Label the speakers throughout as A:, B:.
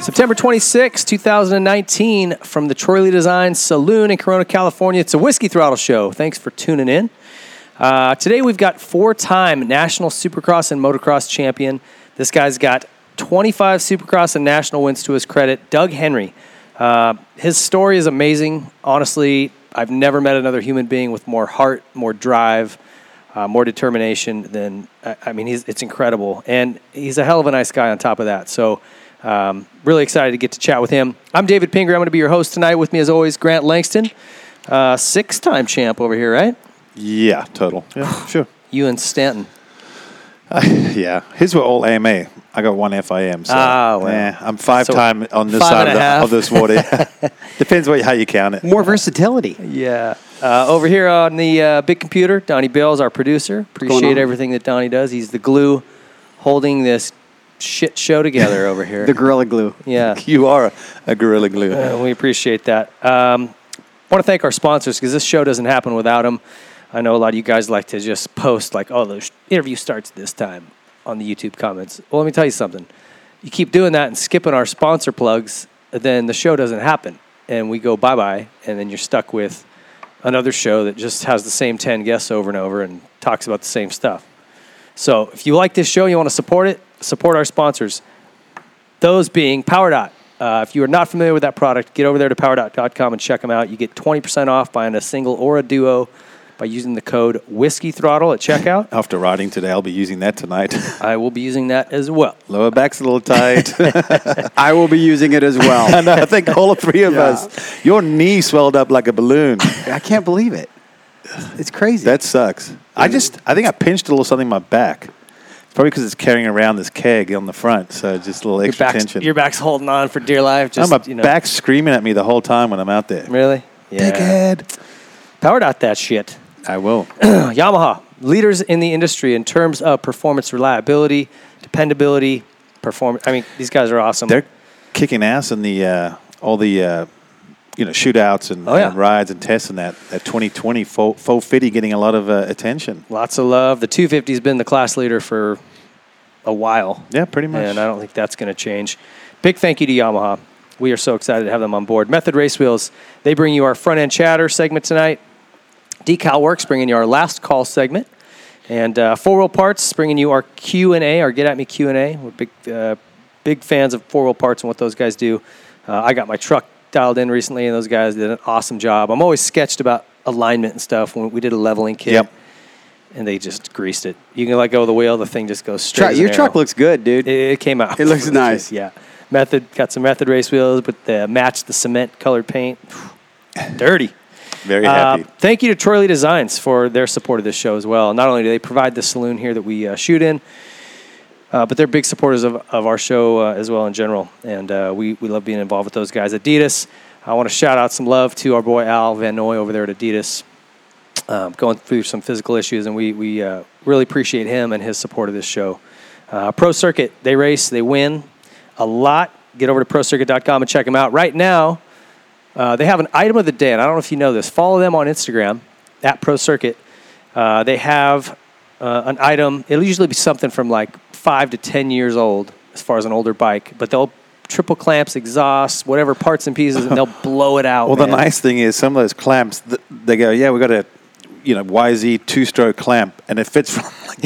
A: September 26, 2019, from the Troy Lee Design Saloon in Corona, California. It's a Whiskey Throttle show. Thanks for tuning in. Uh, today we've got four time national supercross and motocross champion. This guy's got 25 supercross and national wins to his credit, Doug Henry. Uh, his story is amazing. Honestly, I've never met another human being with more heart, more drive, uh, more determination than I, I mean, he's, it's incredible, and he's a hell of a nice guy on top of that. So, um, really excited to get to chat with him. I'm David Pinger. I'm going to be your host tonight. With me, as always, Grant Langston, uh, six-time champ over here, right?
B: Yeah, total. Yeah, sure.
A: You and Stanton.
B: Yeah, his were all AMA. I got one FIM. So
A: Ah, well.
B: yeah, I'm five
A: So,
B: time on this
A: five
B: side
A: and
B: of,
A: a half.
B: the, of this water. Depends what, how you count it.
C: More versatility.
A: Yeah. Uh, over here on the uh, big computer, Donnie Bell is our producer. Appreciate
C: on?
A: everything that Donnie does. He's the glue holding this shit show together over here.
C: The Gorilla Glue.
A: yeah.
B: You are a, a gorilla glue.
A: Uh, we appreciate that. Um, want to thank our sponsors because this show doesn't happen without them. I know a lot of you guys like to just post like, "Oh, the sh- interview starts this time" on the YouTube comments. Well, let me tell you something. You keep doing that and skipping our sponsor plugs, then the show doesn't happen, and we go bye bye, and then you're stuck with another show that just has the same ten guests over and over and talks about the same stuff. So if you like this show, you want to support it, support our sponsors. Those being PowerDot. Uh, if you are not familiar with that product, get over there to powerdot.com and check them out. You get 20% off buying a single or a duo by using the code Whiskey Throttle at checkout.
B: After riding today, I'll be using that tonight.
A: I will be using that as well.
B: Lower back's a little tight.
C: I will be using it as well.
B: and I think all three of
C: Yeah.
B: us, your knee swelled up like a balloon.
C: I can't believe it. It's crazy.
B: That sucks. I just, I think I pinched a little something in my back. It's probably because it's carrying around this keg on the front, so just a little
A: Your
B: extra
A: back's,
B: tension.
A: your back's holding on for dear life.
B: I'm
A: Just,
B: a
A: you know,
B: back screaming at me the whole time when I'm out there.
A: Really?
B: Dickhead.
A: PowerDot that shit.
B: I will.
A: Yamaha, leaders in the industry in terms of performance reliability, dependability, performance. I mean, these guys are awesome.
B: They're kicking ass in the uh, all the uh, you know shootouts and,
A: Oh, yeah.
B: and rides and tests and that that 2020 faux, faux fitty getting a lot of uh, attention.
A: Lots of love. The 250's been the class leader for a while.
B: Yeah, pretty much.
A: And I don't think that's going to change. Big thank you to Yamaha. We are so excited to have them on board. Method Race Wheels, they bring you our front end chatter segment tonight. Decal Works bringing you our last call segment, and uh, Four Wheel Parts bringing you our Q and A, our Get at Me Q and A. We're big, uh, big fans of Four Wheel Parts and what those guys do. Uh, I got my truck dialed in recently, and those guys did an awesome job. I'm always sketched about alignment and stuff. When we did a leveling kit,
B: Yep.
A: and they just greased it. You can let go of the wheel, the thing just goes straight.
C: Tru-
A: as an
C: your truck
A: arrow.
C: looks good, dude.
A: It, it came out.
C: It looks nice.
A: yeah. Method got some method race wheels, but the match the cement colored paint. Dirty.
B: Very
A: Uh,
B: happy.
A: thank you to Troy Lee Designs for their support of this show as well. Not only do they provide the saloon here that we uh, shoot in, uh, but they're big supporters of, of our show uh, as well in general. And uh, we, we love being involved with those guys. Adidas, I want to shout out some love to our boy Al Van Noy over there at Adidas, um, going through some physical issues, and we, we uh, really appreciate him and his support of this show. Uh, Pro Circuit, they race, they win a lot. Get over to procircuit.com and check them out. Right now, uh, they have an item of the day, and I don't know if you know this. Follow them on Instagram at Pro Circuit. Uh, they have uh, an item. It'll usually be something from like five to ten years old, as far as an older bike. But they'll triple clamps, exhausts, whatever parts and pieces, and they'll blow it out.
B: well, the
A: man.
B: nice thing is some of those clamps. Th- they go, yeah, we got a you know YZ two stroke clamp, and it fits from like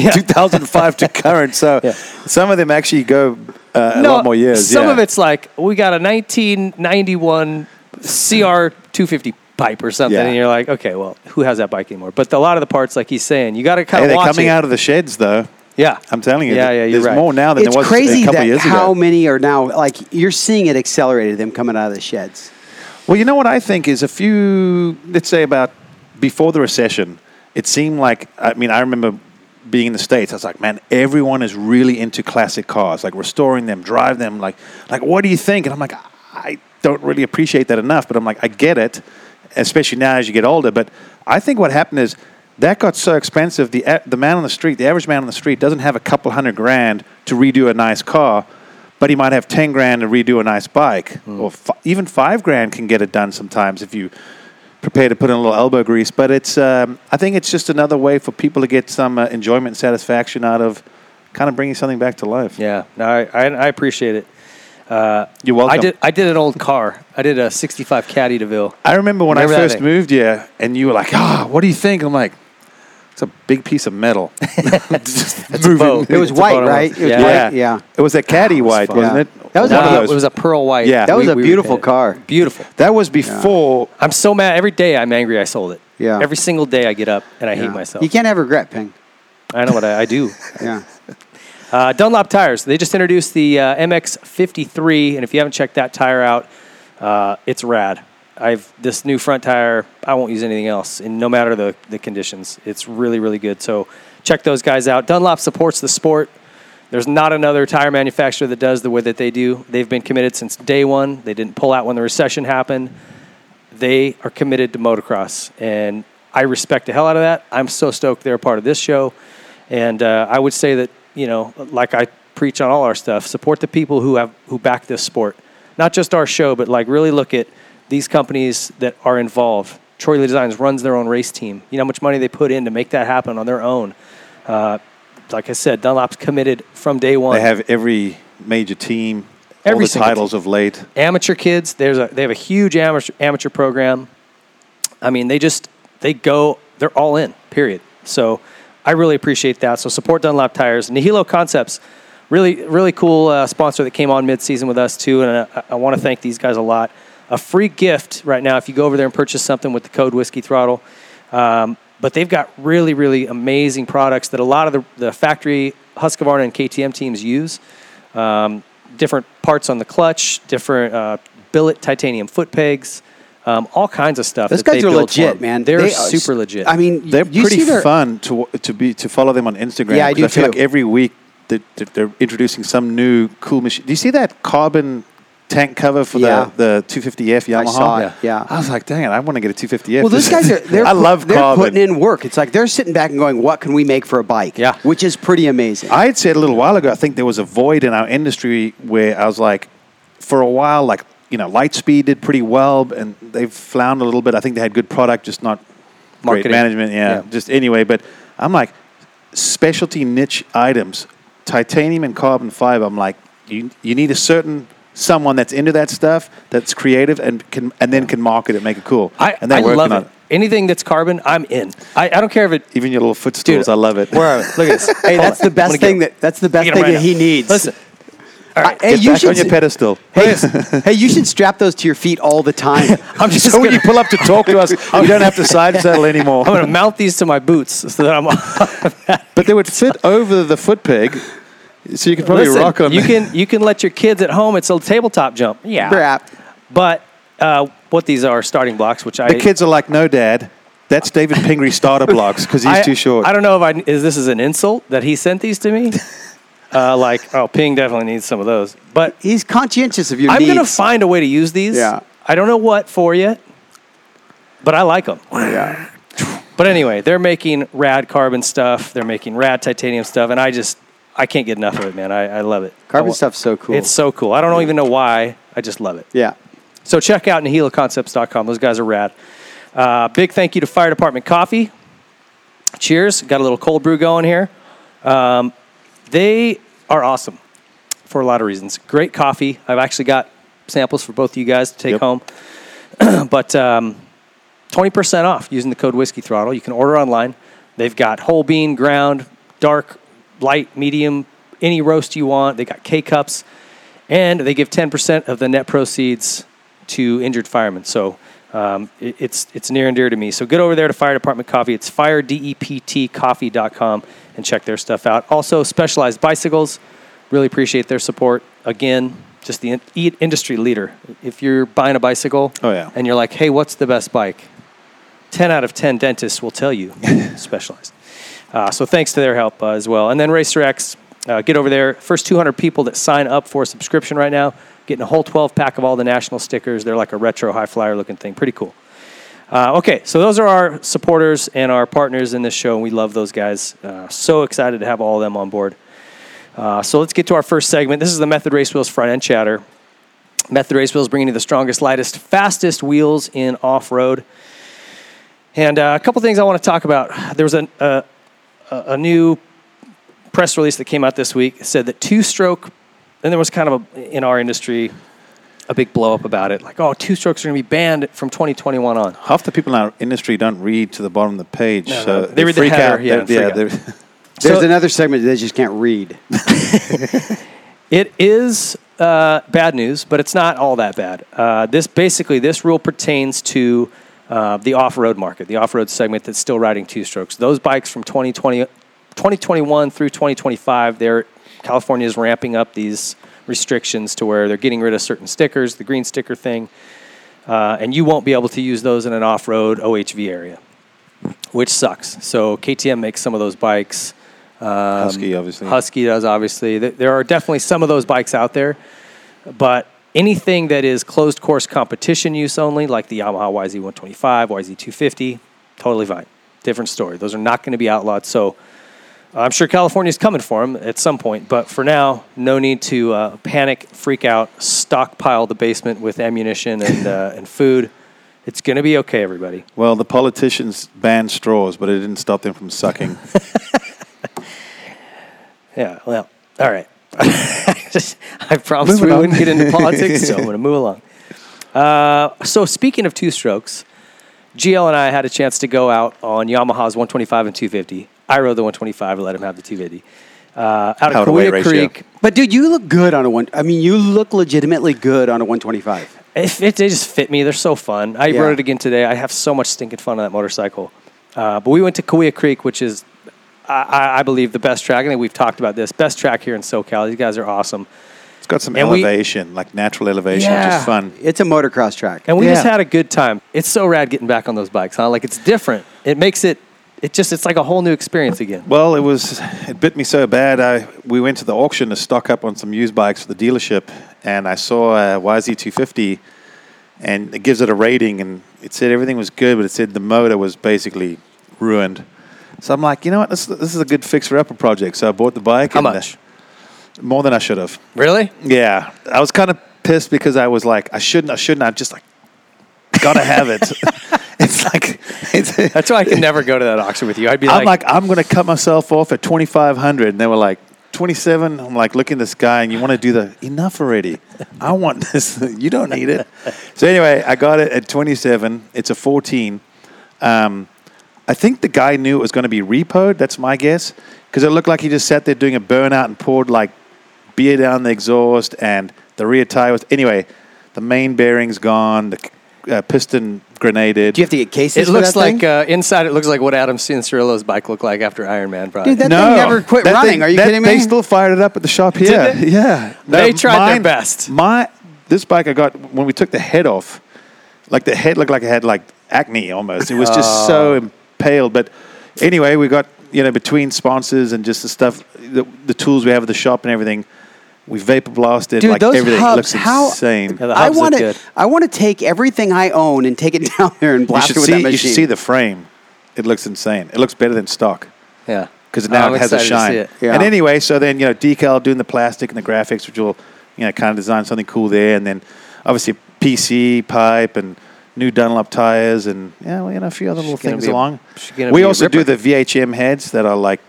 B: 2005 to current. So
A: Yeah.
B: some of them actually go uh, a lot more years.
A: Some
B: yeah.
A: of it's like we got a 1991 CR 250 pipe or something,
B: Yeah.
A: and you're like, okay, well, who has that bike anymore? But a lot of the parts, like he's saying, you got to kind
B: Hey,
A: of
B: they're
A: watch
B: coming
A: it.
B: out of the sheds though.
A: Yeah,
B: I'm telling you,
A: Yeah,
B: th-
A: yeah, you're
B: there's
A: right.
B: more now than
C: it's
B: there was a
C: crazy
B: couple
C: that
B: years
C: how
B: ago.
C: many are now like you're seeing it accelerated them coming out of the sheds.
B: Well, you know what I think is a few, let's say about before the recession, it seemed like, I mean, I remember being in the States, I was like, man, everyone is really into classic cars, like restoring them, drive them, like, like what do you think? And I'm like, I don't really appreciate that enough, but I'm like, I get it, especially now as you get older. But I think what happened is that got so expensive, the, a- the man on the street, the average man on the street doesn't have a couple hundred grand to redo a nice car but he might have 10 grand to redo a nice bike
A: Hmm.
B: or f- even 5 grand can get it done sometimes if you prepare to put in a little elbow grease but it's um, i think it's just another way for people to get some uh, enjoyment and satisfaction out of kind of bringing something back to life
A: Yeah, no, I, I, I appreciate it.
B: You're
A: I
B: welcome.
A: did. I did an old car. I did a '65 Caddy DeVille.
B: I remember when I
A: Remember that
B: first
A: thing?
B: moved here, and you were like, "Ah, what do you think?" I'm like, "It's a big piece of metal." it's
A: a boat.
C: It was
A: Oh, It's a
C: white,
A: photo
C: right?
A: of-
C: It was
A: yeah.
C: white, yeah.
B: It was that caddy white,
C: fun.
B: wasn't
C: Yeah.
B: it?
C: That was
B: One
C: a-
B: of
A: No,
B: those.
A: it was a pearl white.
B: Yeah.
C: That was
A: We-
C: a
A: we-
C: beautiful car.
A: Beautiful.
B: That was before.
A: I'm so mad. Every day I'm angry. I sold it.
C: Yeah.
A: Every single day I get up and I hate myself.
C: You can't have regret, Ping.
A: I know what I, I do.
C: Yeah.
A: Uh, Dunlop tires. They just introduced the uh, MX53, and if you haven't checked that tire out, uh, it's rad. I've this new front tire. I won't use anything else, and no matter the the conditions, it's really really good. So check those guys out. Dunlop supports the sport. There's not another tire manufacturer that does the way that they do. They've been committed since day one. They didn't pull out when the recession happened. They are committed to motocross, and I respect the hell out of that. I'm so stoked they're a part of this show, and uh, I would say that you know, like I preach on all our stuff, support the people who have who back this sport, not just our show, but like really look at these companies that are involved. Troy Lee Designs runs their own race team. You know how much money they put in to make that happen on their own. Uh, like I said, Dunlop's committed from day one.
B: They have every major team,
A: Every
B: all the
A: single
B: titles of late.
A: amateur kids. There's a they have a huge amateur amateur program. I mean, they just they go they're all in. Period. So I really appreciate that. So support Dunlop tires. Nihilo Concepts, really really cool uh, sponsor that came on mid season with us too, and I, I want to thank these guys a lot. A free gift right now if you go over there and purchase something with the code Whiskey Throttle. Um, but they've got really, really amazing products that a lot of the, the factory Husqvarna and KTM teams use um, different parts on the clutch, different uh, billet titanium foot pegs, um, all kinds of stuff.
C: Those
A: that
C: guys
A: they
C: are
A: build for
C: legit,
A: 'em.
C: man.
A: They're
C: They are
A: super
C: s-
A: legit.
C: I mean,
B: They're
C: you
B: pretty
C: see their,
B: fun to to be to follow them on Instagram.
C: Yeah, I
B: 'cause
C: do
B: feel
C: too.
B: like every week that that they're introducing some new cool machine. Do you see that carbon tank cover for
C: Yeah.
B: the the 250F Yamaha?
C: I saw it, yeah.
B: I was like, dang it, I want to get a 250F.
C: Well, those guys are. They're,
B: I love
C: they're
B: carbon.
C: putting in work. It's like they're sitting back and going, "What can we make for a bike?"
A: Yeah.
C: which is pretty amazing.
B: I had said a little while ago, I think there was a void in our industry where I was like, for a while, like, you know, Lightspeed did pretty well and they've floundered a little bit. I think they had good product, just not
A: Marketing.
B: great management. Yeah,
A: Yeah.
B: Just anyway, but I'm like, specialty niche items, titanium and carbon fiber. I'm like, you, you need a certain someone that's into that stuff, that's creative and can, and then can market it, make it cool.
A: I,
B: and they're
A: I
B: working
A: love
B: on
A: it. Anything that's carbon, I'm in. I, I don't care if it.
B: Even your little footstools, I love it.
A: Where are we? Look at this.
C: hey, that's the best thing that that's the best
A: Get
C: thing
A: 'em right
C: that he
A: now.
C: needs.
A: Listen,
C: I- hey,
B: Get
C: you
B: back
C: should
B: on your
C: s-
B: pedestal.
C: Hey, hey, you should strap those to your feet all the time.
A: I'm just
B: so when
A: gonna,
B: you pull up to talk to us, you don't have to side saddle anymore.
A: I'm gonna mount these to my boots so that I'm.
B: But they would fit over the foot peg, so you could probably
A: Listen,
B: rock them.
A: You can you can let your kids at home. It's a tabletop jump. Yeah.
C: Crap.
A: But uh, what these are starting blocks, which I
B: the kids are like, "No, Dad, that's David Pingree starter blocks because he's
A: I,
B: too short."
A: I don't know if I is this is an insult that he sent these to me. uh, like, oh, Ping definitely needs some of those. But
C: He's conscientious of your
A: I'm
C: needs.
A: gonna find a way to use these.
C: Yeah.
A: I don't know what for yet, but I like them.
C: Yeah.
A: But anyway, they're making rad carbon stuff. They're making rad titanium stuff, and I just I can't get enough of it, man. I, I love it. I
C: Carbon
A: wa-
C: stuff's so cool.
A: It's so cool. I don't even know why. I just love it.
C: yeah.
A: So check out NihiloConcepts.com. Those guys are rad. Uh, big thank you to Fire Department Coffee. Cheers. Got a little cold brew going here. Um, they are awesome for a lot of reasons. Great coffee. I've actually got samples for both of you guys to take
B: Yep.
A: home. but um, 20% off using the code Whiskey Throttle. You can order online. They've got whole bean, ground, dark, light, medium, any roast you want. They got K cups, and they give 10% of the net proceeds to injured firemen. So um, it- it's it's near and dear to me. So get over there to Fire Department Coffee. It's firedeptcoffee.com and check their stuff out. Also, Specialized Bicycles. Really appreciate their support. Again, just the in- e- industry leader. If you're buying a bicycle,
B: Oh, yeah.
A: and you're like, hey, what's the best bike? 10 out of 10 dentists will tell you specialized. Uh, so thanks to their help uh, as well. And then Racer X, uh, get over there. First 200 people that sign up for a subscription right now, getting a whole 12 pack of all the national stickers. They're like a retro high flyer looking thing. Pretty cool. Uh, okay, so those are our supporters and our partners in this show, and we love those guys. Uh, so excited to have all of them on board. Uh, so let's get to our first segment. This is the Method Race Wheels front end chatter. Method Race Wheels bringing you the strongest, lightest, fastest wheels in off road. And uh, a couple things I want to talk about. There was an, uh, a a new press release that came out this week. It said that two stroke, then there was kind of a, in our industry a big blow up about it. Like, oh, two strokes are going to be banned from 2021 on.
B: Half the people in our industry don't read to the bottom of the page.
A: No,
B: so
A: no, they read the
B: freak
A: header,
B: out.
A: yeah,
B: They- yeah.
A: freak
B: they-
C: There's
A: So-
C: another segment they just can't read.
A: It is uh, bad news, but it's not all that bad. Uh, this basically this rule pertains to uh, the off-road market, the off-road segment that's still riding two strokes. Those bikes from 2020, 2021 through 2025, they're California is ramping up these restrictions to where they're getting rid of certain stickers, the green sticker thing, uh, and you won't be able to use those in an off-road OHV area, which sucks. So KTM makes some of those bikes. Um,
B: Husky, obviously.
A: Husky does, obviously. Th- There are definitely some of those bikes out there, but anything that is closed course competition use only, like the Yamaha YZ125, YZ250, totally fine. Different story. Those are not going to be outlawed. So I'm sure California's coming for them at some point, but for now, no need to uh, panic, freak out, stockpile the basement with ammunition and, uh, and food. It's going to be okay, everybody.
B: Well, the politicians banned straws, but it didn't stop them from sucking.
A: Yeah, well, all right. Just- I promised
B: Moving
A: we
B: on.
A: wouldn't get into politics, so I'm going to move along. Uh, so, speaking of two strokes, GL and I had a chance to go out on Yamaha's 125 and 250. I rode the 125 and let him have the 250. Uh, out
B: Power
A: of
B: to weight
A: Korea
B: ratio.
A: Creek.
C: But dude, you look good on a one. I mean, you look legitimately good on a 125.
A: It, it, they just fit me. They're so fun. I
C: Yeah.
A: rode it again today. I have so much stinking fun on that motorcycle. Uh, but we went to Kaweah Creek, which is, I, I, I believe, the best track. I think we've talked about this. Best track here in SoCal. These guys are awesome.
B: It's got some
A: And we-
B: elevation, like natural elevation, which
A: Yeah.
B: is fun.
C: It's a motocross track.
A: And we just
B: Yeah.
A: had a good time. It's so rad getting back on those bikes, huh? Like it's different. It makes it it just it's like a whole new experience again.
B: Well, it was it bit me so bad. I we went to the auction to stock up on some used bikes for the dealership, and I saw a YZ250, and it gives it a rating, and it said everything was good, but it said the motor was basically ruined. So I'm like, you know what? This this is a good fixer-upper project. So I bought the bike.
A: How
B: and, uh,
A: much?
B: more than I should have.
A: Really?
B: Yeah, I was kind of pissed because I was like, I shouldn't, I shouldn't. I just like gotta have it. it's like it's,
A: That's why I could never go to that auction with you. I'd be like,
B: I'm like, I'm gonna cut myself off at 2,500, and they were like. 27 i'm like look at this guy and you want to do the enough already i want this you don't need it so anyway i got it at 27 it's a 14 um, i think the guy knew it was going to be repoed that's my guess because it looked like he just sat there doing a burnout and poured like beer down the exhaust and the rear tire was anyway the main bearing's gone the uh, piston grenaded
C: Do you have to get cases?
A: it
C: for
A: looks
C: that
A: like
C: thing?
A: uh, inside it looks like what Adam Cincirillo's bike looked like after Iron Man probably.
C: Dude, that- thing never quit running. Are you
B: that-
C: kidding me?
B: They still fired it up at the shop here.
A: they?
B: Yeah,
A: They tried their best.
B: My this bike I got when we took the head off, like the head looked like it had like acne almost. It was just
C: Oh.
B: so impaled. But anyway, we got you know between sponsors and just the stuff, the, the tools we have at the shop and everything. We vapor blasted
C: Dude,
B: like
C: those
B: everything.
C: hubs,
B: looks
C: how-
B: insane.
A: Yeah, the
C: I
A: hubs look
C: want to.
A: good.
C: I want to take everything I own and take it down there and
B: You
C: blast
B: should
C: it with
B: see.
C: that machine.
B: You should see the frame. It looks insane. It looks better than stock.
A: yeah.
B: because now
A: Oh, I'm
B: it has a
A: excited to see
B: shine.
A: it.
C: Yeah.
B: And anyway, so then you know decal doing the plastic and the graphics, which will you know kind of design something cool there, and then obviously PC pipe and new Dunlop tires, and yeah, well, you know a few other little
A: She's gonna
B: things
A: be a-
B: along.
A: she's gonna
B: we
A: be a
B: also do
A: ripper.
B: the VHM heads that are like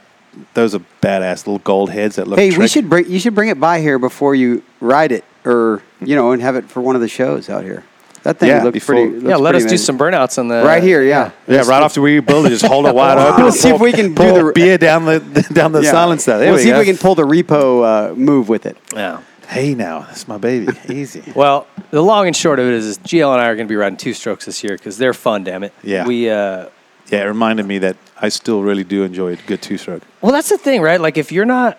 B: those are badass little gold heads that look.
C: Hey, we
B: trick.
C: should bring you should bring it by here before you ride it, or you know, and have it for one of the shows out here. That thing
B: Yeah,
C: looks
B: before-
C: pretty.
A: Yeah,
C: looks
A: let us
C: pretty
A: do
C: amazing.
A: some uh, burnouts on the
C: right here. Yeah,
B: Yeah, right after we rebuild it, just hold it wide open.
C: We'll
B: and
C: see if
B: pour-
C: we can do
B: pour
C: the-
B: beer down the down the
C: Yeah.
B: silencer. There
C: we'll
B: we
C: see
B: go.
C: if we can pull the repo uh, move with it.
A: Yeah.
B: Hey, now that's my baby. Easy.
A: Well, the long and short of it is, is GL and I are going to be riding two strokes this year because they're fun. Damn it.
B: Yeah.
A: We uh,
B: Yeah, it reminded me that I still really do enjoy a good two stroke.
A: well, that's the thing, right? Like if you're not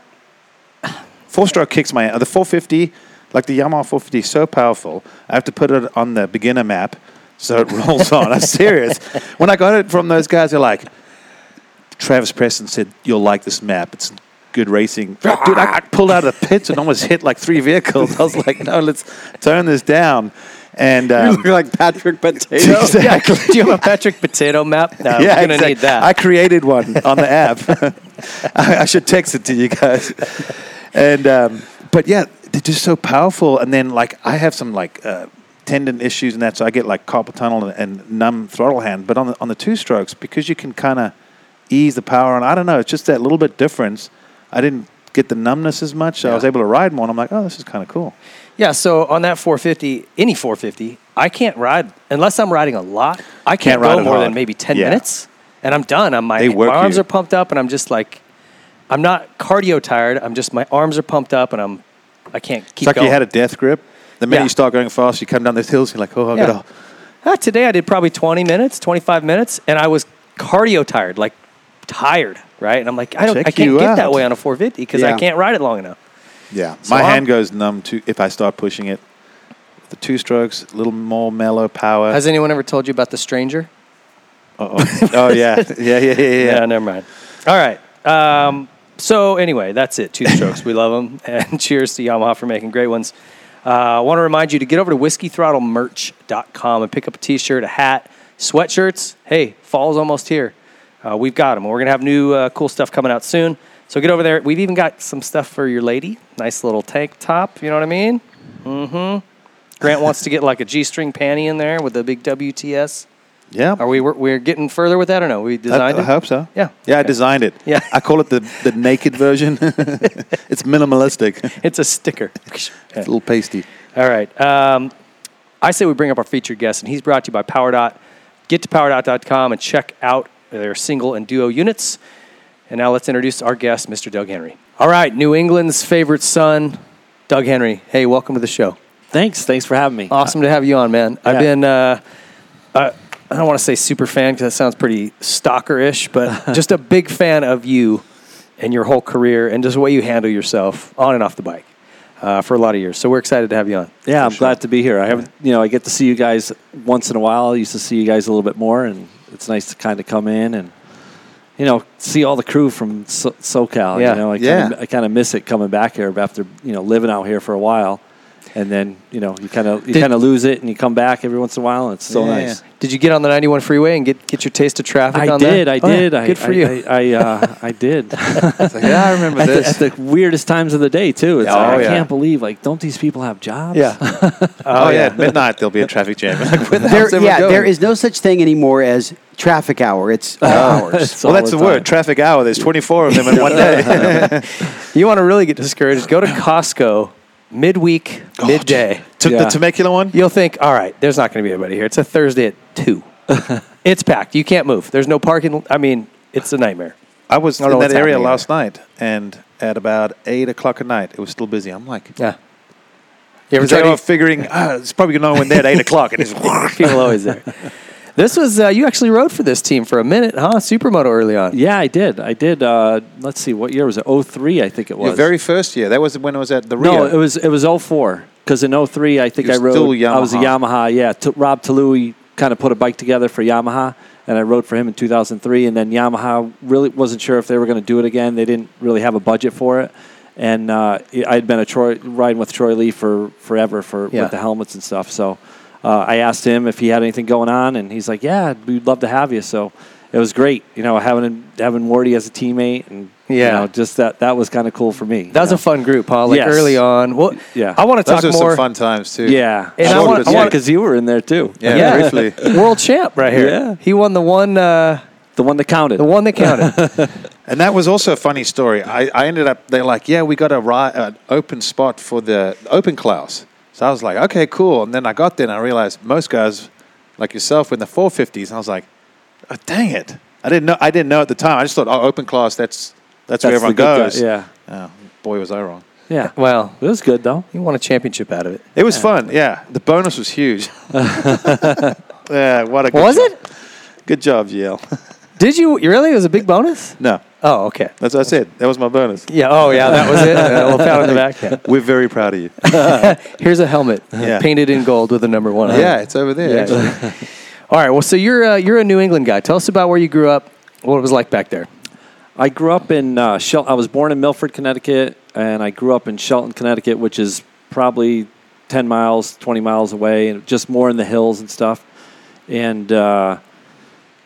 B: Four stroke kicks my the 450, like the Yamaha 450, is so powerful. I have to put it on the beginner map so it rolls on. I'm serious. When I got it from those guys, they're like, Travis Preston said, "You'll like this map. It's good racing." Dude, I pulled out of the pits and almost hit like three vehicles. I was like, "No, let's turn this down." And
C: You
B: um,
C: look like Patrick Potato.
B: exactly.
A: do you have a Patrick Potato map? No,
B: yeah,
A: Uh, we're going to
B: exact-
A: need that.
B: I created one on the app. I, I should text it to you guys. And um, but yeah, they're just so powerful. And then like I have some like uh, tendon issues and that, so I get like carpal tunnel and, and numb throttle hand. But on the on the two strokes, because you can kind of ease the power on. I don't know. It's just that little bit difference. I didn't get the numbness as much. So I was
A: Yeah.
B: able to ride more, and I'm like, oh, this is kind of cool.
A: Yeah, so on that 450, any 450, I can't ride unless I'm riding a lot. I can't,
B: Can't ride
A: go
B: it
A: more
B: hard.
A: than maybe 10
B: Yeah.
A: minutes, and I'm done. I'm my,
B: They
A: my
B: work
A: arms
B: you.
A: are pumped up, and I'm just like, I'm not cardio tired. I'm just my arms are pumped up, and I'm I can't keep
B: It's like
A: going.
B: you had a death grip. The minute
A: Yeah.
B: you start going fast, you come down these hills, you're like, oh, I
A: Yeah.
B: got to.
A: Ah, today I did probably 20 minutes, 25 minutes, and I was cardio tired, like tired, right? And I'm like, I don't,
B: Check
A: I can't
B: you
A: get that
B: out.
A: way on a 450 because
C: Yeah.
A: I can't ride it long enough.
B: Yeah,
A: So
B: my
A: I'm-
B: hand goes numb too if I start pushing it. The two strokes, a little more mellow power.
A: Has anyone ever told you about the stranger?
B: Uh-oh. oh yeah, yeah, yeah, yeah, yeah.
A: Yeah, never mind. All right. Um, so anyway, that's it. Two strokes. we love them, and cheers to Yamaha for making great ones. Uh, I want to remind you to get over to whiskeythrottlemerch.com and pick up a T-shirt, a hat, sweatshirts. Hey, fall's almost here. Uh, we've got them. We're gonna have new uh, cool stuff coming out soon. So get over there. We've even got some stuff for your lady. Nice little tank top. You know what I mean? Mm-hmm. Grant wants to get like a G-string panty in there with the big WTS.
B: yeah.
A: Are we? We're, we're getting further with that or no? We
B: I,
A: designed
B: I
A: it.
B: hope so.
A: Yeah.
B: Yeah, I
A: Okay.
B: designed it.
A: Yeah.
B: I call it the, the naked version. it's minimalistic. It's
A: It's a sticker.
B: a little pasty.
A: All right. Um, I say we bring up our featured guest, and he's brought to you by PowerDot. Get to powerdot.com and check out their single and duo units. And now let's introduce our guest, Mr. Doug Henry. All right, New England's favorite son, Doug Henry. Hey, welcome to the show.
D: Thanks. Thanks for having me.
A: Awesome to have you on, man. I've
D: Yeah.
A: been, uh, uh, I don't want to say super fan because that sounds pretty stalker ish, but just a big fan of you and your whole career and just the way you handle yourself on and off the bike uh, for a lot of years. So we're excited to have you on.
D: yeah, I'm glad to be here. I haven't, you know, I get to see you guys once in a while. I used to see you guys a little bit more, and it's nice to kind of come in and, you know, see all the crew from so- SoCal.
A: Yeah.
D: You know, I
B: Yeah.
D: kind of, I kind of miss it coming back here after you know living out here for a while, and then you know you kind of you
A: Did-
D: kind of lose it, and you come back every once in a while, and it's so
B: Yeah.
D: nice.
A: Did you get on the 91 freeway and get, get your taste of traffic
D: I
A: on
D: did,
A: that?
D: I
A: Oh, yeah.
D: did. I,
A: Good for
D: I,
A: you.
D: I, I, uh, I did.
B: It's like, yeah, I remember
D: at, the,
B: this.
D: at the weirdest times of the day too. It's
B: Oh,
D: like, I
B: yeah.
D: can't believe like don't these people have jobs?
A: yeah.
B: oh, yeah. At midnight, there'll be a traffic jam. Like, where the hell's
C: There,
B: everyone
C: yeah,
B: going?
C: there is no such thing anymore as traffic hour. It's uh, all hours.
D: It's
B: Well,
D: all
B: that's the
D: time.
B: word, traffic hour. There's 24 of them in one day.
A: you want to really get discouraged? Go to Costco midweek, midday.
B: to,
D: Yeah.
B: The Temecula one?
A: You'll think, all right, there's not going to be anybody here. It's a Thursday at 2. it's packed. You can't move. There's no parking. I mean, it's a nightmare.
B: I was
A: I don't
B: in
A: know
B: that
A: what's
B: area
A: happening
B: last night, and at about 8 o'clock at night, it was still busy. I'm like,
A: Yeah. You ever
B: because they
A: tried
B: were
A: to
B: figuring, ah, it's probably no one there at 8 o'clock. And it's,
A: people always there? This was, uh, you actually rode for this team for a minute, huh? Supermoto early on.
D: Yeah, I did. I did. Uh, let's see, what year was it? 03, I think it was.
B: your very first year. That was when I was at the Rio.
D: no, it was it was 04 because in 03, I think
B: You're
D: I rode.
B: still
D: I was a
B: Yamaha.
D: Yamaha. Yeah, T- Rob Tallui kind of put a bike together for Yamaha, and I rode for him in 2003. And then Yamaha really wasn't sure if they were going to do it again. They didn't really have a budget for it. And uh, I had been a Troy, riding with Troy Lee for forever for
A: Yeah.
D: with the helmets and stuff. So uh, I asked him if he had anything going on, and he's like, "Yeah, we'd love to have you." So it was great, you know, having having Wardy as a teammate, and
A: Yeah.
D: you know, just that that was kind of cool for me. you
A: That was
D: know?
A: a fun group, huh? Like
D: Yes.
A: early on. Well,
D: Yeah.
A: I want to
B: Those
A: talk
B: were
A: more.
B: some fun times, too.
D: Yeah.
A: And I
B: Short
A: want-
B: but
A: I
B: sweet.
A: want-
D: because you were in there too.
B: Yeah,
A: Yeah.
B: briefly.
A: world champ right here.
D: Yeah.
A: He won the one, uh,
D: The one that counted.
A: the one that counted.
B: And that was also a funny story. I, I ended up, they're like, yeah, we got a ri- an open spot for the open class. So I was like, okay, cool. And then I got there and I realized most guys, like yourself, were in the 450s. And I was like, oh, dang it. I didn't know. I didn't know at the time. I just thought, oh, open class. That's that's, where
D: That's the
B: everyone
D: good guy,
B: goes.
D: yeah.
B: Oh, boy, was I wrong.
D: Yeah.
A: well,
D: It was good though.
A: you won a championship out of it.
B: It was fun. Yeah, the bonus was huge. yeah, what a good
A: Was
B: job.
A: it?
B: Good job, Yale.
A: Did you you really? It was a big bonus.
B: no,
A: Oh, okay.
B: that's what I said. That was my bonus.
A: Yeah. Oh, yeah. That was it. A little pat on the back. Yeah.
B: We're very proud of you.
A: Here's a helmet
B: Yeah.
A: painted in gold with the number one. on it.
B: yeah, it's over there.
A: Yeah.
B: actually.
A: All right. Well, so you're uh, you're a New England guy. Tell us about where you grew up. What it was like back there.
D: I grew up in uh, Shel- I was born in Milford, Connecticut, and I grew up in Shelton, Connecticut, which is probably ten miles, twenty miles away, and just more in the hills and stuff. And uh,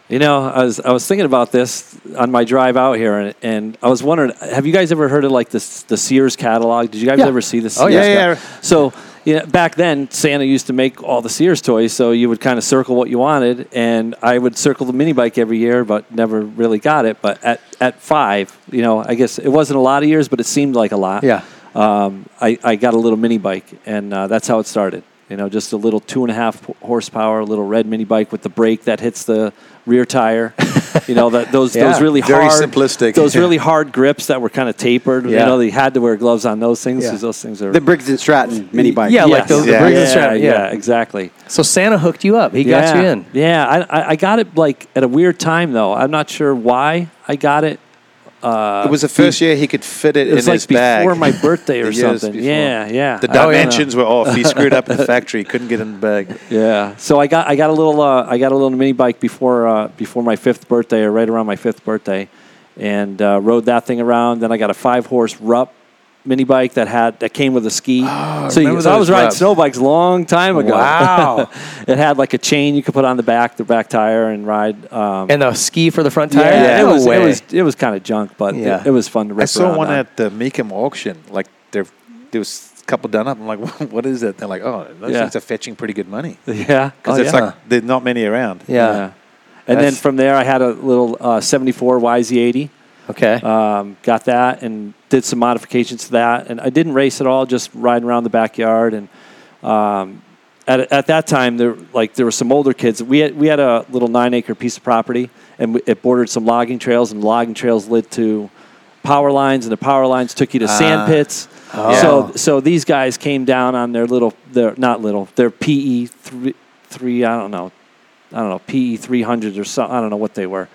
D: you know, I was I was thinking about this on my drive out here, and, and I was wondering, have you guys ever heard of like this the Sears catalog? Did you guys
A: Yeah.
D: ever see the Sears?
A: Oh, yeah,
B: yeah,
D: catalog? So you know, back then Santa used to make all the Sears toys, so you would kind of circle what you wanted, and I would circle the mini bike every year, but never really got it. But at at five, you know, I guess it wasn't a lot of years, but it seemed like a lot.
A: Yeah.
D: Um, I I got a little mini bike, and uh, that's how it started. You know, just a little two and a half h- horsepower, little red mini bike with the brake that hits the rear tire. you know, that those
A: Yeah.
D: those really
B: Very
D: hard,
B: simplistic.
D: Those really hard grips that were kind of tapered. You
A: Yeah.
D: know, they had to wear gloves on those things
A: Yeah.
D: because those things are
C: The Briggs and Stratton mini bike.
A: Yeah, like the, the
B: Yeah.
A: Briggs
D: yeah,
A: and Stratton,
D: yeah,
A: Yeah.
D: exactly.
A: So Santa hooked you up. He
D: yeah.
A: got you in.
D: Yeah, I, I- I got it like at a weird time though. I'm not sure why I got it.
B: it was the first year he could fit Uh, it,
D: It was
B: in
D: like
B: his bag.
D: before my birthday or
B: The years
D: something.
B: before.
D: Yeah, yeah.
B: The
D: I
A: Oh,
D: don't know.
B: dimensions were off. He screwed up in the factory. Couldn't get in the bag.
D: Yeah. So I got I got a little uh, I got a little mini bike before uh, before my fifth birthday or right around my fifth birthday, and uh, rode that thing around. Then I got a five horse Rupp mini bike that had that came with a ski. so you,
A: Oh, remember
D: so I was
A: those
D: riding
A: Rupps.
D: snow bikes a long time ago.
A: Wow.
D: it had like a chain you could put on the back the back tire and ride. Um,
A: And the ski for the front tire.
D: it
A: No
D: was
A: way.
D: it was it was kind of junk, but
A: Yeah.
D: it, it was fun to rip
B: I saw
D: around
B: one
D: on.
B: at the Meekum auction. Like there, there was a couple done up. I'm like, what is that? They're like, oh, those
D: Yeah.
B: things are fetching pretty good money
D: yeah.
B: because
D: Oh,
B: it's
D: yeah.
B: like there's not many around.
A: yeah.
D: And then
A: That's-
D: from there, I had a little uh, 74 YZ80.
A: Okay.
D: um, got that and did some modifications to that. And I didn't race at all, just riding around the backyard. And um, at, at that time, there like there were some older kids. We had we had a little nine acre piece of property, and we, it bordered some logging trails, and logging trails led to power lines, and the power lines took you to
B: Ah.
D: sand pits.
B: Oh.
D: So so these guys came down on their little their not little their PE three three I don't know. I don't know PE three hundreds or something. I don't know what they were,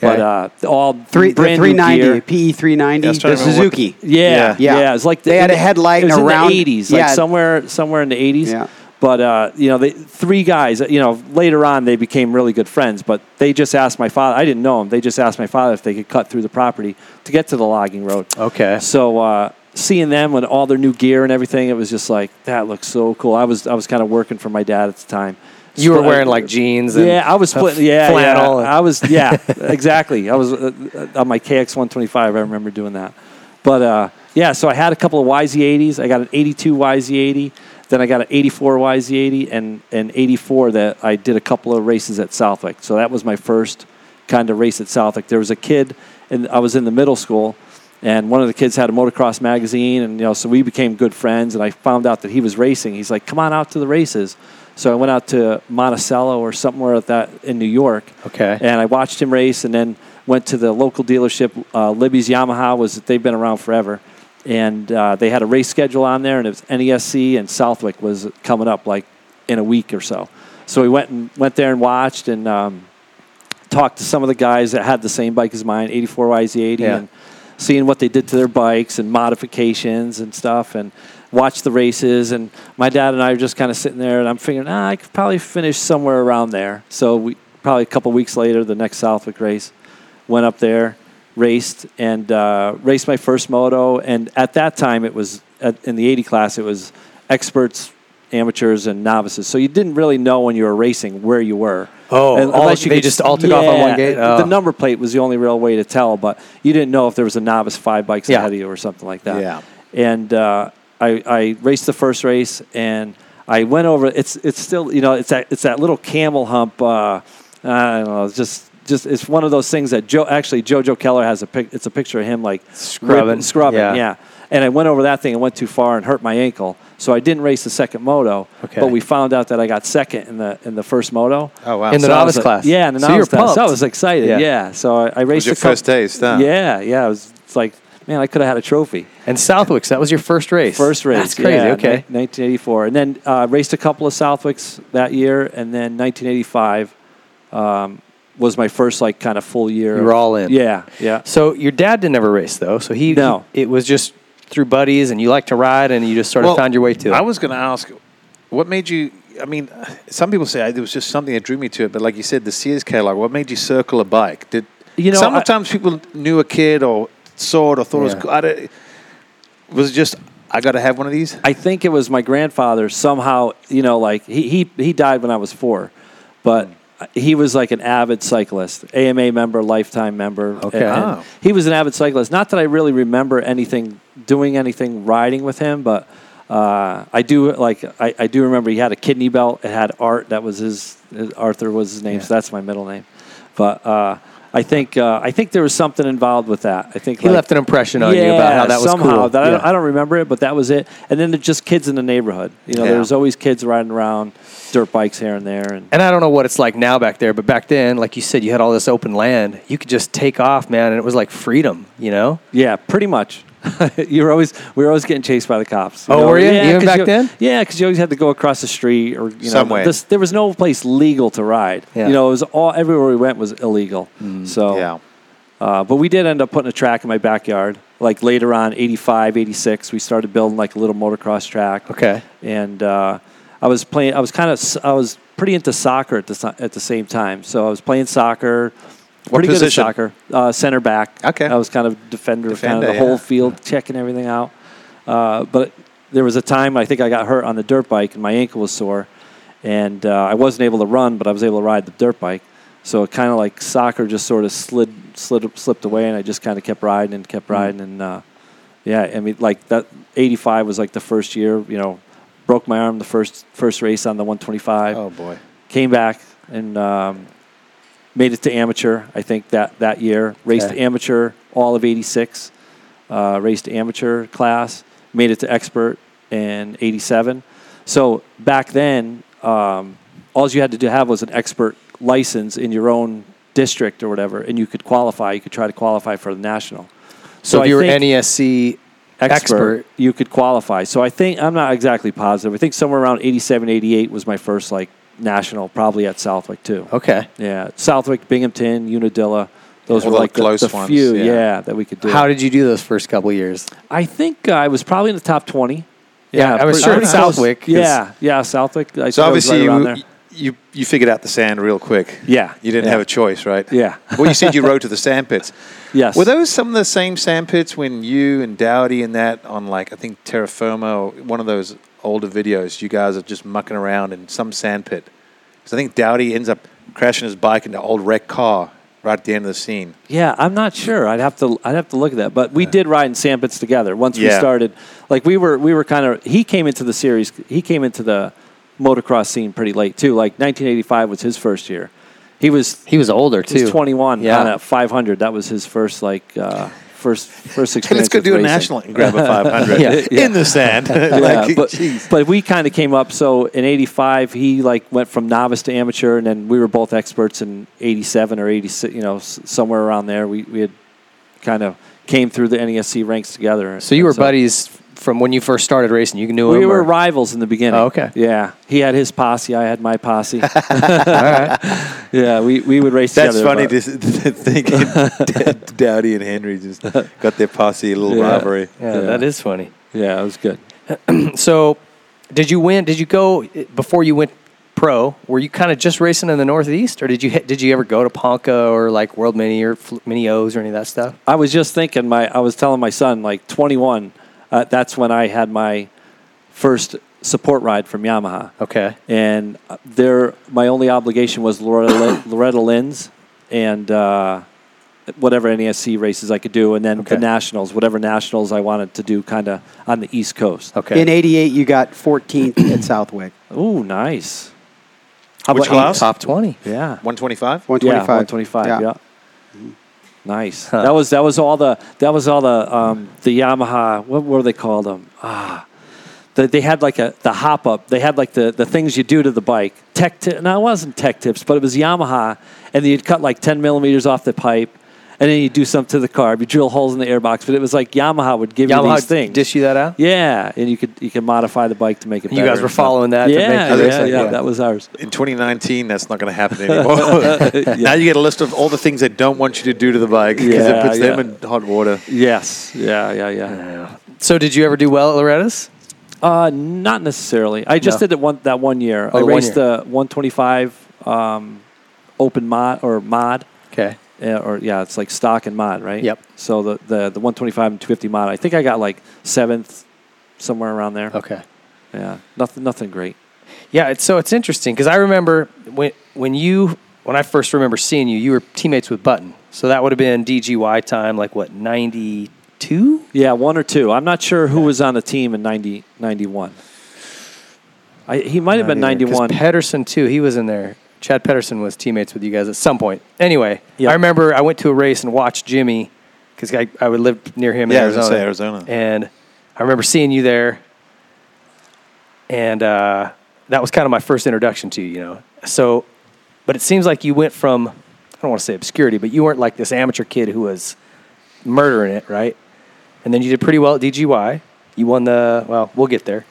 D: but uh, all
C: Three, the
D: brand new gear.
C: 390,
B: Yeah,
C: PE 390,
B: I was trying
C: the
B: to remember what
C: Suzuki.
D: Yeah,
C: Yeah.
D: yeah. It was like
C: They had a
D: in the-
C: headlight
D: it was
C: and a
D: in
C: round-
D: the eighties, like
C: yeah.
D: somewhere somewhere in the eighties.
C: Yeah.
D: But uh, you know, they, three guys. You know, later on they became really good friends. But they just asked my father. I didn't know him. They just asked my father if they could cut through the property to get to the logging road.
A: okay.
D: So uh, seeing them with all their new gear and everything, it was just like that looks so cool. I was I was kind of working for my dad at the time.
A: You were
D: Split-
A: wearing like jeans. And
D: yeah, I was
A: a
D: splitting. Yeah,
A: flannel.
D: yeah. I was. Yeah, exactly. I was uh, uh, on my KX 125. I remember doing that. But uh, yeah, so I had a couple of YZ80s. I got an 82 YZ80. Then I got an 84 YZ80 and an 84 that I did a couple of races at Southwick. So that was my first kind of race at Southwick. There was a kid, and I was in the middle school, and one of the kids had a motocross magazine, and you know, so we became good friends. And I found out that he was racing. He's like, "Come on out to the races." So I went out to Monticello or somewhere at that in New York.
A: Okay.
D: And I watched him race, and then went to the local dealership. Uh, Libby's Yamaha was they've been around forever, and uh, they had a race schedule on there, and it was NESC and Southwick was coming up like in a week or so. So we went and went there and watched and. Um, talked to some of the guys that had the same bike as mine, 84 YZ80,
A: Yeah.
D: and seeing what they did to their bikes and modifications and stuff, and watched the races. And my dad and I were just kind of sitting there, and I'm figuring, ah, I could probably finish somewhere around there. So we probably a couple weeks later, the next Southwick race, went up there, raced, and uh, raced my first moto. And at that time, it was at, in the 80 class, it was experts. Amateurs and novices, so you didn't really know when you were racing where you were.
A: Oh,
D: Un-
A: all-
D: unless you
A: they
D: could-
A: just all took off on one gate?
D: the- The
A: Oh.
D: number plate was the only real way to tell, but you didn't know if there was a novice five bikes
A: Yeah.
D: ahead of you or something like that.
B: Yeah.
D: And uh, I, I raced the first race, and I went over. It's it's still you know it's that it's that little camel hump. Uh, I don't know. It's just just it's one of those things that Joe actually JoJo Keller has a pic, it's a picture of him like
A: Scrubbing.
D: whip- scrubbing,
A: Yeah.
D: yeah. And I went over that thing and went too far and hurt my ankle, so I didn't race the second moto.
A: Okay.
D: But we found out that I got second in the in the first moto.
B: Oh wow!
A: In the
D: I
A: novice
D: was, like-
A: class.
D: Yeah, in the
A: So you
D: novice
A: were
D: class. So I
A: pumped.
D: was excited.
A: Yeah.
D: Yeah. So I, I raced
B: your
D: a couple-
B: first taste, huh?
D: Yeah, yeah. It was it's like, man, I could have had a trophy.
A: And Southwick's. That was your first race.
D: First race.
A: That's crazy.
D: yeah,
A: okay.
D: ni- 1984. And then uh, raced a couple of Southwicks that year. And then 1985 um, was my first, like, kind of full year.
A: You were all in.
D: Yeah, yeah.
A: So your dad didn't ever race though. So he
D: No.
A: It was just through buddies, and you like to ride, and you just sort of found your way to it.
B: I was going to ask, what made you? I mean, some people say it was just something that drew me to it, but like you said, the Sears catalog. What made you circle a bike? Did
D: You know, I-
B: Sometimes people knew a kid or saw it or thought it was.
A: Yeah.
B: cool. I don't- was it just I got to have one of these?
D: I think it was my grandfather somehow, you know, like he, he, he died when I was four, but he was like an avid cyclist, AMA member, lifetime member.
A: Okay.
D: And- and
B: Oh.
D: he was an avid cyclist. Not that I really remember anything, doing anything riding with him, but Uh, I do like I, I do remember he had a kidney belt. It had art. That was his, his- Arthur was his name. So that's my middle name. But uh, I think uh, I think there was something involved with that. I think
A: He
D: like-
A: left an impression on you about how that was
D: somehow.
A: cool.
D: That, I, don't,
A: Yeah.
D: I don't remember it, but that was it. And then there's just kids in the neighborhood. You know,
B: Yeah.
D: there was always kids riding around, dirt bikes here and there, and
A: And I don't know what it's like now back there, but back then, like you said, you had all this open land. You could just take off, man, and it was like freedom, you know?
D: yeah, pretty much. you were always we were always getting chased by the cops.
A: Oh, were you?
D: Yeah,
A: Even
D: 'cause
A: back then?
D: Yeah, because you always had to go across the street or you know,
B: Some way.
D: This, there was no place legal to ride.
A: Yeah. Mm,
D: You know, it was all everywhere we went was illegal. So
B: Yeah.
D: Uh, but we did end up putting a track in my backyard. Like later on, 85, 86, we started building like a little motocross track.
A: Okay.
D: And uh, I was playing, I was kind of, I was pretty into soccer at the, si- at the same time. So I was playing soccer.
B: What
D: pretty
B: position?
D: good at soccer. Uh, center back.
B: Okay.
D: I was kind of defender, kind
B: Defender,
D: of the whole
B: yeah.
D: field, checking everything out. Uh, but there was a time I think I got hurt on the dirt bike and my ankle was sore, and uh, I wasn't able to run, but I was able to ride the dirt bike. So it kind of like soccer just sort of slid, slid, slipped away, and I just kind of kept riding and kept riding, and uh, yeah, I mean like that. '85 was like the first year, you know, broke my arm the first first race on the 125
B: Oh boy.
D: came back and um, made it to amateur. I think that that year raced
A: Okay.
D: amateur all of '86, uh, raced amateur class, made it to expert in '87. So back then, um, all you had to do have was an expert license in your own district or whatever, and you could qualify. You could try to qualify for the national
A: So,
D: I
A: if you were
D: think-
A: NESC
D: expert,
A: expert,
D: you could qualify. So I think I'm not exactly positive. I think somewhere around 87, 88 was my first like national, probably at Southwick too.
A: okay.
D: Yeah, Southwick, Binghamton, Unadilla. Those
B: All
D: were
B: the
D: like the,
B: close
D: the
B: ones,
D: few,
B: yeah.
D: yeah. that we could do.
A: How did you do those first couple of years?
D: I think I was probably in the top twenty.
A: Yeah, I was
D: pretty-
A: sure
D: pretty
A: at
D: close.
A: Southwick, 'cause-
D: Yeah, yeah, Southwick. I
B: So
D: think I was
B: obviously
D: right around
B: you,
D: there.
B: you you figured out the sand real quick.
D: Yeah,
B: You didn't
D: yeah.
B: have a choice, right?
D: Yeah.
B: Well, you said you rode to the sand pits.
D: Yes.
B: Were those some of the same sand pits when you and Dowdy and that on like I think Terra Firma or one of those older videos? You guys are just mucking around in some sand pit. Because I think Dowdy ends up crashing his bike into an old wrecked car right at the end of the scene.
D: Yeah, I'm not sure. I'd have to I'd have to look at that. But we did ride in sand pits together once we
B: Yeah.
D: started. Like we were we were kind of he came into the series he came into the motocross scene pretty late too. Like 1985 was his first year. He was
A: He was older too.
D: he was 21
A: Yeah.
D: on a 500. That was his first like uh, first first
B: Hey,
D: experience.
B: let's go
D: with
B: do a
D: racing.
B: national and grab a 500
A: Yeah,
B: in the sand.
D: Yeah,
B: Like,
D: but,
B: geez.
D: but we kind of came up. So in '85, he like went from novice to amateur, and then we were both experts in '87 or '86. You know, s- somewhere around there, we we had kind of came through the NESC ranks together.
A: So you were buddies from when you first started racing. You knew
D: We
A: him.
D: were
A: or-
D: rivals in the beginning.
A: Oh, okay.
D: Yeah, he had his posse. I had my posse.
A: All right.
D: yeah, we, we would race
B: That's
D: together.
B: funny
D: but-
B: to, s- to think D- Dowdy and Henry just got their posse a little
D: Yeah.
B: rivalry.
A: Yeah, that is funny.
D: yeah, it was good.
A: So, did you win? Did you go before you went pro? Were you kind of just racing in the Northeast, or did you hit, did you ever go to Ponca or like World Mini or Fl- Mini O's or any of that stuff?
D: I was just thinking my I was telling my son like 21 uh, that's when I had my first support ride from Yamaha
A: Okay.
D: and uh, there my only obligation was Loretta, Lin- Loretta Lynn's and uh, whatever NESC races I could do and then
A: Okay.
D: the nationals whatever nationals I wanted to do kind of on the east coast
A: Okay.
C: In '88, you got 14th at Southwick,
D: oh nice
A: How
B: Which
A: about
B: class?
A: top twenty?
D: yeah
B: 125?
C: 125.
D: Yeah, 125. Yeah. Nice. That was that was all the that was all the um, the Yamaha. What were they called them? Ah, the, they had like a the hop up. They had like the the things you do to the bike. Tech. Ti- no, it wasn't tech tips, but it was Yamaha, and then you'd cut like ten millimeters off the pipe. And then you do something to the carb. You drill holes in the airbox, but it was like Yamaha would give you these
A: Yamaha
D: things.
A: dish you that out?
D: yeah, and you could you could modify the bike to make it.
A: You
D: better
A: guys were
D: and stuff.
A: following that to
D: Yeah,
A: make your
D: yeah,
A: race like
D: yeah,
A: that.
D: That was ours.
B: In 2019, that's not going to happen anymore. Now you get a list of all the things they don't want you to do to the bike because it
D: Yeah,
B: puts them
D: yeah.
B: in hot water.
D: Yes. yeah, yeah. yeah.
A: So, did you ever do well at Loretta's?
D: Uh, not necessarily. I just
A: No.
D: did it one that one year.
A: Oh,
D: I
A: the one
D: raced
A: year.
D: the 125 um, open mod or mod.
A: Okay.
D: uh, or yeah, it's like stock and mod, right?
A: Yep.
D: So the, the the 125 and 250 mod, I think I got like seventh, somewhere around there.
A: Okay.
D: Yeah, nothing nothing great.
A: Yeah, it's, so it's interesting because I remember when when you when I first remember seeing you, you were teammates with Button. So that would have been DGY time, like what ninety two?
D: Yeah, one or two. I'm not sure who was on the team in 90, 91. I, he might have been 91.
A: Pedersen too. He was in there. Chad Pedersen was teammates with you guys at some point. Anyway,
D: Yeah.
A: I remember I went to a race and watched Jimmy because I, I would live near him. in
B: Yeah, I was
A: Arizona,
B: gonna say Arizona.
A: And I remember seeing you there, and uh, that was kind of my first introduction to you. You know, so but it seems like you went from I don't want to say obscurity, but you weren't like this amateur kid who was murdering it, right? And then you did pretty well at DGY. You won the well, we'll get there.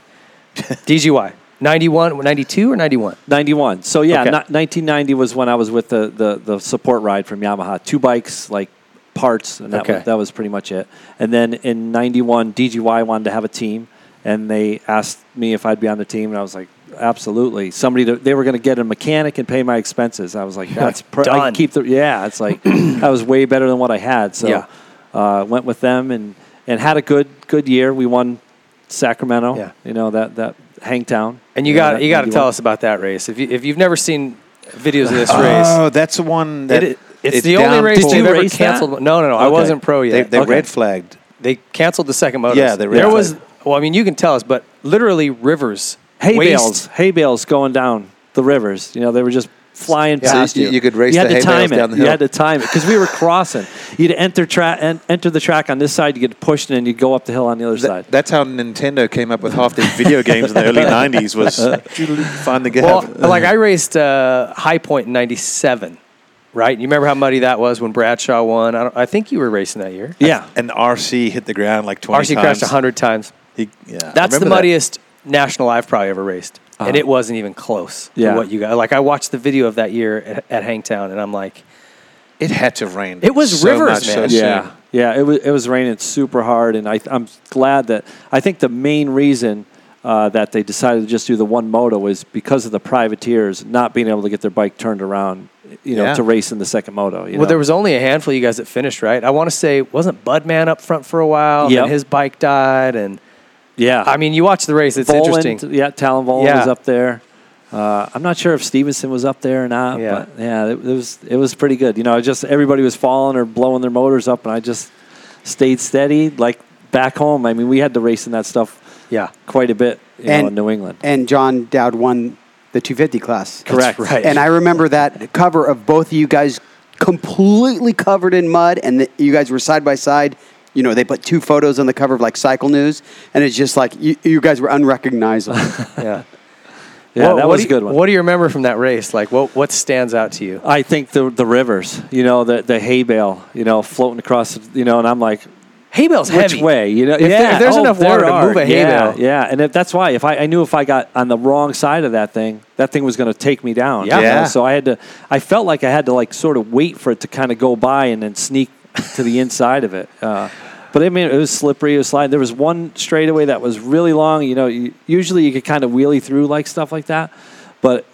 A: DGY 91, 92 or 91?
D: 91. So yeah,
A: Okay.
D: ni- 1990 was when I was with the, the the support ride from Yamaha. Two bikes, like parts, and that,
A: Okay.
D: was, that was pretty much it. And then in 91, DGY wanted to have a team, and they asked me if I'd be on the team, and I was like, absolutely. Somebody to, they were going to get a mechanic and pay my expenses. I was like, that's per- I
A: Done.
D: can keep the yeah. It's like I was way better than what I had. So
A: Yeah.
D: uh, went with them and and had a good good year. We won Sacramento.
A: Yeah.
D: You know that that Hangtown.
A: And you
D: know,
A: got
D: that
A: you got to
D: 91.
A: tell us about that race. If you if you've never seen videos of this race,
B: Oh, that's the one. That
A: it, it's, the only
B: down
A: race Oh,
B: pull.
D: Did
A: they've
D: you
A: ever
D: race that?
A: canceled. No, no, no. I
D: Okay.
A: wasn't pro
B: They,
A: yet.
B: they
D: Okay.
B: red flagged.
A: They canceled the second moto.
B: Yeah, they
A: there
B: red
A: was.
B: flagged.
A: Well, I mean, you can tell us, but literally rivers,
D: hay
A: waste.
D: bales, hay bales going down the rivers. You know, they were just flying
B: Yeah, so
D: past
B: you-
D: you,
B: you could race
D: had
B: the
D: to
B: hay
D: time
B: bales
D: it.
B: down the
D: You
B: hill.
D: had to time it because we were crossing. You'd enter track and enter the track on this side, you get pushed, and then you'd go up the hill on the other side.
B: That, that's how Nintendo came up with half the video games in the early '90s. Was find the gap.
A: Well, like I raced uh, High Point in '97, right? You remember how muddy that was when Bradshaw won? I, don't, I think you were racing that year.
D: yeah,
B: and RC hit the ground like 20
A: RC
B: times.
A: crashed hundred times.
B: He, yeah,
A: That's
B: I
A: the
B: remember that.
A: muddiest national I've probably ever raced, and
D: Uh-huh.
A: it wasn't even close
D: Yeah.
A: to what you got. Like I watched the video of that year at, at Hangtown, and I'm like,
B: It had to rain.
A: It was
B: so
A: rivers,
B: much so
A: man.
B: soon.
D: yeah, yeah. It was it was raining super hard, and I, I'm glad that I think the main reason. Uh, that they decided to just do the one moto is because of the privateers not being able to get their bike turned around, you know,
B: Yeah.
D: to race in the second moto. You
A: well,
D: know?
A: there was only a handful of you guys that finished, right? I want to say wasn't Budman up front for a while, and
D: Yep.
A: then his bike died, and
D: yeah.
A: I mean, you watch the race; it's
D: Voland,
A: interesting.
D: Yeah, Talon Voland
A: Yeah.
D: was up there. Uh, I'm not sure if Stevenson was up there or not,
A: Yeah.
D: but yeah, it, it was it was pretty good. You know, I just everybody was falling or blowing their motors up, and I just stayed steady. Like back home, I mean, we had to race in that stuff
A: Yeah,
D: quite a bit you know,
C: And-
D: in New England.
C: And John Dowd won the 250 class.
D: Correct.
A: That's right.
C: And I remember that cover of both of you guys completely covered in mud, and that you guys were side by side. You know, they put two photos on the cover of like Cycle News, and it's just like you, you guys were unrecognizable.
A: yeah.
D: Yeah,
A: What-
D: that
A: what
D: was
A: do
D: a good
A: you-
D: one.
A: What do you remember from that race? Like, what what stands out to you?
D: I think the the rivers, you know, the the hay bale, you know, floating across, you know, and I'm like,
A: Hay bale's
D: which
A: heavy.
D: way, you know?
A: If there- if there's enough
D: there
A: water to
D: are.
A: move a hay
D: yeah,
A: bale.
D: Yeah, and if, that's why if I, I knew if I got on the wrong side of that thing, that thing was going to take me down.
A: Yeah.
D: you know?
B: Yeah.
D: So I had to. I felt like I had to like sort of wait for it to kind of go by and then sneak to the inside of it. Uh, but I mean, it was slippery. It was sliding. There was one straightaway that was really long. You know, you, usually you could kind of wheelie through like stuff like that, but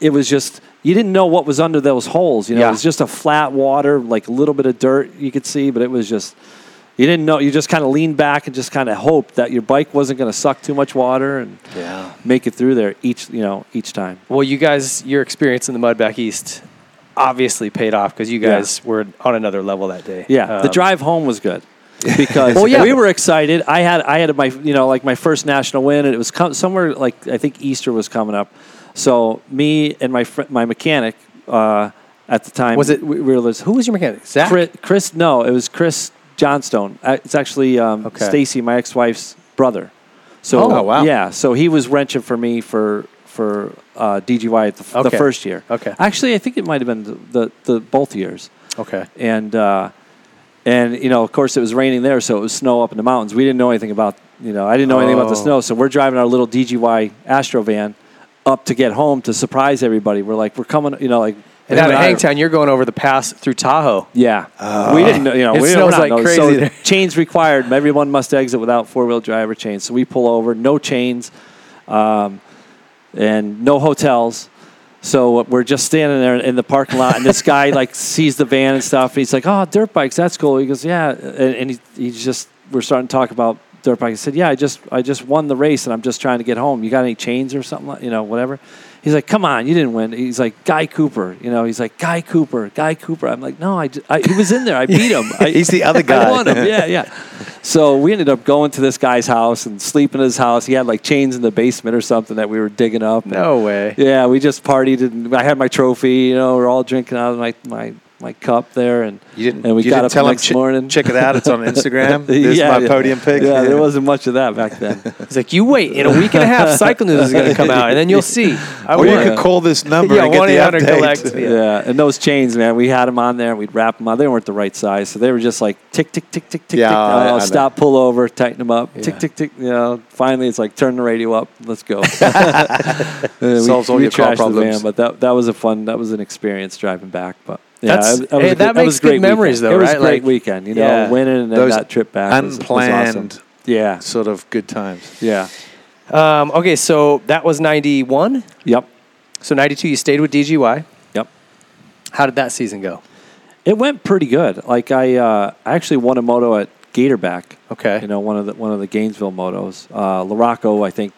D: it was just you didn't know what was under those holes. You know,
A: Yeah.
D: it was just a flat water, like a little bit of dirt you could see, but it was just you didn't know. You just kind of leaned back and just kind of hoped that your bike wasn't going to suck too much water and
B: Yeah.
D: make it through there each you know each time.
A: Well, you guys, your experience in the mud back east obviously paid off because you guys were on another level that day.
D: Yeah, the
A: Um,
D: drive home was good because
A: Well, yeah.
D: we were excited. I had I had my you know like my first national win, and it was com- somewhere like I think Easter was coming up. So me and my fr- my mechanic uh, at the time
A: Was it-
D: we realized
A: Who was your mechanic? Zach.
D: Chris, Chris no, it was Chris Johnstone. Uh, It's actually um,
A: Okay.
D: Stacy, my ex-wife's brother. So
B: Oh, wow.
D: yeah, so he was wrenching for me for for uh, DGY at the, f- the
A: Okay.
D: first year.
A: Okay.
D: actually, I think it might have been the, the, the both years
A: Okay.
D: and uh, and you know, of course, it was raining there, so it was snow up in the mountains. We didn't know anything about you know, I didn't know anything about the
A: Oh.
D: snow, so we're driving our little DGY Astro van up to get home to surprise everybody. We're like, we're coming, you know, like
A: And out of
D: I-
A: Hangtown, you're going over the pass through Tahoe.
D: yeah, we didn't know. You know,
A: Uh, It
D: we did
A: snows
D: not
A: like
D: know.
A: crazy
D: So
A: there.
D: chains required. Everyone must exit without four wheel drive or chains. So we pull over, no chains, um, and no hotels. So uh, we're just standing there in the parking lot, and this guy like sees the van and stuff. And he's like, "Oh, dirt bikes, that's cool." He goes, "Yeah," and, and he, he's just we're starting to talk about dirt bike. I said, "Yeah, I just I just won the race, and I'm just trying to get home. You got any chains or something? like- You know, whatever." He's like, "Come on, you didn't win." He's like, "Guy Cooper," you know. He's like, "Guy Cooper, Guy Cooper." I'm like, "No, I, ju- I- he was in there. I beat him. I,
B: He's the other
D: I
B: guy.
D: won him. Yeah, yeah. So we ended up going to this guy's house and sleeping in his house. He had like chains in the basement or something that we were digging up. And-
A: No way.
D: yeah, we just partied and I had my trophy. You know, we're all drinking out of my my, my cup there, and
B: You didn't.
D: and we
B: you
D: got
B: didn't
D: up
B: tell
D: the
B: him,
D: next
B: "Che-
D: morning.
B: Check it out. It's on Instagram. This
D: Yeah,
B: is my
D: yeah.
B: podium pic.
D: Yeah, there wasn't much of that back then.
A: He's like, you wait in a week and a half. Cycle News is going to come out, and then you'll see. I
B: Or you
A: won.
B: could call this number
A: Yeah,
B: and get the
A: 1-800
B: update.
A: collect. Yeah.
D: yeah. and those chains, man, we had them on there and we'd wrap them on. They weren't the right size, so they were just like tick, tick, tick, tick, tick,
B: Yeah,
D: tick.
B: I- I
D: Oh,
B: know.
D: stop, pull over, tighten them up,
A: Yeah.
D: tick, tick, tick. You know, finally it's like turn the radio up, let's go.
B: Solves all your car problems.
D: but that that was a fun, that was an experience driving back. But yeah,
A: That's-
D: it- it was
A: hey,
D: a good-
A: that
D: it was
A: makes
D: a great
A: good memories,
D: weekend.
A: though,
D: It was
A: right?
D: a
A: Like,
D: great weekend, you
A: yeah.
D: know, winning and then
B: Those
D: that trip back, was- was
B: Unplanned
D: awesome. Yeah,
B: sort of good times.
D: yeah,
A: Um, okay, so that was '91.
D: yep,
A: So '92, you stayed with DGY.
D: yep.
A: How did that season go?
D: It went pretty good. Like I, uh, I actually won a moto at Gatorback.
A: Okay.
D: you know one of the one of the Gainesville motos. Uh, Larocco, I think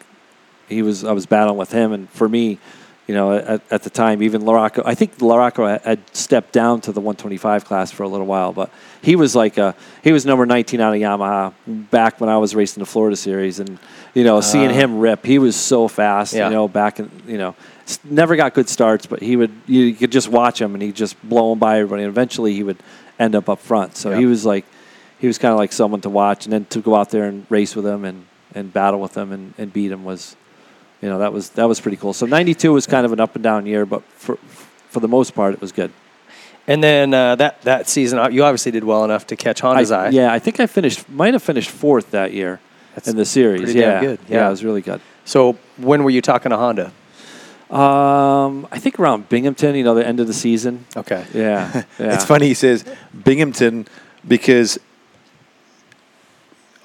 D: he was. I was battling with him, and for me, you know, at, at the time, even Larocco, I think Larocco had- had stepped down to the 125 class for a little while, but he was like a, he was number 19 out of Yamaha back when I was racing the Florida Series, and you know, seeing him rip, he was so fast.
A: Uh-huh. Yeah.
D: You know, back in you know. s- Never got good starts, but he would. You could just watch him, and he'd just blow him by everybody. And eventually, he would end up up front. So
A: Yeah.
D: he was like, he was kind of like someone to watch, and then to go out there and race with him and, and battle with him and, and beat him was, you know, that was that was pretty cool. So '92 was kind of an up and down year, but for for the most part, it was good.
A: And then uh, that that season, uh, you obviously did well enough to catch Honda's
D: I-
A: eye.
D: Yeah, I think I finished, might have finished fourth that year
A: That's
D: in the series.
A: pretty
D: yeah,
A: damn good,
D: yeah,
A: yeah.
D: it was really good.
A: So when were you talking to Honda?
D: Um, I think around Binghamton, you know, the end of the season.
A: Okay.
D: Yeah, yeah.
B: It's funny he says Binghamton because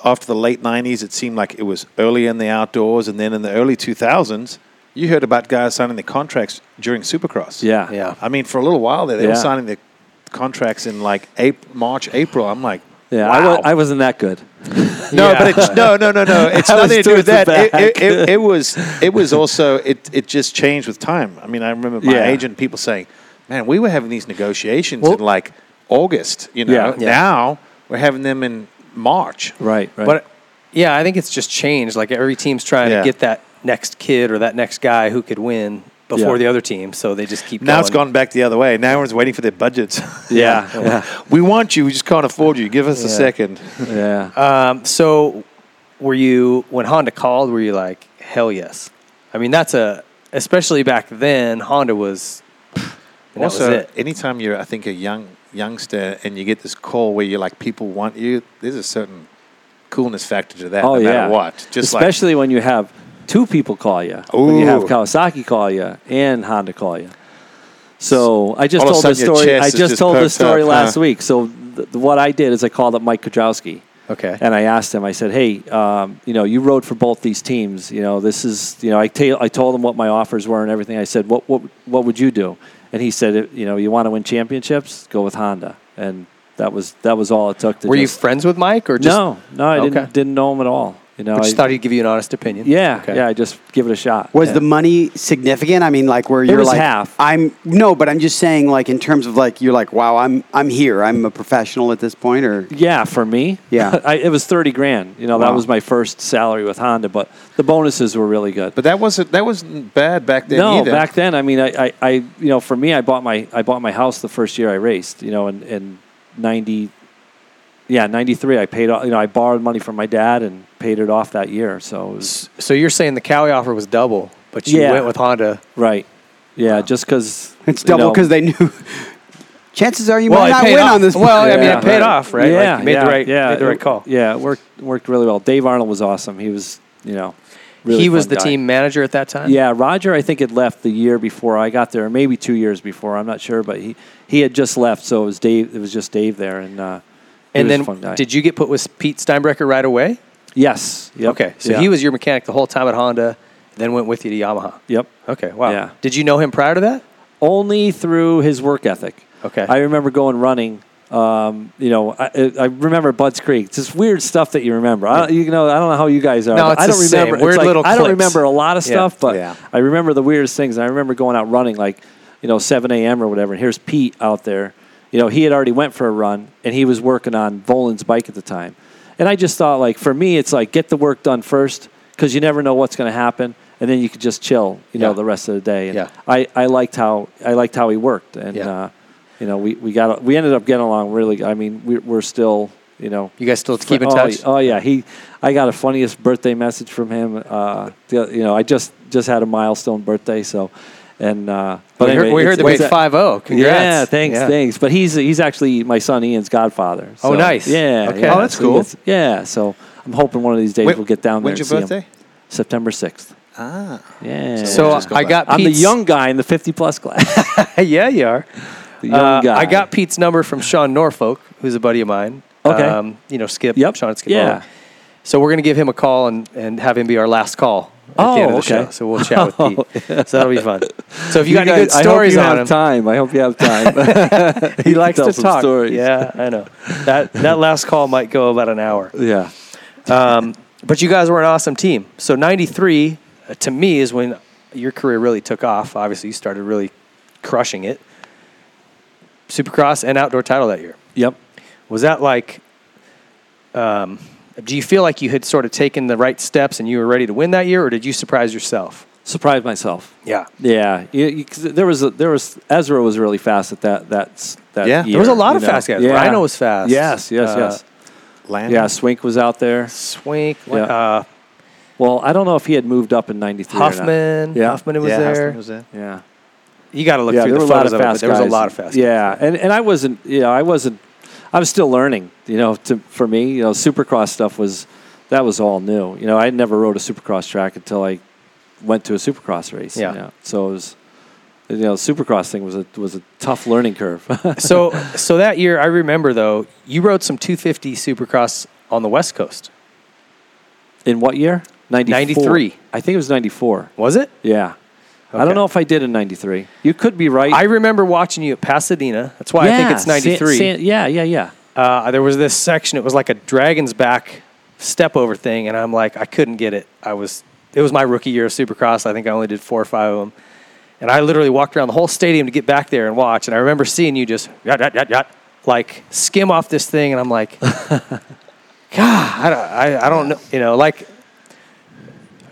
B: after the late 90s, it seemed like it was early in the outdoors. And then in the early 2000s, you heard about guys signing their contracts during Supercross.
D: Yeah,
A: Yeah.
B: I mean, for a little while there, they were
D: Yeah.
B: signing their contracts in like April, March, April. I'm like,
D: yeah.
B: wow.
D: I, was, I wasn't that good.
B: No,
A: Yeah.
B: but it, no, no, no, no. It's
D: I was
B: nothing to do with that.
D: towards the
B: It,
D: back.
B: it, it, it was. It was also. It it just changed with time. I mean, I remember my
D: Yeah.
B: agent people saying, "Man, we were having these negotiations
A: Well-
B: in like August. You know,
D: Yeah, yeah.
B: now we're having them in March."
D: Right, right.
A: But yeah, I think it's just changed. Like every team's trying
B: Yeah.
A: to get that next kid or that next guy who could win before
D: Yeah.
A: the other team, so they just keep.
B: Now it's
A: going.
B: gone back the other way. Now everyone's waiting for their budgets.
D: yeah, yeah,
B: we want you. We just can't afford you. Give us a
A: Yeah.
B: second.
D: yeah.
A: Um, so, were you when Honda called? Were you like, hell yes? I mean, that's a especially back then. Honda was. and that was
B: also,
A: it.
B: anytime you're, I think, a young youngster and you get this call where you're like, people want you. There's a certain coolness factor to that.
D: oh
B: no
D: yeah,
B: matter what. Just like
D: especially when you have two people call you, when you have
B: Ooh.
D: Kawasaki call you and Honda call you. So I just
B: All of a
D: told the
B: sudden your
D: story.
B: chest
D: I
B: is
D: just
B: just
D: told the
B: perked
D: story
B: up,
D: last
B: huh?
D: week. So th- what I did is I called up Mike Kudrowski.
A: Okay.
D: And I asked him, I said, hey, um, you know, you rode for both these teams. You know, this is, you know, I, ta- I told him what my offers were and everything. I said, what, what, what would you do? And he said, you know, you want to win championships? Go with Honda. And that was, that was all it took to
A: Were you
D: just-
A: friends with Mike or just?
D: no, no, I
A: Okay.
D: didn't, didn't know him at all. You know,
A: I just
D: I-
A: thought he'd give you an honest opinion.
D: yeah,
A: Okay.
D: yeah. I just give it a shot.
C: Was
D: Yeah.
C: the money significant? I mean, like where you're
D: was
C: like
D: half.
C: I'm no, but I'm just saying like in terms of like you're like wow, I'm I'm here, I'm a professional at this point, or
D: yeah for me?
C: Yeah.
D: I, it was thirty grand. You know, that
C: Wow.
D: was my first salary with Honda, but the bonuses were really good.
B: But that wasn't that wasn't bad back then
D: no,
B: either.
D: back then, I mean, I, I, I, you know, for me, I bought my, I bought my house the first year I raced. You know, in, in ninety, yeah, ninety three. I paid, off- you know, I borrowed money from my dad and paid it off that year. So it was
A: So you're saying the Cowie offer was double, but you
D: Yeah.
A: went with Honda.
D: right. Yeah, just because
C: it's double because they knew. Chances are you might
A: it
C: not
A: paid
C: win
A: off.
C: on this.
A: Well, Oh, I mean,
D: Yeah.
A: it paid off, right? Like,
D: Yeah,
A: you made
D: yeah,
A: the right,
D: yeah,
A: made the right
D: It-
A: call.
D: Yeah, it worked worked really well. Dave Arnold was awesome. He was, you know, really
A: he was
D: fun
A: the
D: guy.
A: team manager at that time.
D: Yeah, Roger, I think had left the year before I got there, or maybe two years before. I'm not sure, but he he had just left, so it was Dave. It was just Dave there, and uh, he
A: And
D: was a
A: then
D: fun guy.
A: did you get put with Pete Steinbrecher right away?
D: yes, yep,
A: Okay. So
D: yeah.
A: he was your mechanic the whole time at Honda, then went with you to Yamaha.
D: Yep.
A: Okay. Wow.
D: Yeah.
A: Did you know him prior to that?
D: only through his work ethic.
A: Okay.
D: I remember going running Um, you know, I, I remember Bud's Creek. It's just weird stuff that you remember. I don't, you know, I don't know how you guys are.
A: No,
D: but
A: it's
D: I
A: the
D: don't
A: same.
D: remember. it's
A: Weird
D: like-
A: little
D: I don't
A: clips.
D: remember a lot of
A: Yeah.
D: stuff, but
B: Yeah.
D: I remember the weirdest things. And I remember going out running like, you know, 7 a.m. or whatever. And here's Pete out there. You know, he had already went for a run and he was working on Volan's bike at the time. And I just thought, like, for me, it's like get the work done first because you never know what's going to happen. And then you could just chill, you know,
B: Yeah.
D: the rest of the day. And
B: Yeah.
D: I, I liked how I liked how he worked. And,
B: Yeah.
D: uh, you know, we, we got we ended up getting along really. I mean, we, we're still, you know,
A: You guys still keep in
D: oh,
A: touch?
D: Oh yeah, he. I got a funniest birthday message from him. Uh, the- you know, I just just had a milestone birthday, so and uh, but
A: we heard,
D: anyway,
A: we heard
D: it's-
A: the big
D: it's a-
A: five zero. Congrats!
D: Yeah, thanks,
A: Yeah.
D: thanks. But he's he's actually my son Ian's godfather.
A: Oh,
D: so-
A: nice.
D: Yeah.
A: Okay.
D: yeah,
B: Oh, that's
D: so he
B: cool.
D: gets- yeah. So I'm hoping one of these days
B: When-
D: we'll get down there.
B: when's
D: and
B: your
D: see him.
B: birthday?
D: September sixth.
B: Ah.
D: Yeah.
A: So uh,
B: Just go
A: I
B: back.
A: got
D: I'm the
A: Pete's-
D: young guy in the 50 plus class.
A: yeah, you are.
D: the young
A: Uh,
D: guy.
A: I got Pete's number from Sean Norfolk, who's a buddy of mine. Um,
D: Okay.
A: you know, Skip.
D: Yep.
A: Sean at Skip.
D: Yeah.
A: Bowling. So we're going to give him a call and, and have him be our last call at
D: Oh,
A: the end of the
D: okay. Oh,
A: show. So we'll chat with Pete. So that'll be fun. So if you, got any good
D: guys-
A: stories
D: I
A: on
D: hope you
A: him,
D: have time. I hope you have time.
A: he likes
D: tell
A: to
D: some
A: talk.
D: stories.
A: Yeah, I know. That that last call might go about an hour.
D: yeah.
A: Um, but you guys were an awesome team. So '93 uh, to me is when your career really took off. Obviously, you started really crushing it. Supercross and outdoor title that year.
D: Yep.
A: Was that like? Um, do you feel like you had sort of taken the right steps and you were ready to win that year, or did you surprise yourself?
D: Surprised myself.
A: Yeah,
D: Yeah, you, you, 'cause there was a, there was Ezra was really fast at that that's that.
B: Yeah.
D: year,
A: there was a lot of
D: you know.
A: fast guys.
D: Yeah.
A: Rhino was fast.
D: Yes, yes,
A: Uh,
D: yes.
B: Land.
D: Yeah, Swink was out there.
A: Swink,
D: Yeah.
A: uh,
D: Well, I don't know if he had moved up in '93.
A: Hoffman.
D: Yeah.
A: Hoffman was
B: Yeah,
A: there.
B: Hoffman was there.
D: Yeah,
A: You got to look
D: yeah.
A: through
D: There
A: the
D: were a lot
A: photos of
D: of
A: it, but
D: fast
A: there was
D: guys.
A: a lot of fast.
D: Yeah, and and I wasn't. You know, I wasn't. I was still learning. You know, to for me, you know, Supercross stuff was that was all new. You know, I never rode a Supercross track until I went to a Supercross race.
A: Yeah.
D: you know. so it was. You know, Supercross thing was a was a tough learning curve.
A: so so that year I remember though you rode some 250 supercross on the west coast
D: In what year? 94.
A: 93.
D: I think it was 94.
A: was it
D: Yeah. I
A: Okay.
D: don't know if I did in 93. You could be right.
A: I remember watching you at Pasadena that's why I think it's
D: Sa-
A: 93
D: Sa- yeah, yeah, yeah.
A: uh, there was this section it was like a dragon's back step over thing and I'm like I couldn't get it I was it was my rookie year of supercross I think I only did four or five of them and I literally walked around the whole stadium to get back there and watch and I remember seeing you just yot, yot, yot, yot, like skim off this thing and I'm like God, I don't, I, I don't know. You know, like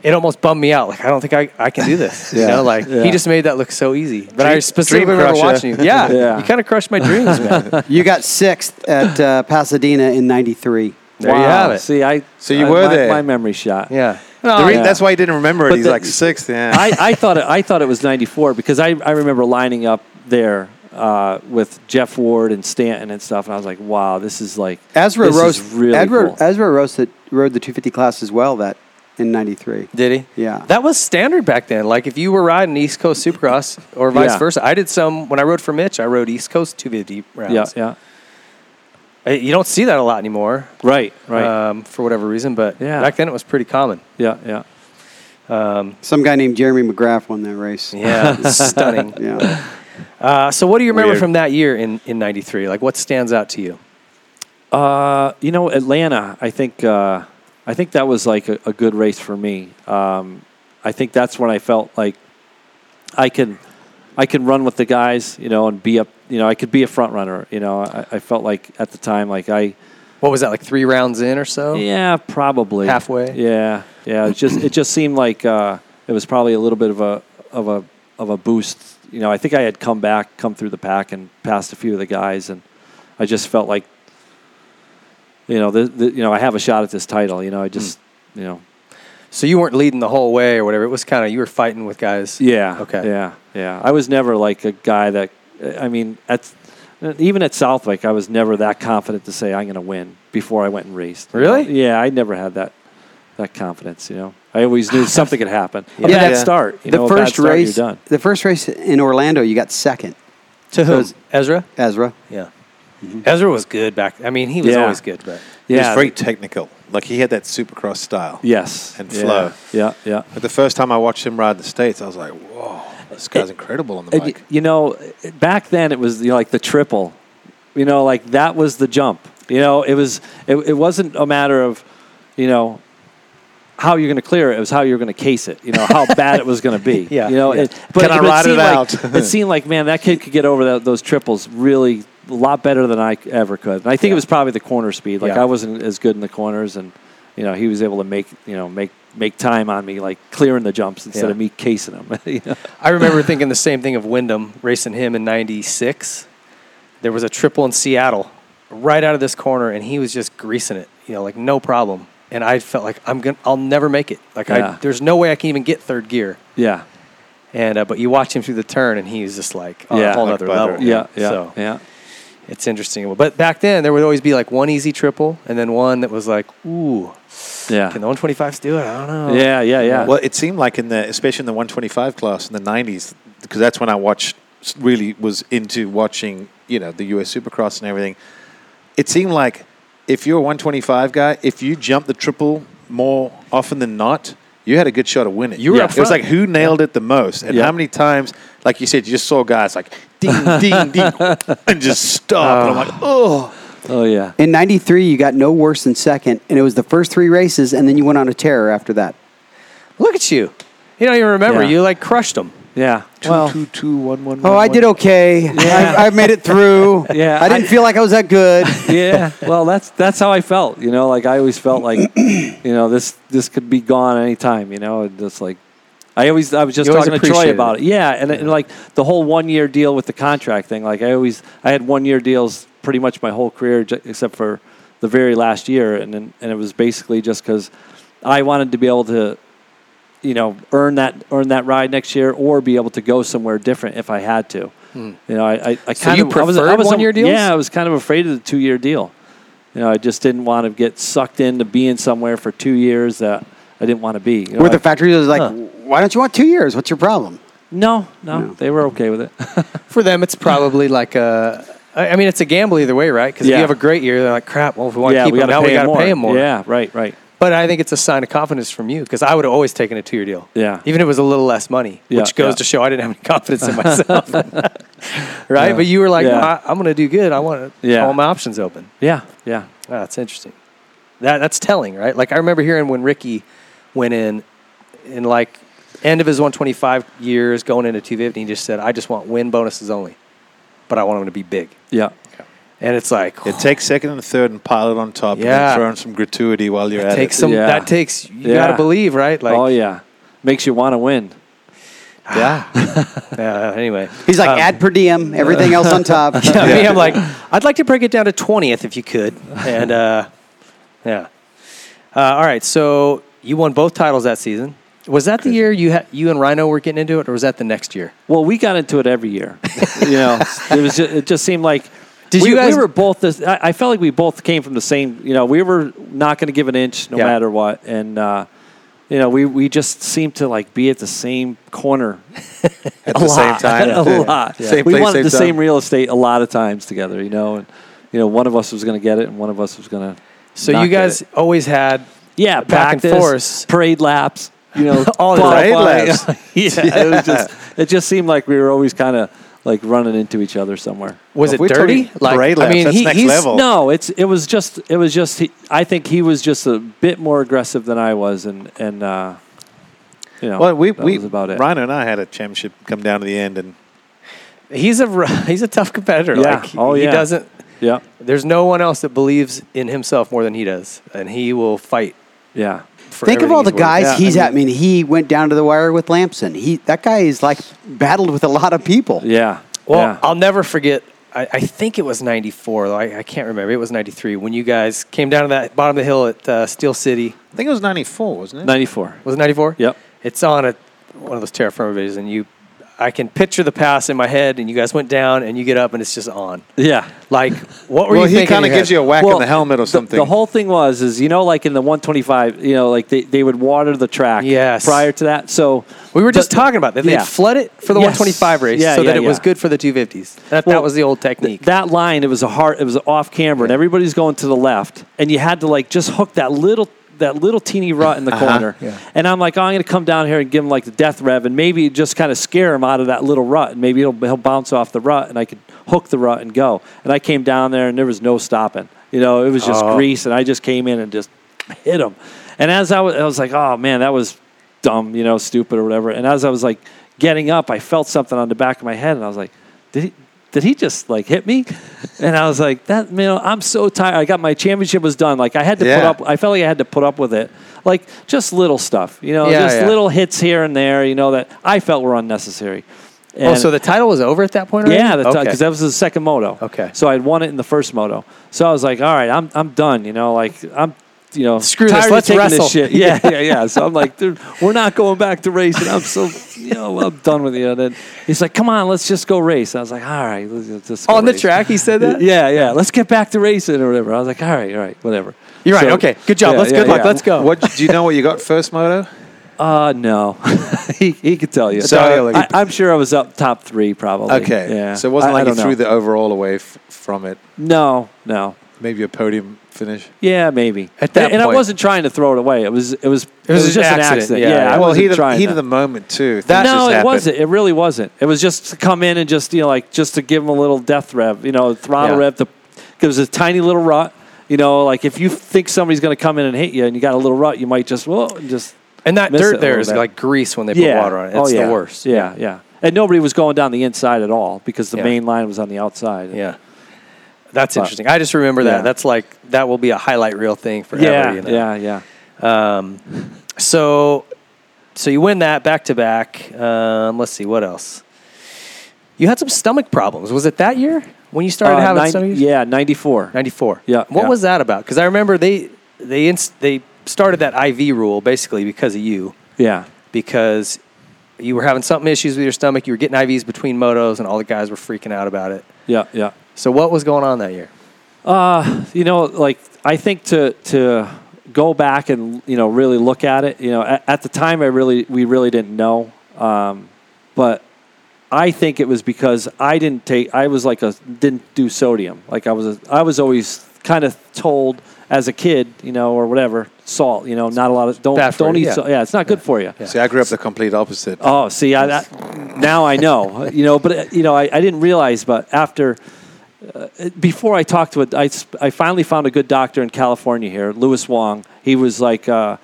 A: it almost bummed me out. Like I don't think I, I can do this. You
D: Yeah.
A: know, like he
D: Yeah.
A: just made that look so easy. But I
B: Dream-
A: specifically
B: dream
A: remember
B: crusher.
A: watching you. Yeah,
D: Yeah.
A: you kind of crushed my dreams, man.
C: You got sixth at uh, Pasadena in '93.
A: There
D: wow.
A: you have it.
D: See, I
B: So you
D: I-
B: were
D: my,
B: there.
D: My memory shot.
A: yeah.
B: The re-
D: Oh, yeah.
B: That's why he didn't remember it.
D: But
B: He's
D: the-
B: like sixth. Yeah.
D: I, I thought it, I thought it was 94 because I, I remember lining up there uh, with Jeff Ward and Stanton and stuff, and I was like, wow, this is like
C: Ezra
D: this
C: rose
D: is really
C: Ezra,
D: cool.
C: Ezra rose the, rode the 250 class as well that in '93.
A: Did he?
C: Yeah.
A: That was standard back then. Like if you were riding East Coast Supercross or vice
D: Yeah.
A: versa. I did some when I rode for Mitch. I rode East Coast 250 rounds.
D: Yeah, yeah.
A: Uh, You don't see that a lot anymore,
D: Right, right.
C: Uh,
A: Um, for whatever reason, but
D: Yeah.
A: back then it was pretty common.
D: yeah, yeah.
C: Some guy named Jeremy McGrath won that race.
A: Yeah, stunning.
C: yeah.
A: Uh, so what do you remember
B: Weird.
A: from that year in in '93? Like what stands out to you?
D: Uh, you know, Atlanta. I think uh, I think that was like a, a good race for me. Um, I think that's when I felt like I can I can run with the guys, you know, and be up. You know, I could be a front runner. You know, I, I felt like at the time, like I
A: What was that? Like three rounds in or so?
D: yeah, probably
A: Halfway?
D: Yeah, yeah. It just it just seemed like uh, it was probably a little bit of a of a of a boost. You know, I think I had come back, come through the pack, and passed a few of the guys, and I just felt like, you know, the, the, you know, I have a shot at this title. You know, I just, you know,
A: So you weren't leading the whole way or whatever. It was kind of you were fighting with guys.
D: yeah,
A: Okay.
D: yeah, yeah. I was never like a guy that, I mean, at even at Southwick, I was never that confident to say I'm going to win before I went and raced. you
A: Really?
D: know? Yeah, I never had that that confidence. You know, I always knew something could happen. Yeah,
C: Yeah.
D: that
C: Yeah.
D: start, you
C: the
D: know, a bad
C: first
D: start,
C: race,
D: you're done.
C: the first race in Orlando, you got second.
A: To whom?
C: Those-
A: Ezra.
C: Ezra.
A: Yeah. Ezra was good back. I mean, he was
D: Yeah.
A: always good, but
B: He was
D: Yeah,
B: very technical. Like he had that supercross style.
D: yes,
B: and
D: yeah.
B: flow.
D: Yeah, yeah.
B: But the first time I watched him ride the states, I was like, "Whoa, this guy's incredible on the
D: And y-
B: bike."
D: you know, back then it was you know, like the triple. You know, like that was the jump. You know, it was it, it wasn't a matter of, you know, how you're going to clear it. It was how you're going to case it. You know, how bad it was going to be.
A: Yeah,
D: You know,
A: yeah.
D: it, but
B: Can I
D: but
B: ride it
D: seemed
B: out?
D: Like, it seemed like man, that kid could get over that, those triples really a lot better than I ever could. And I think it was probably the corner speed. Like
A: Yeah.
D: I wasn't as good in the corners, and you know, he was able to make you know make make time on me, like clearing the jumps instead
A: Yeah.
D: of me casing them. you know?
A: I remember thinking the same thing of Wyndham racing him in '96. There was a triple in Seattle, right out of this corner, and he was just greasing it, you know, like no problem. And I felt like I'm gonna, I'll never make it. Like
D: Yeah.
A: I, there's no way I can even get third gear.
D: Yeah,
A: And uh, but you watch him through the turn, and he's just like on
D: Yeah.
A: a whole
D: Like
A: other
B: butter.
A: level.
D: yeah, yeah,
A: So
D: yeah.
A: it's interesting. But back then, there would always be like one easy triple, and then one that was like, ooh,
D: Yeah.
A: can the 125s do it? I don't know.
D: yeah, yeah, yeah.
B: Well, it seemed like in the, especially in the 125 class in the 90s, because that's when I watched, really was into watching, you know, the US Supercross and everything. It seemed like if you're a 125 guy, if you jump the triple more often than not, you had a good shot of winning.
A: You were up
B: It was
A: front.
B: like who nailed it the most, and
D: Yeah.
B: how many times, like you said, you just saw guys like ding, ding, ding, and just stop. and I'm
A: Uh.
B: like, oh,
D: oh yeah.
C: In 93, you got no worse than second, and it was the first three races, and then you went on a tear after that.
A: Look at you. You don't even remember.
D: Yeah.
A: You like crushed him.
D: Yeah.
B: two, two, two, one, one,
C: Oh,
B: one,
C: I
B: one.
C: did okay. I, I made it through.
D: Yeah,
C: I didn't
D: I-
C: feel like I was that good.
D: yeah. Well, that's that's how I felt. You know, like I always felt like, you know, this this could be gone anytime. You know, and just like I always I was just
A: You always
D: talking to Troy
A: appreciated
D: about it. Yeah, and, and like the whole one year deal with the contract thing. Like I always I had one year deals pretty much my whole career j- except for the very last year, and then- and it was basically just because I wanted to be able to you know earn that earn that ride next year or be able to go somewhere different if I had to. You know, I I,
A: Hmm.
D: I
A: So
D: kind
A: you
D: of I was, I
A: preferred
D: was
A: one-year deals?
D: Yeah, I was kind of afraid of the two year deal. You know, I just didn't want to get sucked into being somewhere for two years that I didn't want to be. You know,
C: Where the
D: I-
C: factory was like, why don't you want two years? What's your problem?
D: no, no, they were okay with it.
A: for them, it's probably like a. I I mean, it's a gamble either way, right? Because if
D: Yeah.
A: you have a great year, they're like, "Crap, well, if we want to
D: yeah,
A: keep
D: we
A: him,
D: got
A: now
D: to
A: we
D: pay
A: got
D: him
A: to
D: more.
A: pay him more."
D: Yeah, right, right.
A: But I think it's a sign of confidence from you because I would have always taken a two-year deal.
D: Yeah.
A: Even if it was a little less money,
D: Yeah,
A: which goes
D: yeah.
A: to show I didn't have any confidence in myself, right? But you were like,
D: Yeah.
A: no, I, "I'm going to do good. I want to
D: Yeah.
A: all my options open."
D: Yeah, yeah,
A: Wow, that's interesting. That that's telling, right? Like I remember hearing when Ricky went in, in like end of his 125 years, going into 250, he just said, "I just want win bonuses only, but I want them to be big."
D: yeah.
A: And it's like
B: It takes second and third and pile it on top and
A: Yeah.
B: then throw in some gratuity while you're at
A: takes
B: it.
A: some.
D: Yeah.
A: That takes. You
D: Yeah.
A: gotta believe, right? Like,
D: oh yeah, makes you want to win.
A: Ah.
B: Yeah.
A: yeah, uh, anyway,
C: He's like, ad per diem, everything else on top.
A: I mean, I'm like, I'd like to break it down to twentieth if you could, and uh, yeah. Uh, all right, so you won both titles that season. Was that the year you ha- you and Rhino were getting into it, or was that the next year?
D: Well, we got into it every year. you know, it was just, it just seemed like
A: Did
D: we,
A: you guys-
D: we were both this. I, I felt like we both came from the same. You know, we were not going to give an inch no
A: Yeah.
D: matter what, and uh, you know, we we just seemed to like be at the same corner
B: At
D: a
B: the same
D: lot,
B: time.
D: a lot.
B: Same
D: we
B: place,
D: wanted
B: same
D: the
B: time.
D: same real estate a lot of times together. You know, and you know, one of us was going to get it, and one of us was going to.
A: So you guys always had
D: yeah,
A: back and
D: practice,
A: forth.
D: parade laps. You know,
A: All the
D: qualifying.
B: parade laps.
D: yeah, it was just it just seemed like we were always kind of like running into each other somewhere.
A: was
B: If
A: it
B: we're
A: dirty?
B: talking parade laps, that's next
A: he's-
B: level.
D: No, it's it was just it was just he, I think he was just a bit more aggressive than I was, and and uh, you know,
B: Well, we,
D: that
B: we
D: was about it.
B: Rhino and I had a championship come down to the end, and
A: He's a r- he's a tough competitor.
D: Yeah.
A: Like,
D: Oh,
A: he
D: yeah.
A: doesn't.
D: Yeah,
A: There's no one else that believes in himself more than he does, and he will fight.
D: yeah,
A: For
C: Think of all the
A: everything he's worth.
C: guys
D: Yeah,
C: he's
D: I
C: at. I mean, he went down to the wire with Lamson. He that guy is like battled with a lot of people.
D: yeah.
A: Well,
D: yeah.
A: I'll never forget. I, I think it was '94. I, I can't remember. It was '93 when you guys came down to that bottom of the hill at uh, Steel City.
B: I think it was 94, wasn't it?
D: ninety four.
A: Was it '94?
D: Yep.
A: It's on a one of those terra firma videos, and you, I can picture the pass in my head. And you guys went down, and you get up, and it's just on.
D: Yeah.
A: Like, what were
B: well,
A: you
B: he
A: thinking?
B: kind of gives you a whack
D: Well,
B: in the helmet or
D: the-
B: something.
D: The, whole thing was is you know like in the 125, you know like they, they would water the track
A: Yes.
D: prior to that. So
A: We were
D: the-
A: just talking about that. They
D: Yeah.
A: flood it for the
D: Yes.
A: 125 race
D: Yeah,
A: so
D: yeah,
A: that it was
D: yeah.
A: good for the 250s. That, that
D: Well,
A: was the old technique.
D: that line it was a hard it was off camber and everybody's going to the left and you had to like just hook that little that little teeny rut in the
B: Uh-huh.
D: corner.
A: yeah.
D: And I'm like, oh, I'm going to come down here and give him like the death rev and maybe just kind of scare him out of that little rut. And maybe he'll, he'll bounce off the rut and I could hook the rut and go. And I came down there and there was no stopping. You know, it was just
B: Oh.
D: grease. And I just came in and just hit him. And as I was, I was like, oh man, that was dumb, you know, stupid or whatever. And as I was like getting up, I felt something on the back of my head, and I was like, did he? Did he just like hit me? And I was like, that you know, I'm so tired. I got my championship was done. Like I had to put
B: Yeah.
D: up. I felt like I had to put up with it. Like just little stuff, you know,
A: Yeah,
D: just
A: yeah.
D: little hits here and there, you know, that I felt were unnecessary.
A: oh,
D: And
A: so the title was over at that point? Already?
D: yeah, because
A: Okay.
D: that was the second moto.
A: Okay.
D: So I'd won it in the first moto. So I was like, all right, I'm I'm done. You know, like I'm. You know,
A: Screw this,
D: tired
A: let's
D: of taking
A: wrestle.
D: this shit. Yeah, yeah, yeah. So I'm like, dude, we're not going back to racing. I'm so, you know, I'm done with you. And then he's like, come on, let's just go race. I was like, all right, let's let's just go
A: on the
D: race."
A: track. He said that.
D: Yeah, yeah. Let's get back to racing or whatever. I was like, all right, all right, whatever.
A: You're right.
D: So-
A: okay. Good job.
D: Yeah,
A: let's
D: yeah,
A: good luck.
D: yeah.
A: Let's go.
B: What do you know? What you got first moto?
D: Uh, no, he he could tell you.
B: So-
D: I, I'm sure I was up top three probably.
B: Okay,
D: Yeah.
B: So it wasn't
D: I-
B: like
D: I
B: you
D: don't
B: threw
D: know.
B: the overall away f- from it.
D: No, no.
B: Maybe a podium finish.
D: Yeah, maybe.
A: At that
D: and, and I
A: point-
D: wasn't trying to throw it away. It was it was it
A: was
D: was,
A: an
D: just
A: accident,
D: an accident.
A: yeah, yeah.
D: I
B: well,
D: wasn't
B: heat of,
D: trying
B: heat
D: to-
B: of the moment too. Things
D: no,
B: just
D: it
B: happen.
D: wasn't. It really wasn't. It was just to come in and just you know like just to give him a little death rev, you know, throttle
A: Yeah.
D: rev. To gives a tiny little rut. You know, like if you think somebody's going to come in and hit you, and you got a little rut, you might just well just
A: And that
D: Miss
A: dirt
D: it a
A: there
D: little
A: is
D: bit.
A: like grease when they put water on it. It's
D: oh, yeah.
A: the worst.
D: Yeah, yeah. And nobody was going down the inside at all because the
A: Yeah.
D: main line was on the outside.
A: Yeah. That's
D: But-
A: interesting. I just remember that.
D: Yeah.
A: That's like that will be a highlight reel thing forever.
D: yeah,
A: you know?
D: yeah, yeah.
A: Um, so, so you win that back to back. Um, Let's see what else. You had some stomach problems. Was it that year when you started
D: Uh,
A: having
D: nine-
A: stomach?
D: yeah, ninety four.
A: ninety four.
D: Yeah,
A: What
D: yeah.
A: was that about? Because I remember they they inst- they started that IV rule basically because of you
D: Yeah,
A: because you were having something issues with your stomach. You were getting IVs between motos, and all the guys were freaking out about it.
D: yeah, yeah.
A: So what was going on that year?
D: Uh, you know, like I think to to go back and you know really look at it. You know, at, at the time, I really we really didn't know, um, but I think it was because I didn't take. I was like a didn't do sodium. Like I was. A, I was always kind of told as a kid, you know, or whatever, salt. You know, not a lot of don't
A: Bad for
D: don't
A: you,
D: eat.
A: yeah.
D: salt. yeah, it's not good for you.
B: See, I grew up the complete opposite.
D: Oh, see, I, that, now I know, you know, but uh, you know, I, I didn't realize, but after, uh, before I talked to a, I, sp- I finally found a good doctor in California here, Louis Wong. He was like, uh,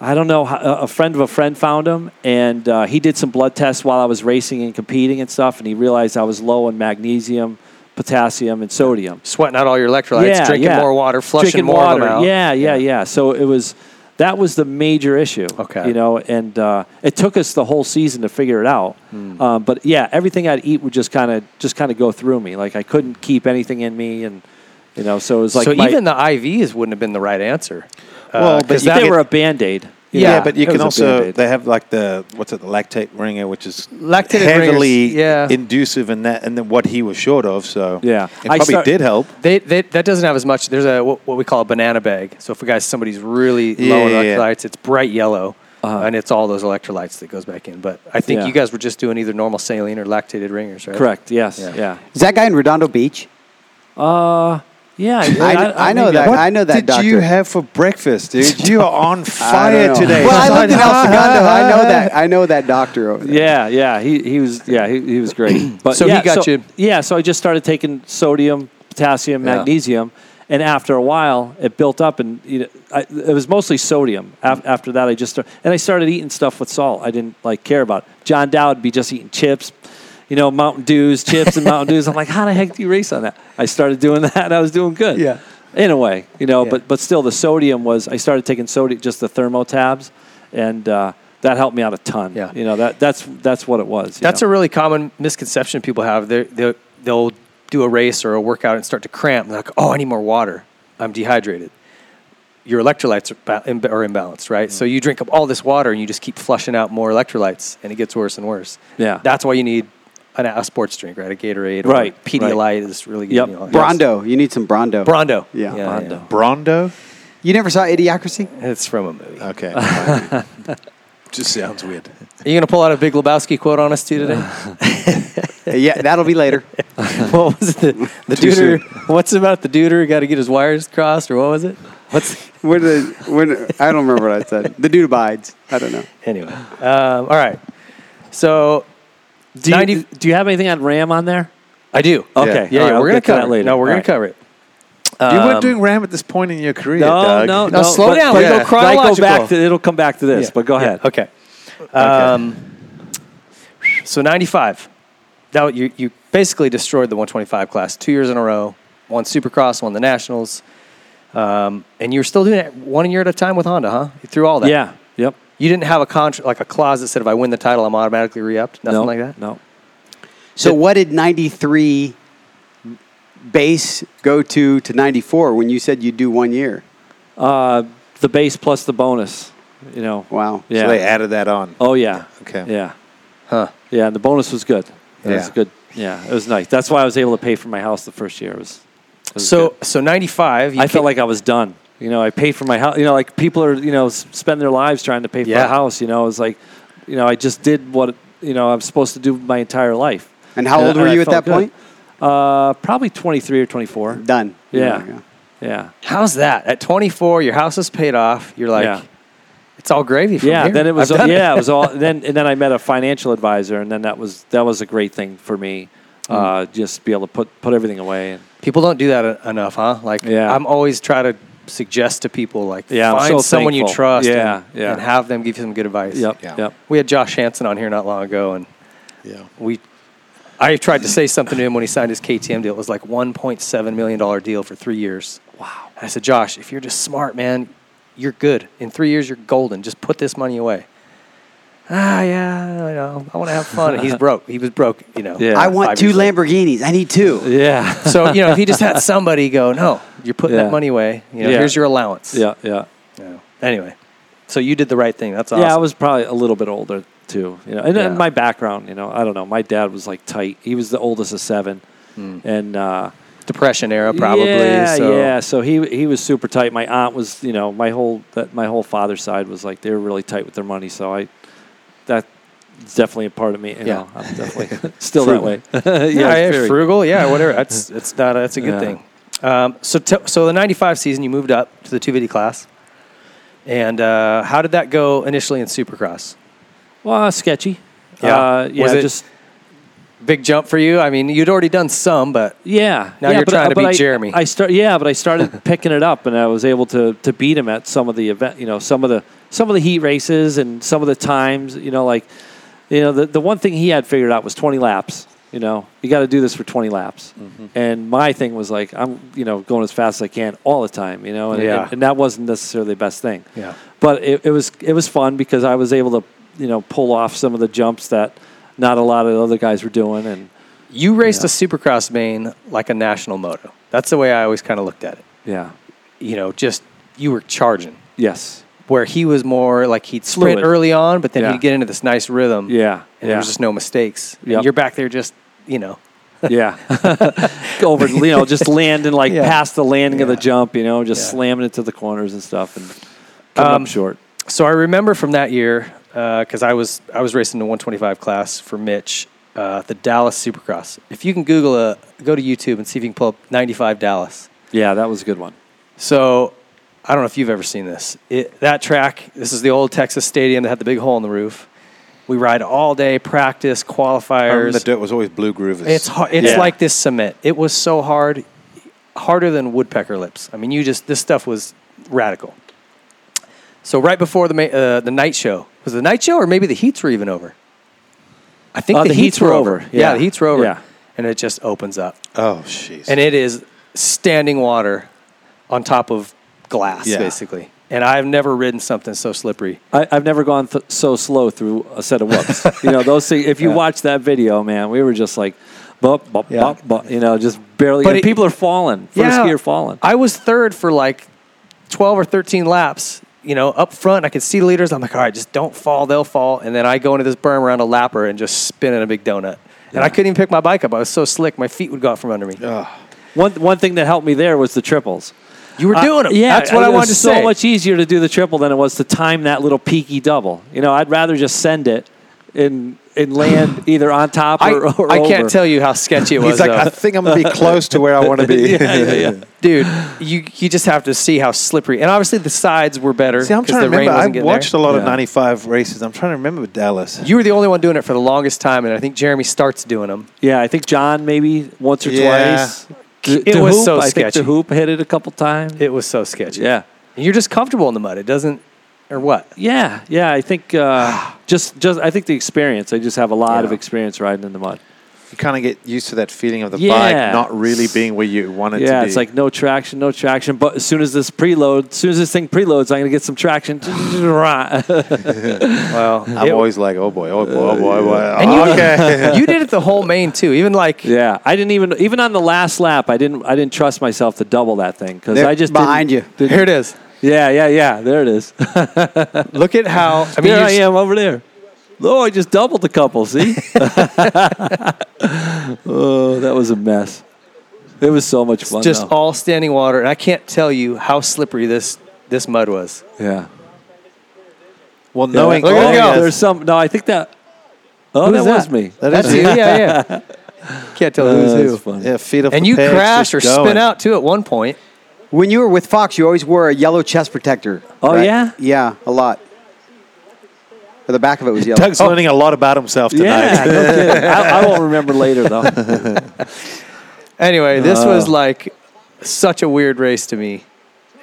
D: I don't know, how- a a friend of a friend found him, and uh, he did some blood tests while I was racing and competing and stuff, and he realized I was low in magnesium, potassium, and sodium
A: Sweating out all your electrolytes, drinking more water, flushing
D: drinking
A: more
D: water.
A: of them out.
D: Yeah, yeah, yeah. So it was that was the major issue.
A: Okay.
D: you know, and uh, it took us the whole season to figure it out.
A: Hmm.
D: Um, but yeah, everything I'd eat would just kind of just kind of go through me. Like I couldn't keep anything in me, and you know, so it was like
A: so
D: my-
A: even the IVs wouldn't have been the right answer.
B: Well, but
A: 'cause
B: you
A: that,
D: they
B: get-
D: were a band aid.
B: yeah, but you can also
D: They,
B: they have like the what's it the lactate ringer, which is
A: Lactate
B: heavily
A: ringers, yeah.
B: inducive in that, and then what he was short of. So
D: Yeah.
B: it
D: I
B: probably
D: start-
B: did help.
A: they, they, that doesn't have as much. There's a what, what we call a banana bag. So if a guy somebody's really low in
B: Yeah, yeah, yeah.
A: electrolytes, it's bright yellow,
D: Uh-huh.
A: and it's all those electrolytes that goes back in. But I think
D: Yeah.
A: you guys were just doing either normal saline or lactated ringers, right?
D: correct. Yes.
A: Yeah.
D: Yeah.
C: Is that guy in Redondo Beach?
D: Uh, yeah.
C: I- I know
D: maybe
C: that.
D: I-
C: I know that
B: Did
C: doctor.
B: you have for breakfast, dude? You are on fire
C: know.
B: today.
C: Well, I lived in El Segundo. I know that. I know that doctor over there.
D: Yeah, yeah, he, he was yeah he, he was great. But
A: So he
D: yeah,
A: got you-
D: Yeah, so I just started taking sodium, potassium,
A: Yeah.
D: magnesium, and after a while it built up, and you know, I, it was mostly sodium. Af- after that, I just start, and I started eating stuff with salt. I didn't like care about. It. John Dowd be just eating chips. You know, Mountain Dews, chips, and Mountain Dews. I'm like, how the heck do you race on that? I started doing that, and I was doing good.
A: Yeah.
D: in a way, you know.
A: Yeah.
D: But but still, the sodium was. I started taking sodium, just the thermo tabs, and uh, that helped me out a ton.
A: Yeah.
D: you know that that's that's what it was. you
A: That's
D: know?
A: a really common misconception people have. They're, they're, they'll do a race or a workout and start to cramp. They're like, oh, I need more water. I'm dehydrated. Your electrolytes are, ba- imb- are imbalanced,
D: Mm-hmm.
A: right? So you drink up all this water and you just keep flushing out more electrolytes and it gets worse and worse.
D: Yeah.
A: That's why you need an, a sports drink, right? A Gatorade or
D: Right,
A: Pedialyte is really good.
D: Yep.
A: you know.
C: Brondo. You need some Brondo.
A: Brondo.
C: Yeah,
D: Brondo.
B: Brondo.
C: You never saw Idiocracy?
A: yeah. It's from a
D: Uh,
A: movie. Are
B: Okay. fine. Just sounds weird.
A: you going to pull out a big Lebowski quote on us too today?
C: Uh, yeah, that'll be later.
A: what was it? The, the
B: Too
A: duder. What's about the duder? Got to get his wires crossed or what was it? What's
C: When the when I don't remember what I said. The dude abides. I don't know.
A: anyway? Um, all right. So
D: Do you,
A: 90
D: do you have anything on RAM on there?
A: I do.
D: Okay.
A: Oh, Yeah,
D: All
A: yeah,
D: right,
A: we're
D: I'll
A: gonna
D: get to
A: cover
D: that
A: it
D: later.
A: No, we're
D: All
A: gonna
D: right.
A: cover it.
B: you
A: Um,
B: weren't doing RAM at this point in your career,
D: No,
B: Doug.
D: no,
A: Now slow down.
D: But,
A: We go
D: but I go
A: chronological.
D: back to it'll come back to this,
A: Yeah.
D: but go
A: Yeah,
D: ahead.
A: Okay. Um, so 95. That wa- you you basically destroyed the 125 class two years in a row. Won Supercross, won the Nationals, um, and you were still doing it one year at a time with Honda, huh? Through all that,
D: Yeah. Yep.
A: You didn't have a contract like a clause that said if I win the title, I'm automatically re-upped. Nothing
D: no,
A: like that.
D: No.
C: So what did ninety three base go to to ninety four when you said you'd do one year?
D: Uh, the base plus the bonus. You know.
C: Wow.
D: Yeah.
B: So they added that on.
D: Oh yeah.
B: Okay.
D: Yeah.
A: Huh.
D: Yeah. And the bonus was good. It was
B: Yeah.
D: good. Yeah. It was nice. That's why I was able to pay for my house the first year. It was. it was
A: So
D: good.
A: so 95. you
D: I felt
A: ca-
D: like I was done. You know, I paid for my house. You know, like people are, you know, s- spend their lives trying to pay for
A: Yeah.
D: a house. You know, it's like, you know, I just did what, you know, I'm supposed to do my entire life.
C: And how old were
D: I
C: you at
D: felt
C: that
D: good.
C: point?
D: Uh, probably 23 or 24.
C: Done.
D: Yeah.
C: There we go.
D: Yeah.
A: how's that? At 24, your house is paid off. You're like,
D: Yeah.
A: it's all gravy. From
D: yeah.
A: here.
D: Then it was,
A: I've done
D: yeah, it. was all, then, and then I met a financial advisor and then that was, that was a great thing for me. Uh, just to be able to put, put everything away. And,
A: People don't do that e- enough, huh? Like,
D: Yeah.
A: I'm always try to suggest to people, like,
D: Yeah, I'm
A: find
D: so
A: someone you
D: thankful.
A: trust
D: Yeah,
A: and,
D: yeah.
A: and have them give you some good advice.
D: yep.
B: Yeah.
D: Yep.
A: We had Josh Hansen on here not long ago, and
B: Yeah.
A: we, I tried to say something to him when he signed his KTM deal. It was like $1.7 million deal for three years. Wow. I said, Josh, if you're just smart, man, you're good. In three years, you're golden. Just put this money away. Ah, yeah, I know. I want to have fun. And he's broke. He was broke, you know.
D: Yeah.
C: I
A: five
C: want two
A: years later.
C: Lamborghinis. I need two.
D: Yeah.
A: So you know, if he just had somebody go, no, you're putting
D: Yeah.
A: that money away. You know,
D: Yeah.
A: here's your allowance.
D: yeah. Yeah.
A: You know. Anyway, so you did the right thing. That's awesome.
D: Yeah, I was probably a little bit older too. You know, and,
A: Yeah.
D: and my background, you know, I don't know. My dad was like tight. He was the oldest of seven, and uh,
A: Mm. Depression era, probably.
D: Yeah,
A: so.
D: yeah. So he he was super tight. My aunt was, you know, my whole that my whole father's side was like they were really tight with their money. So I that's definitely a part of me. You
A: Yeah.
D: know, I'm definitely still that
A: Frugal.
D: way.
A: yeah, yeah,
D: very-
A: frugal. Yeah, whatever. That's it's not. That's a good
D: Yeah.
A: thing. Um, so t- so the '95 season, you moved up to the 250 class, and uh, how did that go initially in Supercross?
D: Well, uh, sketchy.
A: Yeah.
D: uh, yeah.
A: Was it-
D: just
A: Big jump for you. I mean, you'd already done some, but
D: Yeah.
A: Now
D: yeah,
A: you're
D: but-
A: trying to
D: but
A: beat
D: I-
A: Jeremy.
D: I start. Yeah, but I started picking it up, and I was able to to beat him at some of the event. You know, some of the some of the heat races and some of the times. You know, like you know the the one thing he had figured out was 20 laps. You know, you got to do this for 20 laps.
A: Mm-hmm.
D: And my thing was like, I'm you know going as fast as I can all the time. You know, and
A: Yeah.
D: and, and that wasn't necessarily the best thing.
A: Yeah.
D: But it, it was it was fun because I was able to you know pull off some of the jumps that not a lot of the other guys were doing and.
A: you raced
D: Yeah.
A: a Supercross main like a national moto. That's the way I always kind of looked at it.
D: Yeah.
A: You know, just you were charging.
D: Yes.
A: where he was more like he'd sprint
D: Fluid.
A: early on, but then
D: Yeah.
A: he'd get into this nice rhythm.
D: Yeah.
A: And
D: yeah.
A: there was just no mistakes.
D: Yep.
A: And you're back there just, you know.
D: Yeah. Over, you know, just landing like
A: Yeah.
D: past the landing of the
A: Yeah.
D: jump, you know, just
A: Yeah.
D: slamming it to the corners and stuff and coming
A: Um,
D: up short.
A: So I remember from that year, because I was I was racing the 125 class for Mitch, uh, the Dallas Supercross. If you can Google a, go to YouTube and see if you can pull up 95 Dallas.
D: Yeah, that was a good one.
A: So I don't know if you've ever seen this. It, that track, this is the old Texas stadium that had the big hole in the roof. We ride all day, practice,
B: I remember
A: qualifiers.
B: the dirt was always blue groovers.
A: It's hard. It's
D: Yeah.
A: like this cement. It was so hard, harder than woodpecker lips. I mean, you just this stuff was radical. So right before the ma- uh, the night show was it the night show, or maybe the heats were even over. I think
D: Uh,
A: the, heats, were over. Yeah.
D: Yeah.
A: the heats were over.
D: Yeah.
A: and it just opens up,
B: Oh, jeez.
A: and it is standing water on top of glass,
B: Yeah.
A: basically. And I've never ridden something so slippery.
D: I, I've never gone th- so slow through a set of whoops. you know, those things, if you watch that video, man, we were just like, bop, bop,
A: Yeah.
D: bop, bop, you know, just barely.
A: But
D: and
A: it-
D: people are falling. First gear falling.
A: I was third for like 12 or 13 laps, you know, up front. I could see the leaders. I'm like, all right, just don't fall. They'll fall. And then I go into this berm around a lapper and just spin in a big donut. And I couldn't even pick my bike up. I was so slick. My feet would go out from under me.
B: Oh.
D: One, one thing that helped me there was the triples.
A: you were doing them.
D: Uh, yeah,
A: That's what I
D: it was
A: wanted to
D: so
A: say.
D: much easier to do the triple than it was to time that little peaky double. You know, I'd rather just send it and and land either on top
A: I,
D: or, or
A: I can't
D: over.
A: tell you how sketchy it was. uh,
B: He's like,
A: though.
B: I think I'm gonna be close to where I want to be.
A: dude, you you just have to see how slippery. And obviously the sides were better.
B: See, I'm
A: 'cause
B: trying to
A: the rain
B: remember. I
A: wasn't getting
B: watched
A: there.
B: a lot of
D: Yeah.
B: '95 races. I'm trying to remember Dallas.
A: You were the only one doing it for the longest time, and I think Jeremy starts doing them.
D: Yeah, I think John maybe once or
B: Yeah.
D: twice. D-
A: It was
D: Hoop,
A: so
D: I think
A: sketchy.
D: the hoop hit it a couple times.
A: It was so sketchy.
D: yeah,
A: And you're just comfortable in the mud. It doesn't, or what?
D: yeah, yeah. I think uh, just just I think the experience. I just have a lot of
A: Yeah.
D: experience riding in the mud.
B: You kind of get used to that feeling of the
D: Yeah.
B: bike not really being where you want it to
D: yeah,
B: be.
D: it's like no traction, no traction. But as soon as this preload, as soon as this thing preloads, I'm gonna get some traction.
A: Well,
B: I'm
A: it-
B: always like, oh boy, oh boy, oh boy, oh boy.
A: And you-
B: okay.
A: you did it the whole main too. Even like
D: yeah, I didn't even even on the last lap. I didn't I didn't trust myself to double that thing because
C: They're
D: I just
C: behind
D: didn't-
C: you.
A: here it is.
D: Yeah, yeah, yeah. There it is.
A: Look at how I mean.
D: There I
A: you're-
D: am over there. Oh, I just doubled the couple. See? oh, that was a mess. It was so much fun.
A: just
D: though.
A: all standing water, and I can't tell you how slippery this this mud was.
D: yeah. Oh,
B: well, knowing
A: Look at
B: all
A: him go.
B: this-
D: There's some. No, I think that. Oh,
A: Who's
D: that,
A: that?
D: was me.
B: that
A: That's
B: is
A: you,
B: it.
A: yeah, yeah. Can't tell
D: Uh,
A: who's
D: that's
A: who.
D: funny.
B: Yeah, feet off
A: And
B: the
A: you
B: pegs,
A: crashed
B: just
A: or
B: going.
A: spin out too at one point.
C: When you were with Fox, you always wore a yellow chest protector.
D: Oh, yeah?
C: yeah, a lot. Or the back of it was yellow.
B: Doug's learning a lot about himself tonight.
D: Yeah, no kidding. I, I won't remember later though.
A: Anyway, this
D: Oh.
A: was like such a weird race to me,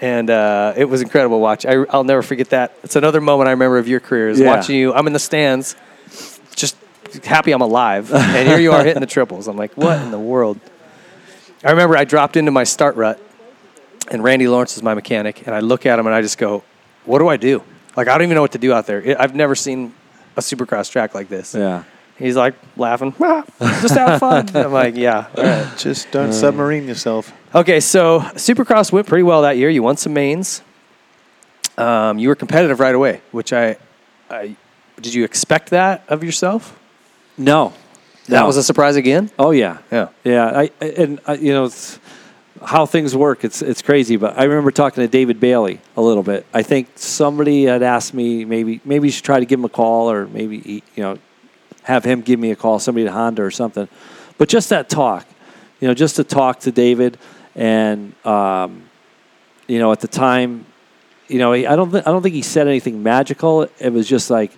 A: and uh, it was incredible. to Watch, I, I'll never forget that. It's another moment I remember of your career is
D: Yeah.
A: watching you. I'm in the stands, just happy I'm alive, and here you are hitting the triples. I'm like, what in the world? I remember I dropped into my start rut, and Randy Lawrence is my mechanic, and I look at him and I just go, what do I do? Like I don't even know what to do out there. It, I've never seen a supercross track like this.
D: Yeah.
A: He's like laughing, just have fun. I'm like, yeah, all right.
B: Just don't submarine yourself.
A: Okay, so Supercross went pretty well that year. You won some mains. Um, you were competitive right away, which I, I did you expect that of yourself?
D: No.
A: That
D: No.
A: was a surprise again.
D: Oh yeah.
A: Yeah.
D: Yeah, I I- and I, you know it's how things work. It's it's crazy, but I remember talking to David Bailey a little bit. I think somebody had asked me maybe maybe you should try to give him a call or maybe he- you know have him give me a call, somebody at Honda or something. But just that talk, you know, just to talk to David and um, you know at the time, you know he- I don't th- I don't think he said anything magical. It was just like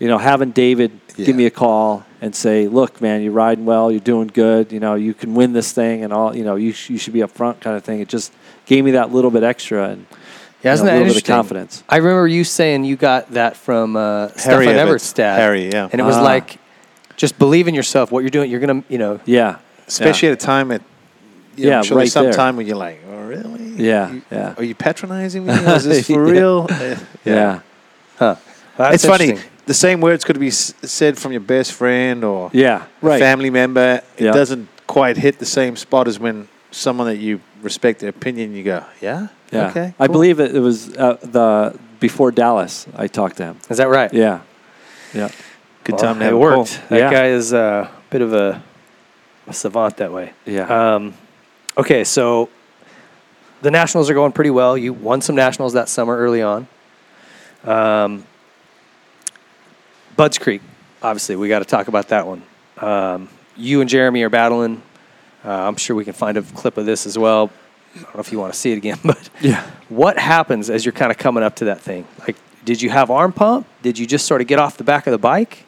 D: you know, having David
B: Yeah.
D: give me a call and say, "Look, man, you're riding well. You're doing good. You know, you can win this thing, and all. You know, you sh- you should be up front, kind of thing." It just gave me that little bit extra and
A: Yeah,
D: you know, a little bit of confidence.
A: I remember you saying you got that from uh,
B: Harry
A: Stefan
B: Evans.
A: Everett's dad.
B: Harry, yeah.
A: and it was
D: Ah.
A: like, just believe in yourself. What you're doing, you're gonna, you know,
D: Yeah,
B: Especially at a time at you know,
D: Yeah,
B: I'm sure there's
D: right
B: some
D: there.
B: time when you're like, oh really?
D: Yeah,
B: You-
D: yeah.
B: Are you patronizing me? Is this for
D: Yeah.
B: real? Eh,
D: yeah, yeah,
A: That's
B: It's funny.
A: interesting.
B: The same words could be s- said from your best friend or
D: yeah. Right.
B: family member. It
D: Yeah.
B: doesn't quite hit the same spot as when someone that you respect their opinion. You go, yeah,
D: Yeah.
B: okay.
D: I
B: cool."
D: believe it, it was uh, the before Dallas. I talked to him.
A: Is that right?
D: Yeah, yeah.
B: good
A: Well,
B: time to have
A: it
B: a
A: worked.
B: call.
A: That
D: Yeah.
A: guy is uh, a bit of a, a savant that way.
D: Yeah.
A: Um, okay, so the nationals are going pretty well. You won some nationals that summer early on. Um, Bud's Creek, obviously, we got to talk about that one. Um, you and Jeremy are battling. Uh, I'm sure we can find a clip of this as well. I don't know if you want to see it again, but
D: Yeah.
A: what happens as you're kind of coming up to that thing? Like, did you have arm pump? Did you just sort of get off the back of the bike?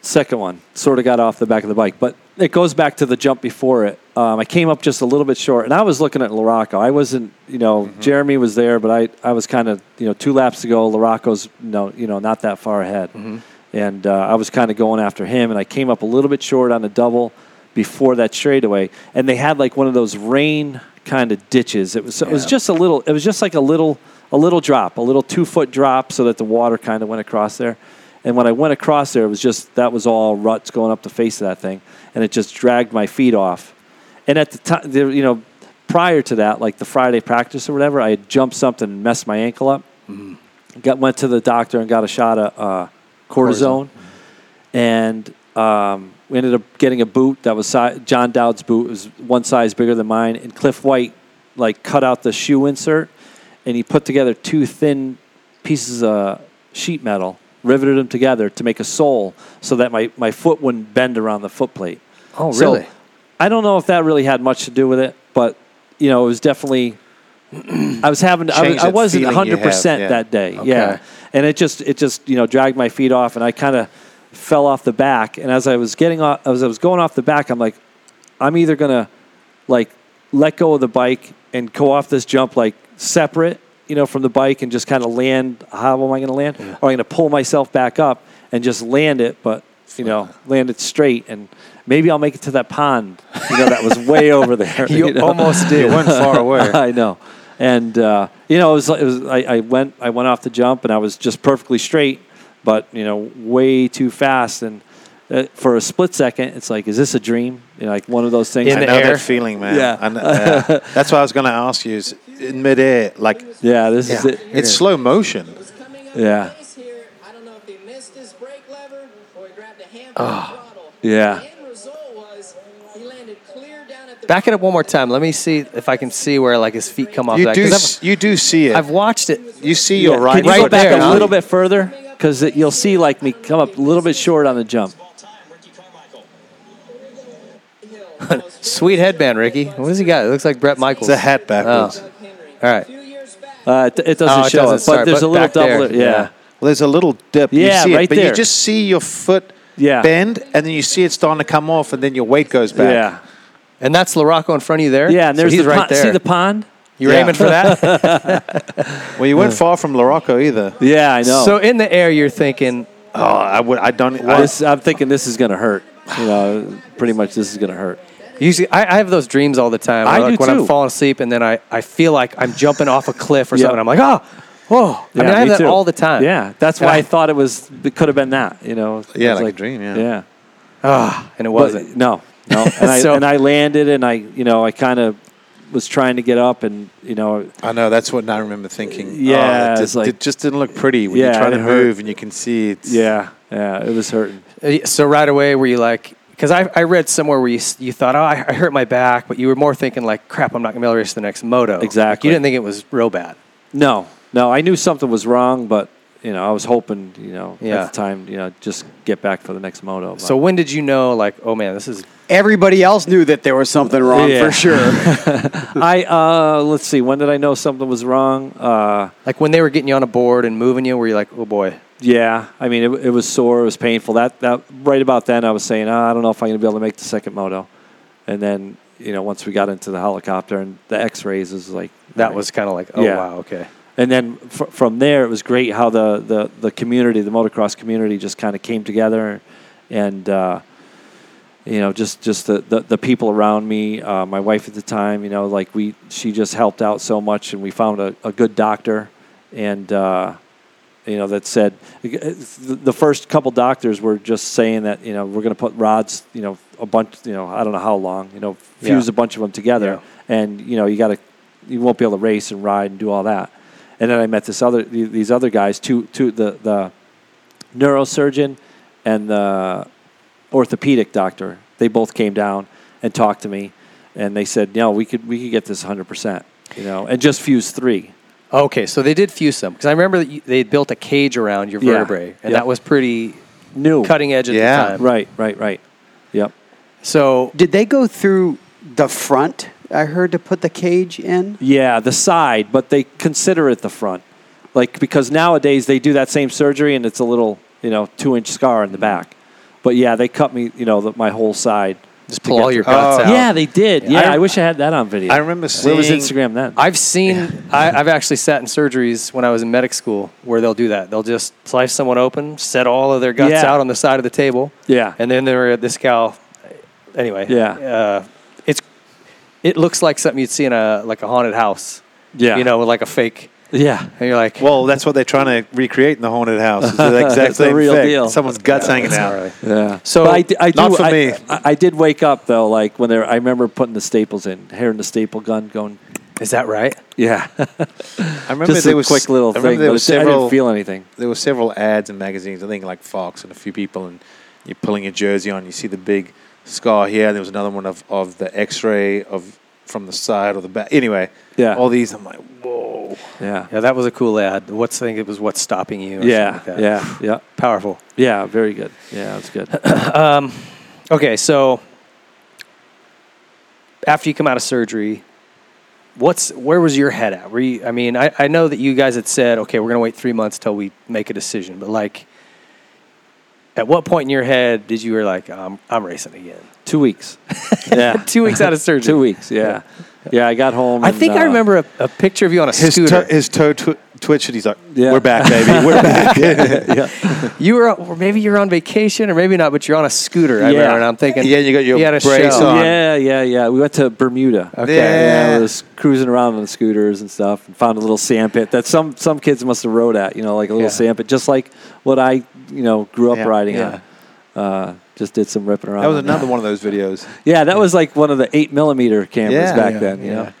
D: Second one sort of got off the back of the bike, but it goes back to the jump before it. Um, I came up just a little bit short, and I was looking at Larocco. I wasn't, you know, Jeremy was there, but I, I was kind of, you know, two laps to go. Larocco's no, you know, not that far ahead, and uh, I was kind of going after him, and I came up a little bit short on the double before that straightaway, and they had like one of those rain kind of ditches. It was so it was just a little. It was just like a little a little drop, a little two foot drop, so that the water kind of went across there. And when I went across there, it was just that was all ruts going up the face of that thing, and it just dragged my feet off. And at the time, you know, prior to that, like the Friday practice or whatever, I had jumped something and messed my ankle up. Got went to the doctor and got a shot of uh, cortisone and um, we ended up getting a boot that was si- John Dowd's boot. It was one size bigger than mine, and Cliff White like cut out the shoe insert, and he put together two thin pieces of sheet metal riveted them together to make a sole so that my, my foot wouldn't bend around the foot plate.
A: Oh,
D: So I don't know if that really had much to do with it, but you know, it was definitely. I was having I,
B: Change
D: was, I
B: that
D: wasn't
B: feeling you
D: 100 percent
B: have, yeah.
D: that day.
B: Okay.
D: Yeah, and it just it just you know dragged my feet off, and I kind of fell off the back. And as I was getting off, as I was going off the back, I'm like, I'm either gonna like let go of the bike and go off this jump like separate, you know, from the bike and just kind of land. How am I going to land? Or I'm going to pull myself back up and just land it, but you know, land it straight and maybe I'll make it to that pond. You know, that was way over there.
A: you,
D: know?
A: almost did.
B: It went far away.
D: I know. And uh, you know, it was, it was I, I went I went off the jump and I was just perfectly straight, but you know, way too fast and. uh, For a split second, it's like, is this a dream? You know, like one of those things.
A: In
B: I
A: the
B: know
A: air.
B: that feeling, man.
D: Yeah.
B: I kn- yeah. That's what I was going to ask you. Is in midair, like
D: Yeah, this is it.
B: it's slow motion.
E: was coming up
D: Yeah.
E: the base here. I don't know if he missed his brake lever or he grabbed a hand
A: Ah,
E: throttle.
D: yeah.
E: The end result was he landed clear down at the
A: Back it up one more time. Let me see if I can see where like his feet come off.
B: You
A: that.
B: do,
A: 'Cause
B: s- you do see it.
A: I've, I've watched it.
B: you see your
D: Yeah.
B: right.
D: Can you go
A: right
D: back
A: there,
D: a
A: huh?
D: little bit further? Because you'll see like me come up a little bit short on the jump.
A: Sweet headband, Ricky. What does he got? It looks like Brett Michaels.
B: It's a hat backwards.
A: Oh.
E: Doug Henry.
A: All right.
E: A few years back,
D: Uh, it, it
A: Oh,
D: doesn't
A: it
D: show
A: doesn't
D: it,
A: start,
D: but there's
A: but
D: a little
A: back there,
D: double.
A: yeah.
D: Yeah.
B: Well, there's a little dip.
D: Yeah,
B: you see
D: right
B: it, but you
D: there.
B: just see your foot
D: Yeah.
B: bend, and then you see it starting to come off, and then your weight goes
D: yeah,
B: back.
D: yeah,
A: And that's LaRocco in front of you there.
D: And
A: So
D: there's
A: he's
D: the
A: right
D: pond.
A: there.
D: See the pond?
A: you were
B: Yeah.
A: aiming for that.
B: Well, you weren't far from Larocco either.
D: Yeah, I know.
A: So in the air, you're thinking,
B: Oh, I would. I don't. I,
D: this, I'm thinking this is gonna hurt. You know, pretty much this is gonna hurt.
A: Usually, I, I have those dreams all the time.
D: I
A: like
D: do
A: when I'm
D: too.
A: falling asleep, and then I, I feel like I'm jumping off a cliff or
D: Yeah.
A: something. I'm like, oh, whoa. I
D: Yeah,
A: mean, I have
D: me
A: that
D: too.
A: all the time.
D: Yeah, that's why
A: Yeah.
D: I thought it was. It could have been that. You know.
B: Yeah,
D: It's
B: like a dream, yeah.
D: Yeah.
A: Ah, And it
D: But-
A: wasn't.
D: No, no. And I,
A: So-
D: and I landed, and I, you know, I kind of was trying to get up, and you know,
B: I know that's what I remember thinking.
D: Yeah,
B: oh, it,
D: it's
B: just,
D: like-
B: it just didn't look pretty when
D: Yeah,
B: you're trying
D: it
B: to
D: hurt.
B: move, and you can see it's
D: yeah, yeah, it was hurting.
A: Uh, So right away, were you like, because I, I read somewhere where you, s- you thought, oh, I, I hurt my back, but you were more thinking, like, crap, I'm not going to be able to race the next moto. Like,
D: Exactly.
A: you didn't think it was real bad.
D: No, no, I knew something was wrong, but you know, I was hoping, you know,
A: Yeah.
D: at the time, you know, just get back for the next moto. But.
A: So when did you know, like, oh man, this is.
C: Everybody else knew that there was something wrong
D: Yeah.
C: for sure.
D: I, uh, let's see, when did I know something was wrong? Uh,
A: Like when they were getting you on a board and moving you, were you like, oh boy?
D: yeah, I mean, it, it was sore, it was painful. That that right about then, I was saying, "Ah, I don't know if I'm going to be able to make the second moto, and then you know, once we got into the helicopter and the X-rays was like
A: That
D: all right.
A: was kind of like, oh
D: Yeah.
A: wow, okay.
D: and then fr- from there it was great how the, the, the community the motocross community just kind of came together and uh, you know just just the, the, the people around me uh, my wife at the time you know like we she just helped out so much and we found a, a good doctor and uh, you know that said the first couple doctors were just saying that you know we're going to put rods you know a bunch you know I don't know how long you know fuse
A: Yeah.
D: a bunch of them together and you know you got to you won't be able to race and ride and do all that and then I met this other the- these other guys two two the the neurosurgeon and the orthopedic doctor they both came down and talked to me and they said no we could we could get this 100% you know and just fuse 3
A: Okay, so they did fuse some because I remember that you, they built a cage around your
D: Yeah.
A: vertebrae, and
D: Yeah.
A: that was pretty
D: new
A: cutting edge at
B: Yeah.
A: the time.
D: right right right yep
A: So
C: Did they go through the front? I heard to put the cage in.
D: Yeah, the side, but they consider it the front. Like because nowadays they do that same surgery and it's a little, you know, two inch scar in the back. But yeah, they cut me, you know, the, my whole side.
A: just pull all your guts
B: Oh.
A: out.
D: Yeah, they did. Yeah,
B: I-
D: I, wish I had that on video.
B: I remember
D: Where was
B: seeing-
D: Instagram then?
A: I've seen. I, I've actually sat in surgeries when I was in medic school where they'll do that. They'll just slice someone open, set all of their guts
D: Yeah.
A: out on the side of the table,
D: yeah,
A: and then there this gal. Anyway,
D: Yeah.
A: uh, it's it looks like something you'd see in a like a haunted house.
D: Yeah.
A: you know, with like a fake,
D: yeah,
A: and you're like,
B: Well, that's what they're trying to recreate in the haunted house. It's the exact
D: It's the
B: same
D: real
B: thing.
D: deal.
B: Someone's guts hanging out.
A: Alright.
D: yeah.
A: So-
D: But I, d- I do.
B: Not for
D: I,
B: me.
D: I, I did wake up though, like when they were I remember putting the staples in, hearing the staple gun going.
A: is that right?
D: Yeah,
B: I remember
D: just
B: there
D: a
B: was
D: quick
B: I
D: little
B: remember
D: thing.
B: There
D: but
B: were
D: it- I
B: several.
D: didn't feel anything.
B: there were several ads and magazines. I think like Fox and a few people, and you're pulling your jersey on. You see the big scar here. And there was another one of, of the X-ray of from the side or the back. Anyway,
D: Yeah.
B: all these. I'm like, whoa. Whoa.
D: Yeah.
A: Yeah, that was a cool ad. What's I think it was what's stopping you? or
D: Yeah.
A: something like that.
D: yeah. Yeah.
A: powerful.
D: Yeah. Very good. Yeah. That's good.
A: Okay, so after you come out of surgery, what's where was your head at? Were you, I mean, I, I know that you guys had said, okay, we're gonna wait three months till we make a decision, but like, at what point in your head did you were like, I'm I'm racing again?
D: Two weeks. Yeah.
A: Two weeks out of surgery.
D: Two weeks. Yeah. Yeah. I got home.
A: I
D: and,
A: think I
D: uh,
A: remember a, a picture of you on a
B: His,
A: scooter.
B: toe his toe tw- twitched and he's like,
D: Yeah.
B: we're back, baby. We're back.
A: you were, or maybe you're on vacation, or maybe not, but you're on a scooter. I
D: Yeah.
A: remember, and I'm thinking,
B: Yeah, you got your
A: he had a
B: brace
A: show.
B: on.
D: Yeah. Yeah. Yeah. We went to Bermuda.
A: Okay.
D: Yeah.
B: Yeah.
D: I was cruising around on the scooters and stuff and found a little sand pit that some, some kids must have rode at, you know, like a little
A: Yeah.
D: sand pit, just like what I, you know, grew up
B: Yeah,
D: riding
A: yeah.
D: on. Uh, just did some ripping around.
B: That was
D: on
B: another one of those videos.
D: Yeah, that was like one of the eight millimeter cameras
B: Yeah.
D: back
B: Yeah.
D: then. You know,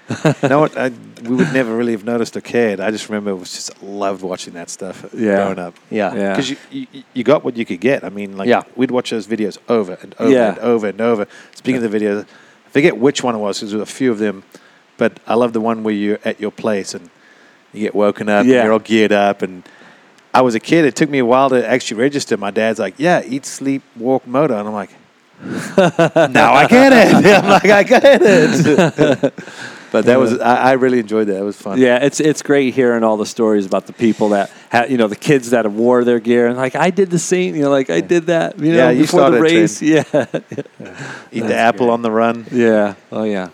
B: no, what I, we would never really have noticed or cared. I just remember it was just loved watching that stuff
D: Yeah.
B: growing up.
A: Yeah.
D: Yeah.
B: Because you, you you got what you could get. I mean, like
A: Yeah.
B: we'd watch those videos over and over
D: Yeah.
B: and over and over. Speaking of the videos, I forget which one it was because there were a few of them, but I love the one where you're at your place and you get woken up
D: Yeah.
B: and you're all geared up. And I was a kid. It took me a while to actually register. My dad's like, "Yeah, eat, sleep, walk, motor," and I'm like. now I get it. I'm like, I get it. but that was, I, I really enjoyed that. It was fun.
D: yeah, it's it's great hearing all the stories about the people that ha you know the kids that have wore their gear and like I did the same, you know, like I did that, you know,
B: Yeah, you
D: before the
B: started a
D: race. Yeah,
B: Eat the apple on the run.
D: yeah, oh yeah.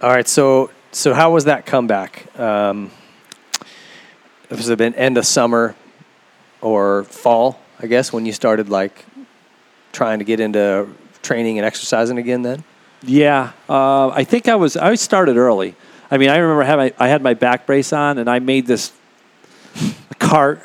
A: All right, so so how was that comeback? Um, has it been end of summer or fall? I guess when you started like trying to get into training and exercising again. Then
D: Yeah, uh, I think I was. I started early. I mean, I remember having. I had my back brace on, and I made this cart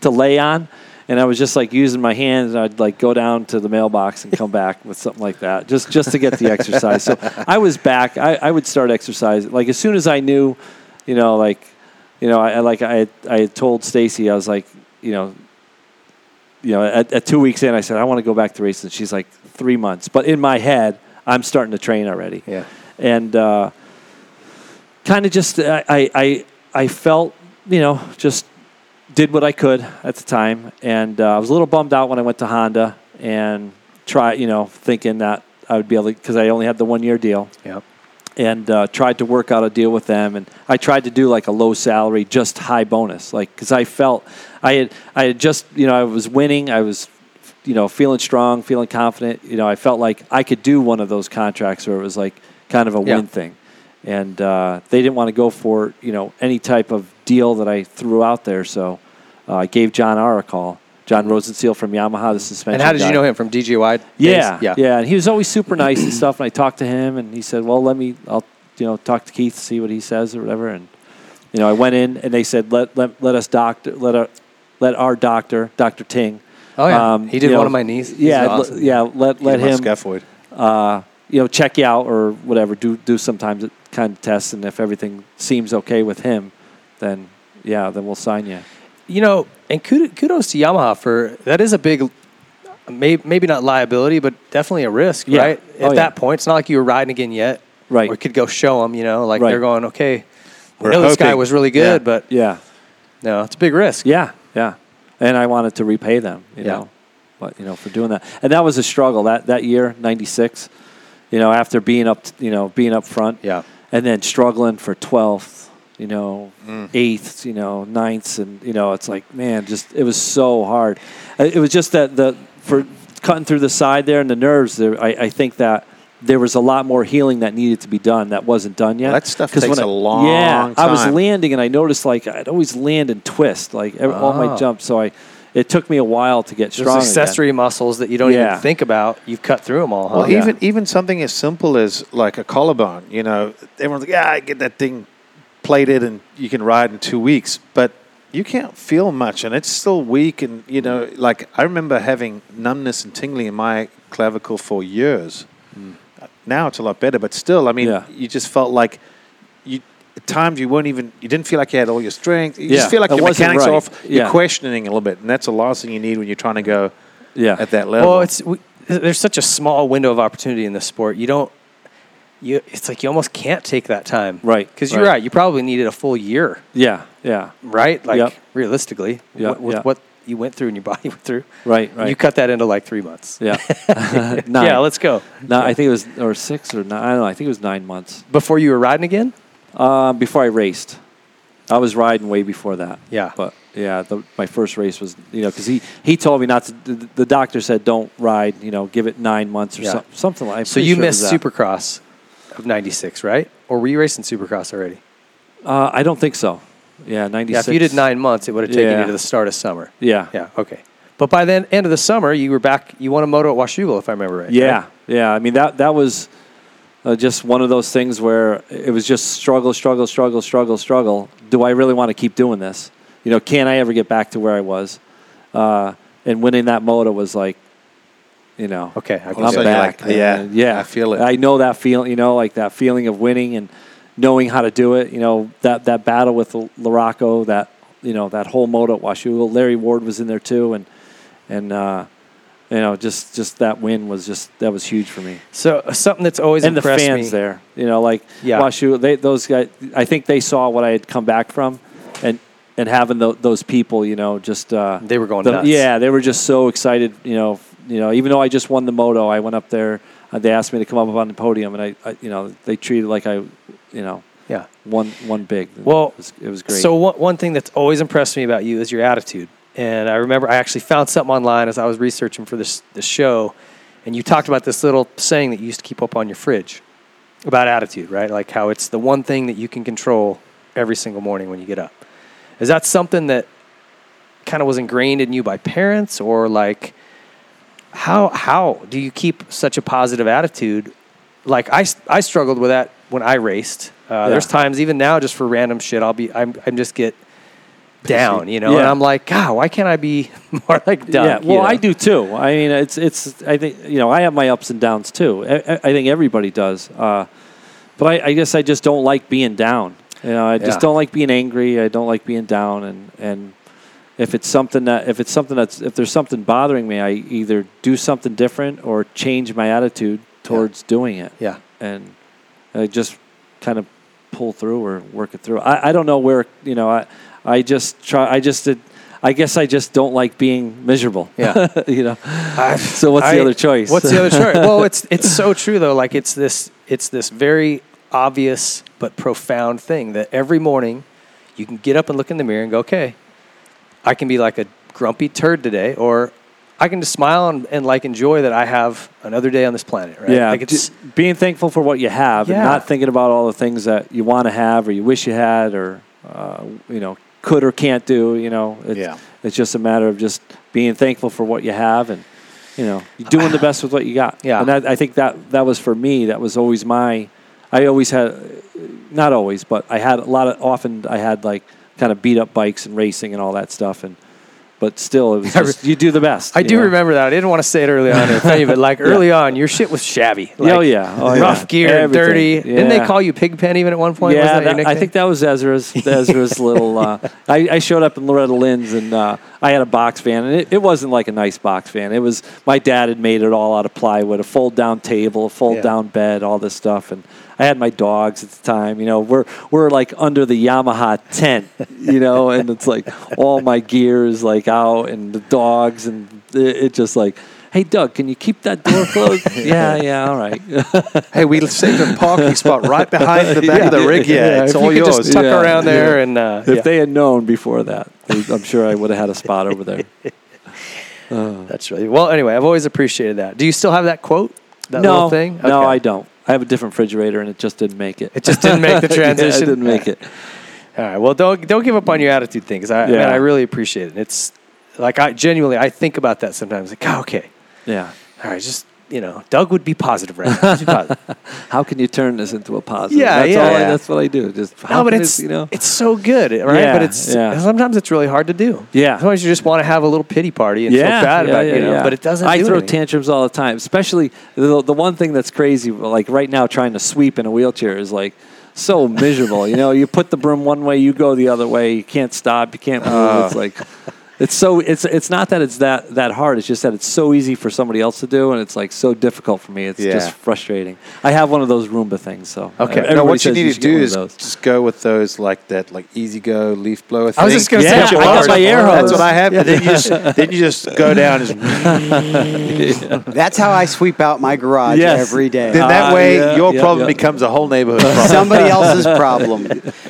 D: to lay on, and I was just like using my hands, and I'd like go down to the mailbox and come back with something like that, just just to get the exercise. So I was back. I, I would start exercising like as soon as I knew, you know, like, you know, I, I like I had, I had told Stacy I was like, you know, you know, at, at two weeks in, I said, I want to go back to racing. She's like, three months. But in my head, I'm starting to train already.
A: Yeah.
D: And uh, kind of just, I, I, I, I felt, you know, just did what I could at the time. And uh, I was a little bummed out when I went to Honda and try, you know, thinking that I would be able to, because I only had the one year deal
A: yeah,
D: and uh, tried to work out a deal with them. And I tried to do like a low salary, just high bonus, like because I felt I had I had just you know I was winning, I was you know feeling strong, feeling confident. You know, I felt like I could do one of those contracts where it was like kind of a
A: Yeah.
D: win thing, and uh, they didn't want to go for you know any type of deal that I threw out there. So uh, I gave John R a call. John Rosenseal from Yamaha, the suspension.
A: and how did
D: guy.
A: you know him from DJY? days?
D: Yeah, yeah,
A: yeah,
D: And he was always super nice and stuff. And I talked to him, and he said, "Well, let me, I'll, you know, talk to Keith, see what he says or whatever." And you know, I went in, and they said, "Let let, let us doctor, let our, let our doctor, Doctor Ting." um,
A: Oh, yeah. He did
D: you
A: one of my knees. He's
D: Yeah, le-
A: awesome.
D: yeah. Let let
B: He's my
D: him
B: Scaphoid.
D: uh, you know, check you out or whatever. Do do sometimes kind of tests, and if everything seems okay with him, then yeah, then we'll sign you.
A: You know, and kudos, kudos to Yamaha for that is a big. may- Maybe not liability, but definitely a risk,
D: Yeah.
A: right? At
D: Oh, yeah.
A: that point, it's not like you were riding again yet.
D: Right.
A: Or could go show them, you know, like
D: Right.
A: they're going, okay, we
B: We're
A: know this guy
B: hoping.
A: was really good,
B: Yeah.
A: but
D: Yeah,
A: No, it's a big risk.
D: Yeah, yeah. And I wanted to repay them, you
A: Yeah.
D: know, but you know for doing that. And that was a struggle that that year, '96. You know, after being up, you know, being up front,
A: Yeah.
D: and then struggling for twelfth, you know,
B: Mm.
D: eighths, you know, ninths, and you know, it's like man, just it was so hard. Uh, It was just that the for cutting through the side there and the nerves. There, I, I think that. There was a lot more healing that needed to be done that wasn't done yet.
B: That stuff
D: 'Cause
B: takes
D: when
B: a
D: I-
B: long
D: Yeah, I was
B: time.
D: landing and I noticed like I'd always land and twist like ev- all
B: Oh.
D: my
A: Ah.
D: jumps. So I, it took me a while to get
A: There's
D: strong. again.
A: accessory muscles that you don't
D: Yeah.
A: even think about. You've cut through them all. Huh?
B: Well,
A: Yeah.
B: Oh, even even something as simple as like a collarbone, you know, everyone's like, yeah, I get that thing plated and you can ride in two weeks, but you can't feel much and it's still weak. And you know, like I remember having numbness and tingling in my clavicle for years. Now it's a lot better, but still, I mean,
D: Hmm. Yeah.
B: you just felt like you at times you weren't even you didn't feel like you had all your strength. You
D: Yeah,
B: just feel like
D: it
B: your
D: wasn't
B: mechanics are
D: right.
B: off. You're
D: Yeah.
B: questioning a little bit, and that's the last thing you need when you're trying to go
D: Yeah.
B: at that level.
A: well, it's we, there's such a small window of opportunity in this sport. You don't. you it's like you almost can't take that time,
D: Right,
A: Because you're
D: right.
A: right, you probably needed a full year,
D: Yeah, yeah,
A: right? Like
D: Yep.
A: realistically,
D: Yeah,
A: what, with
D: yeah.
A: what you went through and your body went through,
D: right, right.
A: You cut that into like three months.
D: yeah, nine.
A: Yeah, let's go.
D: No, I think it was or six or nine. I don't know. I think it was nine months
A: Before you were riding again,
D: uh, before I raced. I was riding way before that.
A: Yeah.
D: but yeah, the, my first race was you know because he he told me not to. The, the doctor said don't ride. You know, give it nine months or
A: Yeah.
D: some- something like. I'm
A: so
D: pretty
A: you
D: sure it was
A: missed
D: that.
A: Supercross of '96, right? Or were you racing Supercross already?
D: Uh, I don't think so. Yeah, ninety
A: Yeah,
D: six.
A: if you did nine months, it would have taken
D: Yeah.
A: you to the start of summer.
D: Yeah,
A: Yeah, okay. But by the end of the summer, you were back. You won a moto at Washougal, if I remember right.
D: Yeah,
A: right?
D: yeah. I mean that that was uh, just one of those things where it was just struggle, struggle, struggle, struggle, struggle. Do I really want to keep doing this? You know, can I ever get back to where I was? Uh, and winning that moto was like, you know,
A: Okay, I can
D: I'm
A: see that.
D: back.
B: Like, yeah,
D: And, yeah,
B: I feel it.
D: I know that feeling. You know, like that feeling of winning and knowing how to do it. You know that that battle with L- Larocco, that you know that whole moto at Washougal. Larry Ward was in there too, and and uh, you know just just that win was just that was huge for me.
A: So uh, something that's always
D: and the
A: impressed
D: fans
A: me.
D: there, you know, like
A: Yeah.
D: Washu, they those guys. I think they saw what I had come back from, and and having tho- those people, you know, just uh,
A: They were going
D: the-
A: nuts.
D: Yeah, they were just so excited, you know. f- You know, even though I just won the moto, I went up there. Uh, they asked me to come up on the podium, and I, I you know, they treated like I, you know,
A: Yeah.
D: one one big.
A: Well,
D: it was, it was great.
A: So one, one thing that's always impressed me about you is your attitude. And I remember I actually found something online as I was researching for this this show, and you talked about this little saying that you used to keep up on your fridge about attitude, right? Like how it's the one thing that you can control every single morning when you get up. Is that something that kind of was ingrained in you by parents, or like how how do you keep such a positive attitude? Like I, s- I struggled with that when I raced. Uh, There's times even now just for random shit, I'll be I'm I'm just get down, you know, and
D: Yeah.
A: I'm like, God, why can't I be more like Doug?
D: Yeah,
A: you
D: well,
A: know?
D: I do too. I mean, it's it's. I think you know, I have my ups and downs too. I, I- I think everybody does. Uh, but I, I guess I just don't like being down. You know, I just
A: Yeah.
D: don't like being angry. I don't like being down. And and if it's something that if it's something that's if there's something bothering me, I either do something different or change my attitude towards doing it.
A: Yeah.
D: and I just kind of pull through or work it through. I, I don't know where you know I I just try I just did. I guess I just don't like being miserable.
A: Yeah.
D: you know. so what's
A: I-
D: the other choice?
A: What's the other choice? Well, it's it's so true though. Like it's this it's this very obvious but profound thing that every morning you can get up and look in the mirror and go, okay, I can be like a grumpy turd today, or I can just smile and, and like enjoy that I have another day on this planet. Right?
D: Yeah,
A: Like it's
D: d- being thankful for what you have
A: Yeah.
D: and not thinking about all the things that you want to have or you wish you had or uh, you know could or can't do. You know, it's,
B: Yeah.
D: it's just a matter of just being thankful for what you have and you know doing the best with what you got.
A: Yeah.
D: and I, I think that that was for me. That was always my. I always had, not always, but I had a lot of often. I had like kind of beat up bikes and racing and all that stuff and. But still, it was
A: I re-
D: just, you do the best.
A: I
D: you
A: do
D: know?
A: remember that. I didn't want to say it early on, in the thing, but like early on, your shit was shabby. Like,
D: oh yeah, oh, yeah.
A: rough gear, and
D: Everything.
A: dirty. Didn't they
D: Yeah.
A: call you Pigpen even at one point? Wasn't that your
D: that- I
A: nickname?
D: think that was Ezra's Ezra's little. Uh, I, I showed up in Loretta Lynn's and uh, I had a box fan, and it, it wasn't like a nice box fan. It was my dad had made it all out of plywood, a fold down table, a fold
A: Yeah.
D: down bed, all this stuff, and I had my dogs at the time. You know, we're we're like under the Yamaha tent, you know, and it's like all my gear is like out, and the dogs, and it, it just like. Hey Doug, can you keep that door closed? yeah, yeah, all right.
B: Hey, we saved a parking spot right behind the back of the rig. Yeah, it's
A: if
B: all
A: you
B: yours.
A: Could just tuck
D: Yeah,
A: around there and uh,
D: If
A: yeah.
D: they had known before that, I'm sure I would have had a spot over there.
A: That's really well. Anyway, I've always appreciated that. Do you still have that quote? That
D: no,
A: little thing?
D: no,
A: Okay.
D: I don't. I have a different refrigerator, and it just didn't make it.
A: It just didn't make the
D: Yeah, it
A: transition.
D: didn't make it.
A: All right. Well, don't don't give up on your attitude thing because I
D: Yeah.
A: man, I really appreciate it. It's like I genuinely I think about that sometimes. Like, oh, okay,
D: Yeah.
A: all right, just you know, Doug would be positive right now. Just be positive.
D: How can you turn this into a positive?
A: Yeah,
D: that's
A: yeah,
D: all I-
A: yeah.
D: that's what I do. Just how
A: no, but
D: can
A: it's
D: it, you know.
A: it's so good, right?
D: Yeah,
A: but it's
D: yeah.
A: sometimes it's really hard to do.
D: Yeah.
A: Sometimes you just want to have a little pity party and feel bad about you know, but it doesn't.
D: I
A: do
D: throw
A: anything.
D: tantrums all the time, especially the, the one thing that's crazy. Like right now, trying to sweep in a wheelchair is like so
A: Uh.
D: miserable. you know, you put the broom one way, you go the other way. You can't stop. You can't move. it's like It's so it's it's not that it's that that hard. It's just that it's so easy for somebody else to do, and it's like so difficult for me. It's
B: Yeah.
D: just frustrating. I have one of those Roomba things, so
A: Okay. No,
D: everybody
B: no, what you
D: says
B: need to
D: should get
B: do
D: one of
B: is
D: those.
B: just go with those like that, like Easy Go leaf blower.
A: I was
B: thing.
A: just gonna
D: say, Yeah, I got my air hose.
B: That's what I have. And then you just then you just go down. And just,
C: That's how I sweep out my garage
D: Yes.
C: every day.
B: then that
D: Ah,
B: way
D: yeah,
B: your
D: yeah,
B: problem
D: yeah.
B: becomes a whole neighborhood problem.
C: somebody else's problem.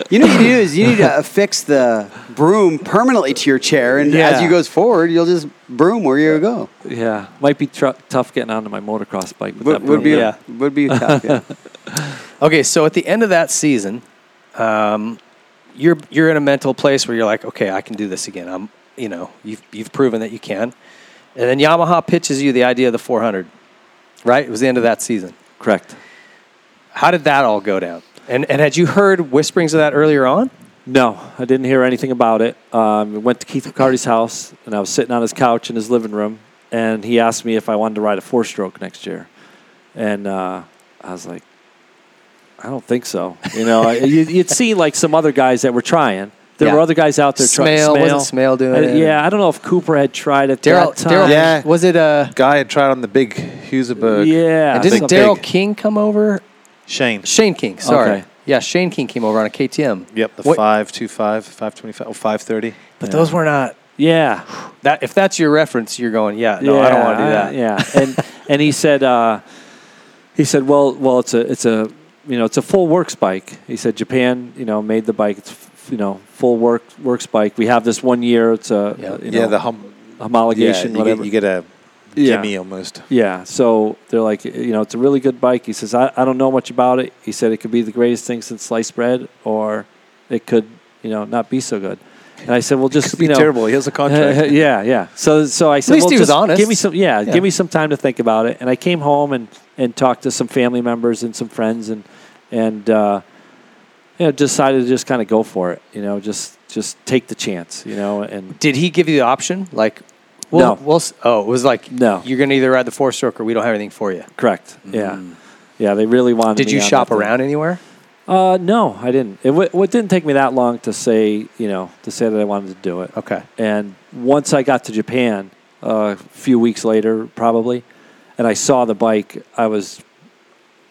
C: You know what you do is you need to fix the broom permanently to your chair, and
D: Yeah.
C: as you goes forward, you'll just broom where you go.
D: yeah, might be tr- tough getting onto my motocross bike. With
C: Would,
D: that
C: would be
D: Roomba.
A: Yeah.
C: would be tough. Yeah.
A: Okay, so at the end of that season, um, you're you're in a mental place where you're like, okay, I can do this again. I'm, you know, you've you've proven that you can. And then Yamaha pitches you the idea of the 400, right? It was the end of that season.
D: correct.
A: How did that all go down? And and had you heard whisperings of that earlier on?
D: No, I didn't hear anything about it. Um, I went to Keith McCarty's house, and I was sitting on his couch in his living room, and he asked me if I wanted to ride a four-stroke next year, and uh, I was like, I don't think so. You know, I, you, you'd see like some other guys that were trying. There
A: Yeah.
D: were other guys out there trying.
A: Smale, wasn't Smale doing
D: I-
A: it?
D: Yeah, I don't know if Cooper had tried at
A: Daryl,
D: that time.
A: Daryl,
B: Yeah.
A: was it? Uh,
B: Guy had tried on the big Huserberg.
D: yeah,
A: and didn't
B: something.
A: Daryl King come over?
B: Shane.
A: Shane King, sorry.
D: Okay.
A: Yeah, Shane King came over on a KTM.
B: Yep, the
A: What-
B: 525, 525, oh, 530.
A: But those were not.
D: yeah.
A: That if that's your reference, you're going. Yeah, no, I don't want to do that.
D: yeah, and and he said, uh, he said, well, well, it's a it's a you know it's a full works bike. He said Japan, you know, made the bike. It's f- you know full work works bike. We have this one year. It's a
A: Yeah.
D: you
B: yeah,
D: know,
B: the hum, yeah,
D: homologation
B: you
D: whatever.
B: Get, you get a
D: Yeah.
B: gimme almost.
D: Yeah. So they're like, you know, it's a really good bike. He says, I, I don't know much about it. He said it could be the greatest thing since sliced bread, or it could, you know, not be so good. And I said, well, just
B: Be
D: you know,
B: terrible. He has a contract.
D: Uh, yeah, yeah. So, so I said,
A: least
D: well,
A: he was
D: just
A: honest.
D: Give me some, yeah,
A: Yeah.
D: give me some time to think about it. And I came home and and talked to some family members and some friends and and uh, you know decided to just kind of go for it. You know, just just take the chance. You know, and
A: Did he give you the option? Like, well,
D: No.
A: we'll s oh, it was like,
D: No.
A: you're going to either ride the four stroke or we don't have anything for you.
D: correct. Yeah, yeah. They really wanted.
A: Mm. Did
D: me
A: you
D: on
A: shop
D: that thing.
A: around anywhere?
D: Uh, no, I didn't. It, w- it didn't take me that long to say, you know, to say that I wanted to do it.
A: Okay.
D: And once I got to Japan, uh, a few weeks later, probably, and I saw the bike, I was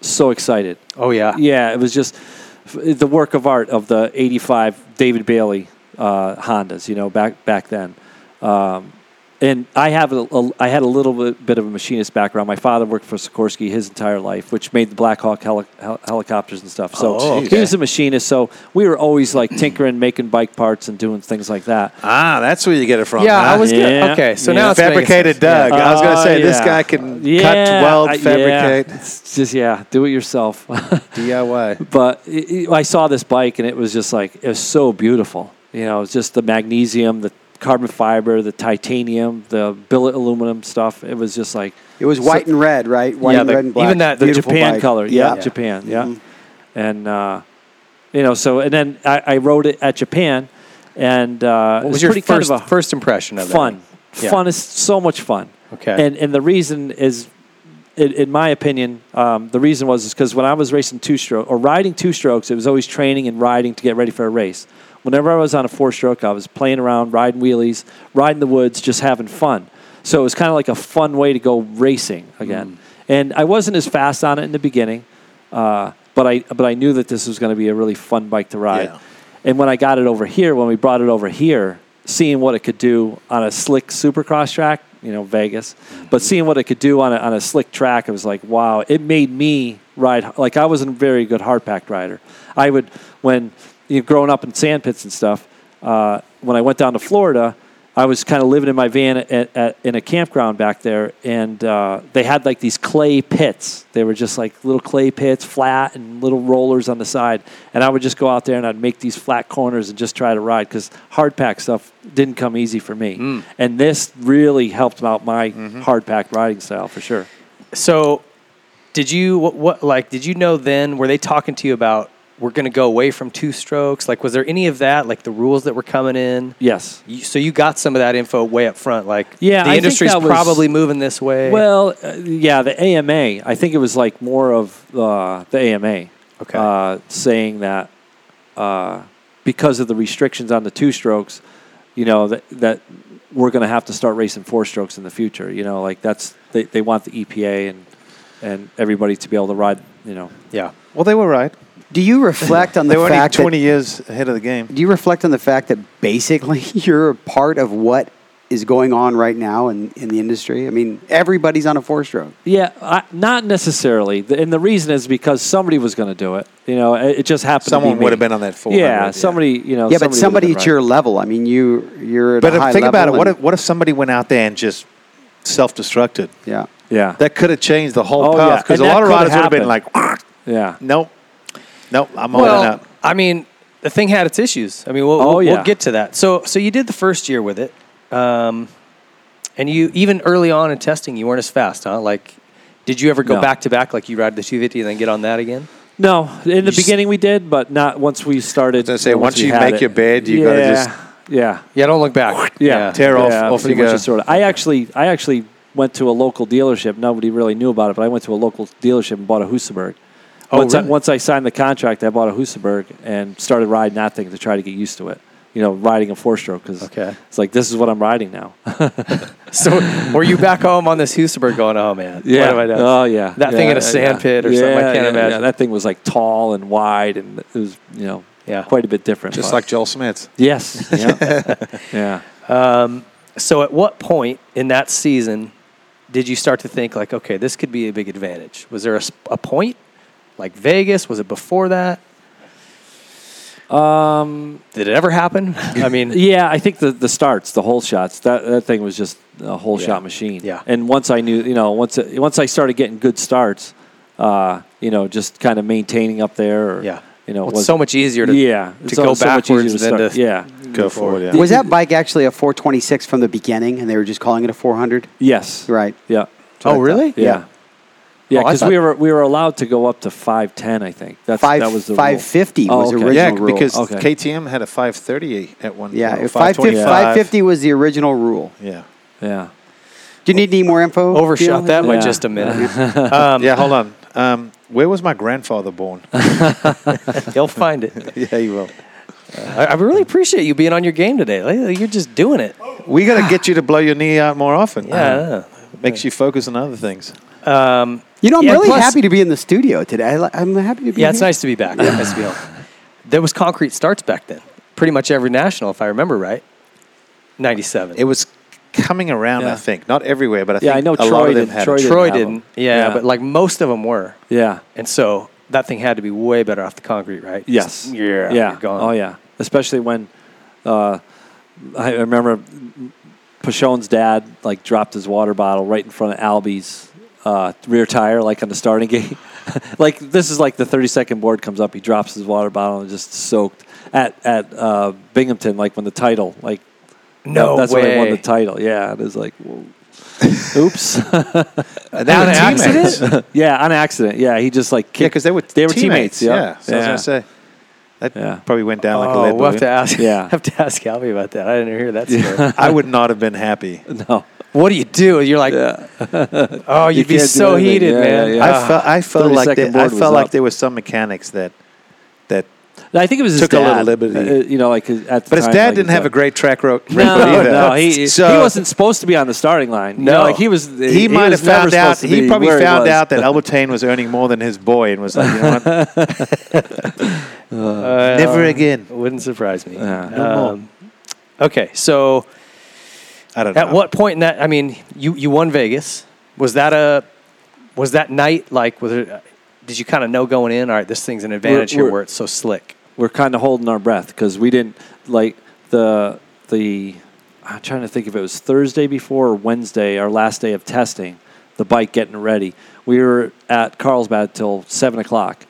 D: so excited.
A: Oh yeah.
D: Yeah, it was just f- the work of art of the '85 David Bailey uh, Hondas. You know, back back then. Um, and I have a, a, I had a little bit, bit of a machinist background. My father worked for Sikorsky his entire life, which made the Black Hawk heli- hel- helicopters and stuff. So
A: Oh, okay.
D: he was a machinist. So we were always like tinkering, making bike parts, and doing things like that.
B: Ah, that's where you get it from.
A: Yeah,
B: huh?
A: I was. Good.
D: Yeah.
A: Okay, so
D: Yeah.
A: now it's making
B: fabricated
A: sense.
B: Doug. I was going to
D: Uh,
B: say this
D: yeah.
B: guy can
D: Yeah,
B: cut, weld,
D: I- yeah.
B: fabricate,
D: It's just yeah, do it yourself.
B: DIY.
D: but it, it- I saw this bike and it was just like it was so beautiful. You know, it's just the magnesium, the carbon fiber, the titanium, the billet aluminum stuff. It was just like
C: It was white and red, right? White
A: Yeah,
C: and
A: the-
C: red and black.
A: even that- the
D: the
C: Beautiful
D: Japan
C: bike. Mm-hmm.
D: color. Yeah,
A: Yeah.
D: Japan. Yeah, and uh, you know, so and then I, I rode it at Japan, and uh, it
A: What
D: was
A: was your
D: pretty
A: first
D: kind of a
A: first impression of it?
D: fun.
A: Yeah.
D: Fun is so much fun.
A: Okay.
D: And and the reason is, in, in my opinion, um, the reason was is because when I was racing two stroke or riding two strokes, it was always training and riding to get ready for a race. Whenever I was on a four stroke, I was playing around, riding wheelies, riding the woods, just having fun. So it was kind of like a fun way to go racing
A: Mm.
D: again. And I wasn't as fast on it in the beginning, uh, but I but I knew that this was going to be a really fun bike to ride.
B: Yeah.
D: And when I got it over here, when we brought it over here, seeing what it could do on a slick supercross track, you know, Vegas, but seeing what it could do on a, on a slick track, it was like, wow, it made me ride. Like, I wasn't a very good hard packed rider. I would, when you know, growing up in sand pits and stuff, uh, when I went down to Florida, I was kind of living in my van at, at, in a campground back there, and uh, they had like these clay pits. They were just like little clay pits, flat, and little rollers on the side. And I would just go out there and I'd make these flat corners and just try to ride because hard pack stuff didn't come easy for me. And this really helped out my hard pack riding style for sure.
A: So, did you what, what like did you know then? Were they talking to you about we're going to go away from two strokes? Like, was there any of that? Like the rules that were coming in?
D: Yes.
A: You, so you got some of that info way up front. Like,
D: Yeah,
A: the
D: I think
A: industry's
D: that was-
A: probably moving this way.
D: Well, uh, yeah, the AMA. I think it was like more of uh, the AMA
A: Okay.
D: uh, saying that uh, because of the restrictions on the two strokes, you know that that we're going to have to start racing four strokes in the future. You know, like that's they, they want the EPA and and everybody to be able to ride. You know,
A: Yeah.
B: Well, they were right.
C: Do you reflect on
B: They
C: the
B: were only
C: fact that
B: 20 years ahead of the game.
C: Do you reflect on the fact that basically you're a part of what is going on right now in, in the industry? I mean, everybody's on a four stroke.
D: yeah, I, not necessarily. The- And the reason is because somebody was going to do it. You know, it, it just happened. to be
B: Someone
D: me.
B: would have been on that four.
D: Yeah, somebody. You know,
C: yeah, but
D: Oh, somebody
C: somebody
D: would
C: at
D: have been
C: your level. I mean, you you're at
B: But
C: a high
B: think
C: level
B: about it. What
C: and-
B: if, what if somebody went out there and just self-destructed?
C: yeah.
D: right. Yeah,
B: That could have changed the whole
D: Oh, yeah.
B: path because
D: And
B: a
D: that
B: lot of
D: could
B: riders would have been like,
D: happen. yeah.
B: nope, nope, I'm all
A: Well,
B: out.
A: I mean, the thing had its issues. I mean, we'll,
D: Oh,
A: we'll,
D: yeah.
A: we'll get to that. So, so you did the first year with it, um, and you even early on in testing, you weren't as fast, huh? Like, did you ever go
D: No.
A: back to back, like you ride the 250 and then get on that again?
D: No, in the
A: s-
D: beginning we did, but not once we started.
B: gonna say, once
D: we
B: you
D: had
B: make
D: it.
B: your bed, you gotta
D: Yeah,
B: just-
D: yeah,
A: Yeah, don't look back.
D: yeah,
B: Tear off-
D: yeah,
B: off
D: pretty
B: you
D: much
B: go.
D: just sort of. I actually, I actually went to a local dealership. Nobody really knew about it, but I went to a local dealership and bought a Husaberg.
A: Oh,
D: once, I,
A: really?
D: once I signed the contract, I bought a Husaberg and started riding that thing to try to get used to it. You know, riding a four-stroke because
A: Okay.
D: it's like this is what I'm riding now.
A: So, were you back home on this Husaberg going, oh man, what have I done?
D: Oh yeah.
A: That
D: Yeah,
A: thing in a
D: yeah,
A: sand
D: yeah.
A: pit or something, I
D: Yeah,
A: can't
D: yeah,
A: imagine.
D: yeah. That thing was like tall and wide, and it was you know
A: Yeah.
D: quite a bit different.
B: Just
D: but-
B: like Joel Smith.
D: yes, yeah, yeah.
A: So, at what point in that season did you start to think like, okay, this could be a big advantage? Was there a, s- a point like Vegas? Was it before that? Um, did it ever happen? I mean,
D: Yeah, I think the the starts, the whole shots, that that thing was just a whole
A: Yeah.
D: shot machine.
A: Yeah.
D: And once I knew, you know, once it, once I started getting good starts, uh, you know, just kind of maintaining up there. Or,
A: yeah,
D: You know,
A: Well,
D: it
A: it's
D: was
A: so much easier to
D: yeah
A: to
D: it's
A: go
D: so much easier
A: backwards than
D: start-
A: to
D: yeah
B: Go forward, yeah.
C: Was that bike actually a 426 from the beginning, and they were just calling it a 400?
D: yes
C: Right.
D: yeah
A: Oh, really?
D: yeah
A: Oh,
D: yeah
A: I
D: because
A: thought-
D: we were we were allowed to go up to five ten I think that's
C: Five,
D: that was the rule.
C: 550
D: Oh,
C: was the
D: okay.
C: original
B: Yeah,
C: rule.
B: because
D: Okay.
B: KTM had a 530 at one.
C: yeah,
B: or
C: 550,
B: 525.
C: 550 was the original rule.
B: Yeah,
D: yeah
C: Do you need any more info?
A: overshot
C: Gil?
A: that by
D: Yeah.
A: just a minute. Um,
B: yeah. Hold on. Um, where was my grandfather born?
A: He'll find it.
B: yeah, you will.
A: I, I really appreciate you being on your game today. Like, You're just doing it.
B: We got to
D: Ah.
B: get you to blow your knee out more often. Um,
A: Yeah.
B: makes you focus on other things.
A: Um,
C: You know, I'm
A: Yeah,
C: really
A: plus-
C: happy to be in the studio today. I, li- I'm happy to be
A: Yeah, it's
C: here.
A: nice to be back. Nice to be home. There was concrete starts back then. Pretty much every national, if I remember right. Ninety-seven.
B: It was coming around,
D: Yeah.
B: I think, not everywywhere, but I
D: Yeah,
B: think
D: I know
B: a lot
D: Troy
B: of them
D: did-
B: had.
D: Troy
B: it.
D: did.
A: Troy
D: have
A: didn't.
D: 'em.
A: Yeah,
D: Yeah.
A: but like most of them were,
D: yeah
A: and so that thing had to be way better off the concrete, right?
D: Yes.
A: Just, yeah.
D: Yeah.
A: You're gone.
D: Oh yeah. Especially when uh, I remember Pashon's dad like dropped his water bottle right in front of Albie's uh, rear tire, like on the starting gate. like this is like the thirty second board comes up, he drops his water bottle and just soaked at at uh, Binghamton, like when the title like.
A: No
D: that's when
A: way.
D: I won the title. Yeah, it was like, whoa. oops.
B: And they were
A: An
B: teammates.
A: accident?
D: yeah, on accident. Yeah, he just like kicked.
B: Yeah, because they were
D: they were
B: teammates.
D: teammates.
B: Yeah, so I
D: yeah.
B: was gonna say that
D: Yeah.
B: probably went down like a
A: oh,
B: lead
A: we'll have to
B: balloon.
A: ask.
D: Yeah.
A: have to ask Albie about that. I didn't hear that story.
B: I would not have been happy.
D: no.
A: What do you do? You're like, oh, you'd
D: You
A: be
D: can't do
A: so
D: anything.
A: heated,
D: Yeah,
A: man. Ah,
D: yeah, yeah.
B: I felt I felt
D: 30
B: like
D: second
B: there, I
D: board was
B: felt like
D: up.
B: there was some mechanics that that,
D: I think it was his
B: Took a little
D: dad.
B: liberty.
D: Uh, you know, like his- at the
B: but his
D: time,
B: dad
D: like,
B: didn't
D: he's
B: have a
D: like-
B: great track ro- record
D: No,
B: either.
D: no, he
B: So-
D: he wasn't supposed to be on the starting line. You know,
A: No.
D: like he was.
B: He, might have
D: was never
B: found out.
D: supposed to
B: He
D: be
B: probably
D: where
B: found
D: was.
B: out that Albertine was earning more than his boy, and was like, you know what?
A: Uh,
B: Never again.
A: Wouldn't surprise me.
D: Yeah.
B: No more.
A: Um, okay, so
B: I don't know.
A: At what point in that? I mean, you you won Vegas. Was that a was that night like? Was it? Did you kind of know going in? All right, this thing's an advantage here
D: we're-
A: where it's so slick.
D: We're kind of holding our breath because we didn't like the the. I'm trying to think if it was Thursday before or Wednesday, our last day of testing, the bike getting ready. We were at Carlsbad till seven o'clock,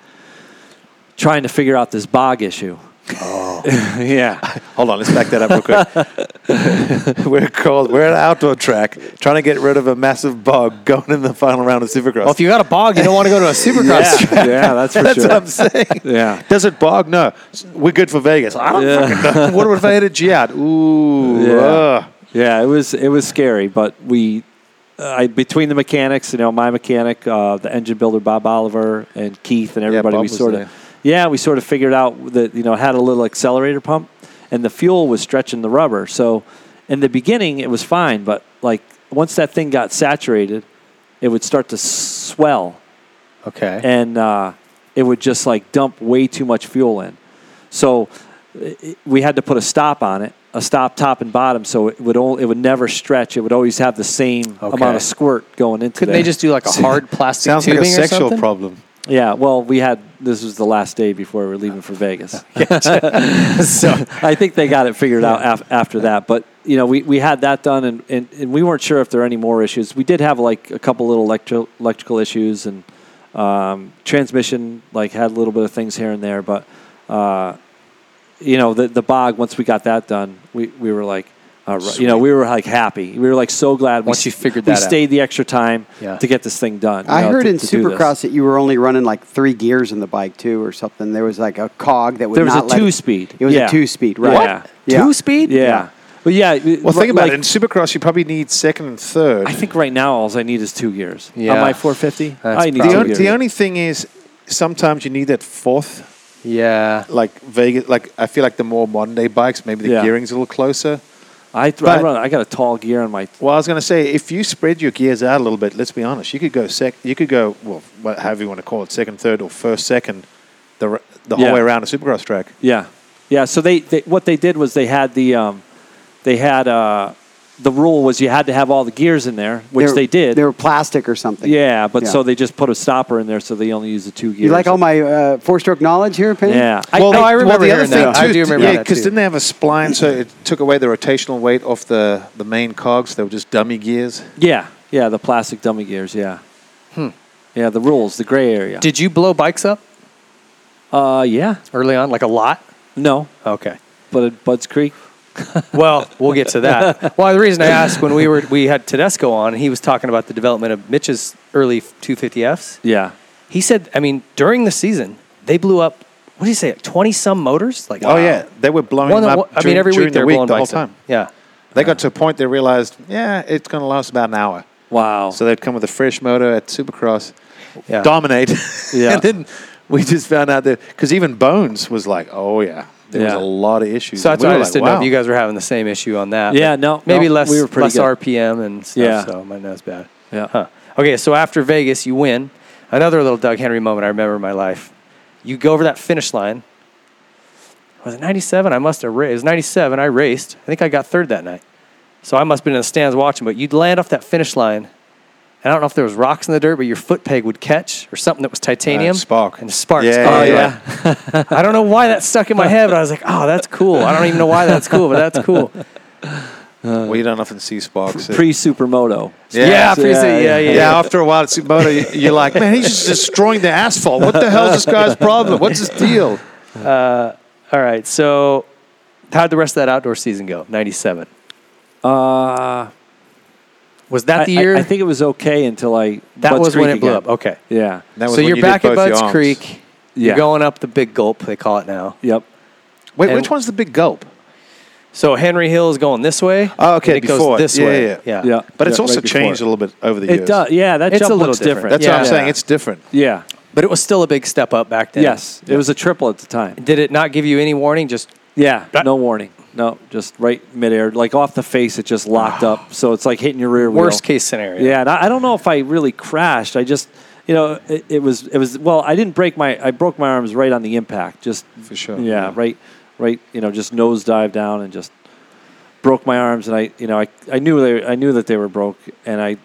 D: trying to figure out this bog issue. Oh, yeah.
B: Hold on, let's back that up real quick. we're called. We're at an outdoor track, trying to get rid of a massive bog going in the final round of Supercross.
A: Well, Oh, if you got a bog, you don't want to go to a supercross. track.
D: yeah, yeah, that's for
B: That's
D: sure.
B: what I'm saying.
D: yeah.
B: Does it bog? No. We're good for Vegas. I don't
D: Yeah.
B: fucking know. What if I hit a G out? Ooh.
D: Yeah.
B: uh.
D: Yeah, it was it was scary, but we uh, I between the mechanics, you know, my mechanic, uh, the engine builder Bob Oliver and Keith and everybody,
B: Bob
D: we
B: was
D: sort
B: there.
D: of yeah, we sort of figured out that you know it had a little accelerator pump, and the fuel was stretching the rubber, so In the beginning, it was fine, but like once that thing got saturated, it would start to swell
B: Okay.
D: and uh, it would just like dump way too much fuel in. So i- i- we had to put a stop on it, a stop top and bottom, so it would only, it would never stretch. It would always have the same amount
B: Okay.
D: of squirt going into.
A: Couldn't
D: there.
A: they just do like a hard plastic
B: Sounds like
A: tubing
B: a
A: or
B: sexual
A: something?
B: problem.
D: Yeah. Well, we had this was the last day before we were leaving for Vegas.
A: so
D: I think they got it figured out af- after that. But you know, we, we had that done, and, and, and we weren't sure if there are any more issues. We did have like a couple little electro- electrical issues, and um, transmission like had a little bit of things here and there. But uh, you know, the the bog once we got that done, we, we were like. all right. you know, we were like happy. We were like so glad
A: Once
D: we
A: you figured
D: we
A: that out.
D: stayed the extra time
A: Yeah.
D: to get this thing done. you
C: I
D: know,
C: heard
D: to-
C: in
D: to do this.
C: Supercross that you were only running like three gears in the bike too, or something. There was like a cog that would
D: There was
C: not
D: a
C: let it-
D: two-speed.
C: It was
D: Yeah.
C: a two speed, right?
D: What?
C: Yeah.
A: two speed.
D: Yeah. But yeah.
B: Well, think about it. In Supercross, you probably need second and third.
D: I think right now all I need is two gears.
A: Yeah.
D: On my 450,
A: That's
D: I
B: the,
D: need two
A: probably-
B: only,
D: gears.
B: the only thing is sometimes you need that fourth.
A: Yeah.
B: Like Vegas, like I feel like the more modern day bikes, maybe the
D: Yeah.
B: gearing's a little closer.
D: I, th- I
B: But-
D: run. I got a tall gear on my.
B: Well, I was going to say, if you spread your gears out a little bit, let's be honest, you could go sec, you could go well, what, however you want to call it, second, third, or first, second, the r- the whole
D: Yeah.
B: way around a supercross track.
D: Yeah, yeah. So they, they what they did was they had the um, they had uh, the rule was you had to have all the gears in there, which
C: They're-
D: they did.
C: They were plastic or something.
D: yeah, but
C: Yeah.
D: so they just put a stopper in there, so they only use the two gears.
C: You like all my uh, four stroke knowledge here, Penny?
D: Yeah. I-
A: Well, no, I remember
B: the
A: hearing that. I do remember
B: yeah,
A: that
B: because
A: too.
B: didn't they have a spline, so it took away the rotational weight off the the main cogs. They were just dummy gears.
D: Yeah, yeah. The plastic dummy gears. Yeah. Yeah, the rules, the gray area.
A: Did you blow bikes up
D: uh, yeah.
A: early on, like a lot?
D: No,
A: Okay.
D: but at Bud's Creek.
A: Well, we'll get to that. well, the reason I asked when we were we had Tedesco on, he was talking about the development of Mitch's early 250Fs.
D: Yeah.
A: He said, I mean, during the season, they blew up. What did he say? Twenty some motors? Like
B: Oh yeah, they were blowing
A: One,
B: them
A: one,
B: up.
A: I mean,
B: during-
A: every
B: during
A: week they're
B: the, week,
A: blowing
B: the whole
A: bikes up.
B: time.
A: Yeah.
B: They got to a point they realized, yeah, it's going to last about an hour.
D: Wow.
B: So they'd come with a fresh motor at Supercross,
A: Yeah.
B: dominate.
D: Yeah.
B: and then we just found out that because even Bones was like, oh yeah, there
D: Yeah.
B: was a lot of issues.
A: So that's
B: we
A: why I
B: were
A: just
B: like,
A: didn't know
B: wow.
A: if you guys were having the same issue on that.
D: Yeah,
A: but
D: no,
A: maybe
D: no,
A: less
D: we were pretty
A: less
D: good.
A: RPM and stuff.
D: Yeah.
A: So it might not as bad.
D: Yeah.
A: Huh. Okay, so after Vegas, you win. Another little Doug Henry moment I remember in my life. You go over that finish line. Was it 97? I must have raced. It was 97. I raced. I think I got third that night. So I must have been in the stands watching, but you'd land off that finish line. And I don't know if there was rocks in the dirt, but your foot peg would catch or something that was
D: Uh,
A: titanium.
B: spark.
A: And spark.
B: Yeah,
A: spark.
B: yeah,
A: You're
B: yeah.
A: like, I don't know why that stuck in my head, but I was like, oh, that's cool. I don't even know why that's cool, but that's cool.
B: we don't often see sparks.
D: Pre supermoto.
A: Yeah, yeah, pretty
D: Yeah,
A: soon- yeah, yeah.
D: yeah.
B: yeah, after a while at Supermoto, you- you're like, man, he's just destroying the asphalt. What the hell's this guy's problem? What's his deal?
A: All right, so how'd the rest of that outdoor season go? 97.
D: Uh,
A: Was that
D: I-
A: the
D: I-
A: year?
D: I, think it was okay until I.
A: that
D: Bud's
A: was when
D: Creek
A: it blew
D: again.
A: up. Okay.
D: Yeah.
B: That was
A: so
B: when
A: you're
B: you did
A: back at
B: both your
A: Bud's
B: arms.
A: Creek.
D: Yeah.
A: You're going up the big gulp, they call it now.
D: Yep.
B: Wait,
A: And-
B: which one's the big gulp?
A: So Henry Hill is going this way.
B: Oh, okay,
A: and It goes
B: before.
A: this
B: Yeah,
A: way.
B: yeah,
A: yeah.
B: yeah.
D: Yeah.
B: But it's
D: Yeah,
B: also
D: right before
B: changed a little bit over the
D: It
B: years.
D: does. Yeah, that
A: It's a
D: jump
A: little
D: looks different.
A: different.
B: That's what I'm
A: Yeah.
B: saying. It's different.
D: Yeah.
A: But it was still a big step up back then.
D: Yes. It was a triple at the time.
A: Did it not give you any warning? Just
D: Yeah.
A: That-
D: no warning. No, just right midair, like off the face, it just locked up. So it's like hitting your rear wheel.
A: worst case scenario.
D: Yeah, and I, I don't know if I really crashed. I just, you know, it, it was, it was. Well, I didn't break my, I broke my arms right on the impact. Just
B: For sure.
D: Yeah,
B: Yeah.
D: right, right. You know, just nose dive down and just broke my arms, and I, you know, I, I knew they, I knew that they were broke, and I,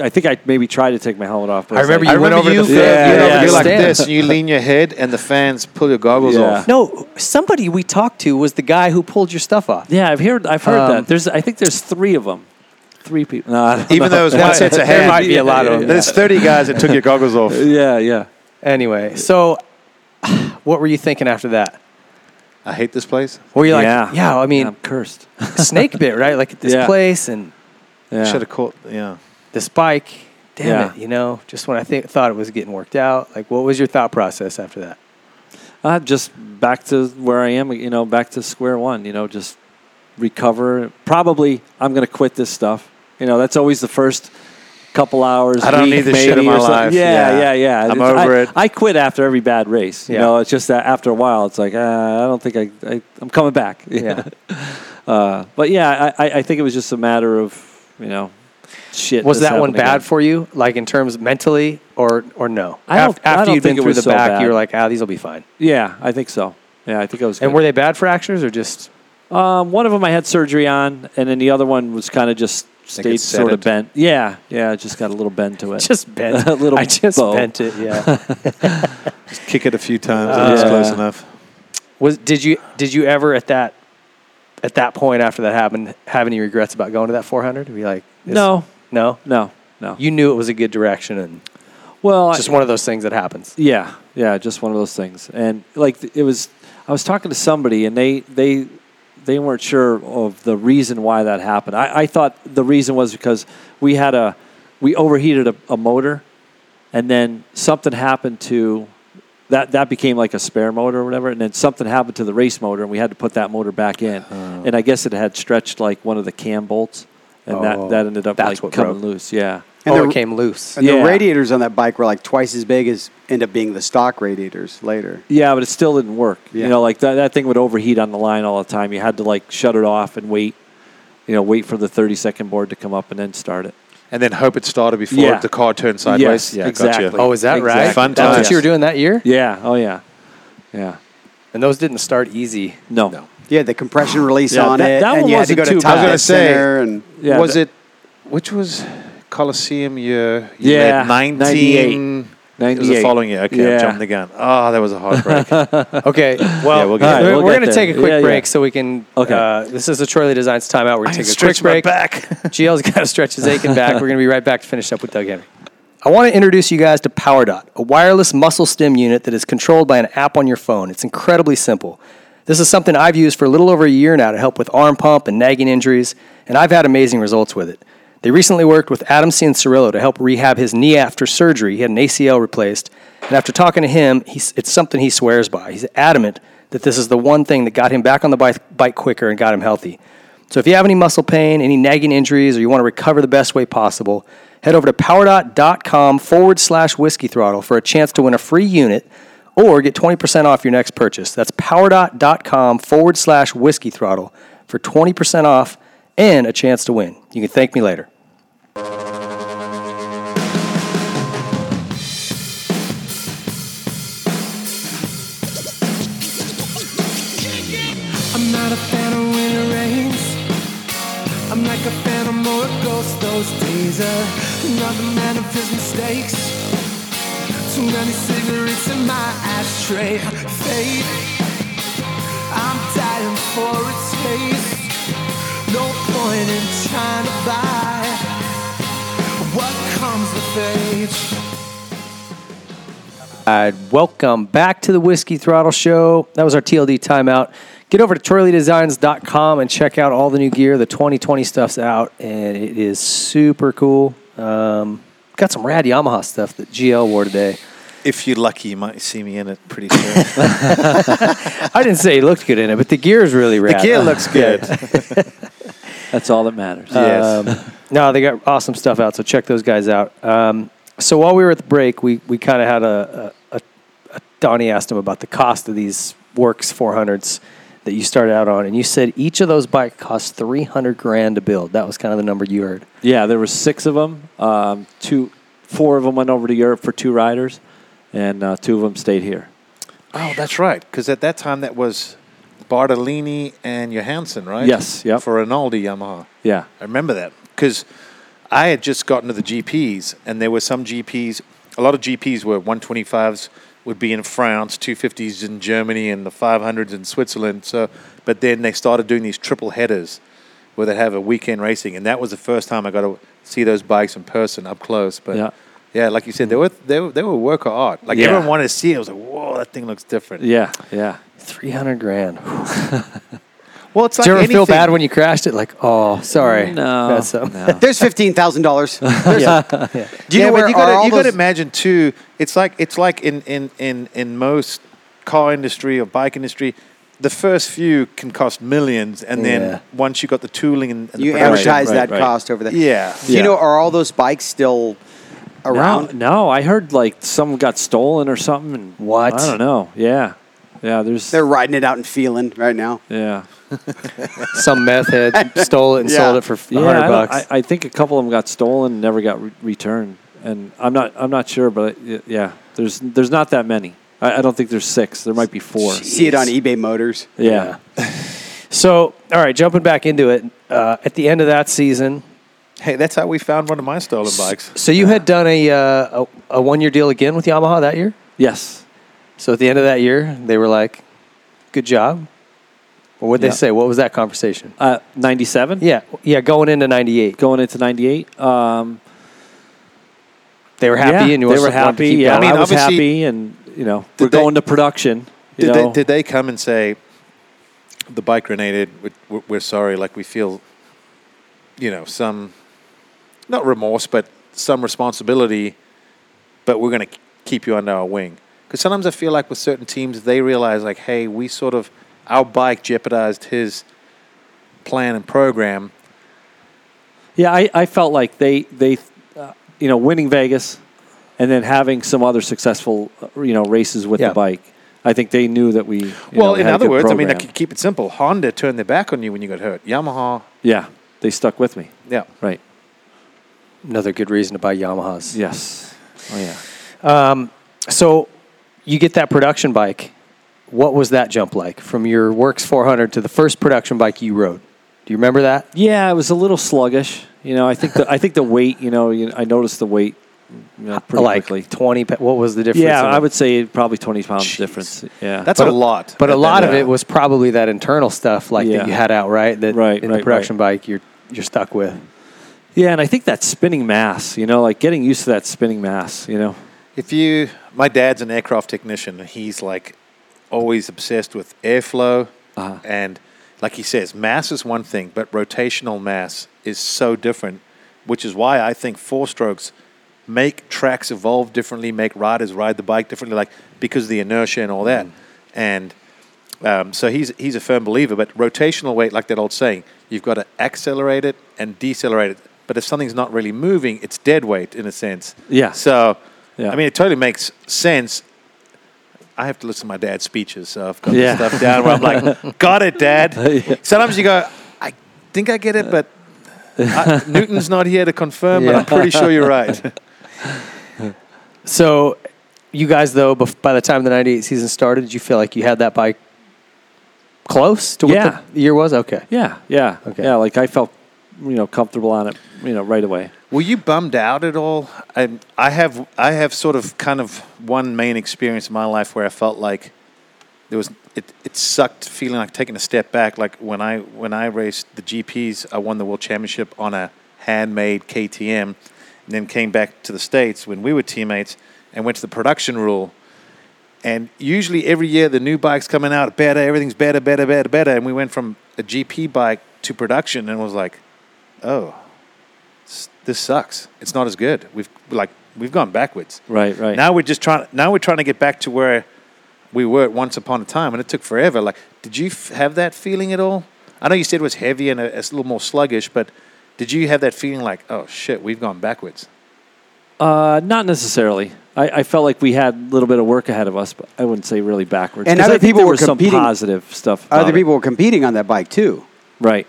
D: I think I maybe tried to take my helmet off. But
A: I
D: it's
A: remember
D: like-
A: You went over the
B: you
A: fan-
B: went
D: yeah,
B: over-
D: yeah,
B: you're like
A: stand.
B: this, and you lean your head, and the fans pull your goggles
D: Yeah.
B: off.
A: No, somebody we talked to was the guy who pulled your stuff off.
D: Yeah, I've heard. I've heard
A: Um,
D: that. There's. I think there's three of them. Three people. No, I don't
B: Even though
D: know.
B: it was one set of
A: There
B: hands.
A: might be a lot of them.
B: There's 30 guys that took your goggles off.
D: Yeah, yeah.
A: Anyway, so what were you thinking after that?
B: I hate this place.
A: Were you like,
D: yeah.
A: yeah, I mean,
D: I'm cursed.
A: snake bit, right? Like at this
D: Yeah.
A: place and
D: Yeah.
B: Should have caught. Yeah.
A: this bike. Damn
D: Yeah.
A: it, you know, just when I th- thought it was getting worked out. Like, what was your thought process after that?
D: Uh, just back to where I am, you know, back to square one, you know, just recover. Probably I'm going to quit this stuff. You know, that's always the first couple hours.
B: I don't
D: week,
B: need this shit
D: maybe,
B: in my
D: or something.
B: life.
D: Yeah,
B: Yeah.
D: yeah, yeah.
B: I'm
D: It's-
B: over
D: I,
B: it.
D: I quit after every bad race. You
A: Yeah.
D: know, it's just that after a while, it's like, uh, I don't think I, I I'm coming back.
A: Yeah.
D: Uh, but yeah, I, I- I think it was just a matter of you know, shit.
A: Was
D: this
A: that one
D: happened again.
A: bad for you, like in terms mentally or or no?
D: I don't-
A: Af-
D: I
A: after
D: don't
A: you'd been
D: think it
A: through
D: was
A: the
D: so
A: back,
D: bad.
A: you were like, ah, these will be fine.
D: Yeah, I think so. Yeah, I think I was.
A: And
D: good.
A: were they bad fractures or just?
D: Um, one of them I had surgery on, and then the other one was kind of just stayed
B: it set
D: sort of
B: it.
D: bent. Yeah, yeah, it just got a little bend to it.
A: Just bent
D: A little
A: I just
D: bow.
A: bent it. Yeah.
B: Just kick it a few times. and it's
D: Yeah.
B: close enough.
A: Was did you did you ever at that at that point after that happened have any regrets about going to that 400? Be like, this-
D: no,
A: no.
D: no, no.
A: You knew it was a good direction, and
D: well,
A: just
D: I-
A: one of those things that happens.
D: Yeah, yeah, just one of those things. And like th- it was, I was talking to somebody, and they they they weren't sure of the reason why that happened. I, I thought the reason was because we had a we overheated a, a motor, and then something happened to that that became like a spare motor or whatever, and then something happened to the race motor, and we had to put that motor back in.
A: Uh-huh.
D: And I guess it had stretched like one of the cam bolts, and
A: Oh,
D: that that ended up
A: that's
D: like
A: what
D: coming
A: broke.
D: loose. Yeah.
C: And
A: oh,
C: the-
A: it came loose.
C: And the
D: Yeah.
C: radiators on that bike were like twice as big as end up being the stock radiators later.
D: Yeah, but it still didn't work.
C: Yeah.
D: You know, like that, that thing would overheat on the line all the time. You had to like shut it off and wait, you know, wait for the 30 second board to come up and then start it.
B: And then hope it started before
D: Yeah.
B: the car turned sideways.
D: Yes, exactly.
A: Oh, is that right?
D: Exactly.
B: Fun
A: That's what
B: times.
A: you were doing that year,
D: Yeah. Oh, yeah. Yeah.
A: and those didn't start easy.
D: No.
C: Yeah, the compression release
D: Yeah,
C: on
D: that-
C: it,
D: that
C: and
D: one
C: you had to go
D: wasn't
C: to
D: too
C: top
D: bad. I
C: dead
B: was gonna say-
C: center, and
D: Yeah,
B: was
D: the-
B: it? Which was Coliseum year?
D: Yeah,
B: nineteen. It was the
D: 98.
B: following year. Okay, I'm
D: Yeah.
B: jumping the gun. Oh, that was a heartbreak.
A: Okay. Well,
B: Yeah, we'll get
A: all
B: there.
A: we're,
D: We'll
A: we're
D: get
A: going to
D: there.
A: take a quick
D: Yeah, yeah.
A: break so we can.
D: Okay.
A: Uh, this is the Troy Lee Designs timeout. We're going to take a quick
B: Stretch my
A: break.
B: back.
A: GL's got to stretch his aching back. We're going to be right back to finish up with Doug Henry. I want to introduce you guys to PowerDot, a wireless muscle stim unit that is controlled by an app on your phone. It's incredibly simple. This is something I've used for a little over a year now to help with arm pump and nagging injuries, and I've had amazing results with it. They recently worked with Adam Cianciarillo to help rehab his knee after surgery. He had an ACL replaced, and after talking to him, he's, it's something he swears by. He's adamant that this is the one thing that got him back on the bike, bike quicker and got him healthy. So if you have any muscle pain, any nagging injuries, or you want to recover the best way possible, head over to powerdot.com forward slash whiskey throttle for a chance to win a free unit or get 20% off your next purchase. That's powerdot.com forward slash whiskey throttle for 20% off and a chance to win. You can thank me later.
F: I'm not a phantom when it rains. I'm like a phantom or a ghost those days. Uh, Another man of his mistakes. Too many cigarettes in my ashtray. Fate, I'm dying for a taste. No point in trying to buy what comes with age.
A: Alright, welcome back to the Whiskey Throttle Show. That was our TLD timeout. Get over to TroyLeeDesigns.com and check out all the new gear. The 2020 stuff's out, and it is super cool. Um, got some rad Yamaha stuff that GL wore today.
B: if you're lucky, you might see me in it pretty soon.
A: I didn't say he looked good in it, but the gear is really
B: the
A: rad.
B: gear looks good.
D: That's all that matters. Uh,
A: Um, no, they got awesome stuff out, so check those guys out. Um, so while we were at the break, we, we kind of had a, a, a, a Donnie asked him about the cost of these Works 400s that you started out on, and you said each of those bikes cost 300 grand to build. That was kind of the number you heard.
D: Yeah, there were six of them. Um, two, four of them went over to Europe for two riders, and uh, two of them stayed here.
B: Oh, that's right. Because at that time, that was Bartolini and Johansson, right?
D: Yes, yep.
B: For Rinaldi Yamaha.
D: Yeah.
B: I remember that because I had just gotten to the GPs, and there were some GPs. A lot of GPs were 125s would be in France, 250s in Germany, and the 500s in Switzerland. So, but then they started doing these triple headers where they have a weekend racing, and that was the first time I got to see those bikes in person up close. But
D: Yeah.
B: yeah, like you said, they were they were, they were a work of art. Like
D: Yeah.
B: everyone wanted to see it. I was like, whoa, that thing looks different.
D: Yeah. Yeah.
A: 300 grand.
B: Well, it's like
A: Did you ever feel
B: anything.
A: bad when you crashed it? Like, oh, sorry.
D: No,
A: That's something.
D: no.
C: there's fifteen thousand dollars. Do you
B: yeah,
C: know where
B: but you
C: are
B: gotta,
C: all
B: you gotta
C: those-
B: imagine too. It's like it's like in, in, in, in most car industry or bike industry, the first few can cost millions, and
A: Yeah.
B: then once you got the tooling and, and
C: You
B: the production-
C: amortize
D: right,
C: that
D: right.
C: cost over there.
B: Yeah.
C: Do you
D: Yeah.
C: know are all those bikes still around?
D: No, no, I heard like some got stolen or something. And
A: What?
D: I don't know. Yeah. Yeah, there's.
C: They're riding it out and feeling right now.
D: yeah.
A: Some meth head stole it and
C: Yeah.
A: sold it for a
D: Yeah,
A: hundred
D: I don't-
A: bucks.
D: I, I think a couple of them got stolen and never got re- returned. And I'm not I'm not sure, but y- yeah, there's there's not that many. I, I don't think there's six. There might be four.
C: See it on eBay Motors.
D: Yeah.
A: so, all right, jumping back into it. Uh, at the end of that season,
B: Hey, that's how we found one of my stolen bikes.
A: so you had done a uh, a, a one year deal again with Yamaha that year.
D: Yes.
A: So at the end of that year, they were like, "Good job." Or what would
D: Yeah.
A: they say? What was that conversation?
D: Uh, 97.
A: Yeah, yeah. Going into '98,
D: Going into 98. Um,
A: they were happy,
D: yeah,
A: and you
D: they
A: also
D: were
A: wanted to
D: happy.
A: keep
D: Yeah, I,
A: going.
B: mean,
D: was
B: obviously-
D: happy, and you know,
B: Did
D: we're
B: they-
D: going to production.
B: Did
D: You know,
B: they, did they come and say the bike grenaded? we- We're, we're sorry. Like we feel, you know, some not remorse, but some responsibility. But we're going to keep you under our wing because sometimes I feel like with certain teams, they realize like, hey, we sort of our bike jeopardized his plan and program.
D: Yeah, I, I felt like they they uh, you know winning Vegas and then having some other successful uh, you know races with
A: Yeah.
D: the bike. I think they knew that we. you know,
B: well,
D: we
B: in
D: had a
B: other
D: good
B: words, I mean, I
D: program.
B: could keep it simple. Honda turned their back on you when you got hurt. Yamaha,
D: yeah, they stuck with me.
B: yeah.
D: Right.
A: Another good reason to buy Yamahas.
D: Yes. Oh yeah.
A: So you get that production bike. What was that jump like from your Works 400 to the first production bike you rode? Do you remember that?
D: Yeah, it was a little sluggish. You know, I think the, I think the weight. You know, you, I noticed the weight. You know, pretty
A: like
D: quickly.
A: 20. pa- What was the difference?
D: Yeah,
A: in
D: I
A: it?
D: would say probably twenty pounds difference. Yeah,
B: That's a lot.
A: But a
B: That-
A: lot
B: that-
A: of it was probably that internal stuff, like
D: Yeah.
A: that you had out right that in
D: Right, right,
A: the
D: right.
A: production bike you're you're stuck with.
D: yeah, and I think that spinning mass. You know, like getting used to that spinning mass. You know,
B: If you, my dad's an aircraft technician, and he's like always obsessed with airflow,
D: Uh-huh.
B: and like he says, mass is one thing, but rotational mass is so different, which is why I think four strokes make tracks evolve differently, make riders ride the bike differently, like because of the inertia and all that,
D: Mm.
B: and. Um, so he's he's a firm believer, but rotational weight, like that old saying, you've got to accelerate it and decelerate it. But if something's not really moving, it's dead weight in a sense.
D: Yeah.
B: So,
D: Yeah.
B: I mean, it totally makes sense. I have to listen to my dad's speeches, so I've got
D: Yeah.
B: this stuff down where I'm like, "Got it, Dad." Sometimes you go, "I think I get it," but I, Newton's not here to confirm. But
A: Yeah.
B: I'm pretty sure you're right.
A: So, you guys though, bef- by the time the '98 season started, did you feel like you had that bike close to what
D: Yeah.
A: the year was? Okay.
D: yeah, yeah,
A: Okay.
D: yeah. Like I felt, you know, comfortable on it. You know, right away.
B: Were you bummed out at all? I, I have I have sort of kind of one main experience in my life where I felt like there was it, it sucked feeling like taking a step back. Like when I when I raced the GPs, I won the world championship on a handmade KTM, and then came back to the states when we were teammates and went to the production rule. And usually every year the new bike's coming out better, everything's better, better, better, better. And we went from a GP bike to production and was like, oh, s- this sucks. It's not as good. We've like we've gone backwards.
D: Right, right.
B: Now we're just trying. Now we're trying to get back to where we were at once upon a time, and it took forever. Like, did you f- have that feeling at all? I know you said it was heavy and a, a little more sluggish, but did you have that feeling like, oh shit, we've gone backwards?
D: Uh, not necessarily. I, I felt like we had a little bit of work ahead of us, but I wouldn't say really backwards.
C: And
D: 'Cause
C: other
D: I think
C: people
D: there
C: were
D: was some
C: competing-
D: positive stuff.
C: Other
D: about it.
C: people were competing on that bike too.
D: right?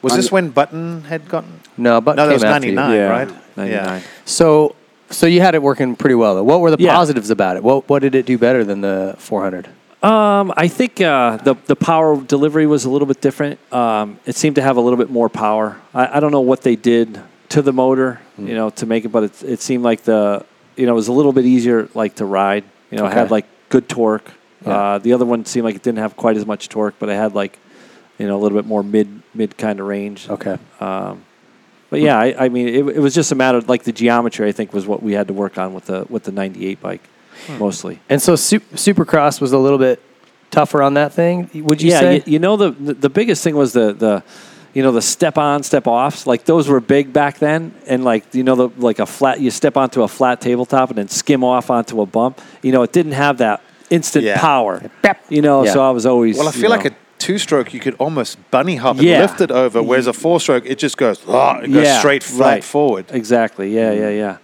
B: Was
C: I'm-
B: this when Button had gotten?
A: No, but
B: No, that
A: came
B: was
A: after you.
B: ninety nine,
D: Yeah,
B: right?
D: 99.
A: So, so you had it working pretty well. Though. What were the
D: Yeah.
A: positives about it? What what did it do better than the 400?
D: Um, I think uh, the the power delivery was a little bit different. Um, it seemed to have a little bit more power. I, I don't know what they did to the motor,
A: Hmm.
D: you know, to make it, but it, it seemed like the you know it was a little bit easier like to ride. You know, it had
A: Okay.
D: like good torque. Uh, the other one seemed like it didn't have quite as much torque, but it had like you know a little bit more mid mid kind of range. Um,
A: Okay.
D: But yeah, I, I mean, it, it was just a matter of like the geometry. I think was what we had to work on with the with the '98 bike,
A: Hmm.
D: mostly.
A: And so su- Supercross was a little bit tougher on that thing. Would you
D: yeah,
A: say?
D: You, you know the, the the biggest thing was the the you know the step on step offs. Like those were big back then, and like you know the like a flat you step onto a flat tabletop and then skim off onto a bump. You know, it didn't have that instant
B: Yeah.
D: power. You know,
A: Yeah.
D: so I was always
B: Well, I
D: you
B: feel like
D: know-
B: a two stroke you could almost bunny hop and
D: Yeah.
B: lift it over, whereas a four stroke it just goes, oh, it goes
D: Yeah,
B: straight flat
D: right.
B: forward. Mm-hmm.
D: Exactly. Yeah, yeah, yeah.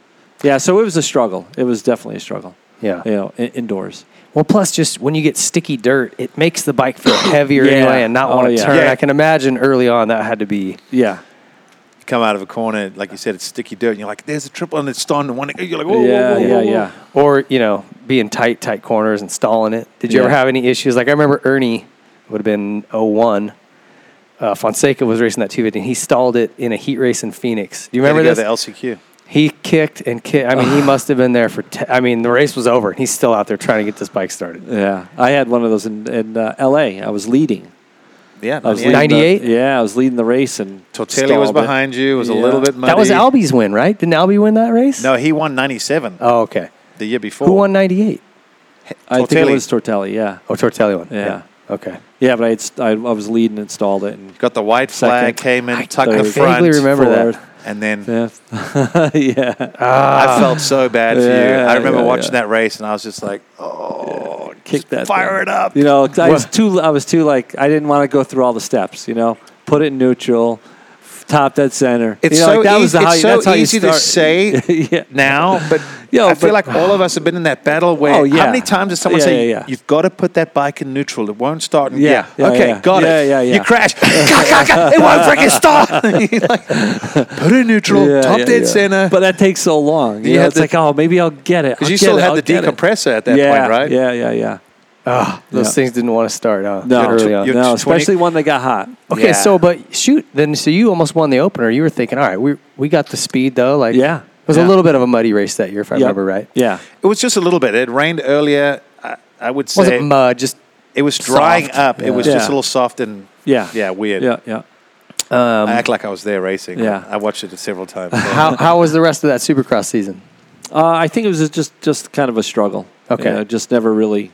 D: Yeah, so it was a struggle. It was definitely a struggle.
A: Yeah.
D: you know, in- indoors.
A: Well, plus, just when you get sticky dirt, it makes the bike feel heavier
D: Yeah.
A: anyway and not
D: Oh,
A: want to
D: yeah.
A: turn.
B: Yeah.
A: I can imagine early on that had to be.
D: Yeah,
B: Come out of a corner, like you said, it's sticky dirt, and you're like, "There's a triple," and it's starting to one. You're like, "Whoa, whoa, whoa,
D: yeah,
B: whoa,
D: yeah,
B: whoa."
D: yeah.
A: Or, you know, being tight, tight corners and stalling it. Did you ever
D: Yeah.
A: have any issues? Like, I remember Ernie would have been 01. Uh, Fonseca was racing that 250, and he stalled it in a heat race in Phoenix. Do you remember
B: Had to
A: this?
B: go to LCQ?
A: He kicked and kicked. I mean, he must have been there for. Te- I mean, the race was over, and he's still out there trying to get this bike started.
D: Yeah, I had one of those in, in uh, L.A. I was leading.
B: Yeah,
D: I was
B: yeah.
D: leading the-
A: 98?
D: yeah, I was leading the race and
B: Tortelli was
D: stalled it.
B: behind you. It was a
D: Yeah.
B: little bit muddy.
A: That was Albie's win, right? Didn't Albie win that race?
B: No, he won 97
A: Oh,
D: Uh,
A: okay.
B: the year before.
A: Who won 98?
D: I think
B: Tortelli.
D: it was Tortelli. Yeah,
A: Oh, Tortelli won.
D: Yeah.
A: Okay.
D: yeah, but I, had, st- I, I was leading and stalled it and
B: Got the white flag,
D: Second.
B: came in,
D: I-
B: tucked
D: I
B: the front,
A: vaguely remember that.
D: fourth,
B: and then
D: fifth. yeah,
B: I felt so bad for you.
D: Ah. Yeah,
B: I remember
D: yeah,
B: watching
D: yeah.
B: that race, and I was just like, "Oh,
D: kick that.
B: fire
D: thing.
B: it up!"
D: You know, 'cause I was too. I was too like I didn't want to go through all the steps. You know, put it in neutral, f- top dead center.
B: It's
D: you know,
B: so,
D: like, that was
B: easy,
D: the how
B: it's
D: you-
B: so
D: that's how you
B: easy to
D: start.
B: say
D: yeah.
B: now, but
D: Yo,
B: I
D: but-
B: feel like all of us have been in that battle where
D: Oh, yeah.
B: how many times does someone
D: Yeah,
B: say,
D: yeah, yeah.
B: "You've got to put that bike in neutral; it won't start." And,
D: Yeah,
B: yeah,
D: yeah,
B: okay,
D: yeah.
B: got
D: Yeah,
B: it.
D: yeah, yeah.
B: You crash, Ka, ka, ka, it won't freaking start. You're like, put it in neutral,
D: Yeah,
B: top
D: yeah,
B: dead
D: yeah.
B: center.
D: But that takes so long. You
B: You
D: know,
B: had
D: it's
B: to-
D: like, oh, maybe I'll get it.
B: because
D: I'll
B: you
D: get
B: still
D: it,
B: had
D: I'll
B: the
D: get it.
B: decompressor at that
D: yeah,
B: point, right?
D: Yeah, yeah, yeah.
A: Those
D: Yeah.
A: things didn't want to start, huh?
D: No,
A: Early on.
B: you're- 20
D: no, especially when they got hot.
A: Okay,
B: Yeah.
A: so but shoot, then so you almost won the opener. You were thinking, all right, we we got the speed though. Like
D: Yeah.
A: it was
D: Yeah.
A: a little bit of a muddy race that year, if I
D: Yep.
A: remember right.
D: Yeah,
B: It was just a little bit. It rained earlier. I, I would
A: It wasn't
B: say
A: mud, just
B: it was drying
A: soft.
B: up. It was
D: Yeah.
B: just a little soft and
D: yeah,
B: yeah, weird.
D: yeah, yeah.
B: I act like I was there racing.
D: Yeah.
B: I watched it several times.
A: how how was the rest of that Supercross season?
D: Uh, I think it was just just kind of a struggle.
A: Okay.
D: you know, just never really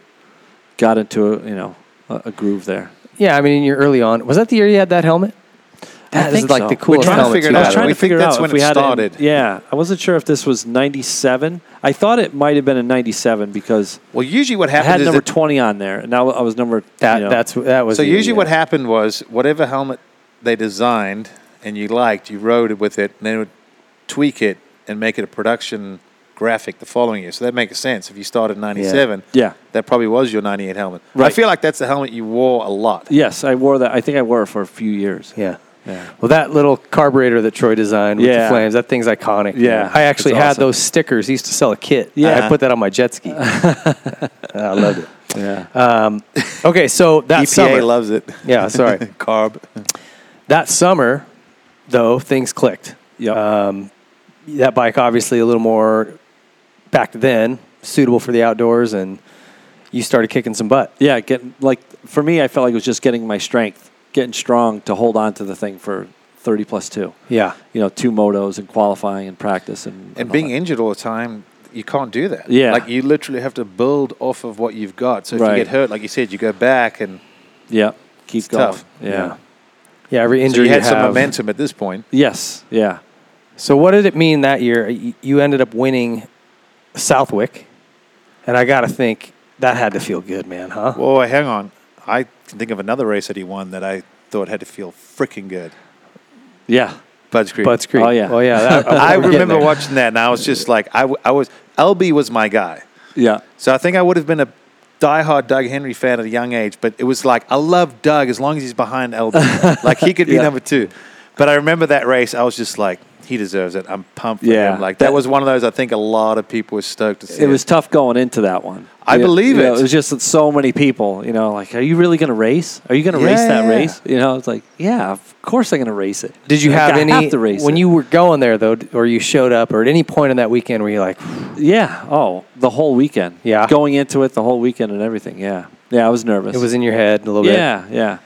D: got into a you know a, a groove there.
A: Yeah, I mean, in your early on, was that the year you had that helmet? That is
D: think
A: like
D: so.
A: the
D: We're
A: coolest
B: trying to
A: helmet.
B: figure it
A: you
B: out.
D: I
A: had.
D: was trying
B: We
D: to figure
B: think that's
D: out
B: when
D: if we
B: it
D: had
B: started.
D: It in, yeah, I wasn't sure if this was '97. I thought it might have been in '97 because
B: well, usually what
D: I had
B: happened is
D: number
B: that,
D: 20 on there, and now I was number.
A: That
D: you know,
A: that's that was
B: so
A: the year,
B: usually
A: yeah.
B: what happened was whatever helmet they designed and you liked, you rode it with it, and then it would tweak it and make it a production graphic the following year. So that makes sense. If you started in '97,
D: Yeah.
B: that probably was your '98 helmet. I
D: Right.
B: feel like that's the helmet you wore a lot.
D: yes, I wore that. I think I wore it for a few years.
A: Yeah.
D: Yeah.
A: Well, that little carburetor that Troy designed with the
D: Yeah.
A: flames, that thing's iconic. man.
D: Yeah.
A: I actually
D: It's
A: had
D: awesome.
A: those stickers. He used to sell a kit.
D: Yeah.
A: I put that on my jet ski. I loved it. Um, E
D: Yeah.
A: Okay, so that
B: EPA
A: summer.
B: E loves it.
A: yeah, sorry.
B: Carb.
A: That summer, though, things clicked.
D: Yep.
A: That bike, obviously, a little more back then, suitable for the outdoors, and you started kicking some butt.
D: yeah. Getting like for me, I felt like it was just getting my strength, getting strong to hold on to the thing for 30 plus two.
A: Yeah.
D: You know, two motos and qualifying and practice and
B: and
D: all
B: being
D: that.
B: injured all the time you can't do that
D: Yeah.
B: like you literally have to build off of what you've got so if
D: Right.
B: you get hurt like you said you go back and
D: yeah, keep going.
B: tough.
D: Yeah.
A: Yeah, every
B: so
A: injury
B: you had some
A: have-
B: momentum at this point
D: Yes. Yeah.
A: So what did it mean that year? Y- You ended up winning Southwick, and I gotta think that had to feel good, man, huh?
B: oh hang on i can think of another race that he won that i thought had to feel freaking good
D: Yeah.
B: Bud's Creek.
A: Butts Creek.
D: Oh, yeah.
A: Oh yeah. that-
B: i
A: we're getting
B: remember
A: there.
B: watching that and i was just like i, w- I was lb was my guy
D: Yeah.
B: so i think i would have been a diehard doug henry fan at a young age but it was like i love doug as long as he's behind lb like he could be
D: Yeah.
B: number two but i remember that race i was just like he deserves it. I'm pumped for
D: Yeah.
B: him. Like that,
D: That-
B: was one of those. I think a lot of people were stoked to see.
D: It was tough going into that one.
B: I
D: You-
B: believe
D: you know,
B: it.
D: it was just that so many people, you know, like, are you really going to race? Are you going to race
B: Yeah,
D: that
B: yeah.
D: race? You know, it's like, yeah, of course I'm going to race it.
A: Did you
D: Like,
A: have
D: I
A: any
D: to race
A: when
D: it.
A: you were going there though, d- or you showed up, or at any point in that weekend where you're like,
D: Yeah. Oh, the whole weekend.
A: Yeah.
D: Going into it the whole weekend and everything. Yeah. Yeah, I was nervous.
A: it was in your head a little bit.
D: Yeah, yeah.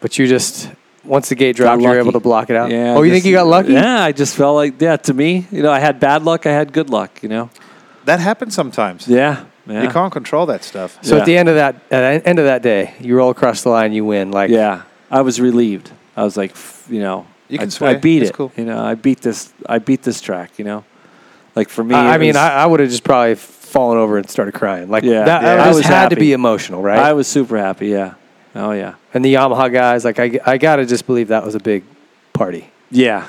A: But you just once the gate
D: Got
A: dropped, you were
D: lucky.
A: able to block it out.
D: Yeah.
A: oh, you
D: just-
A: think you got lucky?
D: Yeah, I just felt like yeah. To me, you know, I had bad luck. I had good luck. You know.
B: that happens sometimes.
D: Yeah. Yeah.
B: You can't control that stuff.
A: So
D: Yeah.
A: at the end of that, at the end of that day, you roll across the line, you win. Like,
D: Yeah. I was relieved. I was like, f- you know,
B: You can
D: I,
B: swear.
D: I beat
B: It's
D: it.
B: cool.
D: You know, I beat this. I beat this track. You know, like for me,
A: I, I
D: it
A: mean,
D: was-
A: I, I would have just probably fallen over and started crying. Like,
D: Yeah.
A: that
D: Yeah.
A: I
D: I
A: was
D: was
A: had to
D: happy.
A: be emotional, right?
D: I was super happy. Yeah. Oh yeah.
A: and the Yamaha guys, like, I, I gotta just believe that was a big party.
D: Yeah.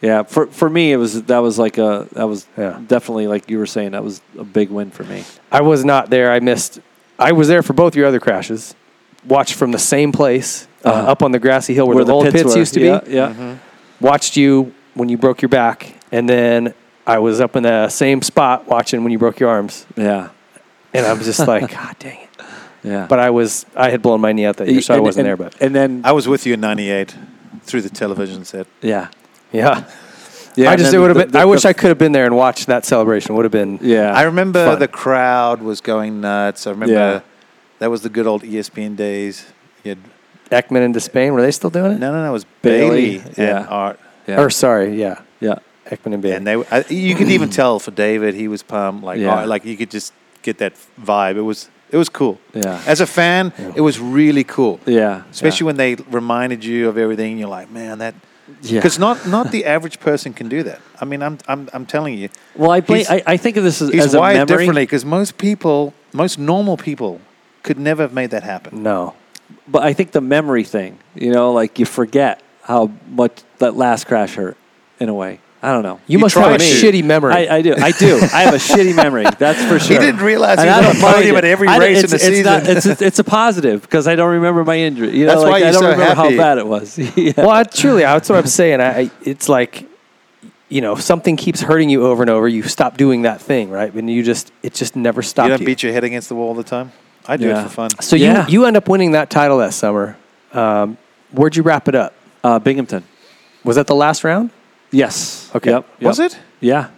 D: Yeah, for for me it was that was like a that was
A: Yeah.
D: definitely like you were saying that was a big win for me.
A: I was not there. I missed. I was there for both your other crashes. Watched from the same place uh,
D: Uh-huh.
A: up on the grassy hill where, the, old pits,
D: were.
A: used to
D: yeah,
A: be. Mm-hmm.
D: Yeah.
A: Watched you when you broke your back, and then I was up in the same spot watching when you broke your arms,
D: Yeah.
A: and I was just like, God dang it!
D: Yeah.
A: But I was. I had blown my knee out that year, so I
D: And-
A: wasn't
D: and-
A: there. But
D: and then
B: I was with you in '98 through the television set.
D: yeah.
A: yeah,
D: Yeah.
A: I
D: and
A: just it
D: then
A: would have
D: the-
A: been.
D: the-
A: I wish
D: the-
A: I could have been there and watched that celebration. Would have been.
D: Yeah.
B: I remember
A: Fun.
B: the crowd was going nuts. I remember
D: Yeah.
B: that was the good old E ESPN days. You had,
A: Ekman into Spain. Were they still doing it?
B: no, no, no, it was
D: Bailey,
B: Bailey, and
D: yeah.
B: Art.
D: Yeah.
A: Or sorry, yeah,
D: yeah.
A: Ekman and Bailey.
B: And they, were- I, you could even tell for David, he was pumped. Like,
D: Yeah.
B: Art, like you could just get that vibe. It was, it was cool.
D: Yeah.
B: As a fan, it was really cool.
D: Yeah.
B: Especially when they reminded you of everything, and you're like, man, that.
D: Yeah.
B: Because not not the average person can do that. I mean, I'm I'm I'm telling you,
D: Well, I, play,
B: he's-
D: I I think of this as,
B: he's
D: as a
B: wired
D: memory.
B: differently because most people, most normal people, could never have made that happen.
A: no,
D: but I think the memory thing, you know, like you forget how much that last crash hurt in a way. I don't know.
A: you, must
B: tried
A: have a
B: to.
A: shitty memory.
D: I, I do. I do. I have a shitty memory. That's for sure.
B: didn't realize he
D: And
B: was
D: I
B: on
D: don't
B: the
D: mind
B: podium
D: it.
B: at every
D: I don't-
B: race in
D: it's,
B: the
D: it's Not,
B: season.
D: it's, a, it's a positive because I don't remember my injury. You know,
B: That's
D: like,
B: why
D: I
B: you're
D: don't
B: so
D: remember
B: happy.
D: how bad it was. yeah.
A: Well, I, truly, I- that's what I'm saying. I, I- it's like, you know, something keeps hurting you over and over. You stop doing that thing, right? And you just, it just never
B: You
A: stopped
B: don't
A: you.
B: beat your head against the wall all the time. I do
D: Yeah.
B: it for fun.
A: so
D: Yeah.
A: you, you end up winning that title that summer. Um, where'd you wrap it up?
D: Uh, Binghamton.
A: Was that the last round?
D: Yes.
A: Okay.
D: Yep. yep.
B: Was it?
D: Yeah.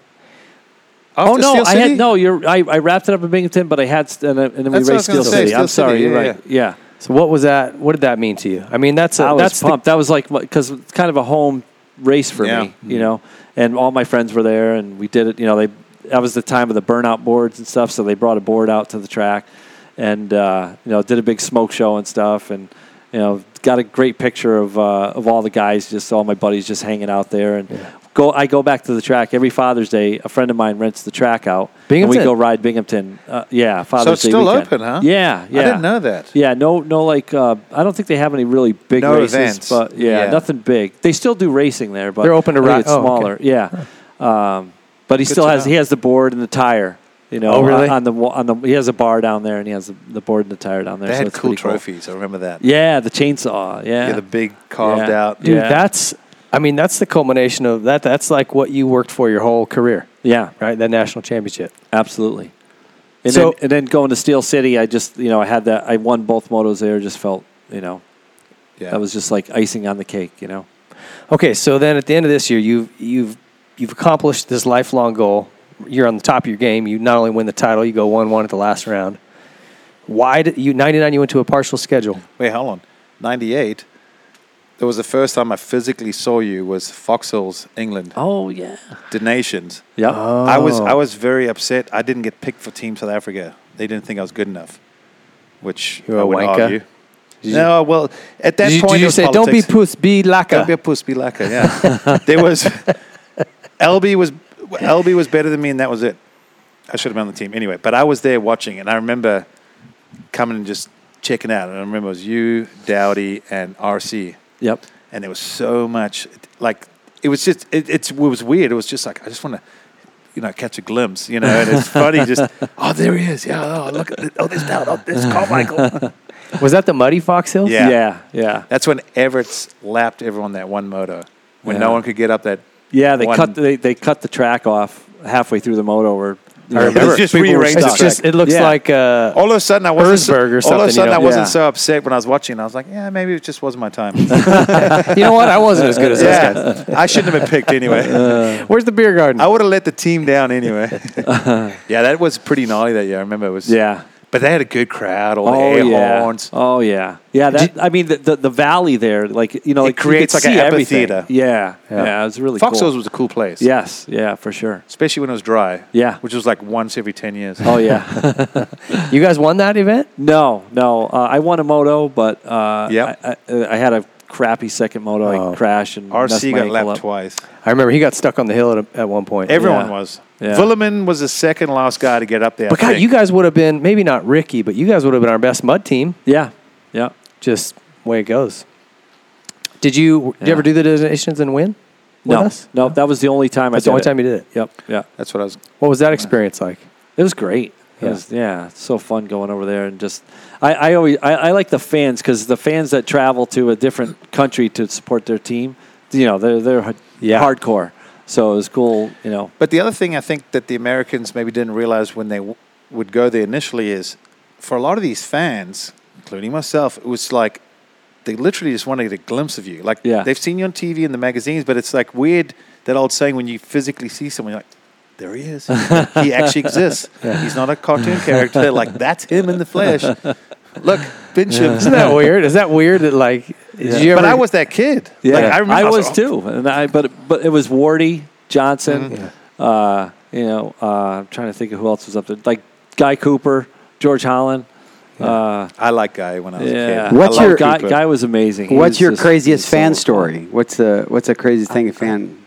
B: After
D: oh no,
B: Steel
D: I
B: City?
D: had no. You're. I, I wrapped it up in Binghamton, but I had st- and, then- and then
B: That's what
D: we
B: I was
D: raced
B: gonna
D: Steel
B: say,
D: City.
B: Steel
D: I'm sorry.
B: City,
D: you're
B: yeah,
D: right. Yeah.
A: So what was that? What did that mean to you? I mean, that's a,
D: I was
A: that's the-
D: pumped. that was like because it's kind of a home race for
B: Yeah. Mm-hmm.
D: me, you know. And all my friends were there, and we did it. You know, they that was the time of the burnout boards and stuff, so they brought a board out to the track, and uh, you know, did a big smoke show and stuff, and you know, got a great picture of uh, of all the guys, just all my buddies just hanging out there, and. Go, I go back to the track every Father's Day. A friend of mine rents the track out, and
A: Binghamton?
D: we go ride Binghamton. Uh, yeah, Father's
B: it's still
D: Day weekend.
B: open, huh?
D: Yeah, yeah.
B: I didn't know that.
D: Yeah, no, no, like uh, I don't think they have any really big
B: No
D: races,
B: events.
D: but yeah,
B: Yeah.
D: nothing big. They still do racing there, but
A: They're open to
D: I think
A: ri-
D: It's
A: oh, okay.
D: smaller, yeah. Um, but he
B: Good
D: still
B: to
D: has
B: know.
D: he has the board and the tire. You know,
A: Oh, really?
D: on the wa- on the he has a bar down there and he has the, the board and the tire down there.
B: They
D: so
B: had
D: it's
B: cool
D: pretty cool
B: trophies. I remember that.
D: Yeah, the chainsaw. Yeah,
B: Yeah, the big carved
D: Yeah.
B: out.
A: dude.
D: Yeah.
A: That's, I mean, that's the culmination of that. That's like what you worked for your whole career,
D: yeah,
A: right? That national championship.
D: absolutely. And,
A: So-
D: then, and then going to Steel City, I just you know I had that I won both motos there. Just felt you know
B: Yeah.
D: that was just like icing on the cake. You know,
A: Okay, so then at the end of this year, you've you've you've accomplished this lifelong goal. You're on the top of your game. You not only win the title, you go one one at the last round. Why did you 99? You went to a partial schedule.
B: Wait, hold on. 98, that was the first time I physically saw you was Foxhill's England,
D: oh yeah,
B: the Nations.
D: yeah.
B: I was I was very upset. I didn't get picked for Team South Africa. They didn't think I was good enough, which
A: You're
B: I
A: a
B: would
A: wanker.
B: argue. No, well, at that
A: Did you,
B: point,
A: did
B: it
A: you
B: was
A: say, "Don't be
B: politics.
A: puss, be
B: Don't be a
A: laka"?
B: puss, be like her, Yeah, there was LB was LB was better than me, and that was it. I should have been on the team anyway. But I was there watching, and I remember coming and just checking out. And I remember it was you, Dowdy, and RC,
D: Yep.
B: and there was so much. Like it was just it, it's, it was weird. It was just like I just want to. You know, catch a glimpse. You know, and it's funny. Just oh, there he is. Yeah, oh, look at th- oh, there's Dowd. Oh, there's Carmichael.
A: Was that the muddy Fox Hills?
B: Yeah.
D: Yeah, yeah,
B: That's when Everett's lapped everyone that one moto when
D: Yeah.
B: no one could get up that
D: yeah. They
B: One-
D: cut they, they cut the track off halfway through the moto. Or
A: I remember.
B: It's just
A: People were
B: rearranged
A: stuck.
B: the
A: It's just-
D: track.
A: it looks
D: Yeah.
A: like uh,
B: all of a sudden I wasn't
A: Herzberg or
B: so,
A: something,
B: all of a
A: you
B: sudden
A: know?
B: I wasn't
D: Yeah.
B: so upset when I was watching. I was like, yeah, maybe it just wasn't my time.
A: you know what? I wasn't as good as this guy.
B: yeah, I shouldn't have been picked anyway.
A: Where's the beer garden?
B: I would have let the team down anyway. yeah, that was pretty gnarly that year. I remember it was.
D: yeah.
B: but they had a good crowd. All
D: Oh
B: the air
D: yeah.
B: horns.
D: Oh yeah. Yeah. That, I mean, the, the the valley there, like you know,
B: It
D: like, you
B: creates
D: could
B: like an
D: see everything.
B: amphitheater.
D: Yeah, yeah. It was really
B: Foxhills
D: cool.
B: was a cool place.
D: yes. Yeah, for sure.
B: especially when it was dry.
D: Yeah.
B: which was like once every ten years.
D: Oh yeah.
A: you guys won that event?
D: no, no. Uh, I won a moto, but uh,
B: Yep.
D: I, I, I had a crappy second moto.
A: Oh.
D: I crashed and messed
B: RC got
D: my ankle
B: lapped
D: up.
B: twice.
A: I remember he got stuck on the hill at, a, at one point.
B: Everyone
D: Yeah.
B: was.
D: Yeah.
B: Villeman was the second last guy to get up there. I
A: but God,
B: think.
A: you guys would have been maybe not Ricky, but you guys would have been our best mud team.
D: Yeah. Yeah.
A: just way it goes. Did you, did you
D: Yeah.
A: ever do the designations and win? with
D: no,
A: us?
D: no, that was the only time
A: That's
D: I
A: the only time you did it.
D: did it. Yep, yeah.
B: That's what I was.
A: What was that experience like?
D: It was great. It
A: Yeah.
D: was- yeah, it's so fun going over there and just. I, I always I, I like the fans because the fans that travel to a different country to support their team, you know, they're they're hard-
A: Yeah.
D: hardcore. So it was cool, you know.
B: But the other thing I think that the Americans maybe didn't realize when they w- would go there initially is for a lot of these fans, including myself, it was like they literally just wanted a glimpse of you. Like
D: Yeah.
B: they've seen you on TV and the magazines, but it's like weird that old saying when you physically see someone, you're like, there he is. he actually exists. He's not a cartoon character. Like that's him in the flesh. Look, pinch him.
A: Isn't that weird? Is that weird that like did you ever,
B: But I was that kid.
D: Yeah,
B: Like, I remember.
D: was
B: like, "Oh,
D: too, and I but but it was Wardy Johnson.
B: Mm-hmm.
D: Uh, you know, uh, I'm trying to think of who else was up there, like Guy Cooper, George Holland. Uh,
B: "Oh, I like Guy when I was a
D: yeah,
B: kid.
C: What's
B: I
C: your-
B: liked
D: guy?
B: Cooper.
D: Guy was amazing. He
C: What's
D: was
C: your
D: just-
C: craziest
D: he was
C: fan
D: so-
C: story? What's the what's the craziest thing a fan?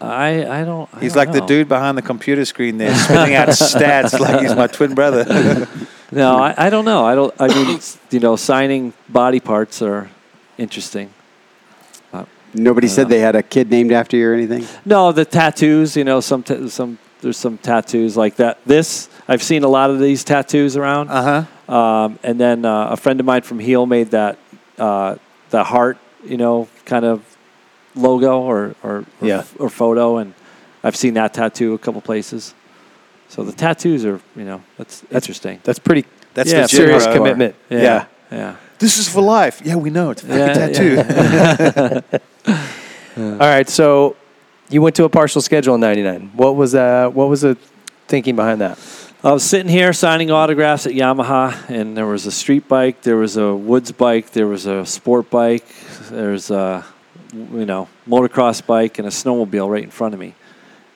D: I I don't. I
B: He's
D: don't
B: like the
D: know.
B: dude behind the computer screen there, spitting out stats like he's my twin brother.
D: No, I, I don't know. I don't. I mean, it's, you know, signing body parts are interesting.
C: Nobody said they had a kid named after you or anything.
D: No, the tattoos. You know, some ta- some there's some tattoos like that. This I've seen a lot of these tattoos around.
B: Uh huh.
D: Um, and then uh, a friend of mine from Heel made that uh, the heart, you know, kind of logo or or, or,
A: Yeah.
D: or photo, and I've seen that tattoo a couple places. So the tattoos are, you know, that's, interesting.
A: that's pretty
B: That's
A: yeah,
B: legit,
A: serious
B: bro.
A: commitment.
D: yeah, yeah.
B: This is for life. Yeah, we know it's a fucking
D: Yeah,
B: tattoo.
A: All right, so you went to a partial schedule in '99. What was uh, What was the thinking behind that?
D: I was sitting here signing autographs at Yamaha, and there was a street bike, there was a woods bike, there was a sport bike, there's a you know motocross bike and a snowmobile right in front of me.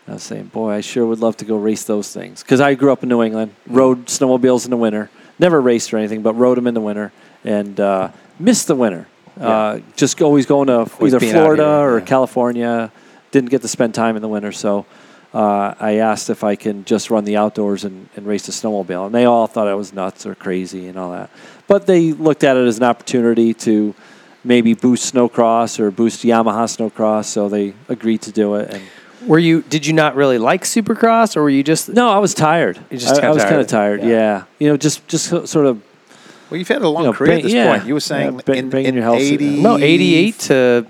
D: I was saying, boy, I sure would love to go race those things because I grew up in New England, rode snowmobiles in the winter, never raced or anything, but rode them in the winter and uh, missed the winter. Uh, just always going to
A: Always
D: either
A: being out
D: Florida
A: here,
D: or
A: yeah.
D: California. Didn't get to spend time in the winter, so uh, I asked if I can just run the outdoors and, and race the snowmobile. And they all thought I was nuts or crazy and all that. But they looked at it as an opportunity to maybe boost snowcross or boost Yamaha snowcross, so they agreed to do it. And
A: Were you? Did you not really like Supercross, or were you just?
D: no, I was tired.
A: You're just
D: I- I,
A: kinda
D: was kind of
A: tired.
D: tired.
A: Yeah.
D: Yeah. you know, just just so- sort of
B: Well, you've had a long
D: You know,
B: career at
D: bring-
B: this
D: yeah.
B: point. You were saying
D: Yeah, bring-
B: in,
D: bring
B: in
D: your health to
B: 80,
A: No, '88 to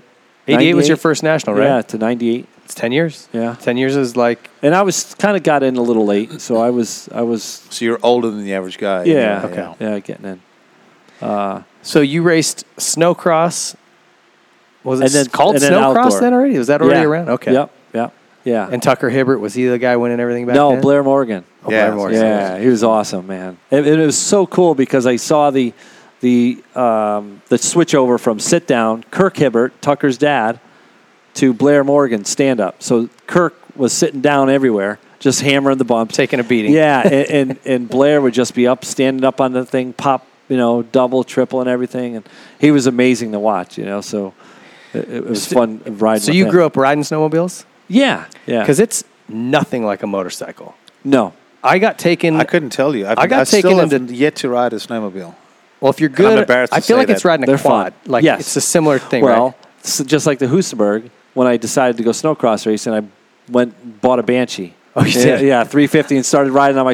A: '88 was your
D: 98?
A: first national, right?
D: yeah to ninety eight.
A: It's ten years.
D: Yeah,
A: Oh, Ten years is like
D: and I was kind of got in a little late, so I was I was
B: So you're older than the average guy.
D: yeah
B: Okay.
D: yeah, getting in.
A: so. You raced snowcross. Was it
D: And then-
A: called
D: and then
A: snowcross
D: outdoor.
A: then already? Was that already
D: Yeah.
A: around? Okay.
D: Yep. Yep. Yeah.
A: And Tucker Hibbert was he the guy winning everything back
D: no,
A: then?
D: Blair Morgan.
A: Oh,
B: Yeah.
A: Blair Morris.
D: Yeah, he was awesome, man. And, and it was so cool because I saw the the um, the switch over from sit down Kirk Hibbert, Tucker's dad, to Blair Morgan stand up. So Kirk was sitting down everywhere, just hammering the bumps,
A: taking a beating.
D: Yeah, and, and and Blair would just be up, standing up on the thing, pop, you know, double, triple, and everything. And he was amazing to watch, you know. So it, it was fun riding.
A: So you grew up riding snowmobiles
D: yeah, yeah.
A: because it's nothing like a motorcycle.
D: no,
A: I got taken.
B: I couldn't tell you. I've,
A: I got
B: I still
A: taken
B: haven't
A: into-
B: yet to ride a snowmobile.
A: Well, if you're good,
B: embarrassed to
A: I feel
B: say
A: like it's
B: that.
A: riding a
D: They're
A: quad.
D: fun.
A: Like
D: Yes.
A: it's a similar thing,
D: well,
A: right?
D: s- just like the Husaberg, when I decided to go snowcross racing, I went and bought a Banshee.
A: Oh, you
D: yeah,
A: did?
D: yeah, 350 and started riding on my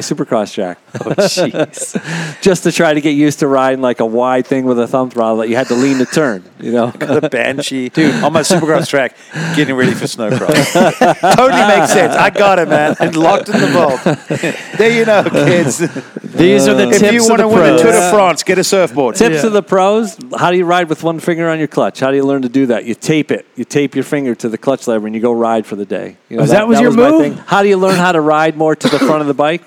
D: supercross track
A: Oh, jeez.
D: just to try to get used to riding like a wide thing with a thumb throttle that you had to lean to turn, you know?
B: The banshee, dude, on my supercross track, getting ready for snowcross. totally makes sense. I got it, man. And locked in the vault. there you know, kids.
A: These are the tips
B: if you
A: of
B: want
A: the
B: to win the
A: pros.
B: Tour de France, get a surfboard.
D: Tips of the pros: How do you ride with one finger on your clutch? How do you learn to do that? You tape it. You tape your finger to the clutch lever, and you go ride for the day. You know,
A: Oh, that was your
D: my
A: move?
D: thing. How do you learn how to ride more to the front of the bike?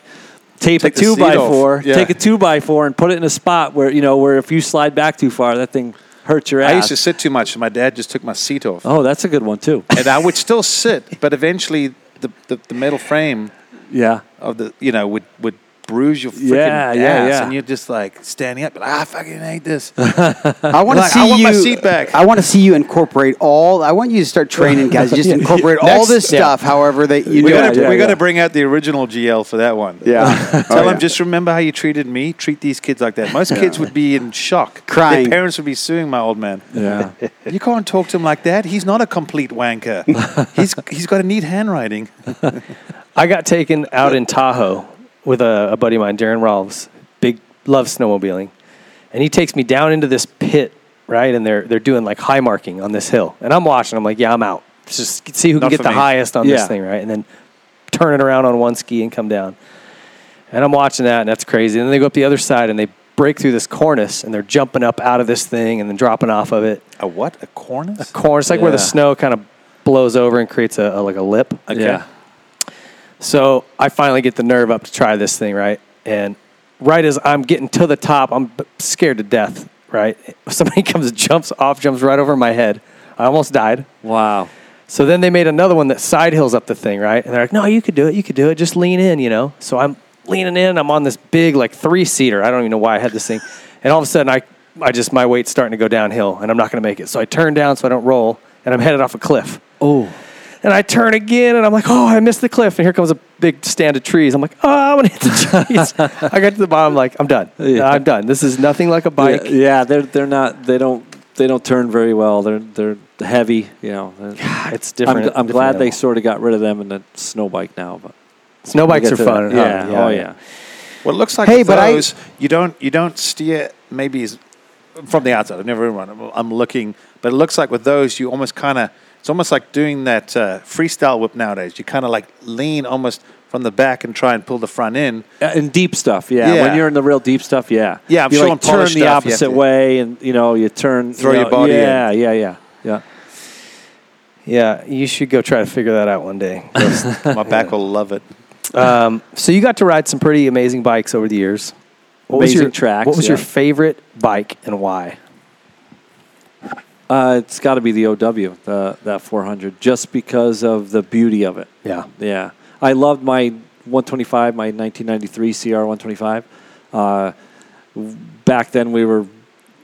D: Tape
B: Take
D: a
B: the
D: two
B: seat
D: by
B: off.
D: four.
B: Yeah.
D: Take a two by four and put it in a spot where you know where if you slide back too far, that thing hurts your ass.
B: I used to sit too much, so my dad just took my seat off.
D: oh, that's a good one too.
B: and I would still sit, but eventually the, the, the metal frame
D: yeah.
B: of the you know would would
D: Yeah, yeah,
B: ass,
D: yeah.
B: and you're just like standing up, like, I fucking hate this.
C: I want to
B: Like,
C: see
B: I want
C: you.
B: my seat back.
C: I want to see you incorporate all. I want you to start training guys. Just incorporate all
A: Next-
C: this
A: yeah.
C: stuff. However, that you
B: we
C: do
D: Yeah,
B: gotta,
C: it.
D: yeah,
B: we
D: yeah. Oh,
B: gotta bring out the original GL for that one.
C: Yeah.
B: Tell them just remember how you treated me. Treat these kids like that. Most kids would be in shock.
C: Crying.
B: Their parents would be suing my old man.
D: Yeah.
B: You can't talk to him like that. He's not a complete wanker. he's he's got a neat handwriting.
A: I got taken out in Tahoe with a, a buddy of mine, Darren Rolfs. Big loves snowmobiling, and he takes me down into this pit, right? And they're they're doing like high marking on this hill, and I'm watching. I'm like, yeah, I'm out. Let's just see who
B: Not
A: can get
B: for
A: the
B: me.
A: highest on
D: Yeah.
A: this thing, right? And then turn it around on one ski and come down. And I'm watching that, and that's crazy. And then they go up the other side, and they break through this cornice, and they're jumping up out of this thing, and then dropping off of it.
B: A what? A cornice?
A: Cornice, like where the
D: Yeah.
A: snow kind of blows over and creates a, a like a lip.
D: Yeah.
A: So I finally get the nerve up to try this thing, right? And right as I'm getting to the top, I'm b- scared to death, right? Somebody comes, jumps off, jumps right over my head. I almost died.
D: Wow.
A: So then they made another one that side hills up the thing, right? And they're like, no, you could do it. You could do it. Just lean in, you know? So I'm leaning in. I'm on this big, like, three seater. I don't even know why I had this thing. And all of a sudden, I, I just, my weight's starting to go downhill and I'm not going to make it. So I turn down so I don't roll and I'm headed off a cliff.
D: Oh.
A: And I turn again, and I'm like, oh, I missed the cliff. And here comes a big stand of trees. I'm like, oh, I'm gonna hit the trees. I got to the bottom, like, I'm done.
D: Yeah.
A: I'm done. This is nothing like a bike.
D: Yeah, yeah, they're they're not they don't they don't turn very well. They're they're heavy. You know. They're-
A: It's
D: I'm,
A: different.
D: I'm
A: different
D: glad they
A: animal.
D: sort of got rid of them in the snow bike now, but
A: snow
D: we'll
A: bikes
D: get
A: are
D: to
A: fun.
D: that. Yeah. Oh yeah.
B: Well, it looks like
C: Hey,
B: with
C: but I-
B: those, you don't you don't steer maybe as, from the outside. I've never run. I'm, I'm looking, but it looks like with those, you almost kind of it's almost like doing that uh, freestyle whip nowadays. You kind of like lean almost from the back and try and pull the front in.
D: Uh, And deep stuff, yeah.
B: Yeah.
D: When you're in the real deep stuff, yeah.
B: Yeah, I'm
D: you
B: sure
D: like
B: on
D: turn
B: polished stuff,
D: the
B: you have
D: opposite
B: to-
D: way, and you know you turn, you
B: Throw your
D: know,
B: body in.
D: Yeah, yeah, yeah, yeah.
A: Yeah, you should go try to figure that out one day.
B: My back will love it.
A: um, so you got to ride some pretty amazing bikes over the years. What was
D: Amazing
A: your
D: tracks,
A: What was your
D: yeah.
A: favorite bike and why?
D: Uh, it's got to be the OW, the, that 400, just because of the beauty of it.
A: Yeah.
D: Yeah. I loved my 125, my 1993 CR 125. Uh, w- back then we were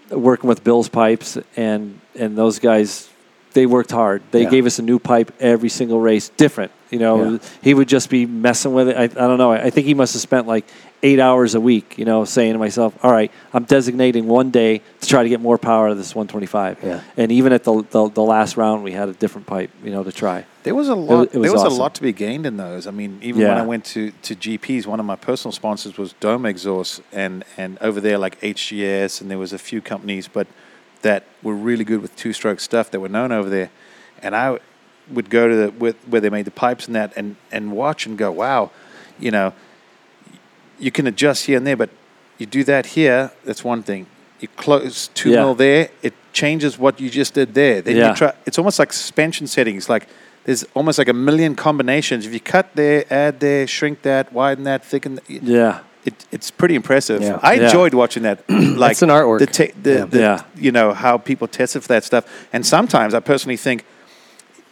D: working with Bill's pipes, and, and those guys, they worked hard. They
A: Yeah.
D: gave us a new pipe every single race, different. You know,
A: Yeah.
D: he would just be messing with it. I, I don't know. I, I think he must have spent like eight hours a week, you know, saying to myself, all right, I'm designating one day to try to get more power out of this 125.
A: Yeah.
D: And even at the, the, the last round, we had a different pipe, you know, to try.
B: There was a lot.
D: it was
B: there was
D: awesome.
B: a lot to be gained in those. I mean, even when
D: Yeah.
B: I went to, to GPs, one of my personal sponsors was Dome Exhaust, and and over there like HGS, and there was a few companies, but that were really good with two stroke stuff that were known over there. And I would go to the with, where they made the pipes and that, and and watch and go, wow, you know, you can adjust here and there, but you do that here. That's one thing. You close two
D: Yeah.
B: mil there, it changes what you just did there. Then
D: Yeah.
B: you try. It's almost like suspension settings. Like there's almost like a million combinations. If you cut there, add there, shrink that, widen that, thicken. th-
D: Yeah.
B: It, it's pretty impressive.
A: Yeah.
B: I
D: Yeah.
B: enjoyed watching that. like
A: It's an artwork.
B: The, te- the,
A: Yeah.
B: the
D: Yeah.
B: you know how people tested for that stuff. And sometimes I personally think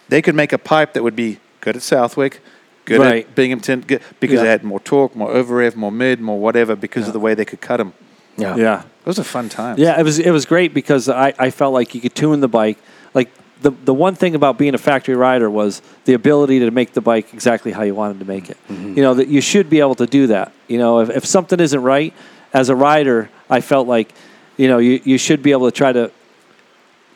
B: they could make a pipe that would be good at Southwick, good
D: Right.
B: at Binghamton, good, because they
D: Yeah.
B: had more torque, more over rev, more mid, more whatever, because of the way they could cut them.
D: Yeah.
B: Those are fun times.
D: Yeah, it was it was great because I, I felt like you could tune the bike. Like the the one thing about being a factory rider was the ability to make the bike exactly how you wanted to make it. You know that you should be able to do that. You know if, if something isn't right as a rider, I felt like you know you, you should be able to try to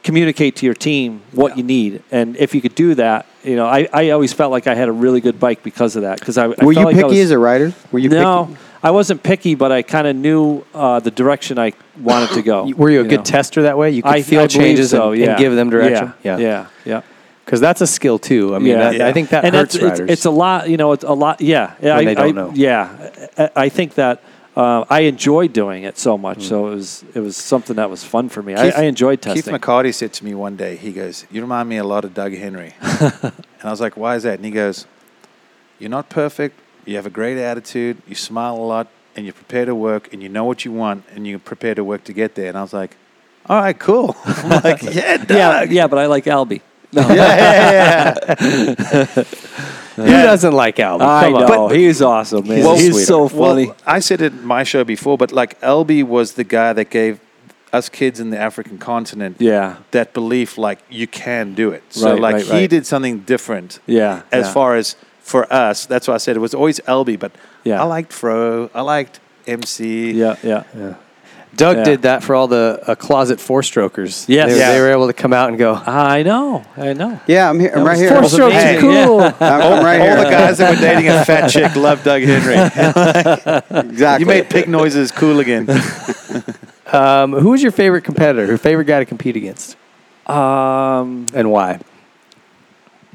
D: communicate to your team what you need and if you could do that you know I, I always felt like i had a really good bike because of that because i I
C: Were
D: felt
C: you
D: like I
C: picky as
D: was-
C: a rider? Were you
D: no
C: Picky?
D: i wasn't picky but i kind of knew uh, the direction i wanted to go
A: Were you a good
D: know?
A: tester that way? You could
D: I
A: feel
D: I believe
A: changes
D: so,
A: and,
D: yeah.
A: and give them direction.
D: Yeah, yeah, yeah.
A: Because that's a skill too. I mean,
D: yeah.
A: that, I think that
D: and
A: hurts
D: it's, it's,
A: riders.
D: it's a lot, you know. It's a lot. Yeah, yeah.
A: When
D: I,
A: they don't
D: I-
A: know.
D: Yeah, I, I think that uh, I enjoyed doing it so
A: Mm.
D: much. So it was it was something that was fun for me.
B: Keith-
D: I, I enjoyed testing.
B: Keith McCarty said to me one day, he goes, You remind me a lot of Doug Henry. and I was like, Why is that? And he goes, You're not perfect. You have a great attitude. You smile a lot and you're prepared to work and you know what you want and you're prepared to work to get there. And I was like, All right, cool. I'm like, Yeah, Doug.
D: yeah, yeah, but I like Albie.
B: yeah, yeah, yeah.
A: Who doesn't like Albie?
D: I
A: Come
D: know
A: on.
D: he's awesome, man.
A: He's a
D: he's so
A: sweetheart.
D: funny.
B: Well, I said it in my show before, but like Elby was the guy that gave us kids in the African continent
D: yeah,
B: that belief, like you can do it. So
D: Right,
B: like
D: right,
B: he
D: right.
B: did something different.
D: Yeah,
B: As
D: yeah.
B: far as for us, that's why I said it was always Elby, but
D: Yeah.
B: I liked Fro, I liked MC.
D: yeah, yeah,
A: Doug
D: Yeah.
A: did that for all the uh, closet four strokers.
D: Yes.
A: They,
B: Yeah.
A: they were able to come out and go,
D: I know, I know.
C: Yeah, I'm here. I'm right here.
A: Four
C: I'm,
A: strokes
B: Hey.
A: is cool.
C: I'm right here.
B: All the guys that were dating a fat chick loved Doug Henry.
C: exactly.
B: you made pig noises cool again.
A: um, who was your favorite competitor? Your favorite guy to compete against,
D: Um,
A: and why?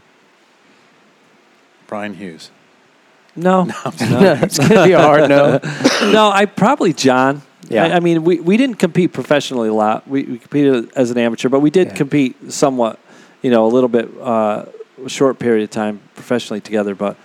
B: Brian Hughes.
D: no, no,
A: it's gonna be a hard no.
D: no. I probably John.
A: Yeah.
D: I, I mean, we, we didn't compete professionally a lot. We, we competed as an amateur, but we did
A: Yeah.
D: compete somewhat, you know, a little bit, uh, a short period of time professionally together. But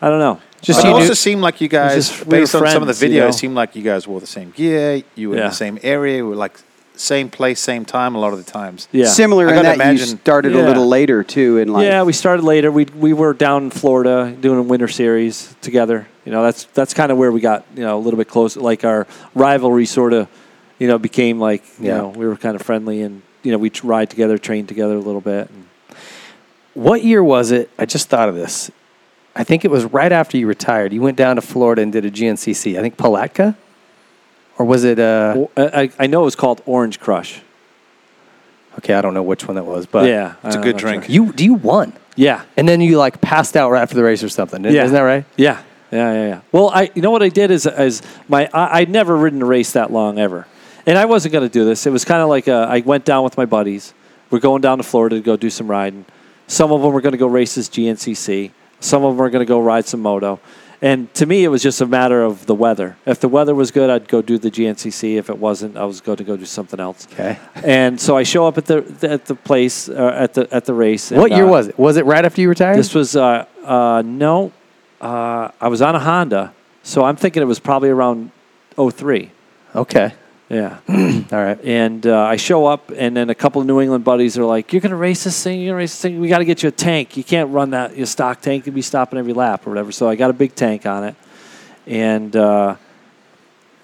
D: I don't know.
A: Just
B: It
A: so you
B: also
A: knew-
B: seemed like you guys,
D: just- we
B: based
D: were
B: on some of the
D: friends, you
B: videos,
D: know?
B: seemed like you guys wore the same gear. You were in
D: Yeah.
B: the same area. You were like same place, same time. A lot of the times.
D: Yeah.
C: Similar
B: I
C: in
B: gotta
C: that
B: imagine-
C: you started a
D: Yeah.
C: little later too in life.
D: Yeah, we started later. We we were down in Florida doing a winter series together. You know, that's that's kind of where we got you know a little bit close. Like our rivalry sort of, you know, became like you
A: Yeah.
D: know we were kind of friendly and you know we t- ride together, train together a little bit. And
A: What year was it? I just thought of this. I think it was right after you retired. You went down to Florida and did a GNCC. I think Palatka, or was it? Uh,
D: Or- I, I- I know it was called Orange Crush.
A: okay, I don't know which one that was, but
D: yeah,
B: It's a
D: I'm
B: good
D: not sure.
B: drink.
A: you do you won,
D: Yeah,
A: and then you like passed out right after the race or something. Isn't-
D: Yeah.
A: Isn't that right?
D: Yeah, yeah, yeah, yeah. Well, I you know what I did is is my I, I'd never ridden a race that long ever, and I wasn't going to do this. It was kind of like uh, I went down with my buddies. We're going down to Florida to go do some riding. Some of them were going to go races GNCC. Some of them were going to go ride some moto. And to me, it was just a matter of the weather. If the weather was good, I'd go do the GNCC. If it wasn't, I was going to go do something else.
A: Okay.
D: And so I show up at the at the place uh, at the at the race.
A: What
D: and,
A: year
D: uh,
A: was it? Was it right after you retired?
D: this was uh, uh, no, uh, I was on a Honda, so I'm thinking it was probably around 03.
A: okay.
D: Yeah,
A: All right.
D: and uh, I show up, and then a couple of New England buddies are like, "You're gonna race this thing? You're gonna race this thing? We got to get you a tank. You can't run that your stock tank. You'd be stopping every lap or whatever." So I got a big tank on it, and uh,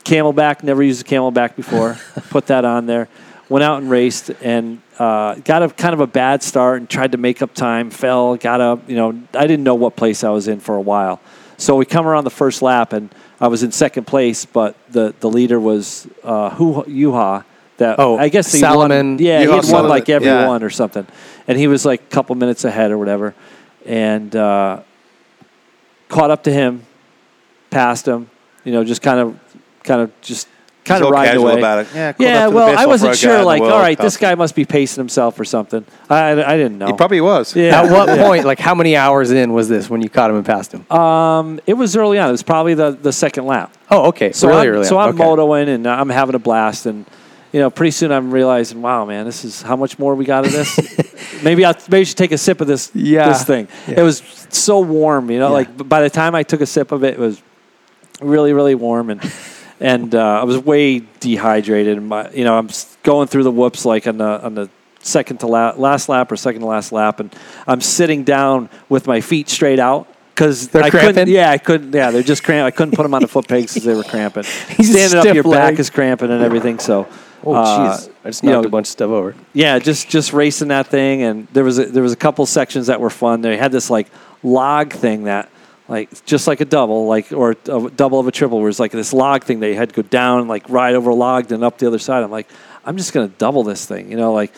D: Camelback. Never used a Camelback before. Put that on there. Went out and raced and uh, got a kind of a bad start and tried to make up time. Fell. Got up. You know, I didn't know what place I was in for a while. So we come around the first lap and I was in second place, but the the leader was uh, who Yuha. That
A: Oh,
D: I guess he
A: Salonen.
D: Won, yeah, he
B: Juha
D: had won
B: Salonen,
D: like every
B: yeah.
D: one or something, and he was like a couple minutes ahead or whatever, and uh, caught up to him passed him. You know, just kind of, kind of just kind
B: He's
D: of
B: all
D: ride
B: casual
D: away.
B: about it. Yeah, caught
D: yeah.
B: up to the
D: Well,
B: best
D: I
B: off-road
D: wasn't
B: guy in
D: sure.
B: the
D: Like,
B: world,
D: all right, this
B: Carsten.
D: guy must be pacing himself or something. I, I, I didn't know.
B: He probably was.
D: Yeah.
A: At what point, like, how many hours in was this when you caught him and passed him?
D: Um, it was early on. It was probably the the second lap.
A: oh, okay.
D: So
A: really
D: I'm,
A: early.
D: so
A: on.
D: I'm
A: okay.
D: motoing and I'm having a blast and. You know, pretty soon I'm realizing, wow, man, this is how much more we got of this. maybe I maybe I should take a sip of this
A: Yeah.
D: this thing. It was so warm, you know. Like b- by the time I took a sip of it, it was really really warm and and uh, I was way dehydrated and my you know I'm s- going through the whoops like on the on the second to la- last lap or second to last lap and I'm sitting down with my feet straight out because
A: They're
D: I couldn't
A: cramping?
D: yeah I couldn't yeah they're just cramp I couldn't put them on the foot pegs because they were cramping
A: He's a
D: standing up
A: stiff
D: your
A: leg.
D: back is cramping and everything so
A: Oh,
D: uh,
A: jeez. I just
D: you
A: knocked
D: know,
A: a bunch of stuff over.
D: yeah, just just racing that thing, and there was a, there was a couple sections that were fun. They had this like log thing that like just like a double, like or a double of a triple, where it's like this log thing that you had to go down, like ride over logged and up the other side. I'm like, I'm just gonna double this thing, you know, like.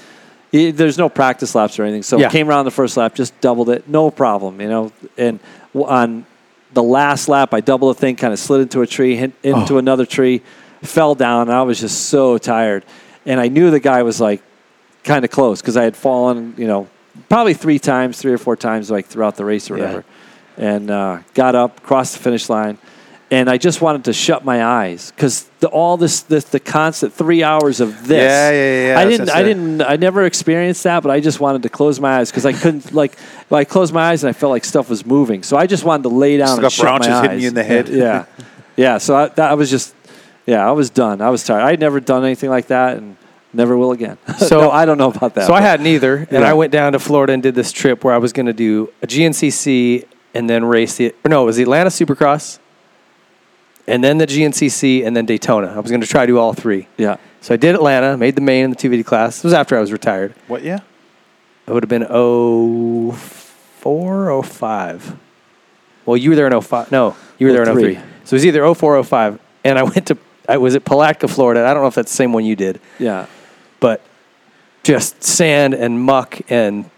D: It, there's no practice laps or anything, so
A: Yeah.
D: came around the first lap, just doubled it, no problem, you know. And w- on the last lap, I doubled the thing, kind of slid into a tree, hit, into another tree, fell down. And I was just so tired, and I knew the guy was like kind of close because I had fallen, you know, probably three times, three or four times, like throughout the race or
A: Yeah.
D: whatever. And uh, got up, crossed the finish line, and I just wanted to shut my eyes because the, all this, this, the constant three hours of this.
B: Yeah, yeah, yeah,
D: I
B: that's-
D: didn't,
B: that's
D: I
B: it.
D: didn't, I never experienced that, but I just wanted to close my eyes because I couldn't, like, well, I closed my eyes and I felt like stuff was moving, so I just wanted to lay
B: Just
D: down and
B: got
D: shut
B: branches
D: my eyes.
B: hitting you in the head.
D: Yeah, yeah. So I, that, I was just, yeah, I was done. I was tired. I had never done anything like that, and Never will again.
A: So-
D: So I don't know about that.
A: So I
D: but-
A: had neither, and
D: Yeah.
A: I went down to Florida and did this trip where I was going to do a GNCC and then race the or no, it was the Atlanta Supercross, and then the GNCC and then Daytona. I was going to try to do all three.
D: yeah.
A: So I did Atlanta, made the main in the 250 class. It was after I was retired.
B: What? Yeah.
A: It would have been 04, 05. Well, you were there in 05. No, you were there in 03.
D: 03.
A: So it was either 04 05. And I went to, I was at Palatka, Florida. I don't know if that's the same one you did,
D: Yeah.
A: but just sand and muck and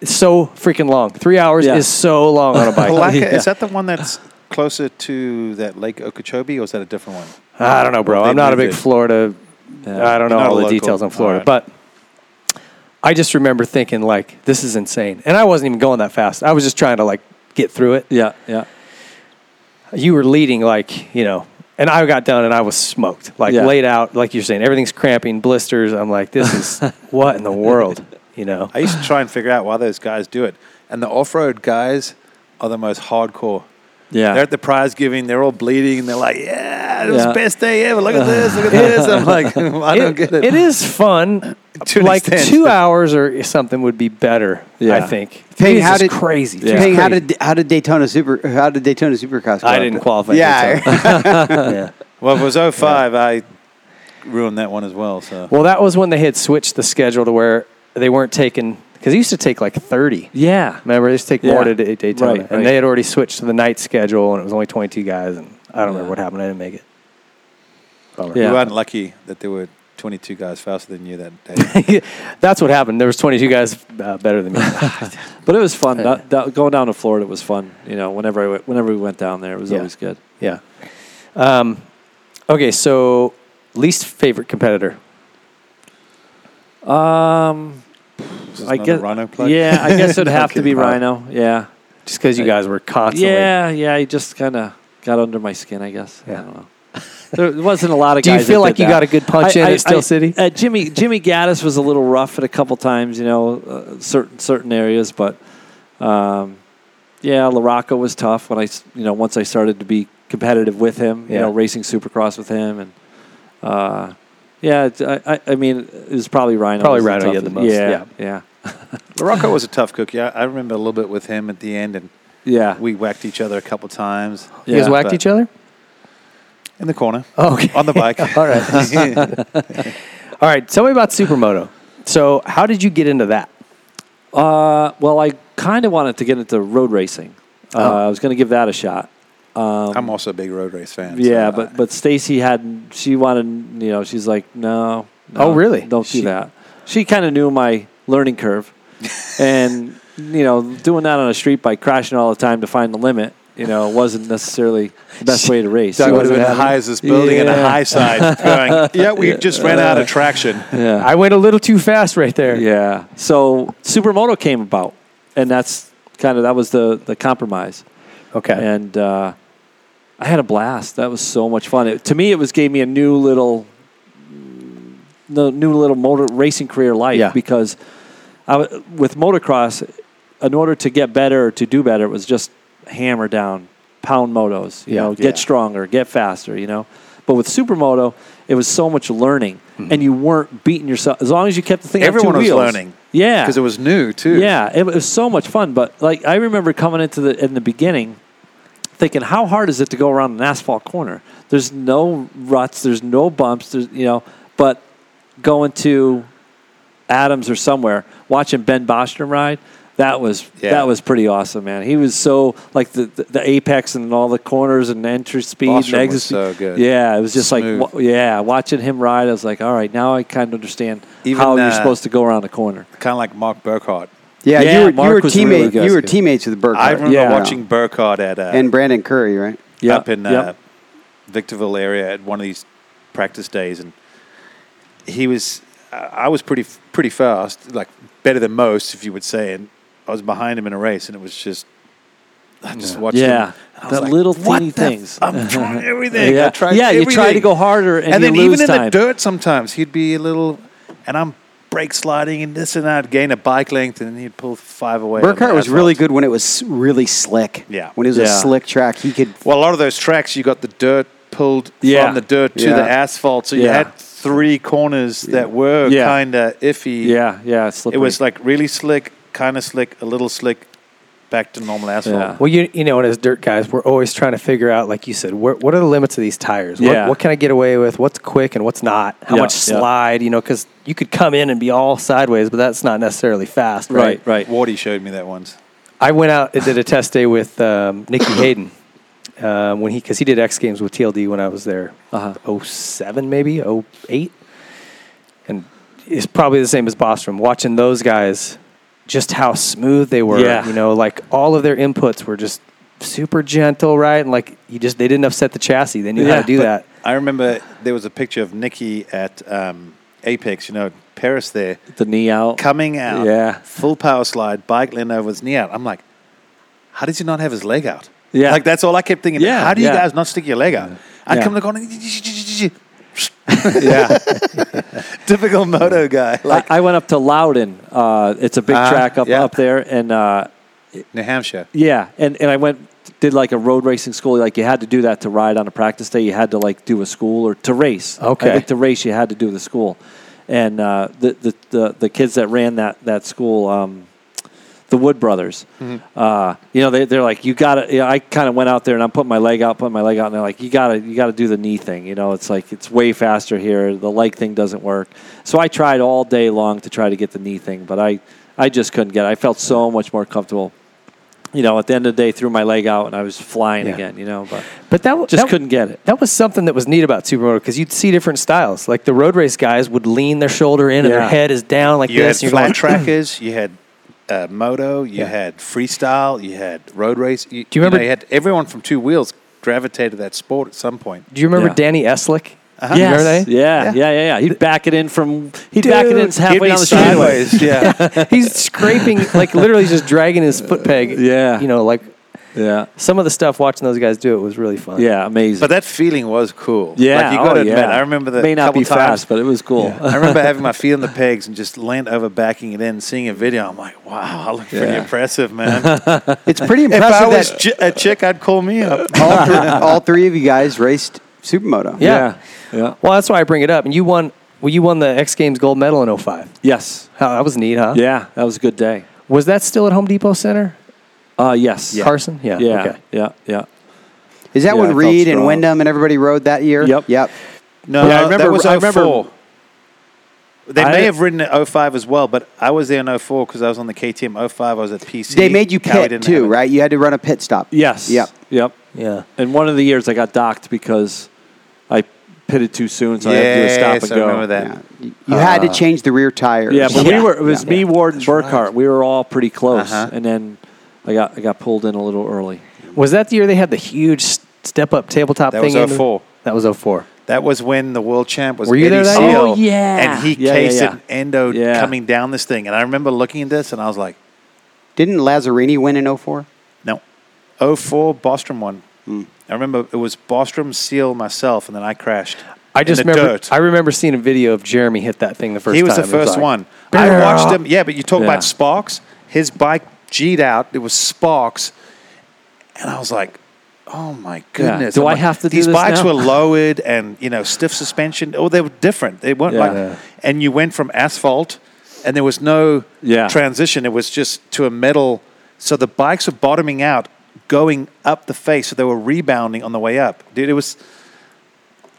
A: it's so freaking long. Three hours
D: Yeah.
A: is so long on a bike.
B: Palaka,
D: Yeah.
B: is that the one that's closer to that Lake Okeechobee, or is that a different one?
A: I don't know, bro.
B: They
A: I'm not a
B: moved
A: big
B: it.
A: Florida.
D: Yeah.
A: I don't know
B: You're not
A: all
B: a
A: the
B: local.
A: details on
B: All
A: Florida,
B: right.
A: but I just remember thinking like, this is insane, and I wasn't even going that fast. I was just trying to like get through it.
D: Yeah. Yeah.
A: You were leading like you know, and I got done and I was smoked, like
D: Yeah.
A: laid out, like you're saying, everything's cramping, blisters. I'm like, this is what in the world, you know?
B: I used to try and figure out why those guys do it. And the off-road guys are the most hardcore.
D: Yeah.
B: They're at the prize giving. They're all bleeding. And they're like, "Yeah, it was
D: Yeah.
B: the best day ever. Look at this. Look at this." I'm like, "I don't get it."
A: it is fun.
B: To an
A: like
B: extent.
A: two hours or something would be better. I
D: Yeah.
A: think.
C: Ping,
A: Three is
C: how
A: just
C: did-
A: crazy?
D: Yeah.
A: Three
C: Ping,
A: is
C: how
A: crazy.
C: did how did Daytona Super how did Daytona Supercross? go
A: I
C: up?
A: didn't qualify? Daytona.
C: Yeah,
A: yeah.
B: Well, if it was 05, I ruined that one as well. So
A: Well, that was when they had switched the schedule to where they weren't taking because they used to take like thirty.
D: yeah.
A: Remember, they used to take more to
D: Yeah.
A: Day- Daytona,
D: Right,
A: and
D: right.
A: they had already switched to the night schedule, and it was only twenty-two guys. And I don't remember what happened. I didn't make it.
B: we
D: Yeah.
B: weren't lucky that there were 22 guys faster than you that day.
A: That's what happened. There was twenty-two guys uh, better than me.
D: But it was fun. That- that- going down to Florida was fun. You know, whenever I went, whenever we went down there, it was
A: Yeah.
D: always good.
A: yeah. Um, okay, so least favorite competitor.
D: Um,
B: This is
D: I
B: not a
D: guess.
B: Rhino plug.
D: Yeah, I guess it'd have to be
B: kidding, pal.
D: Rhino. Yeah.
A: Just because you guys were constantly.
D: Yeah. Yeah. He just kind of got under my skin. I guess.
A: Yeah.
D: I don't know. There wasn't a lot of.
A: Do you
D: guys
A: feel
D: that
A: like
D: did
A: you
D: that.
A: got a good punch in at Steel City?
D: Uh, Jimmy Jimmy Gaddis was a little rough at a couple times, you know, uh, certain certain areas, but um, yeah, Larocco was tough when I s- you know once I started to be competitive with him, you
A: Yeah.
D: know, racing Supercross with him, and uh, yeah, it's, I, I I mean it was probably Rhino.
A: Probably
D: was
A: Rhino you had the
D: toughest.
A: most,
D: Yeah, yeah,
B: Morocco was a tough cookie. I, I remember a little bit with him at the end, and
D: yeah.
B: we whacked each other a couple times.
A: You guys
D: Yeah,
A: whacked
B: but-
A: each other.
B: in the corner
A: Oh, okay.
B: on the bike.
A: All right.
D: Um,
A: All right. Tell me about Supermoto. So, how did you get into that?
D: uh, well, I kind of wanted to get into road racing. Uh,
A: Oh.
D: I was going to give that a shot.
B: I'm also a big road race fan. so
D: Yeah,
B: I-
D: but but Stacy had she wanted you know she's like no, no,
A: Oh, really?
D: don't
A: She-
D: do that. She kind of knew my learning curve, and you know doing that on a street bike, crashing all the time to find the limit, you know, wasn't necessarily the best way to race.
B: Doug
D: So-
B: would have been
A: having-
B: high as this building and a
D: Yeah.
B: high side going, yeah, we just ran out of traction.
D: yeah,
A: I went a little too fast right there.
D: Uh, yeah. So supermoto came about, and that's kind of that was the the compromise.
A: Okay.
D: and uh, I had a blast. That was so much fun. It, to me, it was gave me a new little, mm, no, new little motor racing career life
A: Yeah.
D: because I, w- with motocross, in order to get better or to do better, it was just hammer down, pound motos. You
A: Yeah.
D: know, get
B: Yeah.
D: stronger, get faster. You know, but with supermoto, it was so much learning, and you weren't beating yourself as long as you kept the thing. on
B: Mm-hmm. Everyone
D: two
B: was
D: wheels.
B: learning.
D: Yeah,
B: Because it was new, too.
D: yeah, it was so much fun. But like I remember coming into the in the beginning, thinking, how hard is it to go around an asphalt corner? There's no ruts. There's no bumps. There's you know, but going to Adams or somewhere, watching Ben Bostrom ride. That was
B: Yeah.
D: that was pretty awesome, man. He was so like the, the, the apex and all the corners and entry speed
B: Bostrom
D: and exit
B: was
D: speed.
B: so good.
D: Yeah, it was just
B: Smooth.
D: like wa- yeah, watching him ride. I was like, all right, now I kind of understand
B: Even,
D: how
B: uh,
D: you're supposed to go around a corner.
B: Kind of like Mark Burkhardt.
C: yeah.
D: Yeah,
C: you were, you
D: Mark
C: were
D: was really
C: teammate.
D: good.
C: you were teammates with Burke.
B: I remember
D: Yeah.
B: watching Burkhardt at uh,
C: and Brandon Curry, right?
D: Yeah,
B: up in
D: yeah.
B: uh, Victorville area at one of these practice days, and he was I I was pretty pretty fast, like better than most, if you would say, and I was behind him in a race, and it was just. I just watched
D: Yeah.
B: him. I was
D: That little
B: "What
D: teeny
B: the
D: things."
B: F- I'm trying everything.
D: Yeah.
B: I tried
D: Yeah, you
B: everything.
D: try to go harder and you
B: then
D: lose
B: even in the
D: time.
B: dirt, sometimes he'd be a little, and I'm brake sliding and this and that, gain a bike length, and then he'd pull five away. on the
C: Burkhart was really
B: asphalt.
C: good when it was really slick.
B: Yeah.
C: When it was a
D: Yeah.
C: slick track, he could.
B: Well, a lot of those tracks, you got the dirt pulled
D: Yeah.
B: from the dirt to
C: Yeah.
B: the asphalt, so you
D: Yeah.
B: had three corners that were
D: Yeah.
B: kind of iffy.
D: Yeah, yeah, it's
B: It
D: slippery.
B: was like really slick, kind of slick, a little slick, back to normal asphalt.
D: Yeah.
A: Well, you you know, and as dirt guys, we're always trying to figure out, like you said, where, what are the limits of these tires?
D: Yeah.
A: What, what can I get away with? What's quick and what's not? How
D: Yeah,
A: much
D: yeah.
A: slide? You know, because you could come in and be all sideways, but that's not necessarily fast, right?
D: right, right.
B: Wardy showed me that once.
A: I went out and did a test day with um, Nikki Hayden um, when he because he did X Games with TLD when I was there,
D: Uh-huh.
A: oh seven maybe oh eight, and it's probably the same as Bostrom. Watching those guys, just how smooth they were.
D: Yeah.
A: You know, like all of their inputs were just super gentle, right? And like you just they didn't upset the chassis. They knew how
D: Yeah,
A: to do
D: but-
A: that.
B: I remember there was a picture of Nikki at um, Apex, you know, Paris there,
D: The knee out.
B: coming out,
D: Yeah.
B: full power slide, bike leaned over his knee out. I'm like, how did he not have his leg out?
D: Yeah.
B: Like, that's all I kept thinking.
D: Yeah,
B: How do you
D: yeah.
B: guys not stick your leg out? I
D: Yeah.
B: come to the corner, yeah. Typical moto guy. Like,
D: I, I went up to Loudon. Uh, it's a big
B: Uh-huh,
D: track up
B: yeah.
D: up there, and uh,
B: New Hampshire.
D: yeah, and, and I went did like a road racing school. Like you had to do that to ride on a practice day. You had to like do a school or to race.
A: Okay.
D: I think to race you had to do the school, and uh, the, the the the kids that ran that that school. Um, the Wood Brothers. Uh, you know, they, they're like, you gotta. You know, I kind of went out there and I'm putting my leg out, putting my leg out, and they're like, you gotta, you gotta do the knee thing. You know, it's like it's way faster here. The leg thing doesn't work. So I tried all day long to try to get the knee thing, but I, I just couldn't get. it. I felt so much more comfortable. You know, at the end of the day, threw my leg out and I was flying
A: Yeah.
D: again. You know, but
A: But that w-
D: just
A: that-
D: couldn't get it.
A: That was something that was neat about Supermoto because you'd see different styles. Like the road race guys would lean their shoulder in and
D: Yeah.
A: their head is down like
B: You had
A: this. and you're
B: flat
A: going,
B: trackers, you had uh, moto, you had freestyle, you had road race. You,
A: Do you remember-
B: know, you had everyone from two wheels gravitated to that sport at some point.
A: Do you remember
D: Yeah. Uh-huh.
A: Danny Eslick?
D: Yes.
A: You remember that?
D: Yeah, yeah, yeah, yeah, He'd back it in from. He'd back it in
A: Dude,
D: halfway down the sideways.
B: yeah.
A: He's scraping, like literally just dragging his foot peg.
D: Yeah.
A: You know, like
D: Yeah,
A: some of the stuff watching those guys do it was really fun.
D: yeah, amazing.
B: But that feeling was cool.
D: yeah,
B: Like you got to
D: oh,
B: admit,
D: yeah.
B: I remember that.
D: May not
B: couple
D: be
B: times.
D: fast, but it was cool.
B: I remember having my feet on the pegs and just leaned over, backing it in, seeing a video. I'm like, wow, I look pretty
D: Yeah.
B: impressive, man.
C: It's pretty
B: if I
C: impressive
B: was
C: that
B: chi- a chick, I'd call me up.
C: all, three, all three of you guys raced supermoto.
A: Yeah.
D: yeah, yeah.
A: Well, that's why I bring it up. And you won, well, you won the X Games gold medal in 05.
D: Yes.
A: How, that was neat, huh?
D: Yeah, that was a good day.
A: Was that still at Home Depot Center?
D: Uh, yes.
A: Carson? Yeah.
D: Yeah.
A: Okay.
D: Yeah. Yeah.
C: Is that
D: Yeah, I
C: when
D: felt
C: Reed and
D: strong.
C: Wyndham and everybody rode that year?
D: Yep.
C: Yep.
B: No,
D: Yeah, I
B: I remember.
D: remember-
B: That was
D: I remember-
B: 04. They
D: I-
B: may have ridden at 05 as well, but I was there in 04 because I was on the KTM 05. I was at PC.
C: They made you
B: Cali
C: pit
B: didn't have
C: too,
B: it.
C: right? You had to run a pit stop.
D: Yes.
C: Yep.
D: Yep.
A: Yeah.
D: And one of the years I got docked because I pitted too soon, so I had to do a stop
B: Yes,
D: and
B: I
D: go.
B: remember that.
C: Yeah. You you had to change the rear tires.
D: Yeah, but
A: Yeah.
D: we were. It was
C: Yeah.
D: me, Ward, and Burkhart. We were all pretty close,
B: Uh-huh.
D: and then I got I got pulled in a little early.
A: Was that the year they had the huge s- step up tabletop
B: That
A: thing?
B: was
A: in-
B: 04.
A: That was 04.
B: That was when the world champ was
A: Were you
B: Eddie
A: there that
B: Seal,
A: year?
D: Oh, yeah.
B: and he
D: Yeah, yeah,
B: cased
D: yeah.
B: an endo
D: Yeah.
B: coming down this thing. And I remember looking at this, and I was like,
C: Didn't Lazzarini win in 04?
B: no, 04 Bostrom won. I remember it was Bostrom, Seal, myself, and then I crashed.
A: I just
B: in the
A: remember.
B: dirt.
A: I remember seeing a video of Jeremy hit that thing the first.
B: he was
A: time.
B: the
A: It
B: first
A: like-
B: one. I watched him. Yeah, but you talk
D: Yeah.
B: about Sparks. His bike G'd out. It was Sparks, and I was like, "Oh my goodness!"
D: Do
B: I'm
D: I
B: like,
D: have to do
B: These
D: this
B: bikes
D: now?
B: were lowered and you know stiff suspension. Oh, they were different. They weren't
D: Yeah.
B: like.
D: Yeah.
B: And you went from asphalt, and there was no
D: Yeah.
B: transition. It was just to a metal. So the bikes were bottoming out, going up the face. So they were rebounding on the way up. Dude, it was.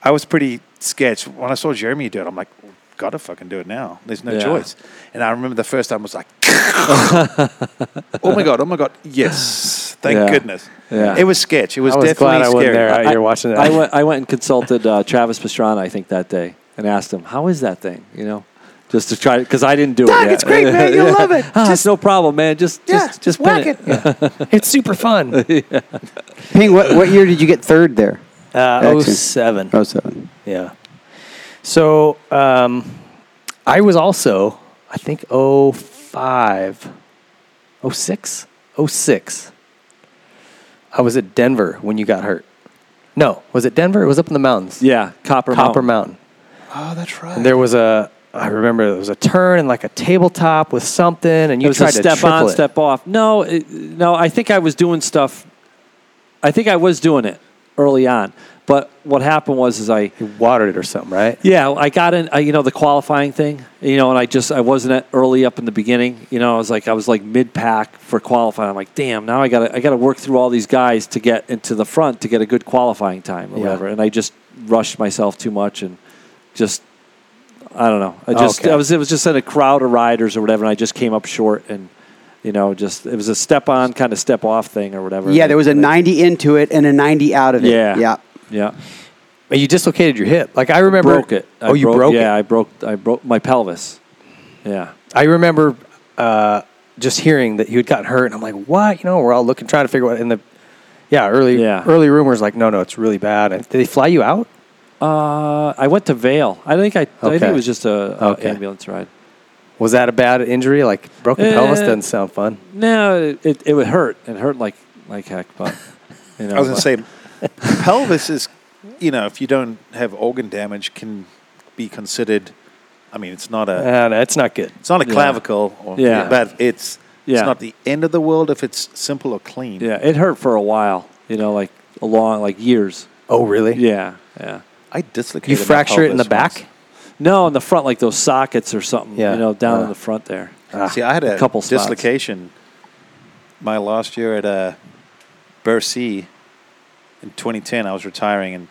B: I was pretty sketched when I saw Jeremy do it. I'm like, gotta fucking do it now. There's no
D: Yeah.
B: choice. And I remember the first time I was like, oh my god, oh my god, yes, thank
D: Yeah.
B: goodness.
D: Yeah.
B: It was sketch. It was,
A: I was
B: definitely
A: glad I
B: scary.
A: wasn't there out
D: I-
A: here watching that.
D: I went I went and consulted uh, Travis Pastrana, I think that day, and asked him how is that thing, you know, just to try because I didn't do it.
B: Doug,
D: yet.
B: it's great, man. You'll love it.
D: Ah, it's
B: Just-
D: no problem, man. Just
B: Yeah,
D: just just
B: whack
D: pin it.
A: It's super fun. Uh,
C: Ping, what, what year did you get third there?
A: Uh, 07.
C: 07.
A: Yeah. So um, I was also, I think, 05, 06, 06. I was at Denver when you got hurt. No, was it Denver? It was up in the mountains.
D: Yeah, Copper
A: Copper
D: Mountain.
A: Mountain.
B: Oh, that's right.
A: And there was a, I remember there was a turn and like a tabletop with something, and
D: It
A: you
D: was
A: tried
D: a
A: to
D: step
A: triple
D: on,
A: it.
D: step off. No, it, no. I think I was doing stuff. I think I was doing it. early on. But what happened was, is I
A: You watered it or something, right?
D: yeah, I got in, I, you know, the qualifying thing, you know, and I just, I wasn't at early up in the beginning, you know, I was like, I was like mid pack for qualifying. I'm like, damn, now I got to, I got to work through all these guys to get into the front to get a good qualifying time or
A: Yeah.
D: whatever. And I just rushed myself too much and just, I don't know.
C: Oh,
D: I just,
A: Okay.
D: I was, it was just in a crowd of riders or whatever. And I just came up short and, you know, just, it was a step on kind of step off thing or whatever.
C: Yeah, there was a
D: And I-
C: 90 into it and a 90 out of it.
D: Yeah.
C: Yeah.
D: Yeah.
A: And you dislocated your hip. Like I remember,
D: Broke it. I
A: oh, you broke
D: Yeah.
A: it.
D: I broke, I broke my pelvis. Yeah.
A: I remember uh, just hearing that you had gotten hurt, and I'm like, what? You know, we're all looking, trying to figure out. And the yeah, early
D: Yeah.
A: early rumors like, no, no, it's really bad. And did they fly you out?
D: Uh, I went to Vale. I think I, I think
A: Okay.
D: it was just a, a
A: Okay.
D: ambulance ride.
A: Was that a bad injury? Like broken
D: Eh.
A: pelvis doesn't sound fun.
D: No, it, it would hurt. It hurt like like heck, but you know.
B: I was going
D: but-
B: to say, pelvis is, you know, if you don't have organ damage, can be considered. I mean, it's not a,
A: Uh, no, it's not good.
B: it's not a clavicle, or,
D: Yeah.
B: but it's,
D: Yeah.
B: it's not the end of the world if it's simple or clean.
D: yeah, it hurt for a while. You know, like a long, like years.
A: Oh, really?
D: Yeah, yeah.
B: I dislocated.
A: You
B: my
A: fracture it in the
B: pelvis
A: back.
B: once.
D: No, in the front, like those sockets or something.
A: Yeah.
D: You know, down
A: Uh.
D: in the front there.
B: See, I had a
D: Ah, couple spots.
B: dislocation my last year at uh, Bercy in 2010. I was retiring and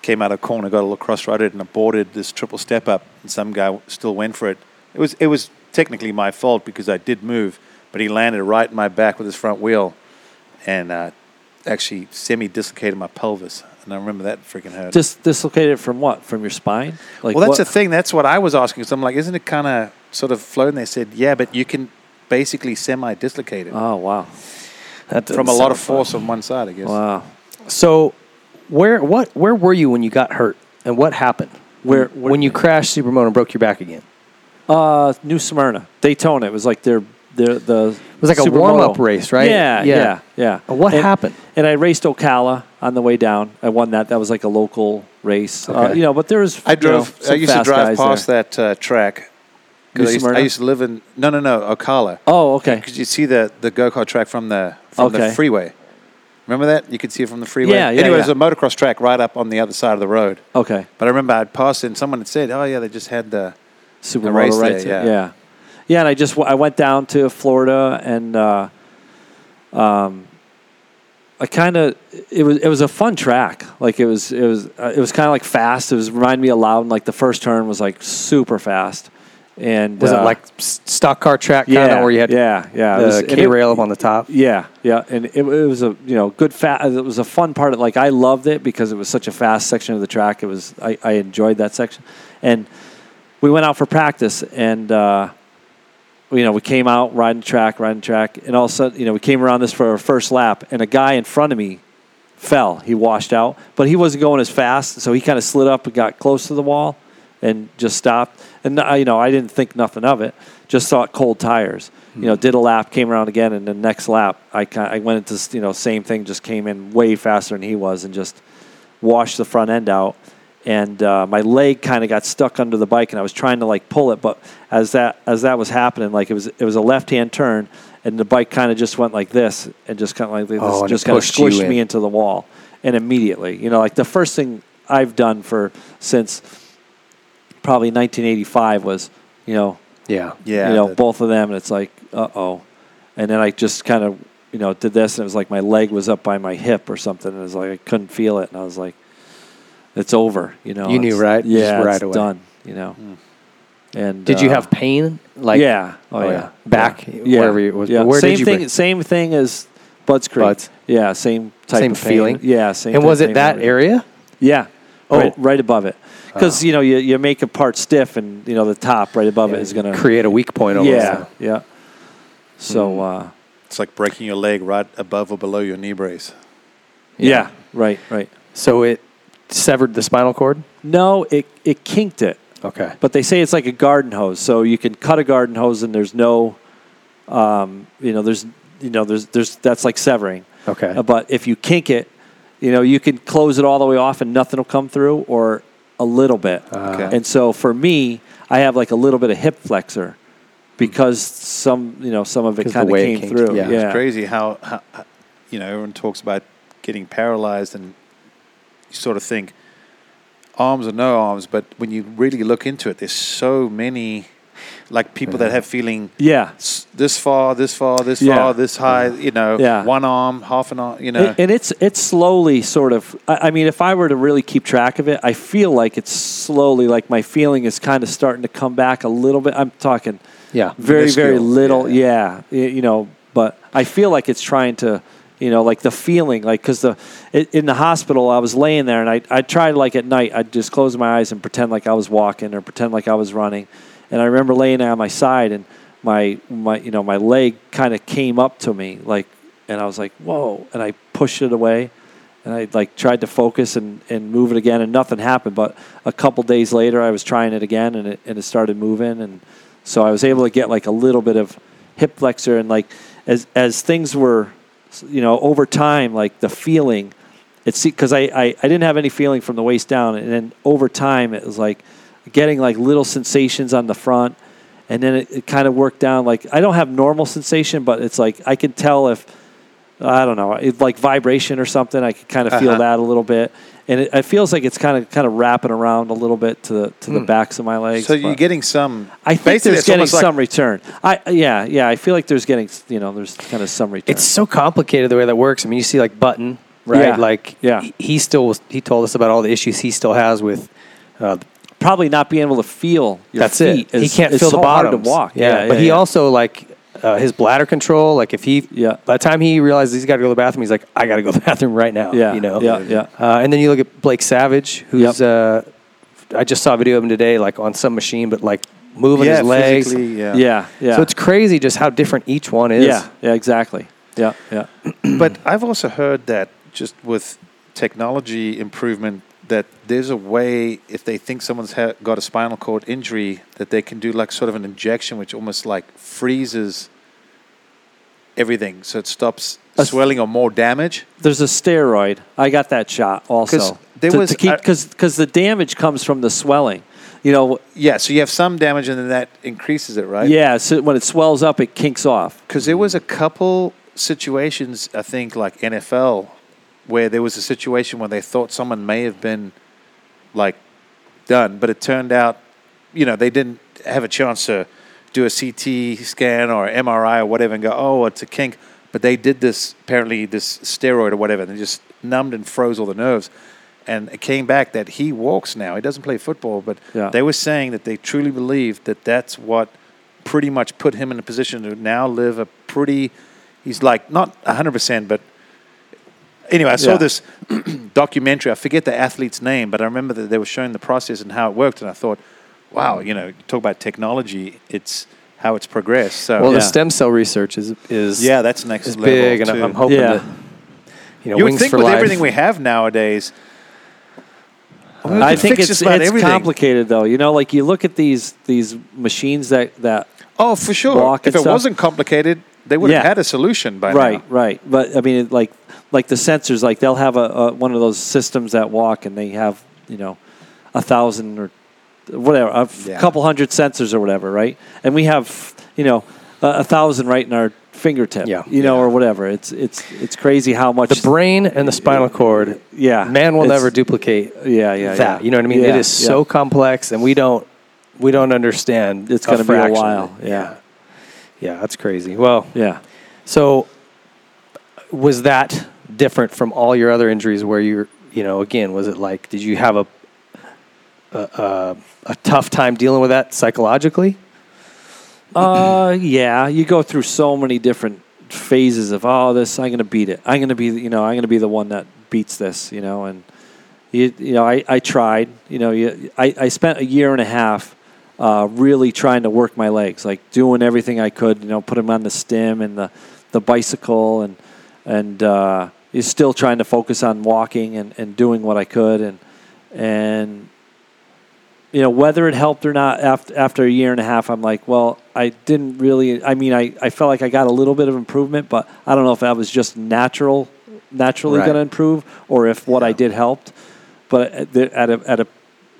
B: came out of corner, got a little cross-routed, and aborted this triple step up. And some guy w- still went for it. It was it was technically my fault because I did move, but he landed right in my back with his front wheel, and uh, actually semi-dislocated my pelvis. And I remember that freaking hurt.
D: Just dislocated from what? From your spine? Like
B: well, that's
D: what?
B: the thing. That's what I was asking. So I'm like, isn't it kind of sort of flown? They said, yeah, but you can basically semi dislocate it
D: Oh wow,
A: That doesn't
B: from a lot
A: sound
B: of force on one side, I guess.
D: wow.
A: fun. So, where what where were you when you got hurt, and what happened?
D: Where- where-
A: when you crashed Supermoto and broke your back again?
D: Uh, New Smyrna, Daytona. It was like their their the. It
A: was like a warm-up race, right?
D: Yeah,
A: Yeah.
D: yeah, yeah.
A: And what
D: And-
A: happened?
D: And I raced Ocala on the way down. I won that. That was like a local race, uh,
A: Okay.
D: you know. But there was
B: I
D: you know,
B: drove. I
D: some
B: used to
D: fast
B: drive
D: guys
B: past
D: there.
B: that uh, track. 'Cause
D: New
B: I used, I
D: Smyrna?
B: used to live in no, no, no, Ocala.
D: Oh, okay.
B: Because you see the the go kart track from the from the
D: Okay.
B: freeway. Remember that? You could see it from the freeway.
D: Yeah, yeah,
B: Anyway, there's a
D: yeah.
B: motocross track right up on the other side of the road.
D: Okay,
B: But I remember I'd passed it and someone had said, "Oh yeah, they just had the."
D: super
B: race there,
D: race.
B: yeah.
D: yeah, yeah. And I just w- I went down to Florida and uh, um, I kind of it was it was a fun track. Like it was it was uh, it was kind of like fast. It was reminded me of Loudon. Like the first turn was like super fast. And
A: Was
D: uh,
A: it like s- stock car track kind
D: yeah,
A: of where you had
D: yeah yeah It was-
A: the
D: and
A: K
D: it-
A: rail up on the top?
D: Yeah, yeah, and it, it was a you know good fast. It was a fun part. Of, like I loved it because it was such a fast section of the track. It was I, I enjoyed that section, and we went out for practice, and uh, you know we came out riding track, riding track, and all of a sudden you know we came around this for our first lap, and a guy in front of me fell. He washed out, but he wasn't going as fast, so he kind of slid up and got close to the wall and just stopped. And I, you know, I didn't think nothing of it. Just saw it cold tires. You know, did a lap, came around again, and the next lap, I kind I went into s- you know same thing, just came in way faster than he was, and just washed the front end out. And uh, my leg kind of got stuck under the bike, and I was trying to like pull it, but as that as that was happening, like it was it was a left hand turn, and the bike kind of just went like this, and just kind of like this,
A: Oh, and it
D: just kind of
A: pushed you
D: squished
A: in.
D: me into the wall, and immediately, you know, like the first thing I've done for since probably 1985 was, you know,
A: Yeah.
B: Yeah,
D: you know,
B: the-
D: both of them, and it's like, uh oh, and then I just kind of, you know, did this, and it was like my leg was up by my hip or something, and it was like I couldn't feel it, and I was like, it's over, you know.
A: You knew,
D: it's-
A: right? Just
D: Yeah,
A: right
D: it's
A: away. Hmm.
D: done, you know. And
A: Did you
D: uh,
A: have pain? Like
D: yeah. Oh, yeah.
A: Back
D: yeah.
A: wherever it was.
D: Yeah.
A: But Where
D: same
A: did you
D: thing.
A: break?
D: Same thing as Bud's Creek.
A: Bud's.
D: Yeah. Same type.
A: Same
D: of
A: feeling?
D: Pain. Yeah. Same.
A: And
D: type
A: was
D: of
A: it
D: pain
A: that
D: everywhere.
A: area?
D: Yeah.
A: Oh.
D: Right, right above it. Because, you know, you, you make a part stiff and, you know, the top right above it is going to
A: create a weak point. Almost.
D: Yeah. Yeah. So,
A: Hmm.
D: uh,
B: It's like breaking your leg right above or below your knee brace.
D: yeah. Right, right.
A: So it severed the spinal cord.
D: No, it, it kinked it.
A: Okay.
D: But they say it's like a garden hose. So you can cut a garden hose and there's no, um, you know, there's, you know, there's, there's, that's like severing.
A: Okay.
D: Uh, But if you kink it, you know, you can close it all the way off and nothing will come through or a little bit.
B: Okay.
D: And so for me, I have like a little bit of hip flexor because some, you know, some of it
A: 'Cause the
D: kind of
A: way it
D: came
A: kinked,
D: through.
A: yeah.
D: Yeah.
A: It's
B: Crazy how, how, you know, everyone talks about getting paralyzed and you sort of think arms or no arms, but when you really look into it, there's so many like people that have feeling
D: Yeah.
B: s- this far, this far, this
D: Yeah.
B: far, this high, you know,
D: Yeah.
B: one arm, half an arm, you know.
D: And, and it's it's slowly sort of. I, I mean, if I were to really keep track of it, I feel like it's slowly. Like my feeling is kind of starting to come back a little bit. I'm talking
A: Yeah.
D: very very
B: Minuscule,
D: little.
B: yeah.
D: Yeah. y- you know. But I feel like it's trying to. You know, like the feeling, like because the i- in the hospital, I was laying there, and I I tried like at night, I'd just close my eyes and pretend like I was walking or pretend like I was running, and I remember laying there on my side, and my my you know my leg kind of came up to me, like and I was like, whoa. And I pushed it away and I like tried to focus and, and move it again and nothing happened. But a couple days later I was trying it again and it, and it started moving. And so I was able to get like a little bit of hip flexor and like as, as things were, you know, over time, like the feeling it's because I, I, I didn't have any feeling from the waist down. And then over time it was like getting like little sensations on the front and then it, it kind of worked down. Like I don't have normal sensation, but it's like I can tell if I don't know, it, like vibration or something. I could kind of feel
B: Uh-huh.
D: that a little bit, and it, it feels like it's kind of kind of wrapping around a little bit to the to the backs of my legs.
B: Hmm. so you're
D: but
B: getting some.
D: I think
B: basically
D: there's
B: it's
D: getting
B: almost like-
D: some return. I yeah yeah. I feel like there's getting you know there's kind of some return.
A: It's so complicated the way that works. I mean, you see like Button, right?
D: Yeah.
A: Like,
D: Yeah.
A: he- he still was, he told us about all the issues he still has with. Uh,
D: probably not being able to feel. Your
A: that's
D: feet
A: it. he
D: is-
A: can't
D: it's
A: feel the
D: so
A: bottom
D: hard to walk.
A: Yeah,
D: yeah,
A: but he
D: yeah.
A: also like uh, his bladder control. Like if he,
D: Yeah.
A: by the time he realizes he's got to go to the bathroom, he's like, I got to go to the bathroom right now.
D: Yeah,
A: you know.
D: yeah, yeah.
A: Uh, and then you look at Blake Savage, who's. Uh, I just saw a video of him today, like on some machine, but like moving
B: yeah,
A: his legs.
B: physically, yeah.
D: yeah yeah.
A: So it's crazy just how different each one is.
D: yeah yeah exactly yeah yeah
B: But I've also heard that just with technology improvement, that there's a way if they think someone's ha- got a spinal cord injury, that they can do like sort of an injection, which almost like freezes everything, so it stops swelling or more damage.
D: there's a steroid. I got that shot
B: 'Cause
D: also.
B: there
D: to,
B: was-
D: to keep
B: I-
D: because because the damage comes from the swelling. You know,
B: Yeah, so you have some damage, and then that increases it, right?
D: yeah. So when it swells up, it kinks off.
B: because there was a couple situations I think like NFL where there was a situation where they thought someone may have been like done, but it turned out you know they didn't have a chance to do a CT scan or MRI or whatever and go oh it's a kink, but they did this apparently this steroid or whatever and they just numbed and froze all the nerves. And it came back that he walks now. He doesn't play football, but
D: Yeah.
B: they were saying that they truly believed that that's what pretty much put him in a position to now live a pretty. He's like not 100%, but anyway, I saw
D: Yeah.
B: this documentary. I forget the athlete's name, but I remember that they were showing the process and how it worked. And I thought, wow, you know, talk about technology, it's how it's progressed. So,
A: Well,
D: Yeah.
A: the stem cell research is is
B: yeah, that's next
A: is
B: level.
A: big, and
B: too.
A: I'm hoping
D: Yeah.
A: that you know
B: you would
A: wings
B: think
A: for
B: with
A: life.
B: everything we have nowadays, we
D: I
B: could
D: think
B: fix
D: it's
B: just about
D: it's
B: everything.
D: complicated though. You know, like you look at these these machines that that
B: Oh, for sure.
D: walk
B: If
D: and
B: it
D: stuff.
B: wasn't complicated, they would have
D: Yeah.
B: had a solution by now.
D: right right. But I mean, it, like like the sensors, like they'll have a, a one of those systems that walk and they have you know a thousand or whatever a f-
B: Yeah.
D: couple hundred sensors or whatever, right? And we have you know a, a thousand right in our fingertip,
A: Yeah.
D: you know, or whatever. It's it's it's crazy how much
A: the brain and the spinal cord.
D: Yeah,
A: man will
D: it's-
A: never duplicate
D: Yeah, yeah,
A: that.
D: yeah.
A: You know what I mean?
D: Yeah,
A: it is so
D: yeah.
A: complex, and we don't we don't understand.
D: It's
A: a
D: gonna be a
A: fraction of
D: while,
A: it.
D: yeah.
A: yeah, that's crazy. Well,
D: yeah.
A: so was that different from all your other injuries? Where you're, you know, again, was it like did you have a a, a, a tough time dealing with that psychologically?
D: Uh, yeah. You go through so many different phases of oh, this I'm gonna beat it. I'm gonna be the- you know I'm gonna be the one that beats this. You know, and you, you know I, I tried. You know, you, I I spent a year and a half. Uh, really trying to work my legs, like doing everything I could, you know, put them on the stem and the, the bicycle, and and uh, is still trying to focus on walking and, and doing what I could, and and you know whether it helped or not after after a year and a half i'm like well i didn't really i mean i, I felt like i got a little bit of improvement but i don't know if that was just natural naturally
A: Right.
D: going to improve or if what i did helped but at the- at a, at a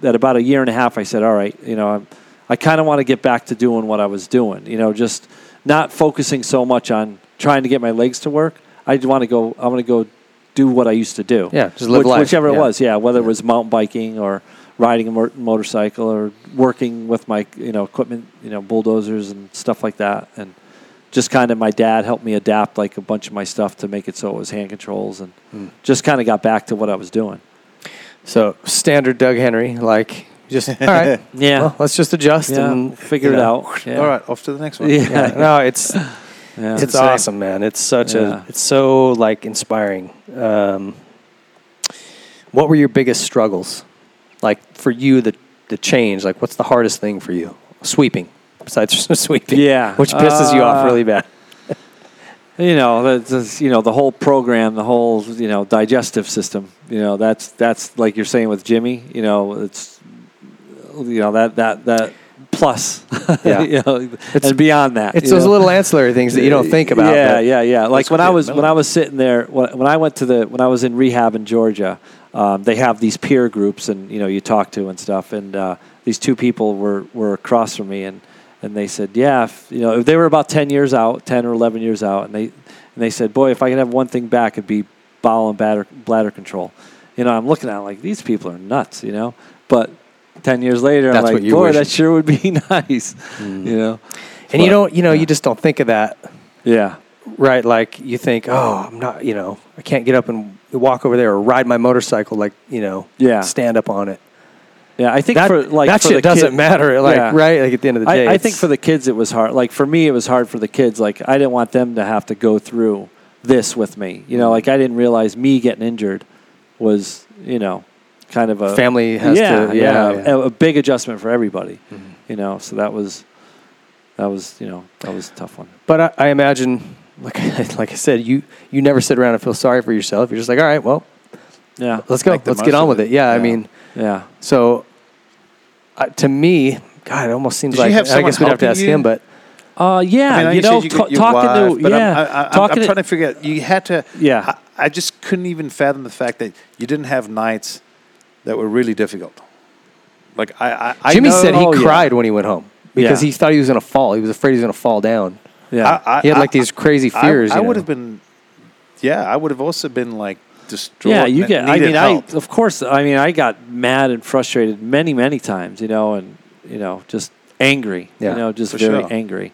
D: at about a year and a half i said all right you know I'm, i kind of want to get back to doing what i was doing you know just not focusing so much on trying to get my legs to work i want to go i want to go do what I used to do.
A: Yeah, just live life,
D: Whichever it
A: yeah.
D: was, yeah. Whether it was mountain biking or riding a mo- motorcycle or working with my you know equipment, you know bulldozers and stuff like that, and just kind of my dad helped me adapt like a bunch of my stuff to make it so it was hand controls and
A: Hmm.
D: just kind of got back to what I was doing.
A: So standard Doug Henry, like just all right.
D: Yeah.
A: well, let's just adjust
D: Yeah,
A: and
D: figure
A: you
D: it
A: know.
D: out. Yeah.
B: All right, off to the next one.
D: Yeah.
A: Yeah, no, it's
D: Yeah.
A: it's
B: insane.
A: awesome, man. It's such
D: Yeah.
A: a it's so like inspiring. Um, what were your biggest struggles, like for you the the change? Like, what's the hardest thing for you? Sweeping, besides sweeping,
D: Yeah.
A: which pisses you off
D: Uh,
A: really bad.
D: You know, that's, that's, you know the whole program, the whole you know digestive system. You know, that's that's like you're saying with Jimmy. You know, it's you know that that that plus.
A: Yeah.
D: you know,
A: It's-
D: and beyond that,
A: It's
D: you
A: those
D: know.
A: little ancillary things that you don't think about.
D: Yeah,
A: but-
D: yeah, yeah. Like
B: That's
D: when
B: what
D: I
B: they
D: was when
B: develop.
D: I was sitting there when, when I went to the when I was in rehab in Georgia, um, they have these peer groups and you know you talk to and stuff. And uh, these two people were were across from me and and they said, yeah, if, you know, if they were about ten years out, ten or eleven years out, and they and they said, boy, if I could have one thing back, it'd be bowel and bladder bladder control. You know, I'm looking at it like these people are nuts. You know, but. Ten years later,
A: That's
D: I'm
A: what
D: like,
A: you
D: boy,
A: wish." Mm.
D: that sure would be nice, you know.
A: and you
D: But-
A: don't, you know, you just don't think of that
D: yeah,
A: right? Like you think, oh, I'm not, you know, I can't get up and walk over there or ride my motorcycle, like you know,
D: Yeah.
A: stand up on it.
D: yeah. I think
A: That,
D: for like
A: that
D: for
A: shit
D: the
A: doesn't
D: kid-
A: matter, like
D: Yeah.
A: right? Like at the end of the day,
D: I, I
A: it's-
D: think for the kids it was hard. Like for me, it was hard for the kids. Like I didn't want them to have to go through this with me. You know, like I didn't realize me getting injured was you know kind of a
A: Family has to- yeah,
D: yeah,
A: yeah. Mm-hmm.
D: A, a big adjustment for everybody. You know, so that was that was you know that was a tough one.
A: but I, I imagine, like like I said, you you never sit around and feel sorry for yourself. You're just like, all right, well,
D: Yeah,
A: let's go,
B: Make the
A: let's get
B: most
A: on
B: of
A: with it.
B: it.
A: Yeah, I
D: Yeah.
A: mean,
D: yeah.
A: so uh, to me, God, it almost seems
B: Did you
A: like
B: have
A: I guess
B: someone
A: we'd have to
B: helping
A: ask
B: you?
A: him, but
D: Uh, yeah,
B: I mean, I
D: you
B: said
D: know,
B: got
D: ta-
B: your
D: talking
B: wife,
D: to
B: but I'm-
D: yeah,
B: I, I,
D: talking
B: I'm trying to
D: to
B: figure out. You had to.
D: Yeah.
B: I, I just couldn't even fathom the fact that you didn't have nights that were really difficult. Like I, I, I
A: Jimmy
B: know-
A: said he
D: oh, yeah.
A: cried when he went home because
D: Yeah.
A: he thought he was going to fall. He was afraid he was going to fall down.
D: yeah.
B: I, I,
A: He had like these crazy
B: I-
A: fears.
B: I,
A: you know?
B: would have been. Yeah, I would have also been like destroyed.
D: Yeah, you
B: and
D: get. I
B: needed
D: mean,
B: help.
D: I of course. I mean, I got mad and frustrated many, many times. You know, and you know, just angry.
A: Yeah,
D: you know, just
B: for
D: very
B: sure.
D: angry.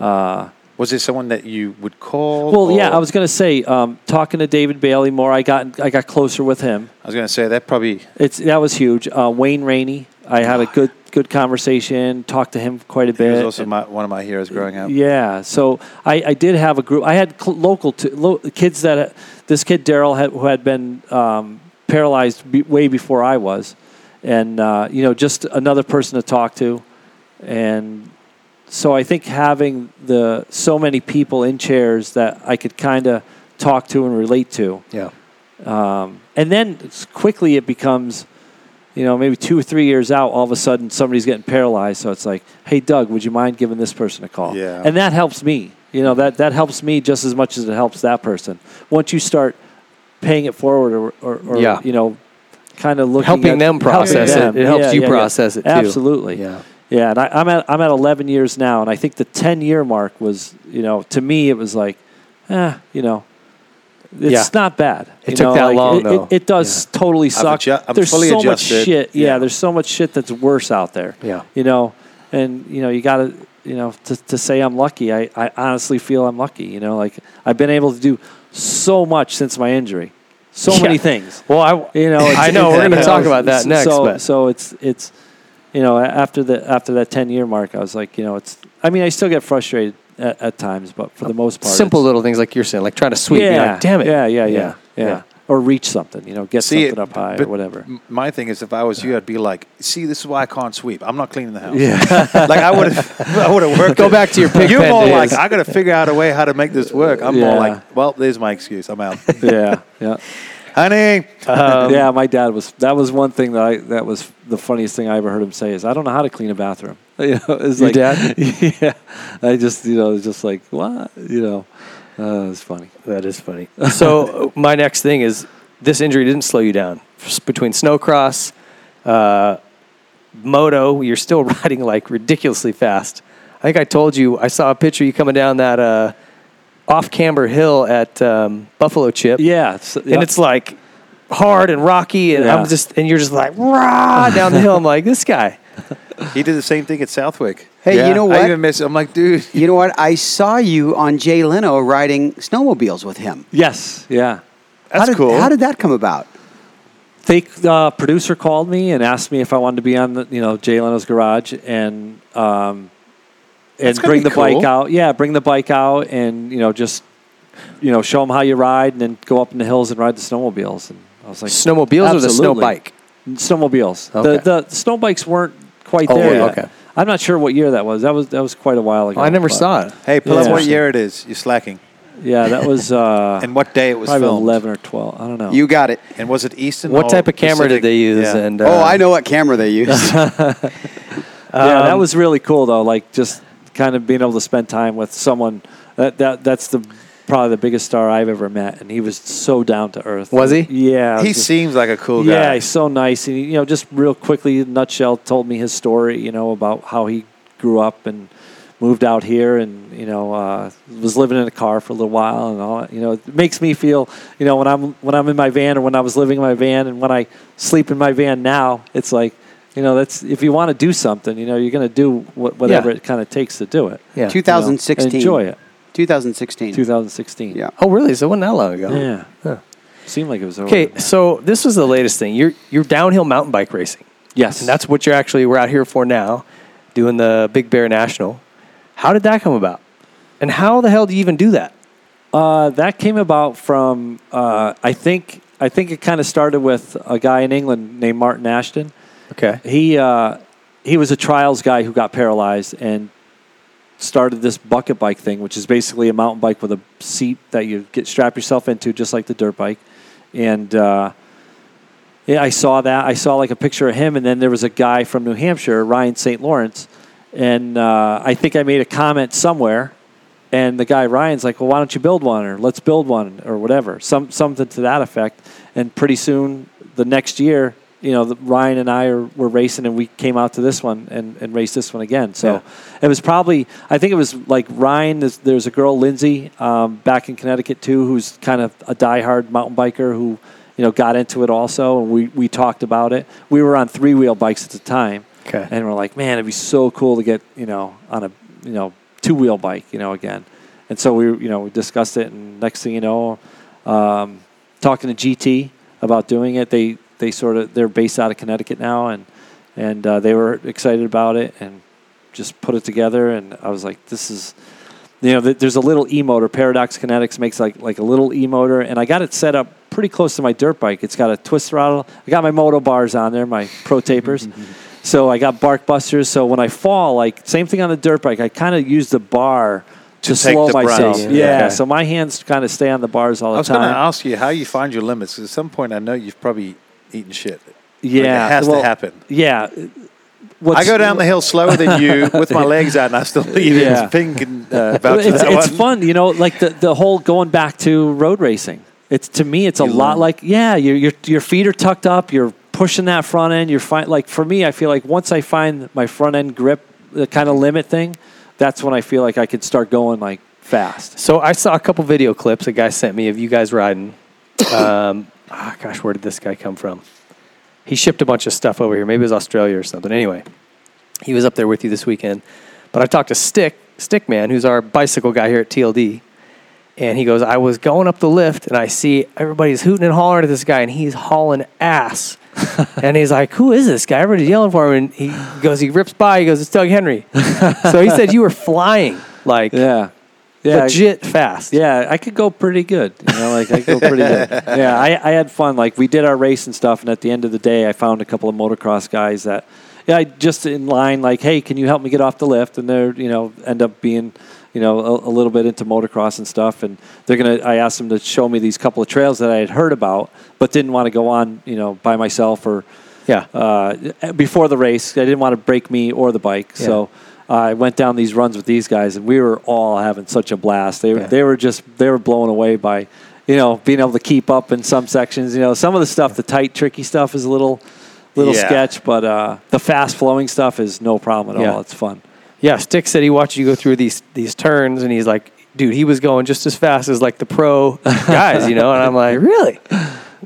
B: was there someone that you would call?
D: Well, yeah,
B: or-
D: I was gonna say, um, talking to David Bailey more, I got I got closer with him.
B: I was going to say that probably.
D: It's that was huge. Uh, Wayne Rainey, I had a good good conversation. Talked to him quite a
B: He
D: bit.
B: was also my, one of my heroes growing up.
D: Yeah, so I, I did have a group. I had cl- local t- lo- kids that this kid Daryl had, who had been um, paralyzed be- way before I was, and uh, you know just another person to talk to, and so I think having the so many people in chairs that I could kind of talk to and relate to,
A: yeah.
D: um, and then it's- quickly it becomes, you know, maybe two or three years out, all of a sudden somebody's getting paralyzed. So it's like, hey, Doug, would you mind giving this person a call?
B: Yeah.
D: And that helps me. You know, that, that helps me just as much as it helps that person. Once you start paying it forward or, or, or
A: Yeah.
D: you know, kind of looking
A: Helping
D: at-
A: them process
B: it.
D: them.
A: It helps you process it, too.
D: Absolutely.
A: Yeah.
D: Yeah, and I, I'm at I'm at 11 years now, and I think the 10 year mark was, you know, to me it was like, ah, you know, it's
A: Yeah.
D: not bad.
A: It
D: you
A: took
D: know,
A: that
D: like,
A: long,
D: it,
A: though.
D: It, it does totally suck.
B: adju- I'm
D: there's
B: fully
D: so much
B: adjusted.
D: shit. Yeah,
B: Yeah.
D: there's so much shit that's worse out there.
A: Yeah.
D: you know, and you know you got to you know to, to say I'm lucky. I, I honestly feel I'm lucky. You know, like I've been able to do so much since my injury, so
A: Yeah.
D: many things.
A: Well, I
D: You know,
A: I
D: it's-
A: know we're going to
D: it's-
A: talk about that next,
D: So,
A: but
D: so it's it's you know a- after the after that ten year mark, I was like, you know, it's. I mean, I still get frustrated at, at times, but for the most part,
A: simple
D: it's-
A: little things like you're saying, like trying to sweep. Yeah. You're like, damn it.
D: Yeah, yeah, yeah, yeah,
A: yeah.
D: Or reach something, you know, get
B: See,
D: something up high or
B: but
D: whatever.
B: m- My thing is, if I was you, I'd be like, "See, this is why I can't sweep. I'm not cleaning the house. Yeah. like I would have, I would have worked.
A: Go
B: it.
A: back to your pig
B: You're
A: pen
B: more
A: days.
B: like, I got to figure out a way how to make this work. I'm more
D: Yeah.
B: like, well, there's my excuse. I'm out,
D: yeah, yeah,
B: honey.
A: Um,
D: yeah. My dad was. That was one thing that I. That was the funniest thing I ever heard him say is, "I don't know how to clean a bathroom." You know, it's
A: Your
D: like,
A: dad?
D: yeah. I just, you know, it's just like what, you know, uh, it's funny.
A: That is funny. So uh, my next thing is this injury didn't slow you down. S- Between snowcross, uh, moto, you're still riding like ridiculously fast. I think I told you I saw a picture of you coming down that uh, off Camber Hill at um, Buffalo Chip.
D: Yeah, it's,
A: and it's like hard and rocky, and
D: Yeah.
A: I'm just and you're just like rah down the hill. I'm like this guy.
B: He did the same thing at Southwick.
C: Hey, you know what?
B: I even miss. I'm like, dude.
C: You know what? I saw you on Jay Leno riding snowmobiles with him.
D: yes, yeah.
C: how
B: That's
C: did,
B: cool.
C: How did that come about?
D: They uh, producer called me and asked me if I wanted to be on the you know Jay Leno's garage and um, and
B: That's gotta
D: bring
B: be
D: the bike
B: cool.
D: out. Yeah, bring the bike out and you know just you know show them how you ride and then go up in the hills and ride the snowmobiles. And I was like,
A: Snowmobiles or the snow
D: Absolutely.
A: bike?
D: snowmobiles.
A: Okay.
D: The, the snow bikes weren't quite
A: Oh,
D: there. yet.
A: okay.
D: I'm not sure what year that was. That was that was quite a while ago.
A: I never
D: but-
A: saw it.
B: hey, pull up
D: Yeah.
B: what year it is. You're slacking.
D: Yeah, that was uh,
B: And what day it was
D: probably
B: filmed.
D: 11 or 12. I don't know.
C: You got it.
B: And was it Easton?
A: What
B: or
A: type of camera
B: Pacific?
A: did they use?
B: Yeah.
A: And
C: oh, I know what camera they used.
D: yeah,
A: Um,
D: that was really cool though. Like just kind of being able to spend time with someone that that that's the probably the biggest star I've ever met, and he was so down to earth.
A: Was he?
D: Yeah,
B: he
D: just-
B: seems like a cool guy.
D: yeah, he's so nice, and he, you know, just real quickly, nutshell, told me his story. You know about how he grew up and moved out here, and you know, uh, was living in a car for a little while, and all. that. You know, it makes me feel, you know, when I'm when I'm in my van, or when I was living in my van, and when I sleep in my van now, it's like, you know, that's if you want to do something, you know, you're going to do what, whatever
A: Yeah.
D: it kind of takes to do it.
A: Yeah.
D: You know,
C: 2016.
D: enjoy it.
C: 2016.
D: 2016.
C: Yeah.
A: Oh, really? So it wasn't that long ago.
D: Yeah. Seemed like it was over.
A: Okay, so this was the latest thing. You're you're downhill mountain bike racing,
D: Yes.
A: and that's what you're actually we're out here for now, doing the Big Bear National. How did that come about? And how the hell do you even do that?
D: Uh, that came about from uh, I think I think it kind of started with a guy in England named Martin Ashton.
A: Okay.
D: He uh, he was a trials guy who got paralyzed and started this bucket bike thing, which is basically a mountain bike with a seat that you get strap yourself into, just like the dirt bike. And uh, yeah, I saw that. I saw like a picture of him, and then there was a guy from New Hampshire, Ryan St. Lawrence, and uh, I think I made a comment somewhere, and the guy Ryan's like, "Well, why don't you build one, or let's build one, or whatever, some something to that effect." And pretty soon, the next year, you know, the, Ryan and I are, were racing, and we came out to this one and, and raced this one again. So
A: Yeah.
D: it was probably, I think it was like Ryan. There's, there's a girl, Lindsay, um, back in Connecticut too, who's kind of a diehard mountain biker who, you know, got into it also, and we we talked about it. We were on three wheel bikes at the time,
A: Okay.
D: and we're like, man, it'd be so cool to get you know on a you know two wheel bike, you know, again. And so we you know we discussed it, and next thing you know, um, talking to GT about doing it. They they sort of they're based out of Connecticut now, and and uh, they were excited about it, and just put it together. And I was like, this is you know, th- there's a little e motor. Paradox Kinetics makes like like a little e motor, and I got it set up pretty close to my dirt bike. It's got a twist throttle. I got my moto bars on there, my pro tapers. so I got bark busters. So when I fall, like same thing on the dirt bike, I kind of use the bar to,
B: take
D: slow
B: the brunt.
D: myself.
B: Yeah.
D: Yeah.
A: Okay.
D: So my hands kind of stay on the bars all
B: I
D: the
B: was
D: time.
B: going to ask you how you find your limits. 'cause at some point, I know you've probably eaten shit.
D: yeah.
B: it has to
D: well,
B: happen.
D: Yeah. What's,
B: I go down the hill slower than you with my legs out, and I still eat it.
D: Yeah.
B: It's pink and uh,
D: Well,
B: about to
D: it's,
B: that
D: it's
B: one.
D: fun, you know, like the, the whole going back to road racing. It's to me, it's a lot like yeah, your your your feet are tucked up, you're pushing that front end. You're fine. Like for me, I feel like once I find my front end grip, the kind of limit thing, that's when I feel like I could start going like fast.
A: So I saw a couple video clips a guy sent me of you guys riding. Um, ah, gosh, where did this guy come from? He shipped a bunch of stuff over here. Maybe it was Australia or something. Anyway, he was up there with you this weekend. But I talked to Stick Stickman, who's our bicycle guy here at TLD, and he goes, "I was going up the lift, and I see everybody's hooting and hollering at this guy, and he's hauling ass." and he's like, "Who is this guy?" Everybody's yelling for him, and he goes, he rips by. He goes, "It's Doug Henry." so he said you were flying like
D: Yeah, yeah,
A: legit fast.
D: Yeah, I could go pretty good. You know, like I could go pretty good. Yeah, I, I had fun. Like we did our race and stuff, and at the end of the day, I found a couple of motocross guys that, yeah, I just in line like, hey, can you help me get off the lift? And they're you know end up being you know a, a little bit into motocross and stuff, and they're gonna. I asked them to show me these couple of trails that I had heard about, but didn't want to go on you know by myself or
A: Yeah.
D: uh, before the race. I didn't want to break me or the bike, so I went down these runs with these guys, and we were all having such a blast. They were
A: Yeah.
D: they were just they were blown away by you know being able to keep up in some sections. You know, some of the stuff, the tight, tricky stuff, is a little little
B: Yeah.
D: sketch, but uh, the fast flowing stuff is no problem at
A: Yeah.
D: all. It's fun.
A: Yeah, Stick said he watched you go through these these turns, and he's like, dude, he was going just as fast as like the pro guys, you know. And I'm like, really?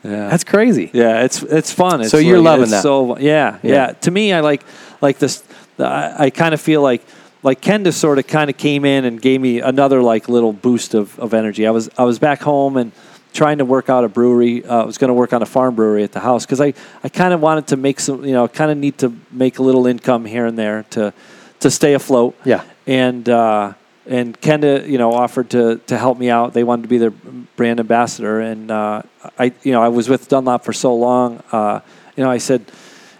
D: Yeah.
A: That's crazy.
D: Yeah, it's it's fun. It's
A: So you're
D: like-
A: loving
D: it's
A: that.
D: So yeah, yeah,
A: Yeah.
D: To me, I like like this. I, I kind of feel like like Kenda sort of kind of came in and gave me another like little boost of, of energy. I was I was back home and trying to work out a brewery. Uh, I was going to work on a farm brewery at the house because I I kind of wanted to make some you know kind of need to make a little income here and there to to stay afloat
A: Yeah.
D: and uh, and Kenda, you know, offered to to help me out. They wanted to be their brand ambassador, and uh, I, you know, I was with Dunlop for so long. Uh, you know, I said,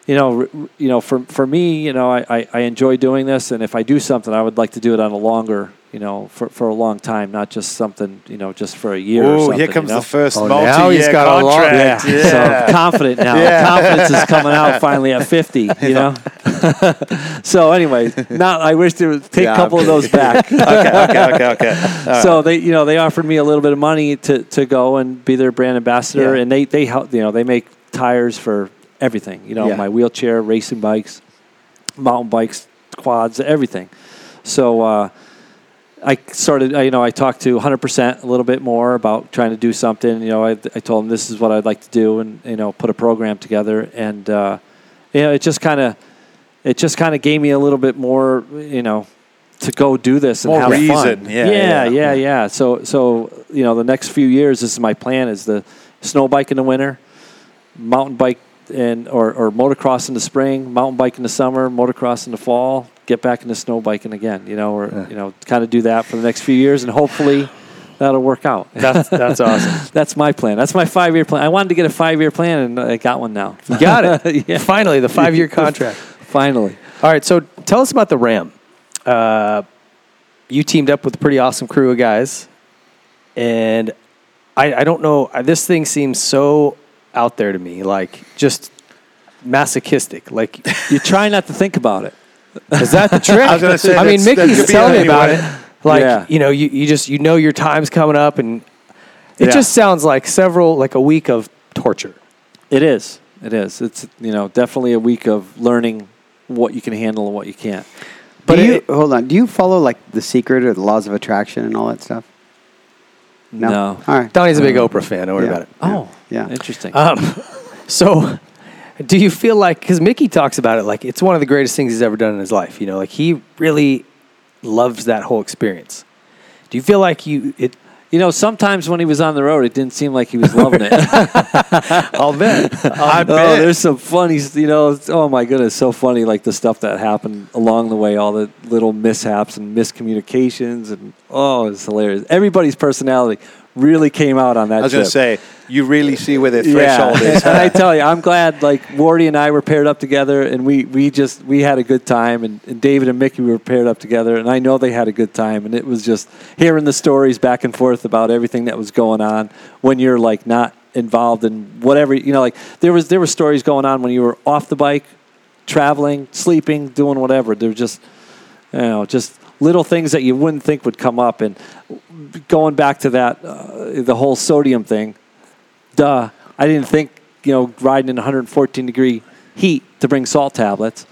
D: you know, r- r- you know, for for me, you know, I, I, I enjoy doing this, and if I do something, I would like to do it on a longer, you know, for, for a long time, not just something, you know, just for a year. or
B: Oh,
D: something,
B: here comes
D: you know?
B: the first
A: Oh,
B: multi-year
A: now he's got a lot-
B: contract.
D: Yeah. So I'm confident now. Confidence is coming out finally at 50, you know? so anyway, now I wish to take
B: Yeah,
D: a couple of
B: okay.
D: those back.
B: okay, okay, okay, okay.
D: so they, you know, they offered me a little bit of money to, to go and be their brand ambassador
A: Yeah.
D: and they, they help, you know, they make tires for everything, you know,
A: Yeah.
D: my wheelchair, racing bikes, mountain bikes, quads, everything. So, uh, I started, I- you know, I talked to 100% a little bit more about trying to do something. You know, I, I told them this is what I'd like to do and, you know, put a program together. And, uh, you know, it just kind of, it just kind of gave me a little bit more, you know, to go do this and
B: More
D: have
B: reason.
D: fun.
B: Yeah, yeah.
D: yeah, yeah, yeah. So, so, you know, the next few years, this is my plan is the snow bike in the winter, mountain bike and, or, or motocross in the spring, mountain bike in the summer, motocross in the fall, get back into snow biking again, you know, or, you know, kind of do that for the next few years and hopefully that'll work out.
A: That's that's awesome.
D: That's my plan. That's my five year plan. I wanted to get a five year plan and I got one now.
A: You got it. Finally, the five year contract.
D: Finally.
A: All right, so tell us about the Ram. Uh, you teamed up with a pretty awesome crew of guys, and I, I don't know. I- This thing seems so out there to me, like just masochistic. Like,
D: You try not to think about it.
A: is that the trick?
B: I was gonna say,
A: I mean,
B: that's- that
A: Mickey's
B: could be
A: telling me
B: anyone.
A: about it. Like,
D: Yeah.
A: you know, you, you just you know your time's coming up, and it
B: Yeah.
A: just sounds like several like a week of torture.
D: It is. It is. It's, you know, definitely a week of learning what you can handle and what you can't.
A: But
C: do you,
A: it-
C: hold on. Do you follow like the secret or the laws of attraction and all that stuff? No.
D: No.
C: All right.
A: Donnie's a big Oprah fan. Don't worry
C: Yeah.
A: about it.
D: Oh,
C: Yeah.
D: Interesting.
A: Um, so, do you feel like because Mickey talks about it like it's one of the greatest things he's ever done in his life? You know, like he really loves that whole experience. Do you feel like you it?
D: you know, sometimes when he was on the road, it didn't seem like he was loving it.
A: I'll bet.
B: I
D: Oh,
B: bet.
D: there's some funny, you know. it's- Oh my goodness, so funny! Like the stuff that happened along the way, all the little mishaps and miscommunications, and oh, it's hilarious. Everybody's personality really came out on that.
B: I was
D: trip.
B: going to say, you really see where their threshold
D: yeah.
B: is.
D: and I tell you, I'm glad like Wardy and I were paired up together, and we we just we had a good time, and, and David and Mickey were paired up together, and I know they had a good time, and it was just hearing the stories back and forth about everything that was going on when you're like not involved in whatever you know. Like there was there were stories going on when you were off the bike, traveling, sleeping, doing whatever. They're just you know just little things that you wouldn't think would come up and going back to that uh, the whole sodium thing duh, I didn't think, you know, riding in 114 degree heat to bring salt tablets.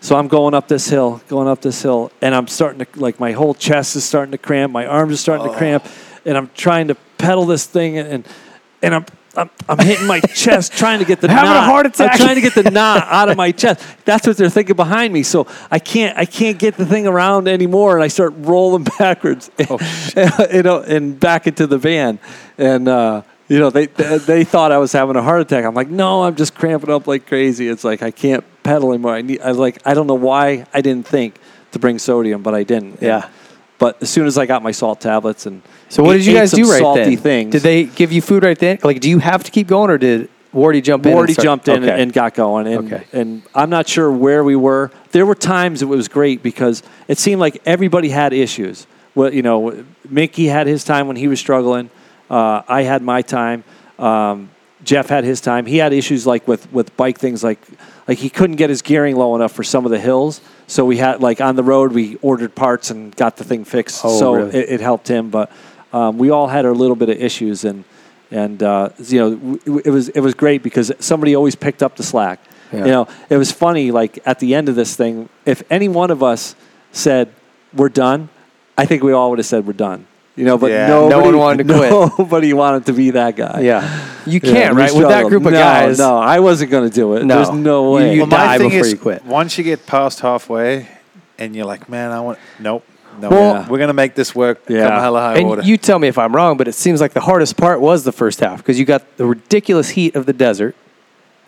D: So I'm going up this hill, going up this hill, and I'm starting to, like, my whole chest is starting to cramp, my arms are starting
A: Oh.
D: to cramp, and I'm trying to pedal this thing, and, and I'm, I'm, I'm hitting my chest, trying to get the
A: Having a
D: knot.
A: heart
D: I'm
A: attack.
D: trying to get the knot out of my chest. That's what they're thinking behind me. So I can't, I can't get the thing around anymore, and I start rolling backwards,
A: Oh,
D: you know, and back into the van, and uh, you know, they they thought I was having a heart attack. I'm like, no, I'm just cramping up like crazy. It's like I can't pedal anymore. I need, I was like, I don't know why I didn't think to bring sodium, but I didn't.
A: Yeah.
D: But as soon as I got my salt tablets and
A: So what
D: ate-
A: did you
D: ate
A: guys
D: some
A: do right
D: salty
A: then?
D: Things.
A: Did they give you food right then? Like, do you have to keep going, or did Wardy jump in? and
D: Wardy
A: start-
D: jumped in
A: Okay.
D: and got going. And,
A: Okay.
D: and I'm not sure where we were. There were times it was great because it seemed like everybody had issues. Well, you know, Mickey had his time when he was struggling. Uh, I had my time. Um, Jeff had his time. He had issues like with, with bike things like like he couldn't get his gearing low enough for some of the hills. So we had like on the road we ordered parts and got the thing fixed.
A: Oh,
D: so
A: really?
D: it, it helped him. But um, we all had our little bit of issues, and and uh, you know w- w- it was it was great because somebody always picked up the slack.
A: Yeah.
D: You know, it was funny. Like at the end of this thing, if any one of us said we're done, I think we all would have said we're done. You know, but
B: Yeah.
D: nobody,
A: No one wanted to quit.
D: Nobody wanted to be that guy.
A: Yeah, you
D: Yeah,
A: can't
D: we
A: right with that
D: struggled.
A: group of
D: No,
A: guys.
D: No, I wasn't going to do it.
A: No.
D: There's no way.
A: You-
B: Well, my
A: die
B: thing
A: before
B: is,
A: you quit.
B: Once you get past halfway, and you're like, man, I want nope, no,
D: Well-
B: we're gonna make this work.
D: Yeah.
B: come hella high
A: and
B: water.
A: you tell me if I'm wrong, but it seems like the hardest part was the first half because you got the ridiculous heat of the desert.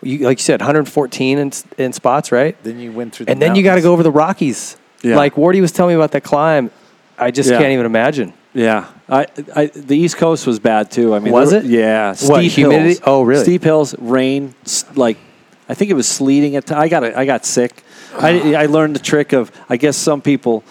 A: You, like you said, 114 in, s- in spots, right?
B: then you went through, the
A: And then you got to
B: mountains.
A: go over the Rockies.
D: Yeah.
A: Like Wardy was telling me about that climb. I just
D: Yeah.
A: can't even imagine.
D: yeah, I, I, the East Coast was bad too. I mean,
A: Was
D: there-
A: it?
D: Yeah,
A: What, humidity?
D: hills.
A: Oh, really?
D: Steep hills, rain. s- Like, I think it was sleeting. At t- I got, a, I got sick. I, I learned the trick of, I guess some people,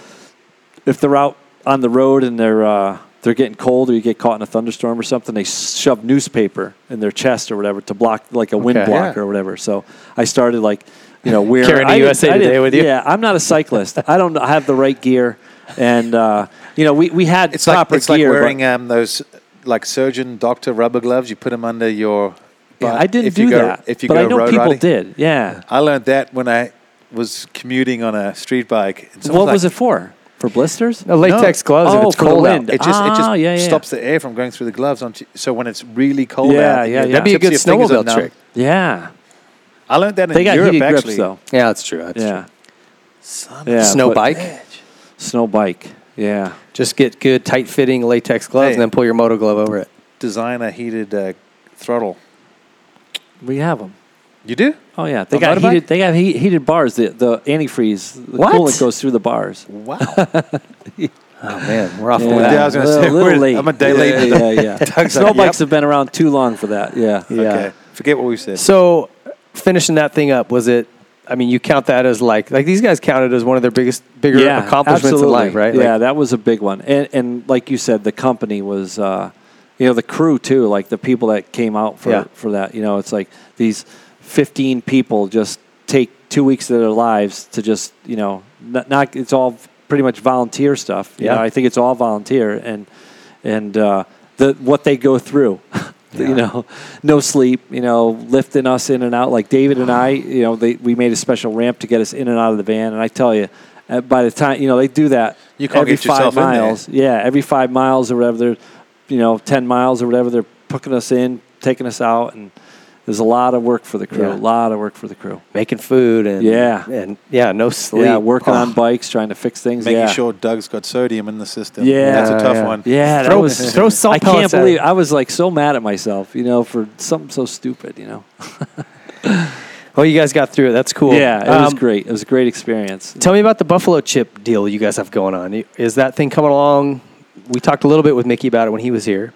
D: if they're out on the road and they're uh, they're getting cold or you get caught in a thunderstorm or something, they shove newspaper in their chest or whatever to block like a wind
A: Okay.
D: block
B: Yeah.
D: or whatever. So I started like you know wearing
A: Carrying a
D: I didn't-
A: USA
D: I didn't-
A: Today with you?
D: Yeah, I'm not a cyclist. I don't have the right gear, and uh, you know we we had
B: It's like
D: proper
B: it's like
D: gear. but-
B: wearing um, those like surgeon doctor rubber gloves. You put them under your.
D: yeah,
B: butt
D: I didn't
B: uh, if
D: do
B: you go,
D: that,
B: If you
D: but
B: go
D: I know
B: road
D: people
B: riding.
D: did. Yeah.
B: I learned that when I was commuting on a street bike. And
D: what
B: someone's
D: was
B: like,
D: it for? For blisters?
A: No, latex gloves if
D: Oh,
A: it's
D: for the
A: cold out.
D: wind.
B: It just it just
D: Ah, yeah, yeah.
B: stops the air from going through the gloves onto. So when it's really cold
D: Yeah,
B: out, and
D: yeah,
B: your
D: yeah. That'd
A: be a
B: tips of
A: good
B: your fingers are
A: snowmobile
B: numb.
A: trick.
D: Yeah,
B: I learned that in
D: they got
B: Europe
D: heated
B: actually.
D: grips though.
A: Yeah, that's true. That's
D: Yeah,
B: Son of
D: yeah.
A: Snow
D: but-
A: bike.
D: Snow bike. Yeah.
A: Just get good, tight fitting latex gloves
B: Hey.
A: and then pull your moto glove over it.
B: designer heated uh, throttle.
D: We have them.
B: You do?
D: Oh yeah, they
B: A
D: got
B: motorbike?
D: heated. They got heat, heated bars. The the antifreeze, the
A: What?
D: coolant goes through the bars.
B: Wow.
A: Oh, man. We're off
D: Yeah.
A: the
B: Yeah, I was gonna
D: Well,
B: say,
D: a little
B: we're-
D: late.
B: I'm a day late.
D: Yeah, yeah. yeah.
B: Doug's
D: Snow
B: like,
D: bikes
B: yep.
D: have been around too long for that. Yeah, yeah.
B: Okay. Forget what we said.
A: So finishing that thing up, was it, I mean, you count that as like, like these guys counted as one of their biggest, bigger accomplishments in
D: absolutely.
A: life, right?
D: Yeah,
A: Like,
D: that was a big one. And, and like you said, the company was, uh, you know, the crew too, like the people that came out for,
A: Yeah.
D: for that. You know, it's like these 15 people just take two weeks of their lives to just, you know, not, not it's all pretty much volunteer stuff. You
A: Yeah.
D: know, I think it's all volunteer and, and, uh, the, what they go through, you know, no sleep, you know, lifting us in and out. Like David and I, you know, they, we made a special ramp to get us in and out of the van. And I tell you, uh, by the time you know they do that,
B: You can't
D: every
B: get
D: five
B: yourself in there.
D: miles. Yeah, every five miles or whatever, they're you know ten miles or whatever, they're hooking us in, taking us out, and there's a lot of work for the crew.
A: Yeah.
D: A lot of work for the crew.
A: making food and,
D: Yeah.
A: and yeah, no sleep.
D: Yeah, working
A: Oh.
D: on bikes, trying to fix things.
B: Making
D: yeah.
B: sure Doug's got sodium in the system.
D: Yeah.
B: That's a tough
A: Yeah.
B: one.
D: Yeah, that
A: Throw-
D: was
A: throw salt
D: I can't
A: pellets at
D: believe
A: it.
D: I was like so mad at myself, you know, for something so stupid, you know.
A: Well, Oh, you guys got through it. That's cool.
D: Yeah, it was
A: Um,
D: great. It was a great experience.
A: Tell me about the Buffalo chip deal you guys have going on. Is that thing coming along? We talked a little bit with Mickey about it when he was here.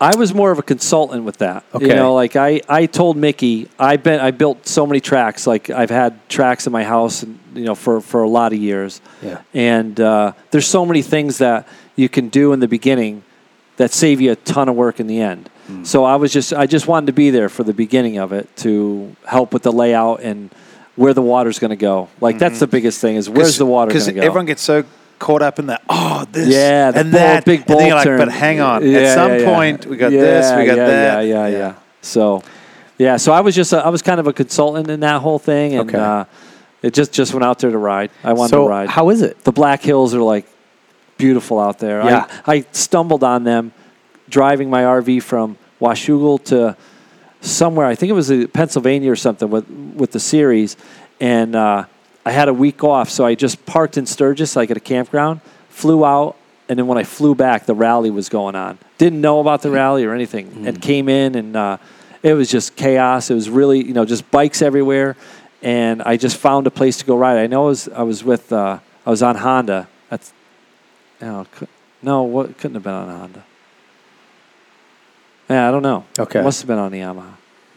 D: I was more of a consultant with that. You
A: Okay.
D: know, like I, I told Mickey, I been I built so many tracks. Like I've had tracks in my house, and, you know, for for a lot of years.
A: Yeah.
D: And uh, there's so many things that you can do in the beginning that save you a ton of work in the end.
A: Hmm.
D: So I was just I just wanted to be there for the beginning of it to help with the layout and where the water's going to go. Like
A: Mm-hmm.
D: that's the biggest thing is where's the water going
B: Because
D: to go.
B: everyone gets so caught up in that. Oh, this.
D: Yeah, the
B: and
D: ball-
B: that.
D: big
B: and then
D: ball
B: you're like,
D: turn.
B: but hang on.
D: Yeah,
B: At some
D: yeah, yeah.
B: point, we got this. We
D: Yeah,
B: got
D: yeah,
B: that.
D: Yeah, yeah, yeah, So, yeah, so I was just a, I was kind of a consultant in that whole thing, and
A: Okay.
D: uh, it just just went out there to ride. I wanted
A: so
D: to ride.
A: how is it?
D: the Black Hills are like beautiful out there.
A: Yeah.
D: I, I stumbled on them driving my RV from Washougal to somewhere. I think it was uh, Pennsylvania or something with with the series, and uh, I had a week off, so I just parked in Sturgis, like at a campground, flew out, and then when I flew back, the rally was going on. Didn't know about the rally or anything, and came in, and uh, it was just chaos. It was really, you know, just bikes everywhere, and I just found a place to go ride. I know I was, I was with, uh, I was on Honda. That's, no, cou- no, what couldn't have been on a Honda. Yeah, I don't know.
A: Okay.
D: Must have been on the Yamaha.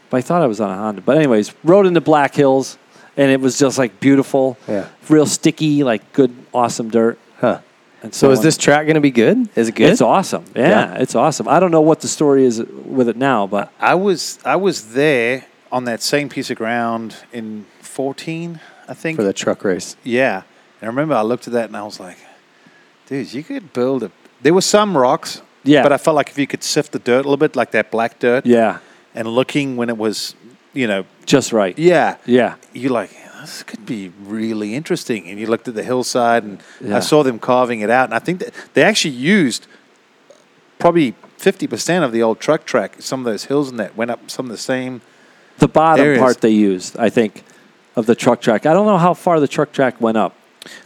D: But I thought I was on a Honda. But anyways, rode into Black Hills and it was just like beautiful.
A: Yeah.
D: Real sticky, like good, awesome dirt.
A: Huh.
D: And
A: So is
D: on.
A: this track going to be good? Is it good?
D: It's awesome. Yeah,
A: Yeah.
D: it's awesome. I don't know what the story is with it now, but
B: I was I was there on that same piece of ground in 14, I think.
A: for the truck race.
B: Yeah. And I remember I looked at that and I was like, dude, you could build a. There were some rocks.
D: Yeah.
B: But I felt like if you could sift the dirt a little bit, like that black dirt,
D: yeah,
B: and looking when it was, you know,
D: just right.
B: yeah,
D: Yeah.
B: you're like, this could be really interesting. And you looked at the hillside and
D: Yeah.
B: I saw them carving it out. And I think that they actually used probably fifty percent of the old truck track. Some of those hills and that went up some of the same.
D: The bottom
B: Areas.
D: part they used, I think, of the truck track. I don't know how far the truck track went up.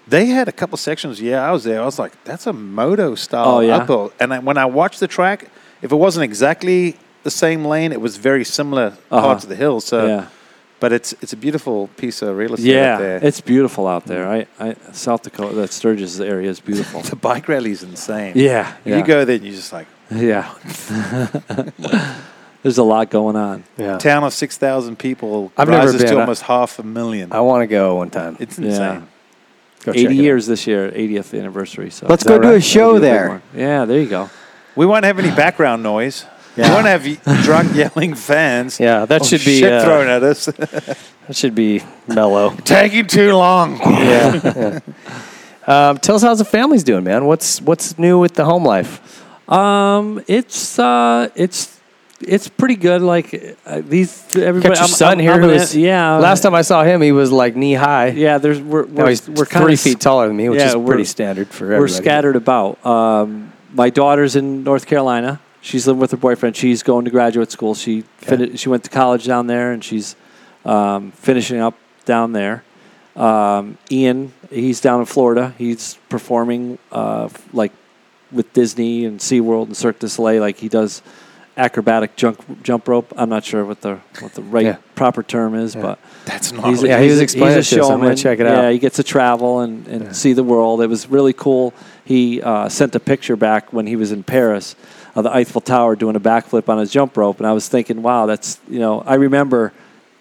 B: They had a couple sections. Yeah, I was there. I was like, that's a moto style
D: Oh, yeah?
B: uphill. And I, when I watched the track, if it wasn't exactly the same lane, it was very similar
A: Uh-huh.
B: parts of the hill. So,
D: Yeah.
B: but it's it's a beautiful piece of real estate. out
D: Yeah,
B: there.
D: it's beautiful out there. I, I South Dakota, that Sturgis area is beautiful.
B: the bike rally is insane.
D: yeah,
B: you go there, and you're just like
D: Yeah, there's a lot going on.
A: Yeah.
B: town of six thousand people
A: I've never
B: rises
A: been.
B: to
A: I-
B: almost half a million.
A: I want to go one time.
B: it's
D: Yeah.
B: insane.
A: Go check it out.
D: 80 years this year, 80th anniversary. So
C: Let's
D: That'll
C: go do a
A: right?
C: show
D: be a big
C: there.
D: one. Yeah, there you go.
B: We won't have any background noise.
A: Yeah.
B: We won't have y- drunk yelling fans.
A: Yeah, that
B: Oh,
A: should be
B: shit
A: uh,
B: thrown at us.
A: that should be mellow.
B: Taking too long.
A: yeah. yeah. Um, tell us how's the family's doing, man. What's what's new with the home life?
D: Um, it's uh, it's it's pretty good. Like uh, these, everybody.
A: Got your
D: I'm-
A: son
D: I'm-
A: here.
D: I'm
A: who
D: in-
A: was-
D: yeah.
A: Last time I saw him, he was like knee high.
D: yeah. There's we're
A: Now
D: we're,
A: he's
D: we're kind
A: three
D: of
A: feet taller than me, which
D: yeah,
A: is
D: we're-
A: pretty standard for everybody.
D: We're scattered about. Um, my daughter's in North Carolina. She's living with her boyfriend. She's going to graduate school. She fini- she went to college down there, and she's um, finishing up down there. Um, Ian, he's down in Florida. He's performing uh, f- like with Disney and SeaWorld and Cirque du Soleil. Like he does acrobatic jump jump rope. I'm not sure what the what the right
A: Yeah.
D: proper term is, but
B: That's not.
D: He's,
B: right.
A: Yeah, he was
D: he's a-
A: explaining
D: he's a
A: it to us. I'm gonna
D: showman.
A: check it
D: Yeah,
A: out.
D: he gets to travel and, and see the world. It was really cool. He uh, sent a picture back when he was in Paris of the Eiffel Tower doing a backflip on his jump rope, and I was thinking, wow, that's you know, I remember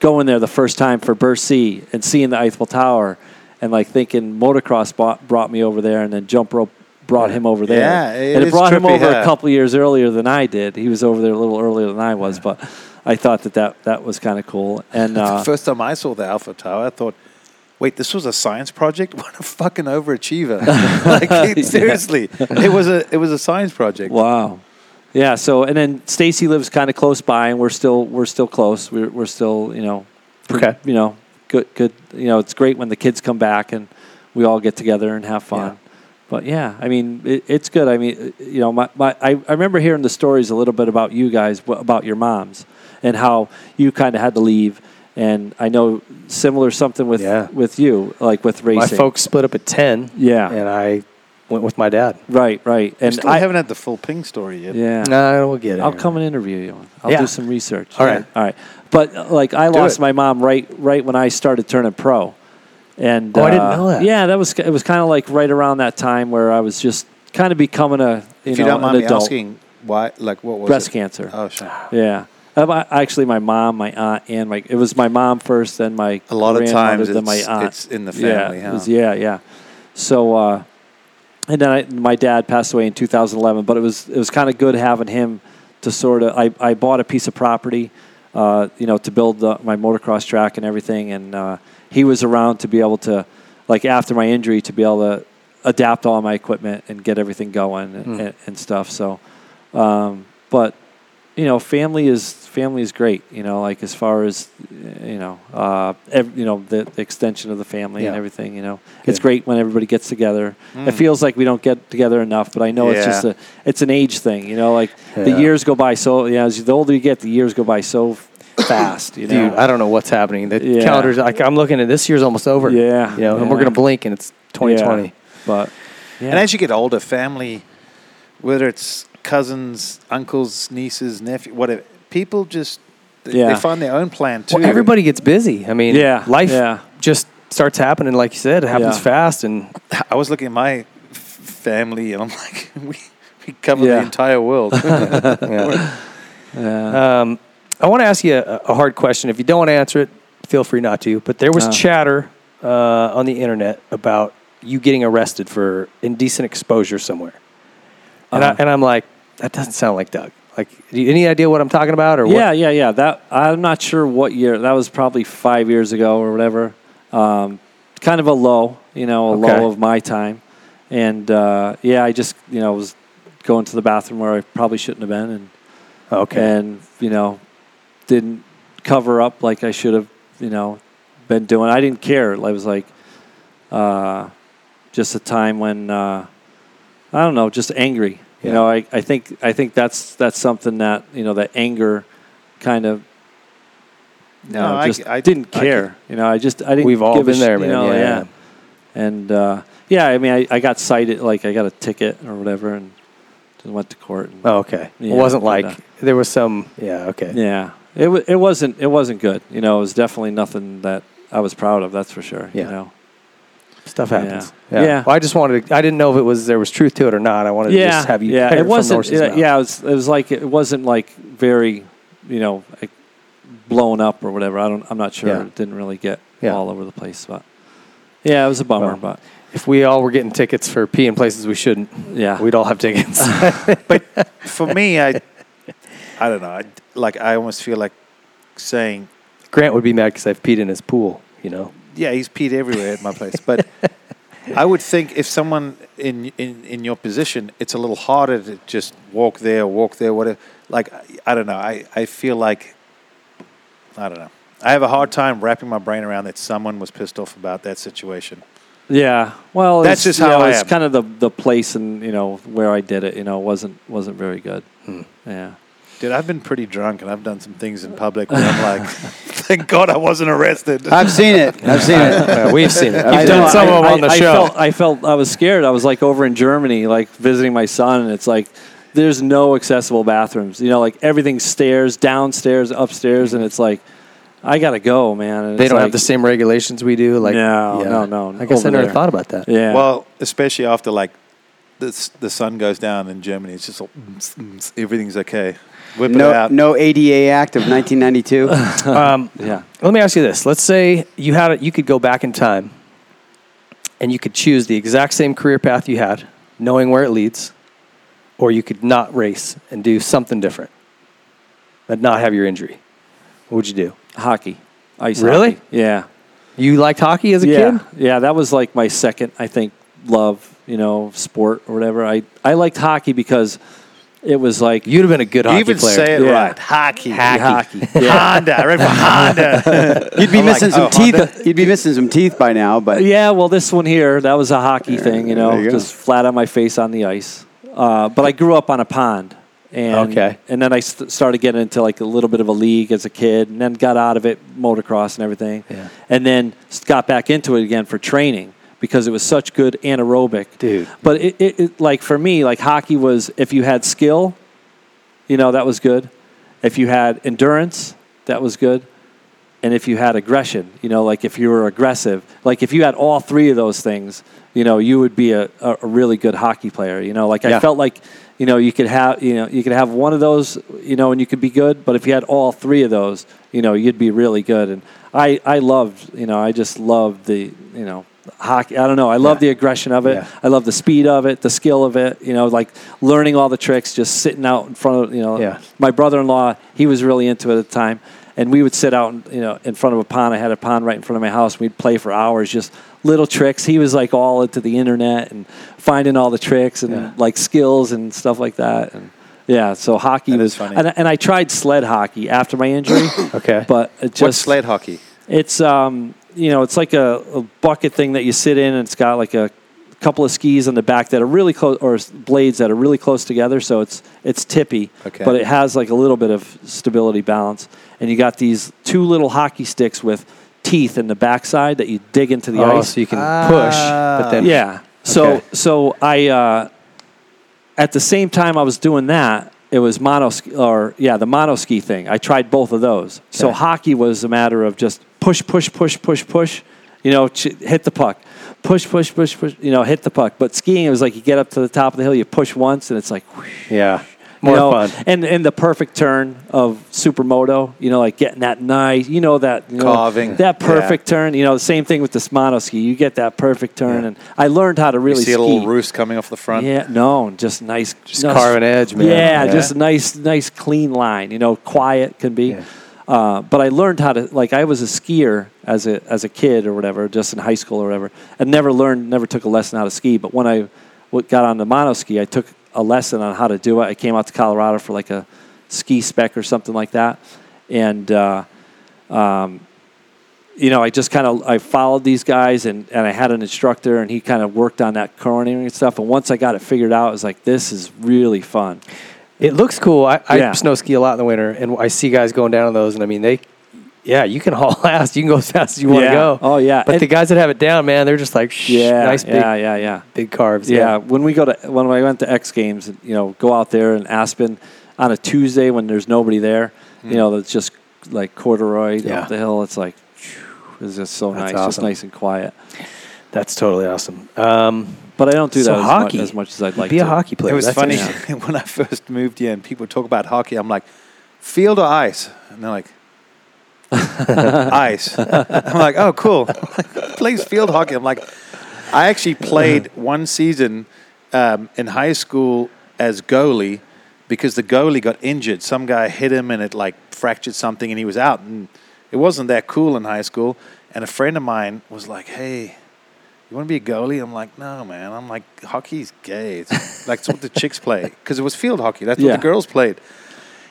D: going there the first time for Bercy and seeing the Eiffel Tower, and like thinking motocross bought, brought me over there, and then jump rope brought him over there.
B: Yeah, it
D: and
B: is
D: it brought him
B: trippy,
D: over
B: yeah.
D: a couple years earlier than I did. He was over there a little earlier than I was, but. I thought that that, that was kind of cool, and uh,
B: the first time I saw the Alpha Tower, I thought, wait, this was a science project? What a fucking overachiever. like, it- seriously, it, was a, it was a science project.
D: Wow. Yeah. So, and then Stacy lives kind of close by, and we're still we're still close. We're we're still you know,
A: Okay.
D: you know, good good. You know, it's great when the kids come back and we all get together and have fun. But yeah, I mean, it, it's good. I mean, you know, my, my I, I remember hearing the stories a little bit about you guys, wh- about your moms, and how you kind of had to leave. And I know similar something with
A: Yeah.
D: with you, like with
A: My
D: racing.
A: folks split up at ten.
D: Yeah.
A: and I went with my dad.
D: right, right.
B: I
D: And
B: still
D: I
B: haven't had the full ping story yet.
D: yeah.
A: No, we'll get it.
D: I'll come and interview you. I'll
A: Yeah.
D: do some research.
A: All right.
D: All right. But uh, like I lost
A: it.
D: my mom right right when I started turning pro. And
A: Oh, I didn't
D: uh,
A: know that.
D: Yeah, that was it was kind of like right around that time where I was just kind of becoming a you
B: If
D: know
B: you don't mind
D: an
B: me
D: adult.
B: asking, why, like, what was
D: breast
B: it?
D: cancer.
B: Oh, sure.
D: Yeah. Um, I- Actually, my mom, my aunt, and my it was my mom first, then my
B: A lot of
D: grandmother,
B: times
D: then my
B: it's-
D: aunt.
B: it's in the family,
D: Yeah,
B: huh?
D: it was- yeah, yeah. So, uh, and then I, my dad passed away in 2011, but it was it was kind of good having him to sort of. I, I bought a piece of property, uh, you know, to build the, my motocross track and everything, and uh, he was around to be able to, like after my injury, to be able to adapt all my equipment and get everything going
B: Hmm.
D: and, and, and stuff. So, um, but you know, family is family is great. You know, like as far as you know, uh, ev- you know the, the extension of the family
A: Yeah.
D: and
A: Mm.
D: everything. You know, it's great when everybody gets together. It feels like we don't get together enough, but I know it's
B: Yeah.
D: just a it's an age thing. You know, like
A: Yeah.
D: the years go by so yeah, as you- the older you get, the years go by so fast. You
A: Dude,
D: know,
A: I don't know what's happening. The
D: Yeah.
A: calendar's like I'm looking at this year's almost over.
D: Yeah,
A: you know, and
D: yeah.
A: we're gonna blink and it's 2020.
D: Yeah, but yeah.
B: And as you get older, family, whether it's cousins, uncles, nieces, nephew, whatever, people just they,
D: Yeah.
B: they find their own plan too.
A: Well, everybody gets busy. I mean,
D: Yeah,
A: life
D: yeah.
A: just starts happening. Like you said, it happens
D: Yeah.
A: fast, and
B: I was looking at my f- family, and I'm like, we we cover
D: Yeah.
B: the entire world.
A: Um, I want to ask you a, a hard question. If you don't want to answer it, feel free not to. But there was
D: Ah.
A: chatter uh, on the internet about you getting arrested for indecent exposure somewhere, and, I,
D: Uh-huh.
A: and I'm like, that doesn't sound like Doug. Like, do you, any idea what I'm talking about? Or
D: Yeah,
A: what?
D: yeah, yeah. That I'm not sure what year. That was probably five years ago or whatever. Um, kind of a low, you know, a
A: Okay.
D: low of my time. And uh, yeah, I just you know was going to the bathroom where I probably shouldn't have been, and
A: okay,
D: and you know didn't cover up like I should have, you know, been doing. I didn't care. I was like, uh, just a time when uh, I don't know, just angry. You know, I, I think I think that's that's something that you know that anger kind of you know,
B: I-
D: just
B: I-
D: didn't
B: I
D: care. you know, I just I didn't.
A: We've all
D: give a
A: been there,
D: sh-
A: man.
D: You know,
A: Yeah, yeah.
D: yeah. And uh, yeah, I mean, I, I got cited, like I got a ticket or whatever, and just went to court. And,
A: Oh, okay.
D: Yeah,
A: it wasn't
D: but,
A: like
D: uh,
A: there was some. Yeah. Okay.
D: Yeah, it wa it wasn't it wasn't good. You know, it was definitely nothing that I was proud of. That's for sure.
A: Yeah.
D: You know.
A: Stuff happens.
D: Yeah. Yeah.
A: Well, I just wanted. To, I didn't know if it was there was truth to it or not. I wanted to just have you.
D: yeah.
A: hear
D: It
A: from
D: wasn't.
A: Norse's
D: Yeah,
A: mouth.
D: yeah, it was. It was like it wasn't like very, you know, like blown up or whatever. I don't. I'm not sure.
A: Yeah.
D: It didn't really get
A: Yeah.
D: all over the place, but yeah, it was a bummer.
A: Well,
D: but
A: If we all were getting tickets for peeing places we shouldn't,
D: yeah,
A: we'd all have tickets.
B: For me, I, I don't know. I, like I almost feel like saying,
A: Grant would be mad because I've peed in his pool. You know.
B: yeah, he's peed everywhere at my place. But I would think if someone in, in in your position, it's a little harder to just walk there, walk there, whatever. Like I, I don't know. I, I feel like I don't know. I have a hard time wrapping my brain around that someone was pissed off about that situation.
D: Yeah. Well,
B: That's
D: it's,
B: just how
D: you know,
B: I
D: it's
B: am.
D: kind of the the place and you know where I did it. You know, wasn't wasn't very good.
A: Hmm.
D: Yeah.
B: Dude, I've been pretty drunk and I've done some things in public where I'm like, thank God I wasn't arrested.
C: I've seen it. I've seen it.
A: Uh, we've seen it.
C: I
A: You've done
C: know.
A: some of them
D: I-
A: on the
D: I
A: show.
D: Felt, I felt I was scared. I was like over in Germany, like visiting my son, and it's like there's no accessible bathrooms. You know, like everything's stairs, downstairs, upstairs, and it's like I gotta go, man. And
A: they
D: it's
A: don't
D: like,
A: have the same regulations we do. Like
D: No, no, no,
A: I guess I
D: over
A: never
D: there.
A: thought about that.
D: Yeah.
B: Well, especially after like the s- the sun goes down in Germany, it's just all, "Mm, mm, mm, everything's okay. Whip it
C: No,
B: out.
C: no ADA Act of 1992.
A: Um,
D: yeah.
A: let me ask you this: Let's say you had a, you could go back in time, and you could choose the exact same career path you had, knowing where it leads, or you could not race and do something different, but not have your injury. What would you do?
D: Hockey. Ice
A: Really?
D: hockey. Yeah.
A: You liked hockey as a
D: yeah,
A: kid?
D: Yeah, that was like my second, I think, love, you know, sport or whatever. I, I liked hockey because it was like
A: You'd have been a good hockey
B: even
A: player.
B: say it
D: Yeah.
B: right. Hockey.
D: hockey.
B: Honda. I read for Honda.
C: You'd be
B: I'm
C: missing
B: like,
C: some
B: oh,
C: teeth. You'd be missing some teeth by now, but
D: yeah, well, this one here, that was a hockey thing, you know,
C: you go.
D: just flat on my face on the ice. Uh, but I grew up on a pond. And,
A: Okay.
D: And then I st- started getting into like a little bit of a league as a kid and then got out of it, motocross and everything.
A: Yeah.
D: And then s- got back into it again for training because it was such good anaerobic.
A: Dude.
D: But it, it, it like for me, like hockey was if you had skill, you know, that was good. If you had endurance, that was good and if you had aggression, you know, like if you were aggressive, like if you had all three of those things, you know, you would be a, a a really good hockey player. You know, like
A: Yeah.
D: I felt like, you know, you could have, you know, you could have one of those, you know, and you could be good. But if you had all three of those, you know, you'd be really good. And I, I loved, you know, I just loved the, you know, hockey. I don't know. I love the aggression of it.
A: Yeah.
D: I love the speed of it, the skill of it. You know, like learning all the tricks, just sitting out in front of, you know,
A: Yeah.
D: my brother-in-law he was really into it at the time and we would sit out in, you know in front of a pond i had a pond right in front of my house we'd play for hours just little tricks he was like all into the internet and finding all the tricks and
A: Yeah.
D: like skills and stuff like that and yeah so hockey
B: That
D: was
B: is funny.
D: and, I- and i tried sled hockey after my injury
A: Okay.
D: but it just
B: What's sled hockey?
D: it's um, you know, it's like a, a bucket thing that you sit in, and it's got like a couple of skis on the back that are really close, or s- blades that are really close together. So it's it's tippy,
B: Okay.
D: but it has like a little bit of stability balance. And you got these two little hockey sticks with teeth in the backside that you dig into the
A: oh,
D: ice.
A: so you can push, but then
D: Yeah. So
A: Okay.
D: so I uh, at the same time I was doing that, it was mono or yeah, the mono ski thing. I tried both of those. So
A: Okay.
D: hockey was a matter of just push, push, push, push, push. You know, ch- hit the puck, push, push, push, push. You know, hit the puck. But skiing, it was like you get up to the top of the hill, you push once, and it's like whoosh,
A: yeah, more
D: you know,
A: fun.
D: And and the perfect turn of supermoto, you know, like getting that nice, you know that you know,
B: Carving.
D: that
B: Yeah.
D: perfect turn. You know, the same thing with the mono ski. You get that perfect turn, and I learned how to
B: You
D: really
B: see a
D: ski.
B: little roost coming off the front.
D: Yeah, no, just nice, just
A: carve an edge, man.
D: Yeah,
A: Yeah.
D: just a nice, nice clean line. You know, quiet can be.
A: Yeah.
D: Uh, but I learned how to like I was a skier as a as a kid or whatever, just in high school or whatever, and never learned, never took a lesson how to ski. But when I w- got on the mono ski, I took a lesson on how to do it. I came out to Colorado for like a ski spec or something like that, and. Uh, you know, I just kind of I followed these guys, and, and I had an instructor, and he kind of worked on that cornering and stuff. And once I got it figured out, I was like, this is really fun.
A: It looks cool. I, I
D: Yeah.
A: snow ski a lot in the winter, and I see guys going down on those, and I mean they. Yeah, you can haul ass. You can go as fast as you want to go.
D: Yeah. Oh, yeah.
A: But
D: And-
A: the guys that have it down, man, they're just like, Shh,
D: Yeah,
A: nice big,
D: yeah, yeah, yeah.
A: big carves.
D: Yeah. when we go to when I went to X Games, you know, go out there in Aspen on a Tuesday when there's nobody there. You know, that's just like corduroy
A: Hmm. Yeah.
D: up the hill. It's like phew, it's just so
A: That's
D: nice, just
A: awesome.
D: nice and quiet.
A: that's totally awesome. Um,
D: But I don't do
A: So
D: that as,
A: hockey.
D: Much, as much as I'd like.
A: be
D: to.
A: a hockey player.
B: It was
A: That's
B: funny
A: interesting.
B: when I first moved here and people talk about hockey. I'm like, field or ice? And they're like, ice. I'm like, oh, cool. Plays field hockey. I'm like, I actually played one season um, in high school as goalie because the goalie got injured. Some guy hit him and it like fractured something and he was out. And it wasn't that cool in high school. And a friend of mine was like, hey, you want to be a goalie? I'm like, no, man. I'm like, hockey's gay. It's like, it's what the chicks play. Because it was field hockey. That's
D: Yeah.
B: what the girls played.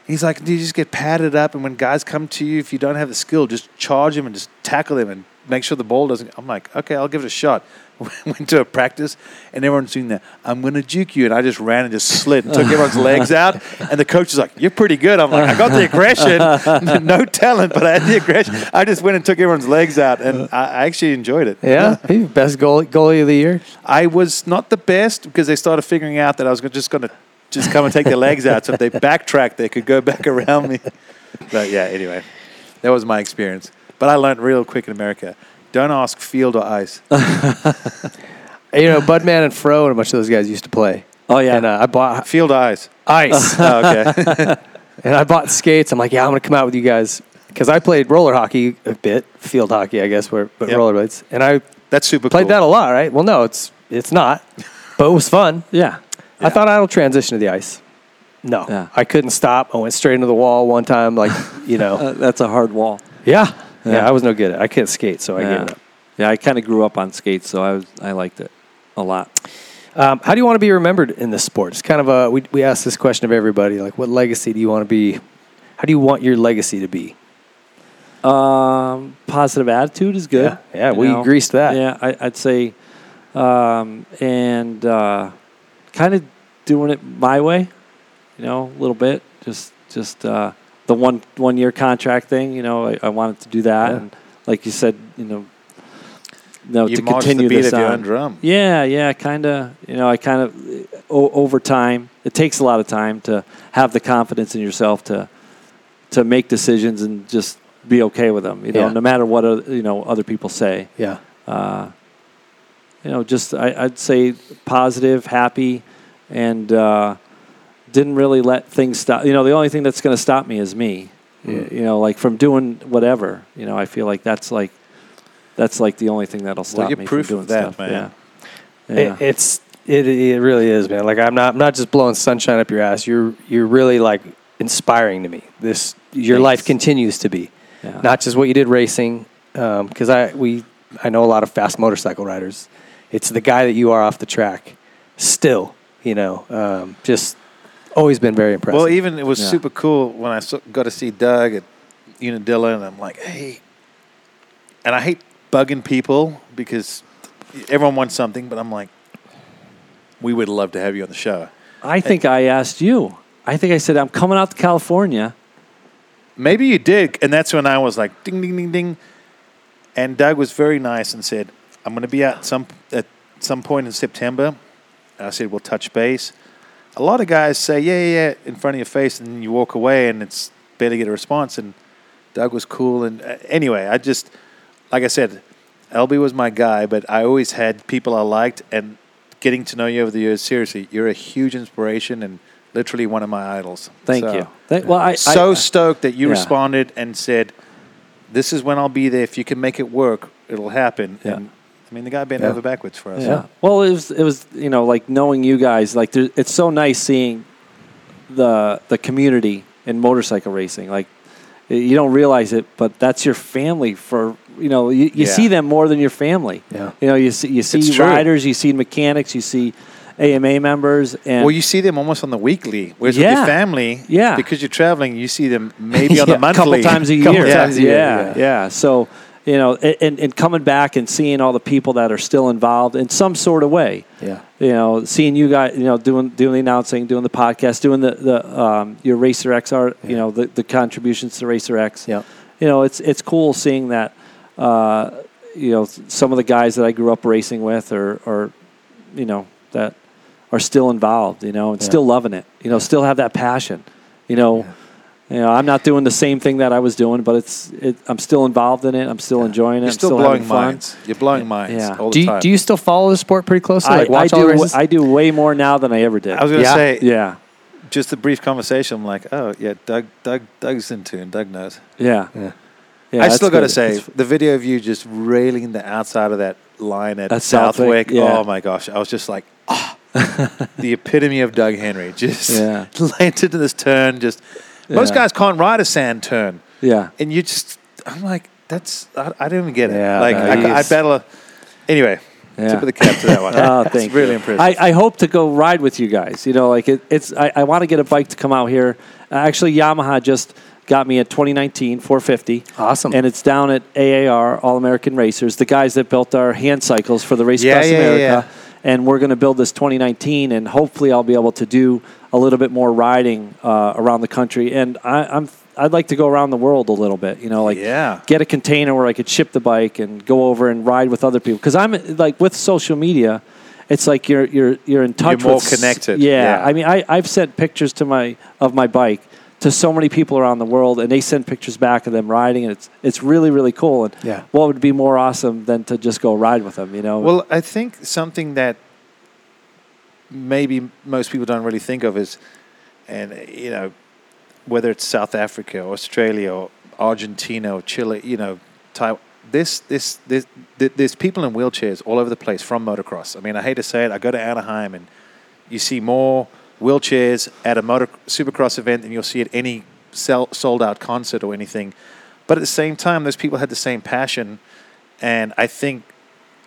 B: He's like, you just get padded up. And when guys come to you, if you don't have the skill, just charge him and just tackle him and make sure the ball doesn't. I'm like, okay, I'll give it a shot. Went to a practice and everyone's doing that. I'm going to juke you. And I just ran and just slid and took everyone's legs out. And the coach was like, you're pretty good. I'm like, I got the aggression. No talent, but I had the aggression. I just went and took everyone's legs out. And I I actually enjoyed it.
A: Yeah, he's best goalie, goalie of the year.
B: I was not the best because they started figuring out that I was go- just going to just come and take their legs out. So if they backtracked, they could go back around me. But yeah, anyway, that was my experience. But I learned real quick in America. Don't ask field or ice.
A: You know, Budman and Fro and a bunch of those guys used to play.
D: Oh yeah,
A: And uh, I bought
B: Field or ice.
A: ice
B: Oh, okay.
A: and I bought skates. I'm like, yeah, I'm gonna come out with you guys because I played roller hockey a bit, field hockey, I guess, where but
B: Yep.
A: rollerblades, and I
B: That's super
A: played
B: cool.
A: that a lot. Right? Well, no, it's it's not, but it was fun.
D: yeah.
A: I thought I'll transition to the ice. No,
D: Yeah.
A: I couldn't stop. I went straight into the wall one time, like you know,
D: Uh, that's a hard wall.
A: yeah, yeah,
D: Yeah.
A: I was no good at. it. I couldn't skate, so I gave it up.
D: Yeah, I kind of grew up on skates, so I was, I liked it a lot.
A: Um, how do you want to be remembered in this sport? It's kind of a we we ask this question of everybody. Like, what legacy do you want to be? How do you want your legacy to be?
D: Um, positive attitude is good.
A: Yeah, yeah,
D: you
A: we greased that.
D: Yeah, I, I'd say, um, and uh, kind of doing it my way, you know, a little bit. Just, just uh, the one one year contract thing. You know, I, I wanted to do that,
A: Yeah.
D: and like you said, you know, no,
B: You
D: to
B: march the
D: continue
B: beat
D: this
B: of
D: um,
B: your
D: on.
B: own drum.
D: Yeah, yeah, kind of. You know, I kind of o- over time. It takes a lot of time to have the confidence in yourself to to make decisions and just be okay with them. You know,
A: Yeah.
D: no matter what uh, you know other people say.
A: Yeah,
D: Uh, you know, just I, I'd say positive, happy, and uh, didn't really let things stop. You know, the only thing that's going to stop me is me.
B: Hmm.
D: Y- You know, like from doing whatever. You know, I feel like that's like that's like the only thing that'll stop
B: you're
D: me
B: proof
D: from
B: of
D: doing
B: that,
D: stuff.
B: man.
D: Yeah. Yeah.
A: It, it's it, it really is, man. Like I'm not I'm not just blowing sunshine up your ass. You're you're really like inspiring to me. This your
D: Thanks.
A: life continues to be,
D: Yeah.
A: not just what you did racing. Because I we I know a lot of fast motorcycle riders. It's the guy that you are off the track, still. You know, um, just always been very impressive.
B: Well, even it was
D: Yeah.
B: super cool when I saw, got to see Doug at Unadilla, and I'm like, hey. And I hate bugging people because everyone wants something, but I'm like, we would love to have you on the show.
D: I think I asked you. I think I said I'm coming out to California.
B: Maybe you did, and that's when I was like, ding, ding, ding, ding. And Doug was very nice and said, I'm going to be out some at some point in September. And I said, we'll touch base. A lot of guys say, yeah, yeah, yeah, in front of your face, and you walk away, and it's better to get a response. And Doug was cool. And uh, anyway, I just, like I said, LB was my guy, but I always had people I liked. And getting to know you over the years, seriously, you're a huge inspiration and literally one of my idols.
D: Thank
B: So-
D: you. Thank, well, I
B: so
D: I,
B: stoked that you
D: Yeah.
B: responded and said, "This is when I'll be there. If you can make it work, it'll happen."
D: Yeah.
B: And I mean, the guy bent
A: Yeah.
B: over backwards for us.
D: Yeah. Well, it was it was you know like knowing you guys like there, it's so nice seeing the the community in motorcycle racing like y- you don't realize it but that's your family for you know you, you
B: Yeah.
D: see them more than your family
A: Yeah.
D: you know you see you see
B: It's true.
D: riders you see mechanics you see AMA members and
B: Well, you see them almost on the weekly, whereas with
D: Yeah.
B: your family,
D: Yeah.
B: because you're traveling, you see them maybe on
D: Yeah,
B: the monthly,
D: couple times a
B: Couple
D: year.
B: times a year,
D: Yeah, yeah. So you know, a- and, and coming back and seeing all the people that are still involved in some sort of way.
A: Yeah.
D: You know, seeing you guys, you know, doing doing the announcing, doing the podcast, doing the the um, your Racer X art, you know, the, the contributions to Racer X.
A: Yeah.
D: You know, it's it's cool seeing that. Uh, you know, s- some of the guys that I grew up racing with, or or you know that are still involved, you know, and still loving it. You know, still have that passion. You know, you know, I'm not doing the same thing that I was doing, but it's it, I'm still involved in it. I'm still enjoying it.
B: You're
D: I'm
B: still,
D: having
B: blowing
D: fun.
B: minds. You're blowing minds
D: Yeah.
B: all the
A: Do you,
B: time.
A: do you still follow the sport pretty closely?
D: I,
A: Like watch
D: I
A: all the
D: do.
A: races?
D: I do way more now than I ever did.
B: I was gonna
A: Yeah.
B: say
D: yeah,
B: just a brief conversation. I'm like, oh yeah, Doug, Doug, Doug's in tune. Doug knows.
D: yeah, yeah.
B: I still
D: got
B: got to say, the video of you just railing the outside of that line at
D: At
B: Southwick.
D: Southwick, yeah.
B: Oh my gosh, I was just like, ah, the epitome of Doug Henry. Just
D: Yeah.
B: landed in this turn. Just most
D: Yeah.
B: guys can't ride a sand turn,
D: yeah,
B: and you just, I'm like, that's I, I didn't even get it.
A: Yeah,
B: like
A: no,
B: I, I
A: he's-
B: battle. A, anyway,
D: Yeah.
B: tip of the cap to that one.
D: Oh,
B: It's
D: thank
B: really
D: you.
B: impressive.
D: I, I hope to go ride with you guys. You know, like it, it's I, I want to get a bike to come out here. Uh, actually, Yamaha just got me a 2019 450.
A: Awesome.
D: And it's down at AAR All American Racers, the guys that built our hand cycles for the Race
B: Yeah,
D: Across
B: yeah, yeah,
D: America.
B: yeah.
D: And we're going to build this 2019, and hopefully, I'll be able to do a little bit more riding uh, around the country. And I, I'm I'd like to go around the world a little bit. You know, like
B: Yeah.
D: get a container where I could ship the bike and go over and ride with other people. Because I'm like with social media, it's like you're you're you're in touch.
B: You're more
D: with s-
B: connected.
D: Yeah.
B: Yeah.
D: I mean, I I've sent pictures to my of my bike to so many people around the world, and they send pictures back of them riding, and it's it's really really cool. And
A: Yeah.
D: what would be more awesome than to just go ride with them? You know.
B: Well, I think something that maybe most people don't really think of is, and uh, you know, whether it's South Africa, or Australia, or Argentina, or Chile, you know, Taiwan. This, this, this, th- there's people in wheelchairs all over the place from motocross. I mean, I hate to say it, I go to Anaheim and you see more wheelchairs at a motor supercross event than you'll see at any sell, sold out concert or anything. But at the same time, those people had the same passion, and I think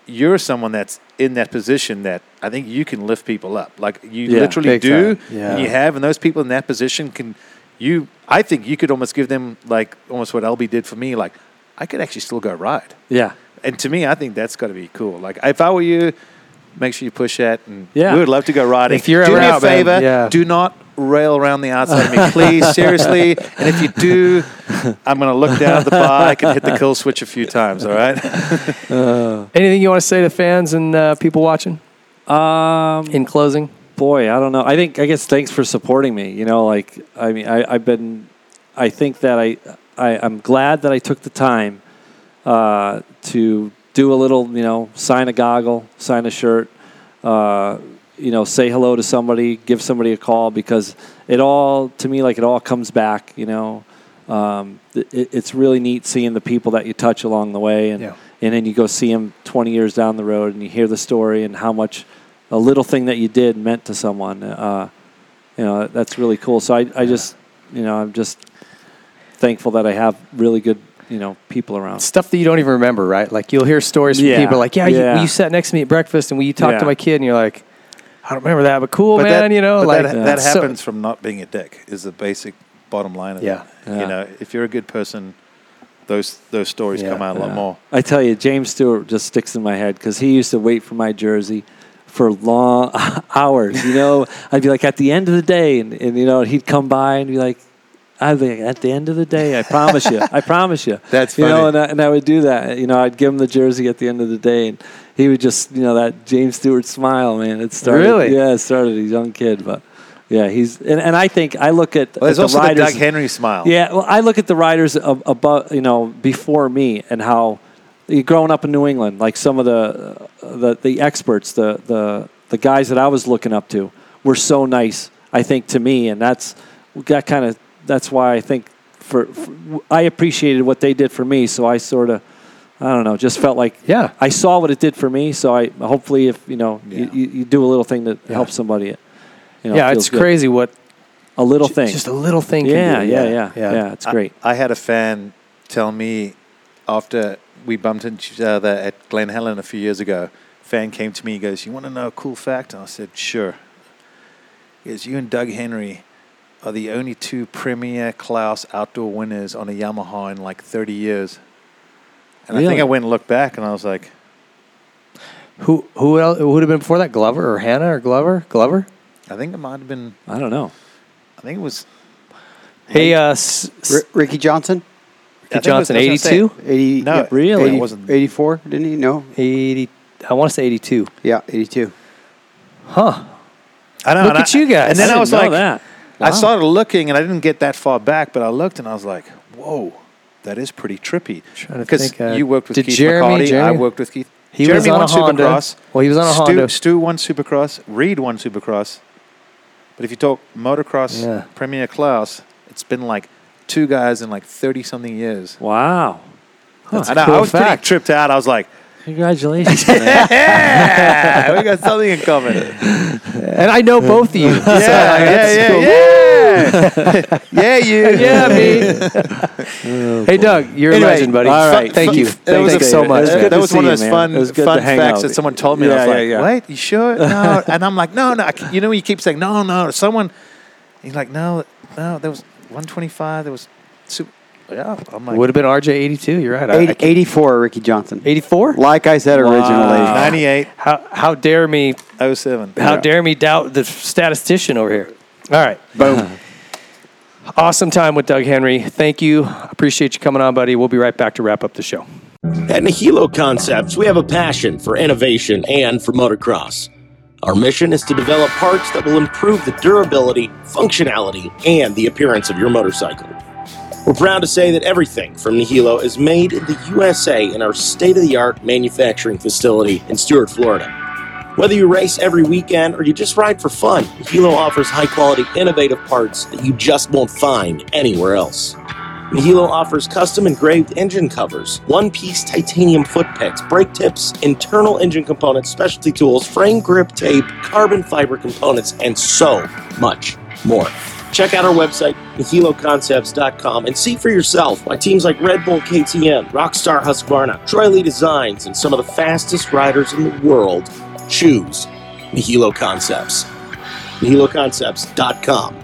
B: you're someone that's in that position that I think you can lift people up. Like you
D: Yeah,
B: literally
A: big
B: do,
A: time. Yeah.
B: and you have, and those people in that position can. You, I think you could almost give them like almost what LB did for me. Like I could actually still go ride.
D: yeah.
B: And to me, I think that's got to be cool. Like, if I were you, make sure you push that. And
D: Yeah.
B: we would love to go riding.
A: If you're
B: do me a
A: around, man,
B: favor,
A: yeah.
B: do not rail around the outside of me, please, seriously. And if you do, I'm going to look down at the bike and hit the kill switch a few times. All right.
A: Anything you want to say to fans and uh, people watching
D: Um,
A: in closing?
D: boy, I don't know. I think I guess thanks for supporting me. You know, like I mean, I, I've been. I think that I, I I'm glad that I took the time uh, to do a little. You know, sign a goggle, sign a shirt. Uh, you know, say hello to somebody, give somebody a call because it all to me like it all comes back. You know, um, it, it's really neat seeing the people that you touch along the way and
A: Yeah.
D: and then you go see them 20 years down the road and you hear the story and how much a little thing that you did meant to someone uh, you know that's really cool so I, I just you know i'm just thankful that i have really good you know people around
A: Stuff that you don't even remember, right? Like you'll hear stories from
D: Yeah.
A: people like, yeah,
D: Yeah.
A: You, you sat next to me at breakfast and we, you talked to
D: Yeah.
A: my kid and you're like, I don't remember that, but cool, man.
B: that,
A: you know,
B: but
A: like
B: that, that
A: so-
B: happens from not being a dick. Is the basic bottom line of
A: Yeah.
B: it.
D: Yeah.
B: You know, if you're a good person, those those stories
A: Yeah.
B: come out a lot
D: Yeah.
B: more.
D: I tell you, James Stewart just sticks in my head because he used to wait for my jersey for long hours. You know, I'd be like at the end of the day, and, and you know, he'd come by and be like, "I'd be like, at the end of the day, I promise you, I promise you."
B: That's
D: you know,
B: funny.
D: and I, and I would do that. You know, I'd give him the jersey at the end of the day, and he would just, you know, that James Stewart smile, man. It started,
A: Really?
D: yeah, it started a young kid, but. Yeah, he's and, and I think I look at,
B: Well,
D: at
B: there's
D: the
B: also the
D: riders.
B: Doug Henry smile.
D: Yeah, well, I look at the riders ab- above, you know, before me, and how you growing up in New England, like some of the the, the experts, the, the the guys that I was looking up to, were so nice. I think to me, and that's that kind of that's why I think for, for I appreciated what they did for me, so I sort of. I don't know. Just felt like
A: Yeah.
D: I saw what it did for me. So I hopefully, if you know,
B: Yeah.
D: you, you, you do a little thing that helps somebody, it, you know,
A: yeah,
D: feels
A: it's
D: good.
A: crazy what
D: A little thing,
A: just a little thing.
D: yeah,
A: can do.
D: yeah, yeah, yeah, It's
B: I-
D: great.
B: I, had a fan tell me after we bumped into each other at Glen Helen a few years ago. Fan came to me. He goes, "You want to know a cool fact?" And I said, "Sure." He goes, "You and Doug Henry are the only two Premier Klaus outdoor winners on a Yamaha in like 30 years." And I think
D: Really?
B: I went and looked back, and I was like,
A: Who who else who would have been before that? Glover or Hannah or Glover? Glover?
B: I think it might have been.
D: I don't know.
B: I think it was
A: Hey, uh, S-
C: R-
A: S-
C: Ricky Johnson,
B: I think it was-
A: Johnson,
B: I was gonna say-
A: 82?
C: 80,
B: No,
C: yeah,
B: really?
C: 80
B: It wasn't.
C: 84, didn't he? No,
A: 80, I want to say 82.
C: yeah, 82.
A: Huh.
B: I know,
A: Look
B: and
A: at
B: I,
A: you guys.
B: And then
A: I
B: I,
D: didn't
B: was
D: know
B: like,
D: that.
B: I started looking, and I didn't get that far back, but I looked, and I was like, whoa, that is pretty trippy.
A: Trying to think, uh,
B: you worked with
A: did
B: Keith
A: Jeremy-
B: McCarty, I
A: Jeremy-
B: worked with Keith.
A: He
B: Jeremy
A: was on
B: won
A: a Honda.
B: Supercross.
A: Well, he was on a
B: Stu,
A: Honda.
B: Stu won Supercross. Reed won Supercross. But if you talk motocross
A: Yeah.
B: premier class, it's been like two guys in like thirty something years.
D: Wow.
A: That's
B: I
A: a
B: know.
A: cool
B: I was pretty
A: fact.
B: tripped out. I was like,
D: Congratulations. man.
B: "Yeah, we got something in common." yeah,
A: And I know both of you.
B: yeah, yeah, yeah, yeah, you,
A: Yeah, me. hey, Doug, you're
B: Anyway,
A: a legend, buddy.
D: all right.
A: Thank you.
B: That
A: Thank
B: was
A: you
B: a-
A: so much.
D: That's
A: man.
D: good
B: That
D: to
B: was one
D: see
B: of
D: you,
B: those
D: man.
B: fun,
D: It was good
B: fun
D: to hang
B: facts
D: out.
B: that someone told me. and
D: Yeah,
B: I was
D: yeah,
B: like, "What? You sure?" No. and I'm like, "No, no." I c- you know, you keep saying, "No, no." Someone. He's like, "No, no." There was 125. There was. Super, yeah, I'm like.
A: Would have been RJ82. You're right. I- I
C: 80,
A: can't-
C: 84, Ricky Johnson.
A: 84?
C: Like I said originally.
B: 98,
A: How, how dare me?
B: 07.
A: How
C: Yeah.
A: dare me doubt the statistician over here? All right. Boom. awesome time with Doug Henry. Thank you. Appreciate you coming on, buddy. We'll be right back to wrap up the show.
G: At Nihilo Concepts, we have a passion for innovation and for motocross. Our mission is to develop parts that will improve the durability, functionality, and the appearance of your motorcycle. We're proud to say that everything from Nihilo is made in the USA in our state of the art manufacturing facility in Stuart, Florida. Whether you race every weekend or you just ride for fun, Nihilo offers high quality, innovative parts that you just won't find anywhere else. Nihilo offers custom engraved engine covers, one piece titanium foot pegs, brake tips, internal engine components, specialty tools, frame grip tape, carbon fiber components, and so much more. Check out our website, NihiloConcepts.com, and see for yourself why teams like Red Bull KTM, Rockstar Husqvarna, Troy Lee Designs, and some of the fastest riders in the world choose Nihilo Concepts. NihiloConcepts.com.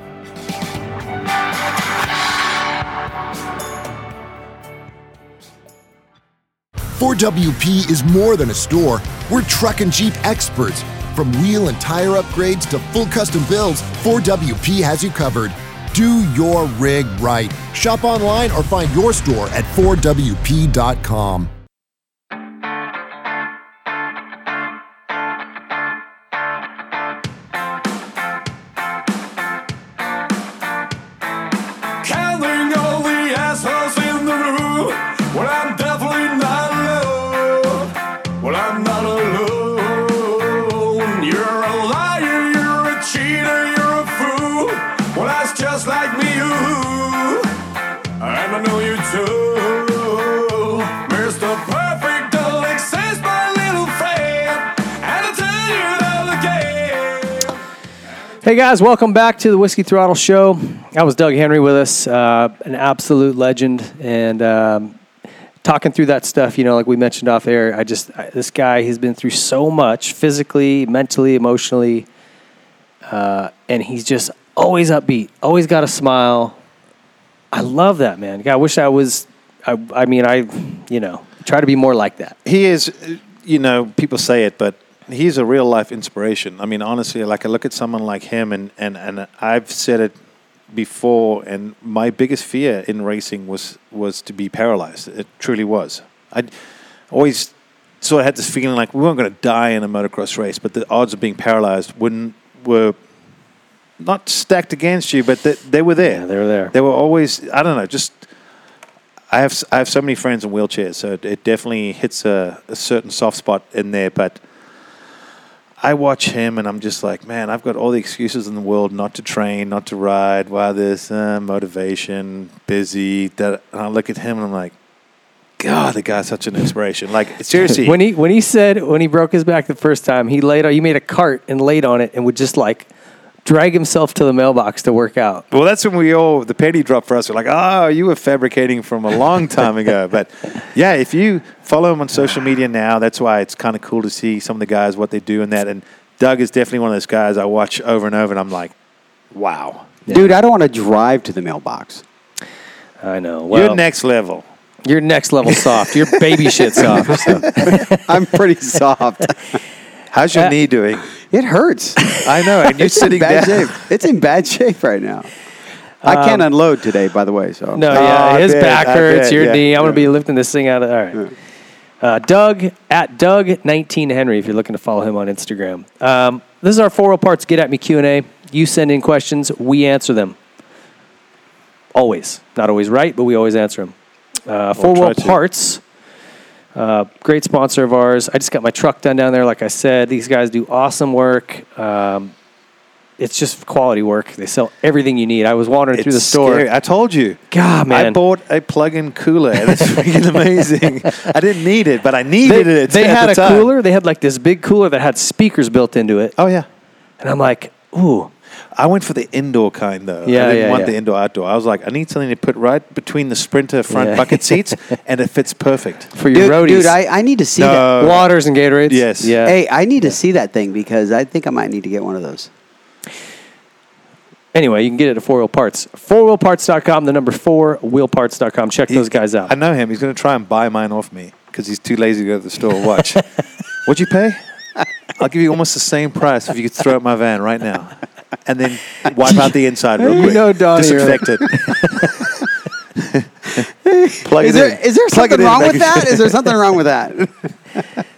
H: Ford WP is more than a store. We're truck and Jeep experts. From wheel and tire upgrades to full custom builds, Ford WP has you covered. Do your rig right. Shop online or find your store at FordWP.com.
F: Counting all the assholes in the room. Well, I'm definitely not alone. Well, I'm not alone. You're a liar, you're a cheater, you're a fool. Well, that's just like me, ooh. And I know you too. Mr. Perfect don't exist, my little friend. And I tell you that again.
A: Hey guys, welcome back to the Whiskey Throttle Show. That was Doug Henry with us, uh, an absolute legend, and um, talking through that stuff. You know, like we mentioned off air, I just I, this guy has been through so much physically, mentally, emotionally, uh, and he's just always upbeat, always got a smile. I love that man. God, I wish I was. I, I mean, I, you know, try to be more like that.
B: he is uh, you know people say it but he's a real life inspiration i mean honestly like i look at someone like him and and and i've said it before and my biggest fear in racing was was to be paralyzed it truly was i always sort of had this feeling like we weren't going to die in a motocross race but the odds of being paralyzed wouldn't were not stacked against you but they, they were there
A: Yeah, they were there.
B: they were always i don't know just I have s- I have so many friends in wheelchairs, so it, it definitely hits a, a certain soft spot in there. But I watch him, and I'm just like, man, I've got all the excuses in the world not to train, not to ride. Why this uh, motivation, busy? That and I look at him, and I'm like, God, the guy's such an inspiration. Like seriously,
A: when he when he said when he broke his back the first time, he laid on he made a cart and laid on it and would just like drag himself to the mailbox to work out.
B: Well, that's when we all the penny dropped for us. We're like, oh, you were fabricating from a long time ago. But yeah, if you follow him on social media now, that's why it's kind of cool to see some of the guys what they do and that. And Doug is definitely one of those guys I watch over and over, and I'm like, wow,
C: Dude, I don't want to drive to the mailbox.
A: I know. Well,
B: you're next level.
A: You're next level soft. You're baby shit soft.
C: I'm pretty soft.
B: How's your
A: Uh,
B: knee doing?
C: It hurts.
B: I know, and you're
C: It's in
B: sitting
C: bad
B: down. Um,
C: shape. It's in bad shape right now. I can't unload today, by the way. So
A: No,
B: Oh,
A: yeah,
B: I
A: his
B: bet,
A: back
B: I
A: hurts.
B: bet,
A: your
B: yeah,
A: knee. I'm gonna
B: yeah.
A: be lifting this thing out of. All right. Uh, Doug at Doug nineteen Henry. If you're looking to follow him on Instagram, um, this is our four parts. Get at me Q and A. You send in questions, we answer them. Always, not always right, but we always answer them. Uh, four
B: try
A: Wheel
B: to.
A: Parts, uh, great sponsor of ours. I just got my truck done down there. Like I said, these guys do awesome work. Um, it's just quality work. They sell everything you need. I was wandering through the
B: It's
A: store.
B: scary. I told you.
A: God, man.
B: I bought a plug-in cooler. It's freaking amazing. I didn't need it, but I
A: they,
B: needed it.
A: they
B: at
A: had
B: the
A: a
B: time.
A: cooler. They had like this big cooler that had speakers built into it,
B: Oh yeah.
A: and I'm like, ooh,
B: I went for the indoor kind though.
A: Yeah,
B: I didn't
A: yeah,
B: want
A: yeah.
B: the indoor outdoor. I was like, I need something to put right between the sprinter front
A: Yeah.
B: bucket seats, and it fits perfect.
A: for your
C: dude,
A: roadies,
C: dude, I, I need to see that.
B: No.
A: waters and Gatorades.
B: Oh. Yes.
A: yeah.
C: Hey, I need to see that thing because I think I might need to get one of those.
A: Anyway, you can get it at Four Wheel Parts, fourwheelparts.com. The number four wheelparts.com. Check those guys out.
B: I know him. He's going to try and buy mine off me because he's too lazy to go to the store. Watch. What'd you pay? I'll give you almost the same price if you could throw it in my van right now, and then wipe out the inside real
C: You
B: quick.
C: know Donnie, you're like-
B: Disinfect it. Plug
C: Is
B: it
C: there,
B: in.
C: is there
B: Plug it
C: something
B: in,
C: wrong
B: make
C: with
B: it-
C: that? Is there something wrong with that?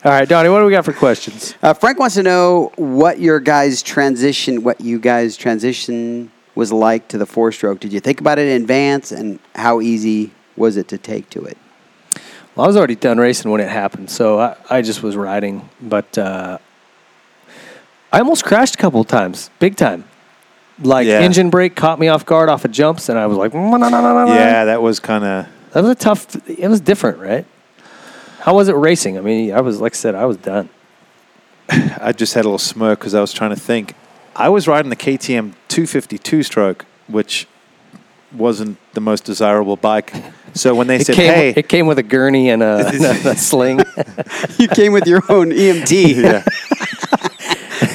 A: All right, Donnie, what do we got for questions?
C: Uh, Frank wants to know what your guys' transition, what you guys' transition was like to the four stroke. Did you think about it in advance, and how easy was it to take to it?
A: Well, I was already done racing when it happened, so I, I just was riding, but uh, I almost crashed a couple of times, big time. Like
B: Yeah.
A: engine brake caught me off guard off of jumps, and I was like, "Mm, yeah,
B: Yeah, that was kind of.
A: That was a tough. It was different, right? How was it racing? I mean, I was like I said, I was done.
B: I just had a little smirk because I was trying to think. I was riding the KTM 252 stroke, which wasn't the most desirable bike. So when they
A: It
B: said,
A: came.
B: "Hey,"
A: It came with a gurney and a, and a sling.
C: You came with your own E EMT.
B: yeah.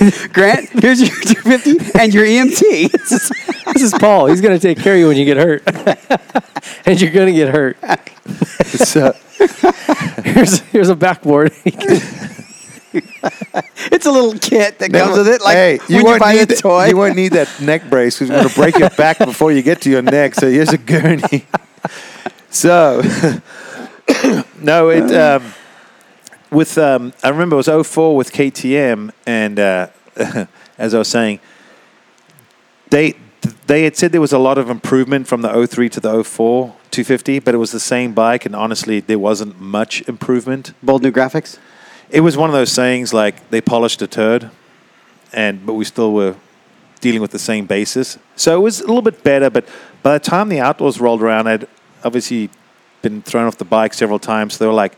C: Grant, here's your 250 and your E EMT.
A: this is Paul. He's going to take care of you when you get hurt, and you're going to get hurt.
B: so,
A: Here's here's a backboard.
C: It's a little kit that comes with it. Like
B: hey, you
C: when you
B: won't
C: buy a
B: need that-
C: toy.
B: you won't need that neck brace because we're going to break your back before you get to your neck. So here's a gurney. so, no, it um, with um, I remember it was 04 with KTM, and uh, as I was saying, they they had said there was a lot of improvement from the 03 to the 04 250, but it was the same bike, and honestly, there wasn't much improvement
C: Bold new graphics.
B: it was one of those sayings like they polished a turd and but we still were dealing with the same basis so it was a little bit better but by the time the outdoors rolled around i'd obviously been thrown off the bike several times so they were like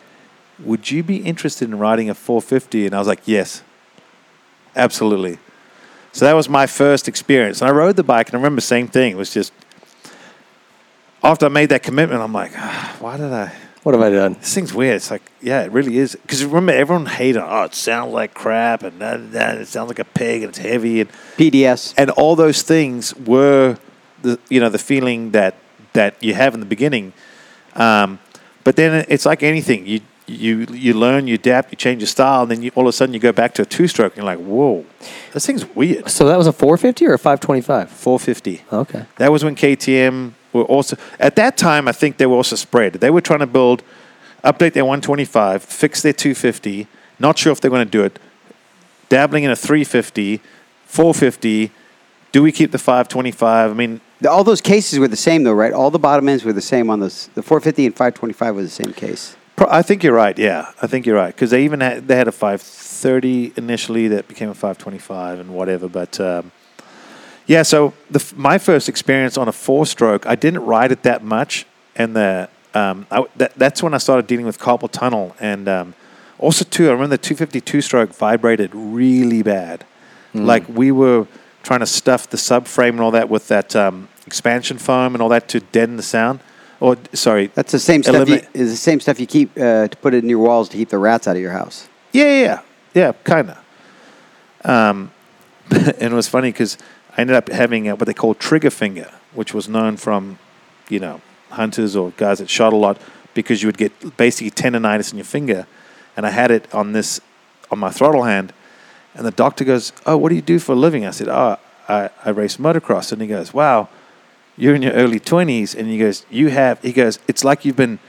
B: would you be interested in riding a 450 and i was like yes absolutely so that was my first experience and i rode the bike and i remember the same thing it was just after i made that commitment i'm like "Ah, why did i
A: what have I done?
B: this thing's weird. It's like, yeah, it really is. Because remember, everyone hated. Oh, it sounds like crap, and da, da, da, and it sounds like a pig, and it's heavy, and
C: PDS.
B: and all those things were the you know the feeling that that you have in the beginning. Um, but then it's like anything. You you you learn, you adapt, you change your style, and then you, all of a sudden you go back to a two stroke, and you're like, whoa, this thing's weird.
A: So that was a 450 or a 525.
B: 450.
A: Okay.
B: That was when KTM were also at that time. I think they were also spread. They were trying to build, update their 125, fix their 250. Not sure if they're going to do it. Dabbling in a 350, 450. Do we keep the 525? I mean,
C: All those cases were the same though, right? All the bottom ends were the same on those. The 450 and 525 were the same case.
B: pro- I think you're right. Yeah, I think you're right because they even had they had a 530 initially that became a 525 and whatever. But um, yeah, so the, f- my first experience on a four stroke, I didn't ride it that much, and the um, I, that, that's when I started dealing with carpal tunnel, and um, also too, I remember the 252 stroke vibrated really bad, like we were trying to stuff the subframe and all that with that um, expansion foam and all that to deaden the sound. Or sorry,
C: That's the same stuff. You,
B: eliminate-
C: is the same stuff you keep uh, to put it in your walls to keep the rats out of your house.
B: Yeah, yeah, yeah, yeah kind of. Um, and it was funny because I ended up having uh what they call trigger finger, which was known from, you know, hunters or guys that shot a lot. because you would get basically tendonitis in your finger. And I had it on this on my throttle hand, and the doctor goes, "Oh, what do you do for a living?" I said, "Oh, I, I race motocross." And he goes, "Wow, you're in your early twenties, and he goes, "You have." He goes, "It's like you've been."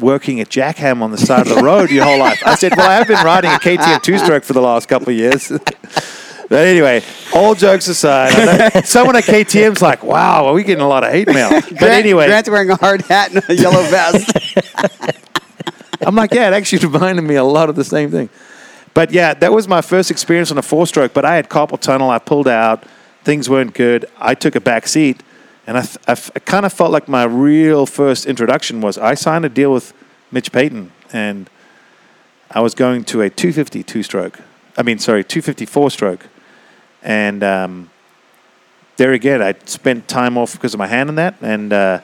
B: Working at Jackham on the side of the road your whole life. I said, Well, I have been riding a KTM two stroke for the last couple of years. But anyway, all jokes aside, I know- someone at KTM's like, wow, are we getting a lot of hate mail? But
C: Grant-
B: anyway,
C: Grant's wearing a hard hat and a yellow vest.
B: I'm like, yeah, it actually reminded me a lot of the same thing. But yeah, that was my first experience on a four stroke. But I had carpal tunnel. I pulled out. Things weren't good. I took a back seat. And I, th- I, f- I kind of felt like my real first introduction was I signed a deal with Mitch Payton. And I was going to a 250 two stroke. I mean, sorry, 254 stroke. And um, there again, I spent time off because of my hand in that. And uh,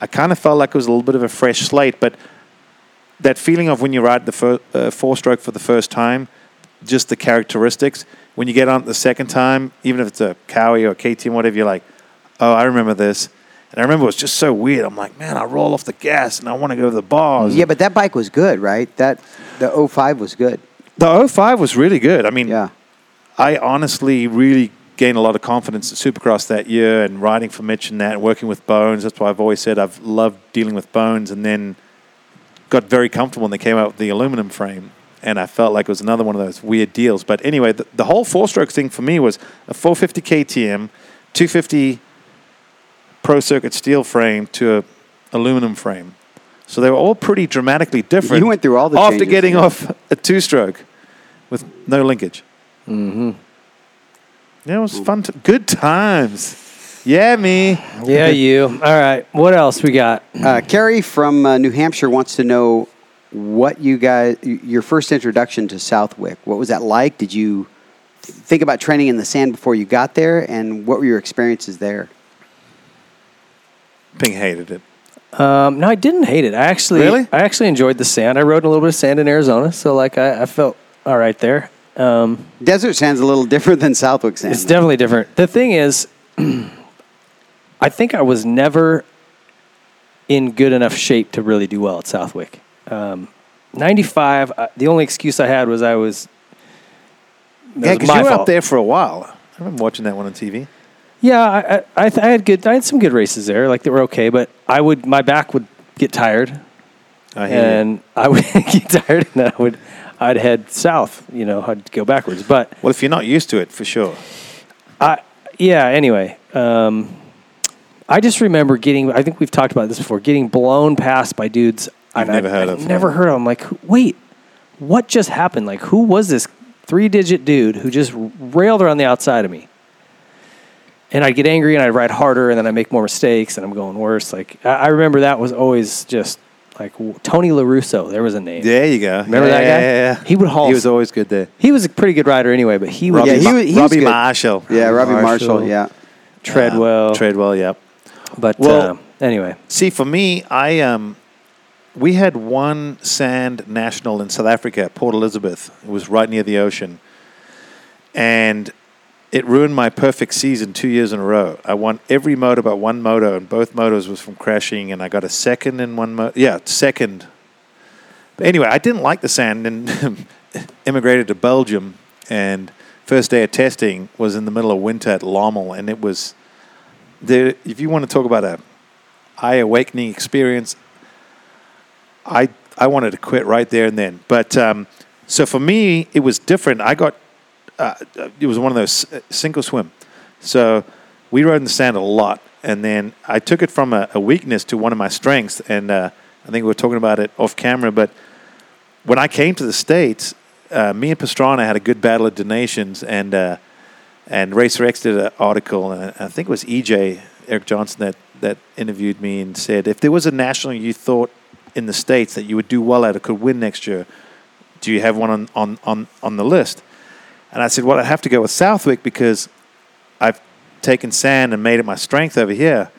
B: I kind of felt like it was a little bit of a fresh slate. But that feeling of when you ride the fir- uh, four stroke for the first time, just the characteristics. When you get on it the second time, even if it's a Cowie or a KTM, whatever, you're like, oh, I remember this. And I remember it was just so weird. I'm like, man, I roll off the gas and I want to go to the bars.
C: yeah, but that bike was good, right? That the 05 was good.
B: The 05 was really good. I mean,
C: Yeah.
B: I honestly really gained a lot of confidence at Supercross that year and riding for Mitch and that, and working with Bones. That's why I've always said I've loved dealing with Bones and then got very comfortable when they came out with the aluminum frame. And I felt like it was another one of those weird deals. But anyway, the, the whole four stroke thing for me was a 450 KTM, 250 Pro Circuit steel frame to a aluminum frame. So they were all pretty dramatically different.
C: You went through all the
B: After
C: changes,
B: getting
C: yeah.
B: off a two stroke with no linkage. Yeah, it was fun. T- good times. Yeah, me.
A: Yeah, you. All right. What else we got?
C: Uh, Carrie from uh, New Hampshire wants to know what you guys y- your first introduction to Southwick. What was that like? Did you th- think about training in the sand before you got there, and what were your experiences there?
B: Ping hated it.
A: Um, no, I didn't hate it. I actually,
B: Really?
A: I actually enjoyed the sand. I rode in a little bit of sand in Arizona, so like I, I felt all right there. Um,
C: Desert sand's a little different than Southwick sand.
A: it's definitely different. The thing is, I think I was never in good enough shape to really do well at Southwick. Um, 95, uh, the only excuse I had was I was. that
B: Yeah,
A: was
B: because
A: my
B: you were
A: fault.
B: up there for a while. I remember watching that one on TV.
A: Yeah, I, I, I th- I had good. I had some good races there, like they were okay. But I would, my back would get tired,
B: I hear you.
A: and I would get tired, and I would, I'd head south. You know, I'd go backwards. But
B: Well, if you're not used to it, for sure.
A: I, yeah. Anyway, um, I just remember getting. I think we've talked about this before. Getting blown past by dudes I've
B: never heard of.
A: Never heard of. I'm like, who- wait, what just happened? Like, who was this three-digit dude who just railed around the outside of me? And I'd get angry and I'd ride harder and then I make more mistakes and I'm going worse. Like I, I remember that was always just like w- Tony Larusso. There was a name.
B: There you go.
A: Remember that guy? He would haul-
B: He was always good there.
A: He was a pretty good rider anyway, but he would
C: Robbie Yeah, he
B: Ma-
C: was- he was
B: Robbie
C: good.
B: Marshall.
C: yeah, Robbie Marshall.
A: Marshall.
C: yeah,
A: Treadwell.
B: Treadwell, yep.
A: but
B: Well-
A: um, anyway,
B: See, for me, I um, we had one sand national in South Africa, Port Elizabeth. It was right near the ocean, and it ruined my perfect season two years in a row. I won every moto but one moto, and both motos was from crashing, and I got a second in one moto. Yeah, second. But anyway, I didn't like the sand and immigrated to Belgium. And first day of testing was in the middle of winter at Lommel, and it was the if you want to talk about a eye awakening experience. I I wanted to quit right there and then. But um, so for me, it was different. I got uh, it was one of those uh, sink or swim. So we rode in the sand a lot, and then I took it from a, a weakness to one of my strengths. And uh, I think we were talking about it off camera, but when I came to the states, uh, me and Pastrana had a good battle of donations, and uh, and Racer X did an article, and I think it was EJ Eric Johnson that that interviewed me and said if there was a national you thought in the states that you would do well at or could win next year, do you have one on on on, on the list? And I said, well, I'd have to go with Southwick because I've taken sand and made it my strength over here.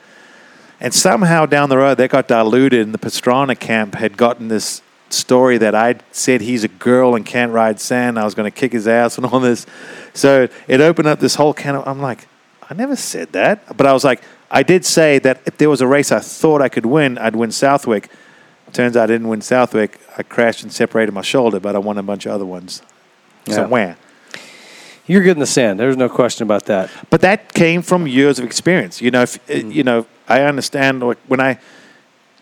B: And somehow down the road, that got diluted, and the Pastrana camp had gotten this story that I'd said he's a girl and can't ride sand. I was going to kick his ass and all this. So it opened up this whole can of. I'm like, I never said that. But I was like, I did say that if there was a race I thought I could win, I'd win Southwick. turns out I didn't win Southwick. I crashed and separated my shoulder, but I won a bunch of other ones.
A: Yeah.
B: So wham.
A: You're good in the sand. There's no question about that.
B: But that came from years of experience. You know, if, uh you know, I understand like, when I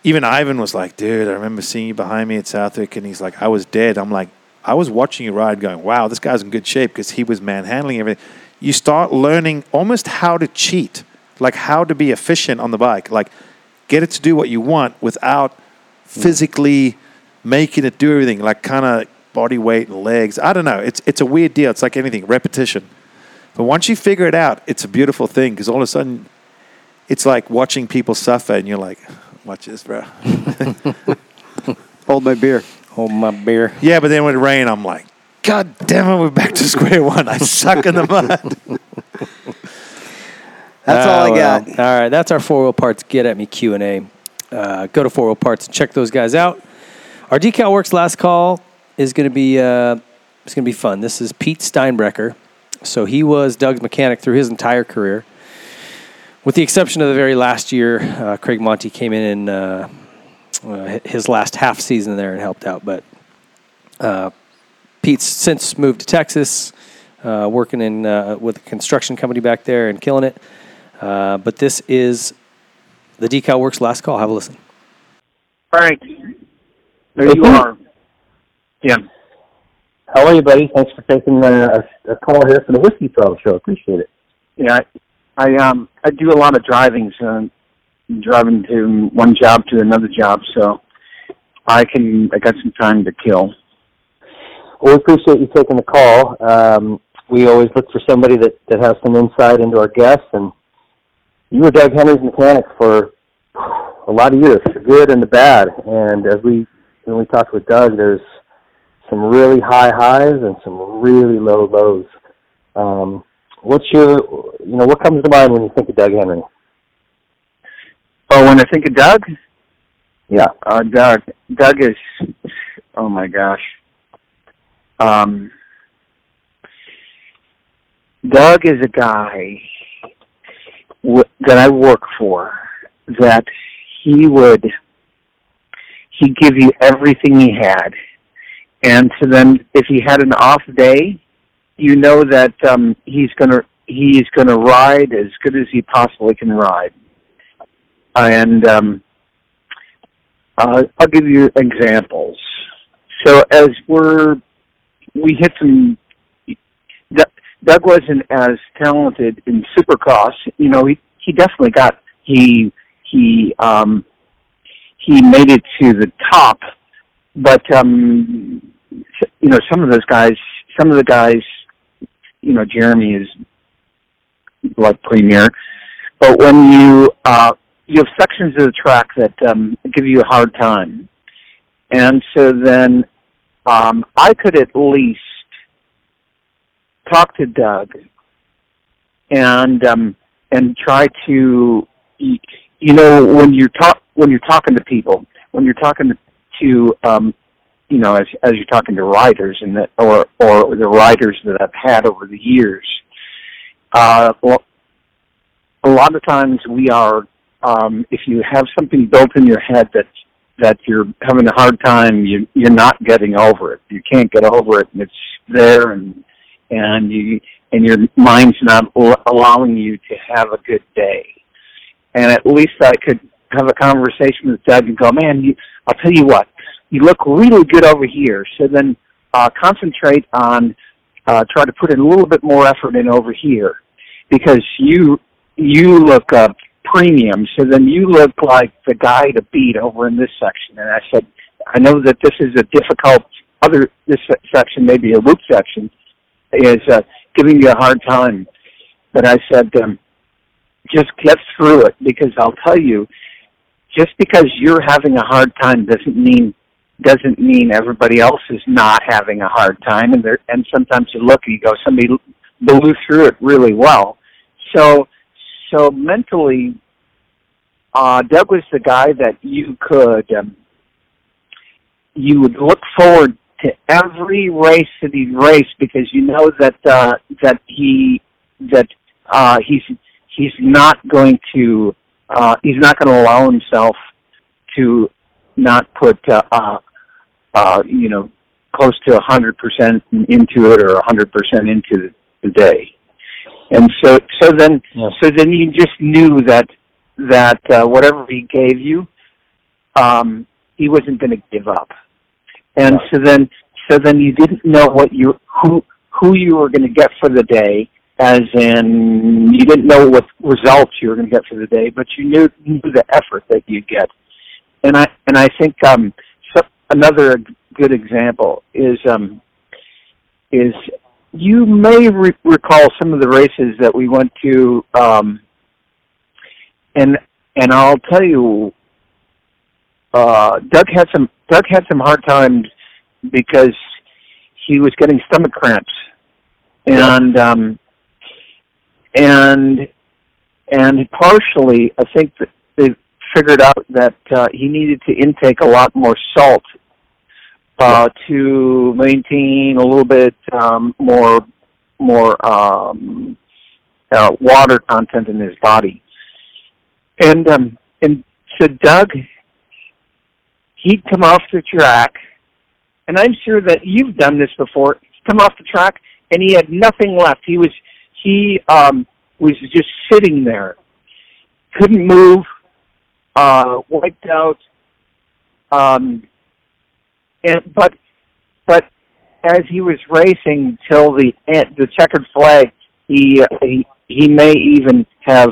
B: even Ivan was like, dude, I remember seeing you behind me at Southwick, and he's like, I was dead. I'm like, I was watching you ride, going, wow, this guy's in good shape because he was manhandling everything. You start learning almost how to cheat, like how to be efficient on the bike, like get it to do what you want without physically making it do everything, like kind of body weight and legs. I don't know. It's it's a weird deal. It's like anything, repetition. But once you figure it out, it's a beautiful thing because all of a sudden, it's like watching people suffer, and you're like, "Watch this, bro."
C: Hold my beer.
A: Hold my beer.
B: yeah, but then when it rained, I'm like, "God damn it, we're back to square one. I suck in the mud."
C: That's all
A: Ah,
C: I got.
A: well. All right, that's our four wheel parts. Get at me Q and A. Uh, go to four wheel parts and check those guys out. Our decal works last call is going to be uh, it's going to be fun. This is Pete Steinbrecker. So he was Doug's mechanic through his entire career, with the exception of the very last year. Uh, Craig Monty came in and uh, uh, his last half season there and helped out, but uh, Pete's since moved to Texas, uh, working in uh, with a construction company back there and killing it. Uh, but this is the Decal Works last call. Have a listen.
G: Frank, there you are. Yeah.
I: How are you, buddy? Thanks for taking uh, a, a call here for the Whiskey Throttle Show. Appreciate it.
G: Yeah. I, I um I do a lot of driving, so I'm driving to one job to another job, so I can I got some time to kill.
I: Well, we appreciate you taking the call. Um, we always look for somebody that, that has some insight into our guests, and you were Doug Henry's mechanic for a lot of years, the good and the bad. And as we when we talked with Doug, there's some really high highs and some really low lows. Um, what's your you know what comes to mind when you think of Doug Henry?
G: Oh, when I think of Doug,
I: Yeah,
G: uh, Doug, Doug is, oh my gosh. Um, Doug is a guy w- that I work for that he would, he'd give you everything he had. And so then if he had an off day, you know that, um, he's gonna, he's gonna ride as good as he possibly can ride. And, um, uh, I'll give you examples. So as we're we hit some. Doug Doug wasn't as talented in Supercross. You know, he he definitely got he he um he made it to the top, but um you know some of those guys, some of the guys, you know, Jeremy is like premier, but when you uh you have sections of the track that um, give you a hard time, and so then um, I could at least talk to Doug and um, and try to y- you know when you're talk when you're talking to people when you're talking to um, you know as as you're talking to writers and that or or the writers that I've had over the years. Uh, well, a lot of times we are um if you have something built in your head that that you're having a hard time you you're not getting over it you can't get over it and it's there and and you and your mind's not al- allowing you to have a good day and at least i could have a conversation with doug and go man you i'll tell you what you look really good over here so then uh concentrate on uh try to put in a little bit more effort in over here because you you look up premium, so then you look like the guy to beat over in this section. And I said, I know that this is a difficult other this se- section, maybe a loop section, is uh, giving you a hard time. But I said, um, just get through it because I'll tell you, just because you're having a hard time doesn't mean doesn't mean everybody else is not having a hard time. And there and sometimes you look and you go, somebody blew through it really well. So so mentally, uh, Doug was the guy that you could um, you would look forward to every race that he'd race because you know that uh, that he that uh, he's he's not going to uh, he's not going to allow himself to not put uh, uh, uh, you know close to a hundred percent into it or a hundred percent into the day. And so so then so then you just knew that that uh, whatever he gave you, um, he wasn't going to give up. And so then so then you didn't know what you who who you were going to get for the day, as in you didn't know what results you were going to get for the day, but you knew knew the effort that you get. And I and I think um, so another good example is um, is you may re- recall some of the races that we went to, um, and and I'll tell you, uh, Doug had some Doug had some hard times because he was getting stomach cramps, and um, and and partially, I think that they figured out that uh, he needed to intake a lot more salt uh, to maintain a little bit um, more more um, uh, water content in his body. And um, and so Doug, he'd come off the track, and I'm sure that you've done this before. He'd come off the track, and he had nothing left. He was he um, was just sitting there, couldn't move, uh, wiped out. Um, and but but as he was racing till the end, the checkered flag, he uh, he he may even have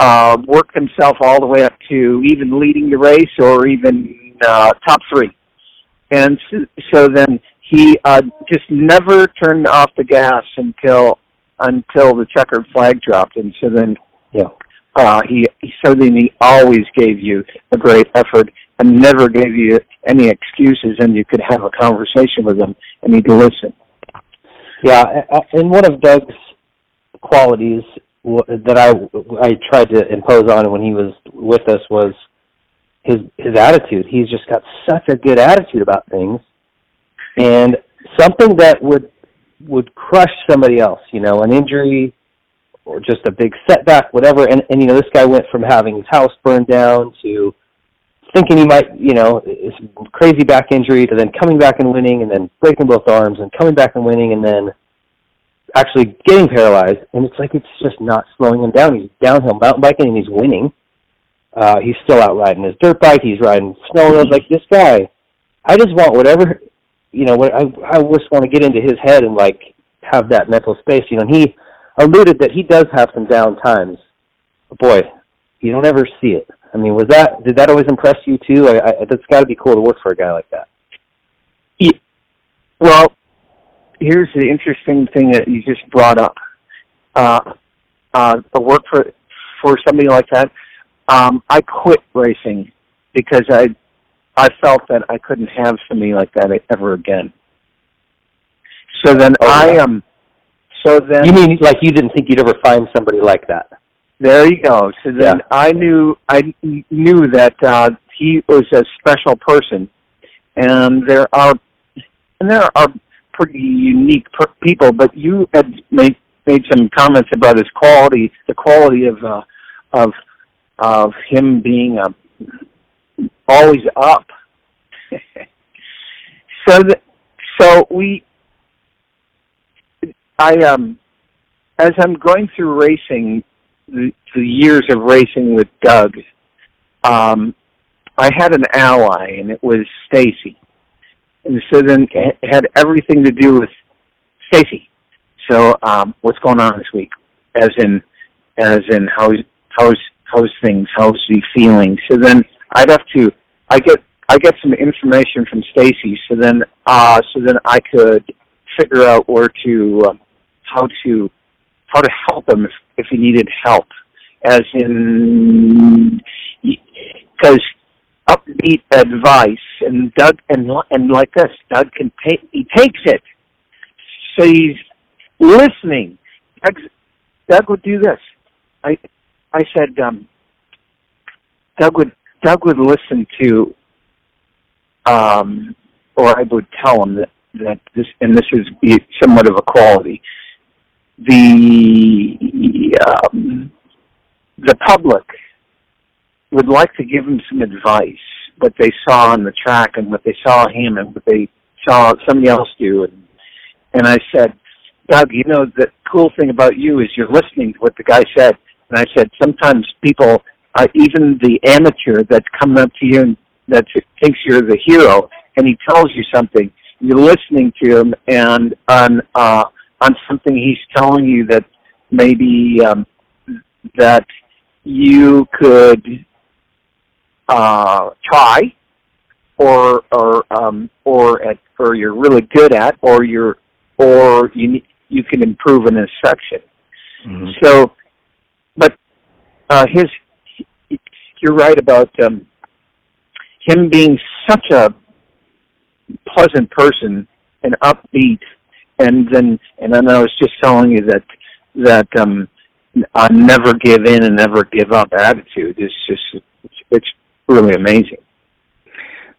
G: uh, worked himself all the way up to even leading the race or even uh, top three, and so, so then he uh, just never turned off the gas until until the checkered flag dropped, and so then
I: Yeah.
G: uh, he so then he always gave you a great effort and never gave you any excuses, and you could have a conversation with him and he'd listen.
I: Yeah, a- a- and one of Doug's qualities wa- that I I tried to impose on him when he was with us was his his attitude. He's just got such a good attitude about things, and something that would would crush somebody else. You know, an injury or just a big setback, whatever. And and you know, this guy went from having his house burned down to thinking he might, you know, this crazy back injury to then coming back and winning and then breaking both arms and coming back and winning and then actually getting paralyzed. And it's like it's just not slowing him down. He's downhill mountain biking and he's winning. Uh, he's still out riding his dirt bike. He's riding snow roads. Like this guy, I just want whatever, you know, what I, I just want to get into his head and like have that mental space, you know, and he alluded that he does have some down times. Boy, you don't ever see it. I mean, was that did that always impress you too? I, I, that's got to be cool to work for a guy like that.
G: Well, here's the interesting thing that you just brought up. Uh, uh, to work for for somebody like that, um, I quit racing because I I felt that I couldn't have somebody like that ever again. So then
I: Oh,
G: I
I: yeah.
G: um, so then
I: You mean like you didn't think you'd ever find somebody like that?
G: There you go. So
I: Yeah.
G: then I knew I knew that uh, he was a special person, and there are and there are pretty unique per- people. But you had made made some comments about his quality, the quality of uh, of of him being a, always up. so th- so we I um as I'm going through racing the, the years of racing with Doug, um, I had an ally, and it was Stacy. And so then it had everything to do with Stacy. So um, what's going on this week? As in, as in, how's how's how's things? How's he feeling? So then I'd have to. I get I get some information from Stacy. So then, uh, so then I could figure out where to um, how to how to help him if, if he needed help, as in because upbeat advice and Doug and and like this, Doug can take he takes it, so he's listening. Doug, Doug would do this. I I said um, Doug would Doug would listen to um, or I would tell him that that this and this is be- somewhat of a quality the um, the public would like to give him some advice, what they saw on the track and what they saw him and what they saw somebody else do and and I said, Doug, you know the cool thing about you is you're listening to what the guy said. And I said, sometimes people, uh, even the amateur that's coming up to you and that thinks you're the hero, and he tells you something, you're listening to him, and on uh, on something he's telling you that maybe um, that you could uh, try, or or um, or at or you're really good at, or you're or you ne- you can improve in a section. So, but uh, his, you're right about um, him being such a pleasant person and upbeat, and then and then I was just telling you that that um, I never give in and never give up attitude is just it's, it's really amazing.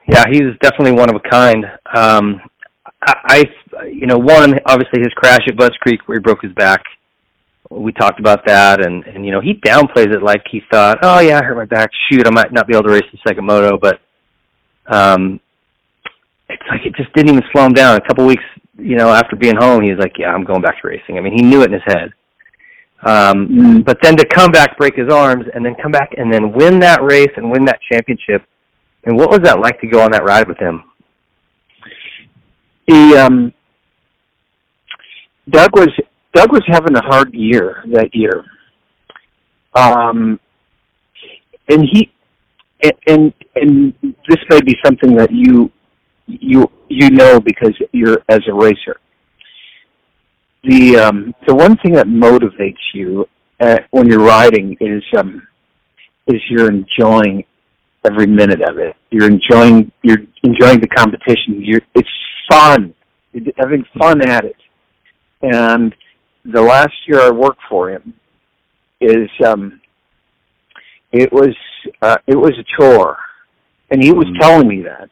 J: Yeah, he's definitely one of a kind. Um, I, I, you know, one obviously his crash at Butts Creek where he broke his back. We talked about that, and and you know he downplays it like he thought, oh yeah, I hurt my back. Shoot, I might not be able to race the second moto, but um, it's like it just didn't even slow him down. A couple weeks, you know, after being home, he was like, yeah, I'm going back to racing. I mean, he knew it in his head. Um, But then to come back, break his arms, and then come back and then win that race and win that championship. And what was that like to go on that ride with him?
G: he um Doug was Doug was having a hard year that year. Um and he and and, and this may be something that you you you know because you're as a racer. The um the one thing that motivates you uh when you're riding is um is you're enjoying every minute of it. You're enjoying you're enjoying the competition. You're it's fun. You're having fun at it. And the last year I worked for him is um it was uh it was a chore. And he was telling me that.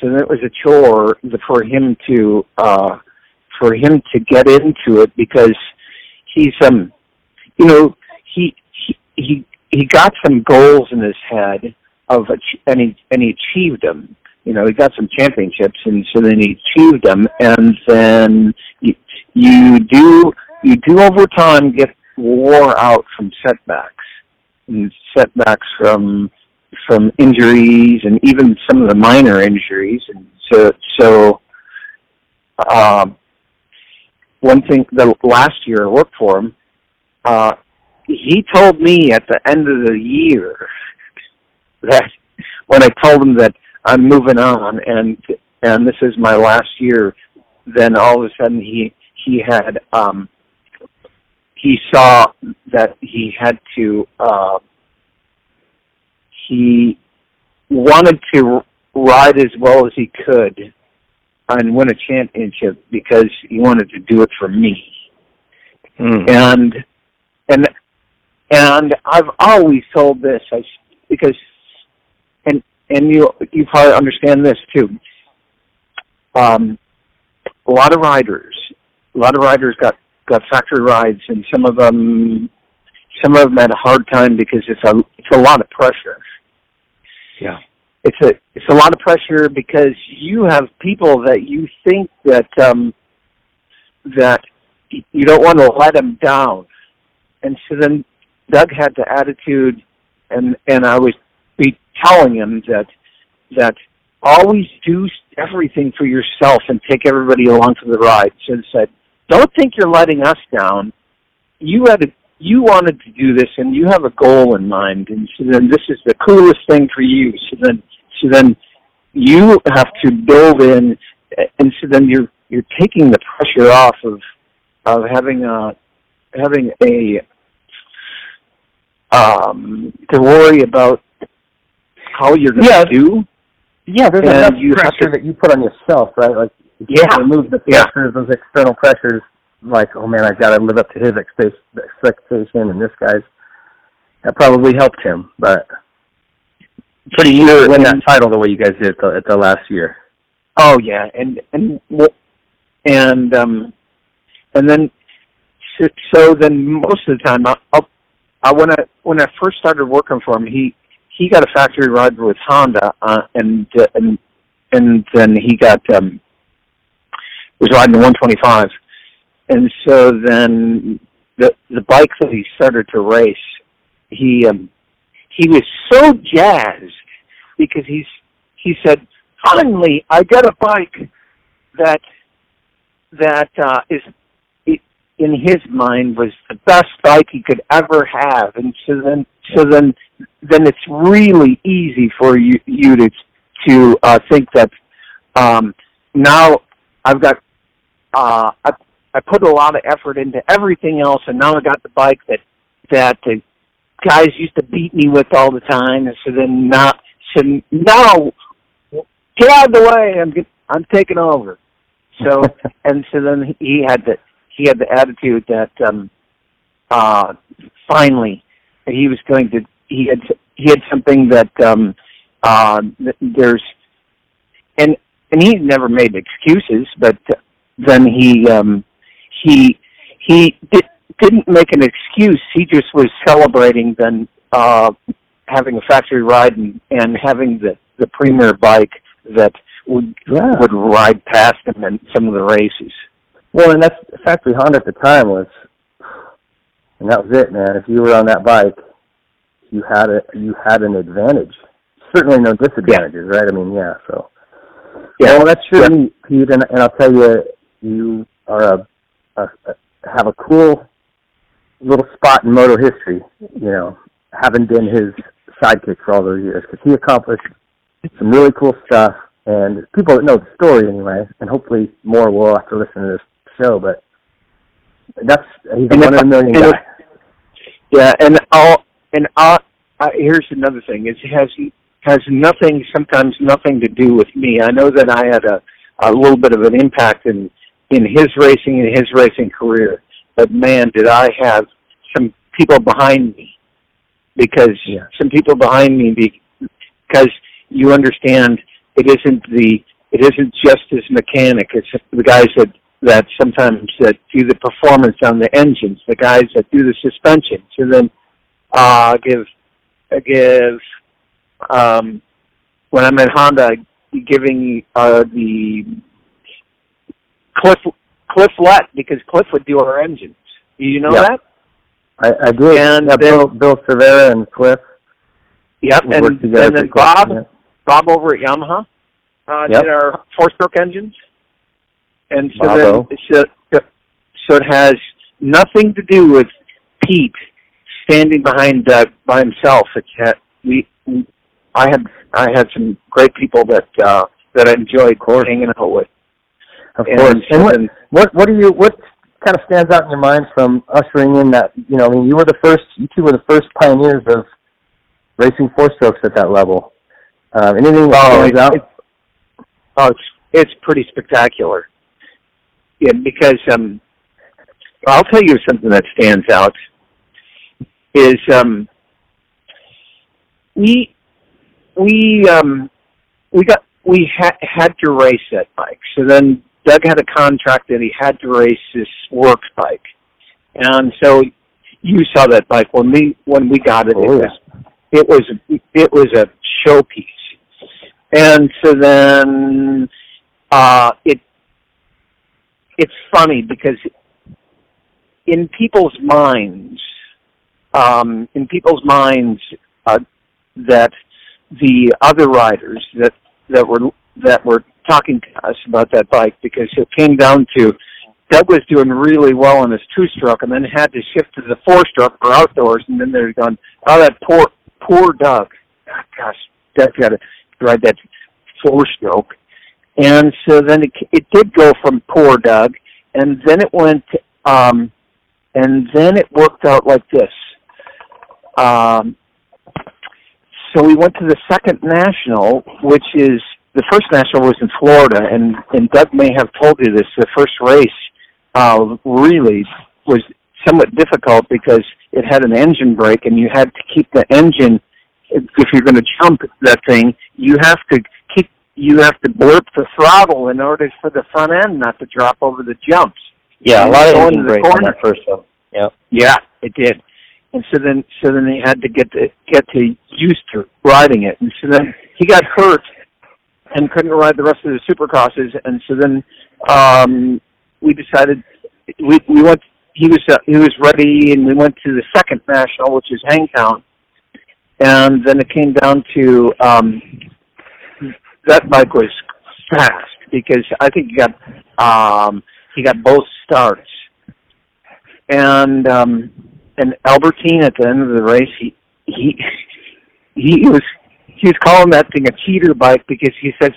G: So that was a chore for him to uh for him to get into it because he's um you know he he he, he got some goals in his head of ach- and he and he achieved them you know he got some championships and so then he achieved them and then you, you do you do over time get wore out from setbacks and setbacks from from injuries and even some of the minor injuries and so so um one thing the last year I worked for him uh he told me at the end of the year that when I told him that I'm moving on and and this is my last year, then all of a sudden he he had um he saw that he had to uh he wanted to ride as well as he could and win a championship because he wanted to do it for me and and and I've always told this I s because and and you you probably understand this too. Um, a lot of riders, a lot of riders got got factory rides, and some of them some of them had a hard time because it's a it's a lot of pressure.
J: Yeah.
G: It's a it's a lot of pressure because you have people that you think that um, that y- you don't want to let them down, and so then Doug had the attitude, and and I was be telling him that that always do everything for yourself and take everybody along for the ride. So he said, "Don't think you're letting us down. You had a, you wanted to do this, and you have a goal in mind. And so then this is the coolest thing for you. So then so then you have to build in, and so then you're you're taking the pressure off of of having a having a um, to worry about how you're going to
I: Yeah.
G: do.
I: Yeah, there's
G: And
I: enough
G: you have
I: pressure that you put on yourself, right? Like, if you
G: Yeah.
I: remove the
G: Yeah.
I: pressures, those external pressures, like, oh man, I've got to live up to his expect- expectation, and this guy's. That probably helped him, but pretty easy to win that title the way you guys did at the, at the last year.
G: Oh yeah, and and wh- and um, and then so, so then most of the time, I, I when I when I first started working for him, he he got a factory ride with Honda, uh, and uh, and and then he got um was riding the 125, and so then the the bike that he started to race, he um he was so jazzed because he's he said finally I got a bike that that uh, is i- in his mind was the best bike he could ever have, and so then so then then it's really easy for you you to to uh, think that um, now I've got uh, I I put a lot of effort into everything else, and now I got the bike that that the guys used to beat me with all the time, and so then now so now get out of the way, I'm get, I'm taking over. So and so then he had the he had the attitude that um uh finally he was going to he had he had something that um uh th- there's and and he never made excuses but then he um he he did, didn't make an excuse he just was celebrating then uh having a factory ride and and having the the premier bike that would
I: Yeah.
G: would ride past him in some of the races
I: Well, and that's factory Honda at the time was, and that was it, man. If you were on that bike, you had a you had an advantage. Certainly no disadvantages, right? I mean, yeah. So,
G: Yeah.
I: Well, that's true, Pete. And, and I'll tell you, you are a, a, a have a cool little spot in moto history. You know, having been his sidekick for all those years, because he accomplished some really cool stuff. And people that know the story anyway, and hopefully more will after listening to this show. But that's he's a
G: And if
I: one in a million
G: I- and
I: guy.
G: if- Yeah, and all and uh, uh, here's another thing. It has has nothing sometimes nothing to do with me. I know that I had a a little bit of an impact in in his racing and his racing career, but man, did I have some people behind me because some people behind me because you understand it isn't the it isn't just his mechanic. It's the guys that that sometimes that do the performance on the engines, the guys that do the suspensions, and then uh, give uh, give um, when I'm at Honda giving uh, the Cliff Cliff Lett because Cliff would do our engines. You know
I: Yeah.
G: that?
I: I, I did.
G: And
I: yeah, Bill, Bill Cervera and Cliff.
G: Yep,
I: We
G: and,
I: worked
G: and
I: together
G: then
I: pretty close,
G: Bob,
I: yeah.
G: Bob over at Yamaha, uh,
I: Yep.
G: did our four-stroke engines, and so
I: Bravo.
G: then so, so it has nothing to do with Pete standing behind uh, by himself. It's had, we, we- I had I had some great people that uh, that I enjoyed hanging out with.
I: Of
G: And
I: course.
G: so
I: And what,
G: then-
I: what what do you what kind of stands out in your mind from ushering in that? You know, I mean, you were the first. You two were the first pioneers of racing four strokes at that level. Um, anything that
G: Oh,
I: stands
G: it-
I: out?
G: it- oh, it's it's pretty spectacular. Yeah, because um, I'll tell you something that stands out is um, we we um, we got we ha- had to race that bike. So then Doug had a contract that he had to race this works bike, and so you saw that bike when we when we got it.
I: Oh,
G: it
I: yeah.
G: was it was it was a showpiece, and so then uh, it it's funny because in people's minds, um, in people's minds, uh, that the other riders that that were that were talking to us about that bike because it came down to Doug was doing really well in his two stroke and then had to shift to the four stroke for outdoors and then they're going, Oh that poor poor Doug. Ah, Gosh, Doug's gotta ride that four stroke. And so then it it did go from poor Doug and then it went um and then it worked out like this. Um so we went to the second national, which is the first national was in Florida, and and Doug may have told you this. The first race uh, really was somewhat difficult because it had an engine brake, and you had to keep the engine. If if you're going to jump that thing, you have to keep you have to blip the throttle in order for the front end not to drop over the jumps.
I: Yeah, a lot of engine
G: Going to the
I: breaks on
G: corner.
I: that first one. Yeah.
G: Yeah, it did. so then so then they had to get to get to used to riding it, and so then he got hurt and couldn't ride the rest of the supercrosses, and so then um, we decided we we went. He was uh, he was ready, and we went to the second national, which is Hangtown, and then it came down to um, that bike was fast because I think he got um, he got both starts, and um, and Albertine at the end of the race, he he he was he was calling that thing a cheater bike because he says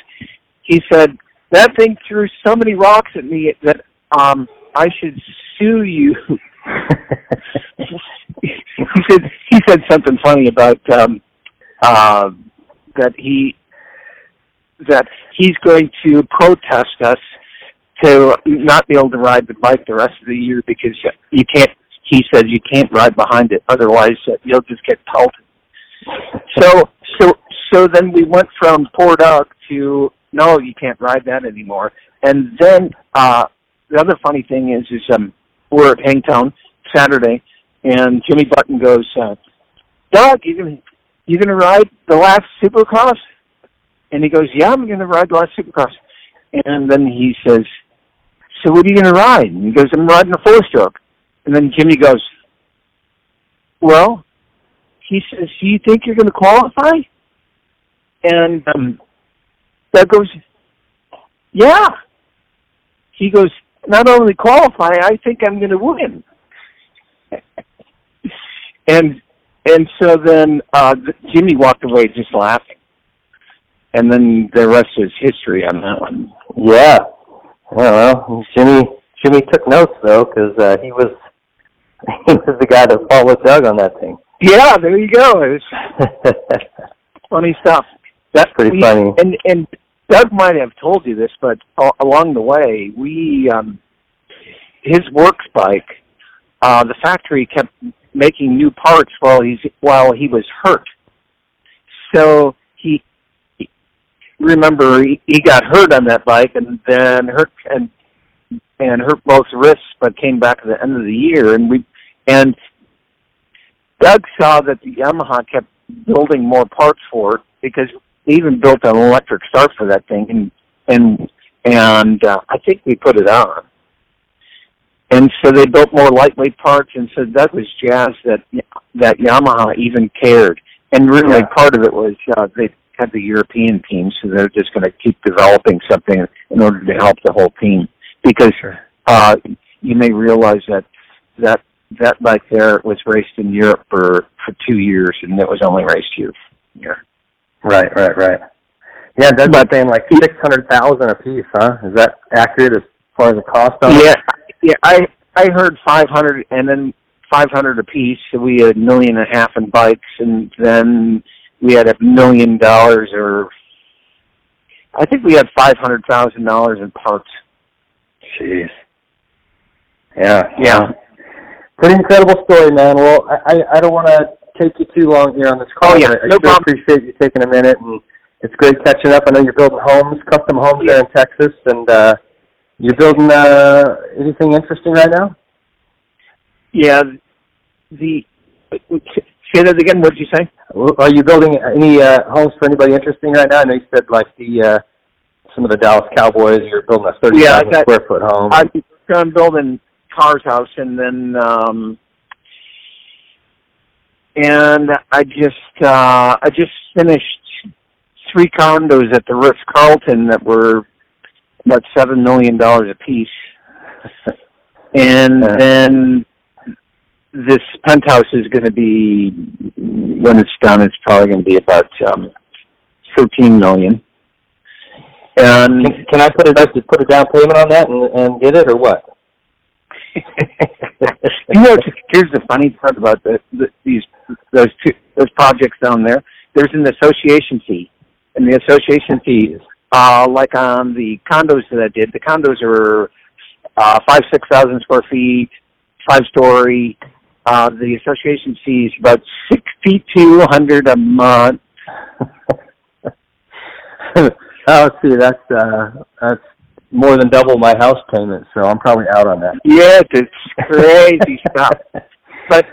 G: he said that thing threw so many rocks at me that um I should sue you. he said he said something funny about um uh that he that he's going to protest us to not be able to ride the bike the rest of the year because you can't he says you can't ride behind it otherwise uh, you'll just get pelted so so so then we went from poured out to no you can't ride that anymore and then uh the other funny thing is is um we're at hangtown saturday and jimmy button goes uh doug you gonna you gonna ride the last supercross and he goes yeah i'm gonna ride the last supercross and then he says so what are you gonna ride and he goes i'm riding a four stroke and then Jimmy goes, Well, he says, Do you think you're going to qualify? And um, Doug goes, Yeah. He goes, Not only qualify, I think I'm going to win. and and so then uh, Jimmy walked away just laughing. And then the rest is history on that one.
I: Yeah. Well, Jimmy Jimmy took notes though, because uh, he was he was the guy that followed Doug on that thing.
G: Yeah, there you go. It was funny stuff.
I: That's pretty
G: we,
I: funny.
G: And and Doug might have told you this, but uh, along the way, we um, his works bike, uh, the factory kept making new parts while he's while he was hurt. So he, he remember he, he got hurt on that bike, and then hurt and and hurt both wrists, but came back at the end of the year. And we and Doug saw that the Yamaha kept building more parts for it because they even built an electric start for that thing, and and and uh, I think we put it on. And so they built more lightweight parts, and so Doug was jazzed that that Yamaha even cared. And really,
I: Yeah.
G: part of it was uh, they had the European team, so they're just going to keep developing something in order to help the whole team because uh, you may realize that that that bike there was raced in Europe for for two years, and it was only raced here. here.
I: Right, right, right. Yeah, Doug's been paying like six hundred thousand a piece, huh? Is that accurate as far as the cost on
G: Yeah,
I: it?
G: yeah. I I heard five hundred, and then five hundred apiece. So we had a million and a half in bikes, and then we had a million dollars, or I think we had five hundred thousand dollars in parts.
I: Jeez. Yeah.
G: Yeah.
I: Pretty incredible story, man. Well, I, I, I don't want to take you too long here on this call.
G: Oh, yeah,
I: but I
G: no
I: sure
G: problem.
I: appreciate you taking a minute, and it's great catching up. I know you're building homes, custom homes there in Texas, and uh, you're building uh, anything interesting right now?
G: Yeah. The say that again. What did you say?
I: Well, Are you building any uh, homes for anybody interesting right now? I know you said like the uh, some of the Dallas Cowboys. You're building a thirty
G: Yeah, I
I: thousand
G: got-
I: square foot home.
G: I was done building Car's house, and then um, and I just uh, I just finished three condos at the Ritz Carlton that were about seven million dollars a piece, and
I: Uh-huh.
G: then this penthouse is going to be when it's done. It's probably going to be about um, thirteen million. And
I: can, can I put a down- put a down payment on that and, and get it or what?
G: you know, it's- here's the funny part about the, the, these those two those projects down there. There's an association fee, and the association fee, uh, like on the condos that I did, the condos are uh, five six thousand square feet, five story. Uh, the association fee is about sixty two hundred a month.
I: oh, see, that's uh, that's more than double my house payment, so I'm probably out on that.
G: Yes, it's crazy stuff. But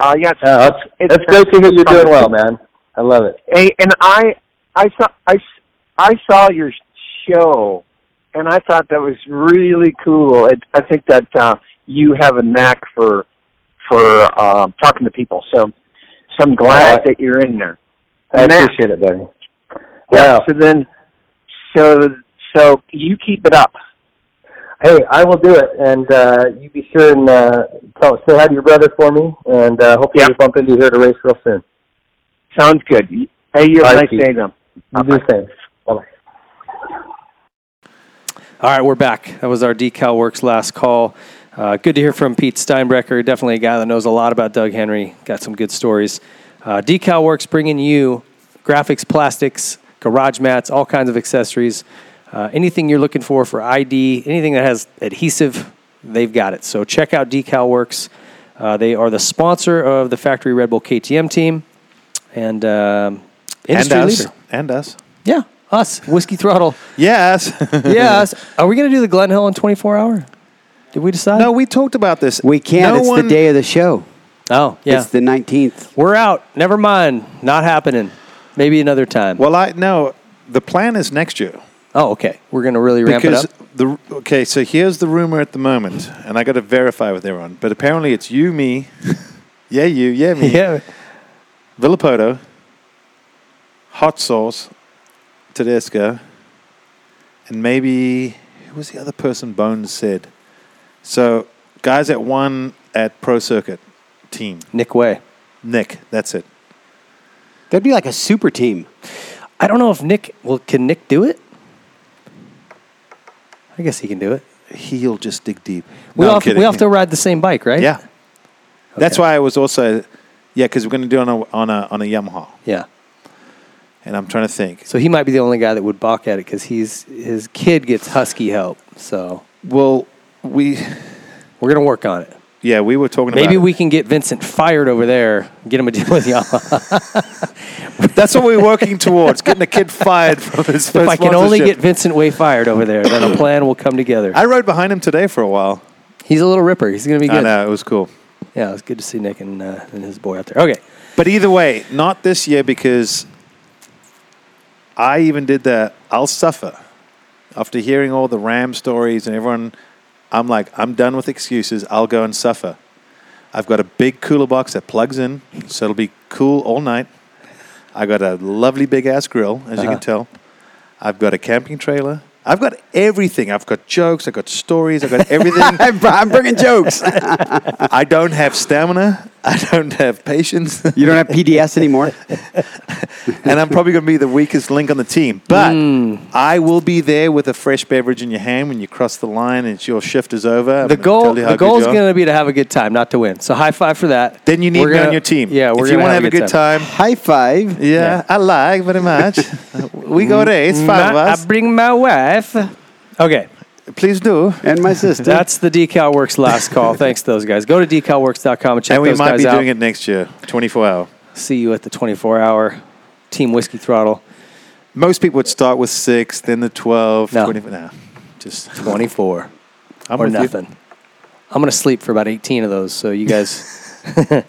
G: Uh, yes.
I: Uh, that's
G: it's-
I: that's great to hear you're doing well, man. I love it.
G: Hey, and I, I saw, I, s- I saw your show, and I thought that was really cool. It, I think that uh, you have a knack for, for um, talking to people. So, so I'm glad that you're in there.
I: I
G: Now-
I: appreciate it, buddy.
G: Yeah.
I: Wow.
G: So then, so so you keep it up.
I: Hey, I will do it, and uh, you be sure and uh, tell, say hi to your brother for me, and uh, hopefully we bump into you here at a race real soon.
G: Sounds good. Hey, you have a
I: All
G: nice
I: right, Keith.
G: day, though.
I: You do the same. Bye.
A: All right, we're back. That was our Decal Works last call. Uh, good to hear from Pete Steinbrecker. Definitely a guy that knows a lot about Doug Henry. Got some good stories. Uh, Decal Works bringing you graphics, plastics, garage mats, all kinds of accessories. Uh, anything you're looking for for ID, anything that has adhesive, they've got it. So check out Decal Works. Uh, they are the sponsor of the Factory Red Bull KTM team and um, industry
B: and us.
A: leader.
B: And us.
A: Yeah, us, Whiskey Throttle.
B: Yes.
A: yes. Are we going to do the Glen Hill in 24 hour? Did we decide?
B: No, we talked about this.
A: We
C: can't. it's the day of the show.
A: Oh, yeah.
C: It's the 19th.
A: We're out. Never mind. Not happening. Maybe another time.
B: Well, I no. The plan is next year.
A: Oh, okay. We're going to really ramp
B: because
A: it up.
B: The, okay, so here's the rumor at the moment, and I got to verify with everyone. But apparently, it's you, me, yeah, you, yeah, me,
A: yeah,
B: Villapoto, hot sauce, Tedesco, and maybe who was the other person? Bones said. So guys at one at Pro Circuit team.
A: Nick Way.
B: Nick, that's it.
C: That'd be like a super team.
A: I don't know if Nick well can Nick do it? I guess he can do it.
B: He'll just dig deep.
A: We
B: No,
A: all
B: I'm
A: have, we
B: kidding.
A: all have to ride the same bike, right?
B: Yeah. That's why I was also, yeah, because we're going to do it on a on a on a Yamaha,
A: Yeah.
B: and I'm trying to think.
A: So he might be the only guy that would balk at it because he's his kid gets husky help. So
B: Well, we
A: we're gonna work on it.
B: yeah, we were talking
A: Maybe
B: about.
A: we can get Vincent fired over there. Get him a deal with Yamaha.
B: Maybe that's what we're working towards: getting a kid fired from his.
A: if I can only get
B: sponsorship.
A: Vincent Way fired over there, then a plan will come together.
B: I rode behind him today for a while.
A: He's a little ripper. He's gonna be
B: I
A: good.
B: know it was cool,
A: Yeah, it was good to see Nick and uh, and his boy out there. Okay.
B: but either way, not this year because I even did the I'll suffer after hearing all the Ram stories and everyone. I'm like, I'm done with excuses. I'll go and suffer. I've got a big cooler box that plugs in, so it'll be cool all night. I got a lovely big ass grill, as you
A: Uh-huh.
B: can tell. I've got a camping trailer. I've got everything. I've got jokes. I've got stories. I've got everything.
C: I'm, I'm bringing jokes.
B: I don't have stamina. I don't have patience.
C: You don't have PDS anymore.
B: and I'm probably going to be the weakest link on the team. But
A: Hmm.
B: I will be there with a fresh beverage in your hand when you cross the line and your shift is over. I'm
A: the
B: gonna
A: goal
B: tell you how
A: the
B: good
A: goal is
B: you are.
A: going to be to have a good time, not to win. So high five for that.
B: Then you need
A: We're
B: me
A: gonna-
B: on your team.
A: Yeah, we're gonna
B: if you want to have a good time.
C: High five.
B: Yeah, I like very much. we go there. It's five of
A: Ma-
B: us.
A: Mm. I bring my wife. Okay,
B: Please do.
C: And my sister.
A: that's the Decal Works last call. Thanks to those guys. Go to decalworks.com and check
B: and we
A: those
B: might
A: guys
B: be
A: out.
B: doing it next year, 24 hour.
A: See you at the 24 hour Team Whiskey Throttle.
B: Most people would start with six, then the 12,
A: No.
B: 20. No, just
A: 24
B: I'm
A: or
B: with you.
A: nothing. I'm going to sleep for about 18 of those. So you guys,
B: I'm going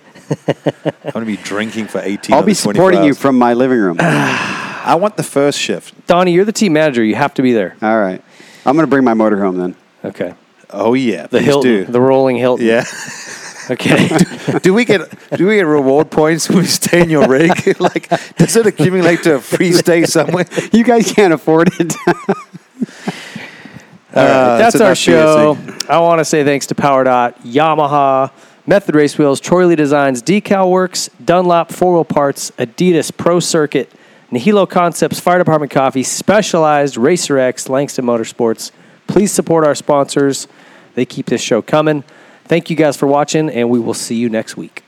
B: to be drinking for 18.
C: I'll
B: of
C: be
B: the 24
C: supporting you
B: hours.
C: from my living room. All
B: I want the first shift.
A: Donnie, you're the team manager. You have to be there.
C: right. I'm going to bring my motor home then.
A: Okay.
B: Oh yeah,
A: The
B: please
A: Hilton,
B: do.
A: the rolling Hilton.
B: yeah.
A: Okay.
B: do we get do we get reward points when we stay in your rig? like, does it accumulate to a free stay somewhere?
C: You guys can't afford it.
A: All right,
B: Uh,
A: that's
B: that's
A: our
B: enough
A: show. I want to say thanks to Power Dot, Yamaha, Method Race Wheels, Troy Lee Designs, Decal Works, Dunlop Four Wheel Parts, Adidas Pro Circuit, Nihilo Concepts, Fire Department Coffee, Specialized, Racer X, Langston Motorsports. Please support our sponsors. They keep this show coming. Thank you guys for watching, and we will see you next week.